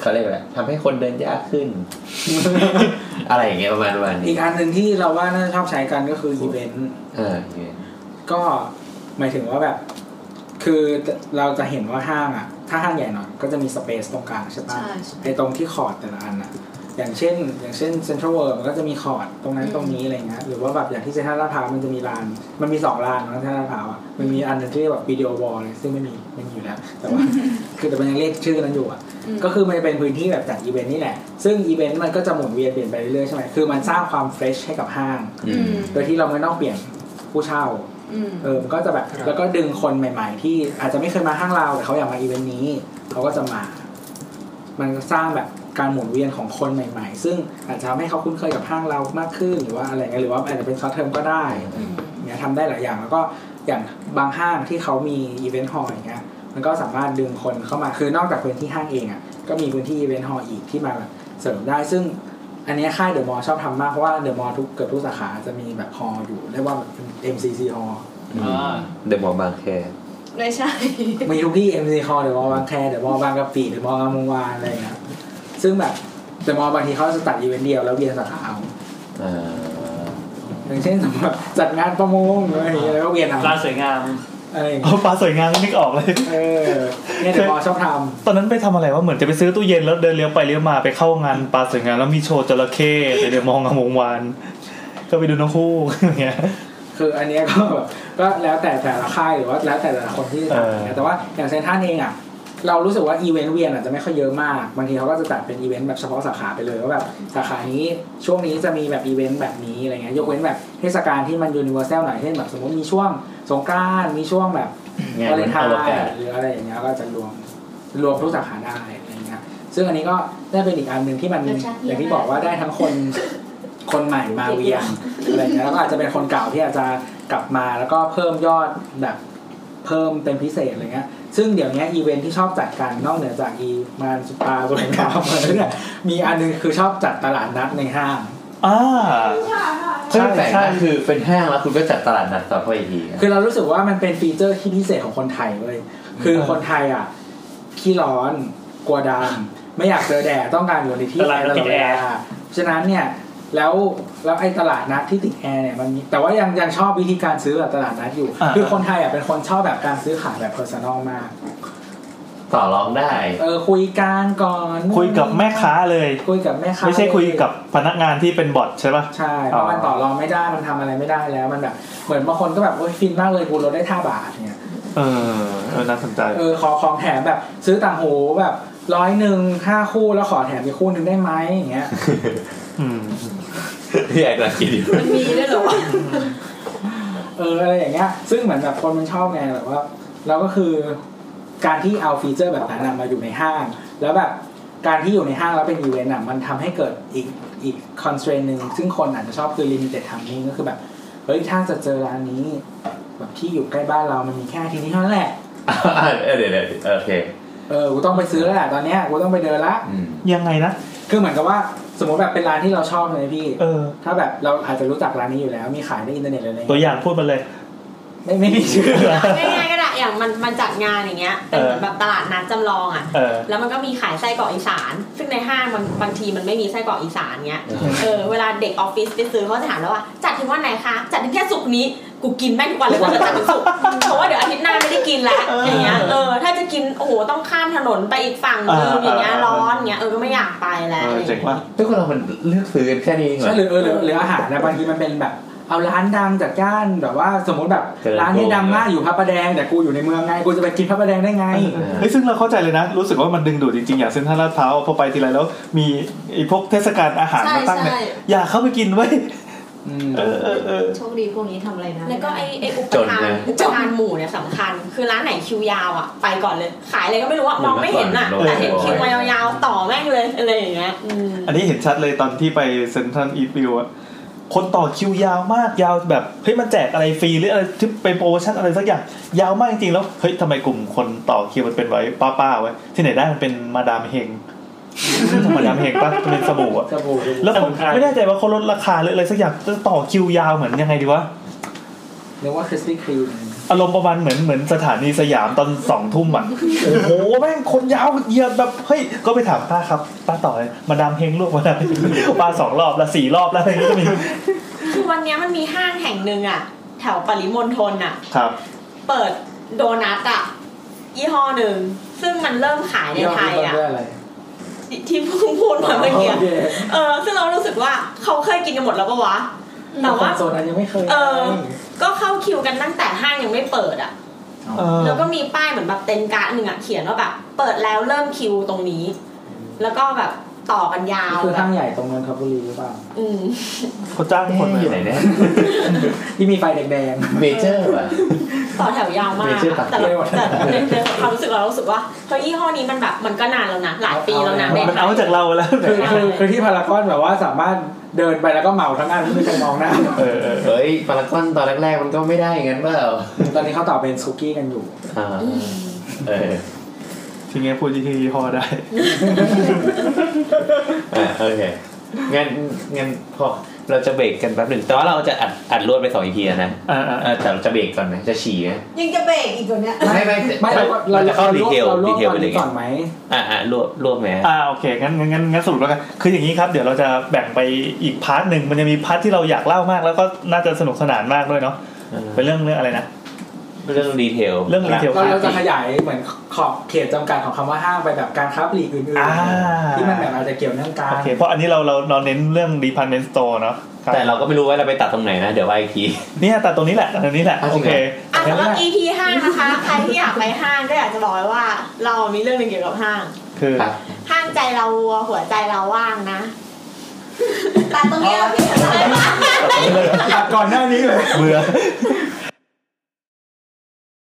S1: เขาเรียกแหละไรทำให้คนเดินยากขึ้น <laughs> อะไรอย่างเงี้ยประมาณประมาณ
S5: อี
S1: นี้
S5: กอันหนึ่งที่เราว่าน่าจะชอบใช้กันก็คืออีเวนต์
S1: เอออย่างเงี้ย
S5: ก็หมายถึงว่าแบบ คือเราจะเห็นว่าห้างอ่ะ ถ้าห้างใหญ่หน่อยก็จะมีสเปซตรงกลางใช่ปะ
S9: ใช่ใช่
S5: ไอตรงที่คอร์ดแต่ละอันอ่ะ อย่างเช่น อย่างเช่นเซ็นทรัลเวิร์มันก็จะมีคอร์ดตรงนั้นตรงนี้อะไรเงี้ยหรือว่าแบบอย่างที่เซ็นทรัลลาดพร้าวมันจะมีลาน มันมีสองลานของเซ็นทรัลลาดพร้าวอ่ะมันมีอันหนึงที่เรียกว่าวิดีโอวอลเลยซึ่งไม่มีไม่มีอยู่แล้ว แต่ว่า คือแต่มันยังเรียกชื่อนั้นอยู่อ่ะ ก็คือมันจะเป็นพื้นที่แบบจัดอีเวนต์นี่แหละ ซึ่งอีเวนต์มันก็จะหมุนเวียนเปลี่ยนไปเรื่อยๆใช่ไหมคือมันสร้างความเฟรชให้กับห้าง
S1: อืม
S5: โดยที่เราไม่ต้องเปลี่ยนผู้เช่า เออมันก็จะแบบ แล้วก็ดึงคนใหม่ๆ ที่อาจจะไม่เคยมาห้างเราแต่เขาอยากมาอีเวนต์นี้ เขาก็จะมา มันก็สร้างแบบการหมุนเวียนของคนใหม่ ๆ ซึ่งอาจจะทำให้เขาคุ้นเคยกับห้างเรามากขึ้น หรือว่าอะไรเงี้ย หรือว่าอาจจะเป็นซอสเทอมก็ได้เนี่ยทำได้หลายอย่าง แล้วก็อย่างบางห้างที่เขามีอีเวนต์ฮอลล์อย่างเงี้ย มันก็สามารถดึงคนเข้ามา คือนอกจากพื้นที่ห้างเองอ่ะ ก็มีพื้นที่อีเวนต์ฮอลล์อีกที่มาแบบเสริมได้ ซึ่ง อันเนี้ยค่ายเดอะมอลล์ชอบทำมากเพราะว่าเดอะมอลล์ทุกเกือบทุกสาขาจะมีแบบฮอลล์อยู่เรียกว่าแบบเป็น MCC ฮอลล์
S6: อ่า
S1: เดอะมอลล์บางแค
S7: ไม่ใช่
S5: มีทุกที่ MC Hall เดี๋ยวมอบางแคเดี๋ยวมอบางกะปิเดี๋ยวมอบางมวานอะไรนะซึ่งแบบแต่มอบางทีเขาจะตัดอีเวนต์เดียวแล้วเบียนสาขาเอา
S1: เออ
S5: อย่างเช่นสมมติจัดงานประมงอะไรอย่างเงี้ยแล้วก็เบียนเอา
S6: ร้านสวยงาม
S5: อะไรอย่าง
S3: อ๋
S5: เงี้ย
S3: อปลาสวยงามนึกออกเลย
S5: เออเนี่ยเดี๋ยวมอชอบท
S3: ตอนนั้นไปทำอะไรวะเหมือนจะไปซื้อตู้เย็นแล้วเดินเลี้ยวไปเลี้ยวมาไปเข้างานปลาสวยงามแล้วมีโชว์จระเข้แต่เดี๋ยวมองงามวงวานก็ไปดูน้องคู่อย่างเงี้ย
S5: ำคืออันเนี้ยก็แบบก็แล้วแต่แต่ละค่ายหรือว่าแล้วแต่แต่ละคนที่จะทำอย่างเงี้ยแต่ว่าอย่างเซนทรันเองอ่ะเรารู้สึกว่าอีเวนต์เวียนอาจจะไม่ค่อยเยอะมากบางทีเขาก็จะจัดเป็นอีเวนต์แบบเฉพาะสาขาไปเลยว่าแบบสาขานี้ช่วงนี้จะมีแบบอีเวนต์แบบนี้อะไรเงี้ยยกเว้นแบบเทศกาลที่มันยูนิเวอร์แซลหน่อยเช่นแบบสมมติมีช่วงสงกรานต์มีช่วงแบบ
S1: งาน
S5: วาเล
S1: วันน
S5: ไท
S1: อวกาศ
S5: น์หรืออะไรอย่างเงี้ยก็จะรวมรวมทุกสาขาได้อะไรอย่างเงี้ยซึ่งอันนี้ก็ได้เป็นอีกอันหนึ่งที่มัน
S9: รสชาติ
S5: อย่างที่บอกว่าได้ทั้งคน คนใหม่มาเวียนอะไรอย่างเงี้ยแล้วก็อาจจะเป็นคนเก่าที่อาจจะกลับมาแล้วก็เพิ่มยอดแบบเพิ่มเป็นพิเศษอะไรเงี้ยซึ่งเดี๋ยวเนี้ยอีเวนท์ที่ชอบจัดกันนอกเหนือจากอีมานสุปาส <laughs> วยงามอะไรเนี่ยมีอันหนึงคือชอบจัดตลาดนัดในห้าง
S3: อ่า
S1: ซึ่งแปลกนะคือเป็นห้างแล้วคุณก็จัดตลาดนัดต่อเข้าไปอีกทีอะ
S5: คือเรารู้สึกว่ามันเป็นฟีเจอร์ที่พิเศษของคนไทยเลย คือ
S3: เออ
S5: คนไทยอ่ะขี้ร้อนกลัวดำไม่อยากเจอแดดต้องการอยู่ในที่
S6: ตลาดนัดติดแอร์
S5: ฉะนั้นเนี่ยแล้วแล้วไอ้ตลาดนัดที่ติดแอร์เนี่ยมันมีแต่ว่ายังยังชอบวิธีการซื้อแบบตลาดนัดอยู่ คือคนไทยอ่ะเป็นคนชอบแบบการซื้อขายแบบเพอร์ซันอลมาก
S1: ต่อรองได้
S5: เออคุยการก่อน
S3: คุยกับแม่ค้าเลย
S5: คุยกับแม่ค้า
S3: ไม่ใช่คุยกับพนักงานที่เป็นบอทใช่ปะ
S5: ใช่เพราะมันต่อรองไม่ได้มันทำอะไรไม่ได้แล้วมันแบบเหมือนบางคนก็แบบโอ๊ยฟินมากเลยกูลดได้ท่าบาทเนี่ย
S3: เออเออน่าสนใจ
S5: เออขอของแถมแบบซื้อต่างหูแบบร้อยหนึ่งห้าคู่แล้วขอแถมอีกคู่หนึ่งได้ไหมอย่างเงี้ย
S3: อืม
S1: พี่แอกลังกินอยู่
S9: มันมีด้วยเหรอวะ
S5: เอออะไรอย่างเงี้ย ซึ่งเหมือนแบบคนมันชอบไงแบบว่าเราก็คือการที่เอาฟีเจอร์แบบนั้นอะมาอยู่ในห้าง แล้วแบบการที่อยู่ในห้างแล้วเป็นอีเวนต์อะมันทำให้เกิดอีกอีกคอนสเตรนหนึ่งซึ่งคนอาจจะชอบคือลิมิเต็ดทัมมิ่งก็คือแบบเฮ้ยถ้าจะเจอร้านนี้ แบบที่อยู่ใกล้บ้านเรามันมีแค่ที่นี้เท่านั้นแหละ
S1: อ่ะเออเดี๋ยวเดี๋ยวโอเค
S5: เออกูต้องไปซื้อแล้วแหละตอนเนี้ยกูต้องไปเดินละ
S1: อืม
S3: ยังไงนะ
S5: คือเหมือนกับว่าสมมติแบบเป็นร้านที่เราชอบเลยพี่
S3: เออ
S5: ถ้าแบบเราอาจจะรู้จักร้านนี้อยู่แล้ว มีขายในอินเทอร์เน็ตอะไรเงี้ย
S3: ตัวอย่างพูดมาเลย <laughs>
S5: ไม่ไม่มีชื่อ
S8: ง่ายๆก็ได้อย่างมันมันจัดงานอย่างเงี้ยเป็นเหมือนแบบตลาดนัดจำลองอ่ะ
S3: เออ
S8: แล้วมันก็มีขายไส้กรอกอีสาน ซึ่งในห้างมันบางทีมันไม่มีไส้กรอกอีสานเงี้ย เออ เวลาเด็กออฟฟิศไปซื้อเขาจะถามแล้วว่า จัดถึงวันไหนคะ จัดถึงแค่ศุกร์นี้ กูกินแม่งทุกวันเลยกูจะจัดถึงศุกร์ <laughs> เพราะว่าเดี๋ยวอาทิตย์หน้าไม่ได้กินละอย่างเงี้ย เออ ถ้าจะกิน โอ้โห ต้องข้ามถนนไปอีกฝั่งนึงอย่างเงี้ย ร้อนอย่างเงี้ย เออ ก็ไม่อยากไปแล้ว
S3: เออเจ๋งว่ะ
S1: ทุกคนเรามันเลือกซื้อกันแค่นี้เองเหร
S5: <laughs> ใช่
S1: อ
S5: หรือเออหรือหรืออาหารนะบางทีมันเป็นแบบ เอาร้านดังจากย่านแบบว่าสมมติแบบ
S1: เจริญกรุง
S5: ร้านที่ดังมากอยู่พระประแดง แต่กูอยู่ในเมืองไงกูจะไปกินพระประแดงได้ไง
S3: เฮ้ยซึ่งเราเข้าใจเลยนะ รู้สึกว่ามันดึงดูดจริงๆ อย่างเซ็นทรัลลาดพร้าวพอไปทีไรแล้วมีไอ้พวกเทศกาลอาหารมาตั้งเนี่ย อยากเข้าไปกินไว้ย
S5: อืม
S3: เออเออเออ
S9: โชคดีพวกนี้ทำอะไรนะ
S8: แล้วก็ไอไออุป
S1: จน
S8: ทาน
S1: นะ
S8: อุปทานหมู่เนี่ยสำคัญ คือร้านไหนคิวยาวอ่ะ ไปก่อนเลย ขายอะไรก็ไม่รู้อ่ะมองไม่เห็นอ่ะ แต่เห็นคิวมายาวๆต่อแม่งเลยอะไรอย่างเงี้ยอืม
S3: อันนี้เห็นชัดเลยตอนที่ไปเซ็นทรัลอีทวิวอะ คนต่อคิวยาวมากยาวแบบเฮ้ยมันแจกอะไรฟรีหรืออะไรที่เป็นโปรโมชั่นอะไรสักอย่างยาวมากจริงๆแล้วเฮ้ยทำไมกลุ่มคนต่อคิวมันเป็นไว้ป้าๆไว้ที่ไหนได้มันเป็นมาดามเฮ <laughs> ง มาดามเฮงปะมันเป็นสบู่อะ
S5: สบู่
S3: แล้วผม
S5: สบู่
S3: ไม่แน่ใจว่าเขาลดราคาหรืออะไรสักอย่างต่อคิวยาวเหมือนยังไงดีวะ
S5: นึกว่าคริสปี้ครีม
S3: อารมณ์ประมาณเหมือนเหมือนสถานีสยามตอนสองทุ่มอ่ะ โอ้โหแม่งคนยาวเหยียดแบบเฮ้ยก็ไปถามป้าครับป้าต่อเลยมาดามเฮงลวกมาดามเฮงป้าสองรอบละสี่รอบแล้วอะไรอย่างเงี้ยก็มี
S8: คือวันเนี้ยมันมีห้างแห่งหนึ่งอะแถวปริมณฑลอะ
S3: ครับ
S8: เปิดโดนัทอะยี่ห้อหนึ่งซึ่งมันเริ่มขายในไทย
S5: เรีก
S8: อะ
S5: ว่าอะไร
S8: ที่ที่เพิ่งพูดมาเมื่อกี้
S5: โอเค
S8: เออซึ่งเรารู้สึกว่าเขาเคยกินกันหมดแล้วปะวะ แต่ว่า
S5: โซนนั้นยังไม่เคย
S8: เออ ก็เข้าคิวกันตั้งแต่ห้างยังไม่เปิดอะ
S3: เออ
S8: แล้วก็มีป้ายเหมือนแบบเต็นท์การ์ดหนึ่งอะเขียนว่าแบบเปิดแล้วเริ่มคิวตรงนี้ แล้วก็แบบต่อกันยาว
S5: คือ
S8: แบ
S5: ห้า
S8: บ
S5: งใหญ่ตรงนนทบุรีหรือเปล่า <laughs>
S8: อืม
S3: เขาจ้างคนมา
S1: อยู่ไหนเนี่ย
S5: ที่มีไฟแดง
S1: เมเจอร์ป่ะ
S8: ต่อแถวยาวมาก
S1: ไม่เชื่อตัด
S8: แต่เรา
S5: เลยว่ะ
S8: แต่แต่ความรู้สึกเรารู้สึกว่าเฮ้ยยี่ห้อนี้มันแบบมันก็นานแล้วนะหลายปีแล้วนะใน
S3: มัน
S8: ไท
S3: เอา
S8: ย
S3: จากเรา <laughs> แล้ว
S5: ๆคือคือคือที่พารากอนแบบว่าสามารถเดินไปแล้วก็เหมาทั้งอันไม่มีใครมองหน้า
S3: เออเออเออ
S1: เฮ้ยปารากอนตอนแรกๆมันก็ไม่ได้งั้นเปล่า
S5: ตอนนี้เขาต่อเป็นซุกี้กันอยู่
S1: อ่าเออ
S3: ทีเนี้ยพูดที่ยี่ห้อได้
S1: อ่ะโอเคงั้นงั้นพอเราจะเบรกกันแป๊บหนึ่งแต่ว่าเราจะอัดอัดรวดไปสองอีพีนะ
S3: อ่าอ่า
S1: เออแต่เราจะเบรกก่อนไหมจะฉี่ไหม
S9: ยังจะเบรกอีกตัวเนี้ย
S1: ไม่ไม่
S5: ไม่เราก็เรา
S1: จะเข้าดีเทล
S5: เราร
S1: ดี
S5: วบ
S1: เทล
S5: ตอ
S1: ไป
S5: น
S1: เลย
S5: นี้
S1: ไง
S5: ก่อนไหม
S1: อ่าอ่ะรวบรวบไหม
S3: อ่าโอเคงั้นงั้นงั้นงั้นสรุปแล้วกันคืออย่างนี้ครับเดี๋ยวเราจะแบ่งไปอีกพาร์ทหนึ่งมันจะมีพาร์ทที่เราอยากเล่ามาก แล้วก็น่าจะสนุกสนานมากด้วยเนาะเป็นเรื่องเรื่องอะไรนะ
S1: เรื่องดีเทล
S3: เรื่องดีเทล
S5: เราเราจะขยายเหมือนขอบเขตจำกัดของคำว่าห้างไปแบบการค้าปลีกอื่น
S3: อ่า
S5: ๆที่มันแบบอาจจะเกี่ยวเนื่องกัน
S3: โอเคเพราะอันนี้เราเราเราเน้นเรื่อง department store เนาะครับ
S1: แต่เราก็ไม่รู้ว่าเราไปตัดตรงไหนนะ เดี๋ยวว่าอีกที
S3: เนี่ยแต่ตรงนี้แหละตรงนี้แหละ
S1: เอาจ
S3: โอ
S1: ริงเหรอ
S3: เค
S8: อ่ะสำหรับ EP ห้านะคะ ใครที่อยากไปห้างก็อยากจะบอกไว้ว่า เรามีเรื่องหนึ่งเกี่ยวกับห้าง
S3: คือ
S1: ครับ
S8: ห้างใจเราวัวหัวใจเราว่างนะ
S9: แต่ตรงนี้เราพิจารณา
S5: ตัดก่อนหน้านี้เลย
S3: เบื่อ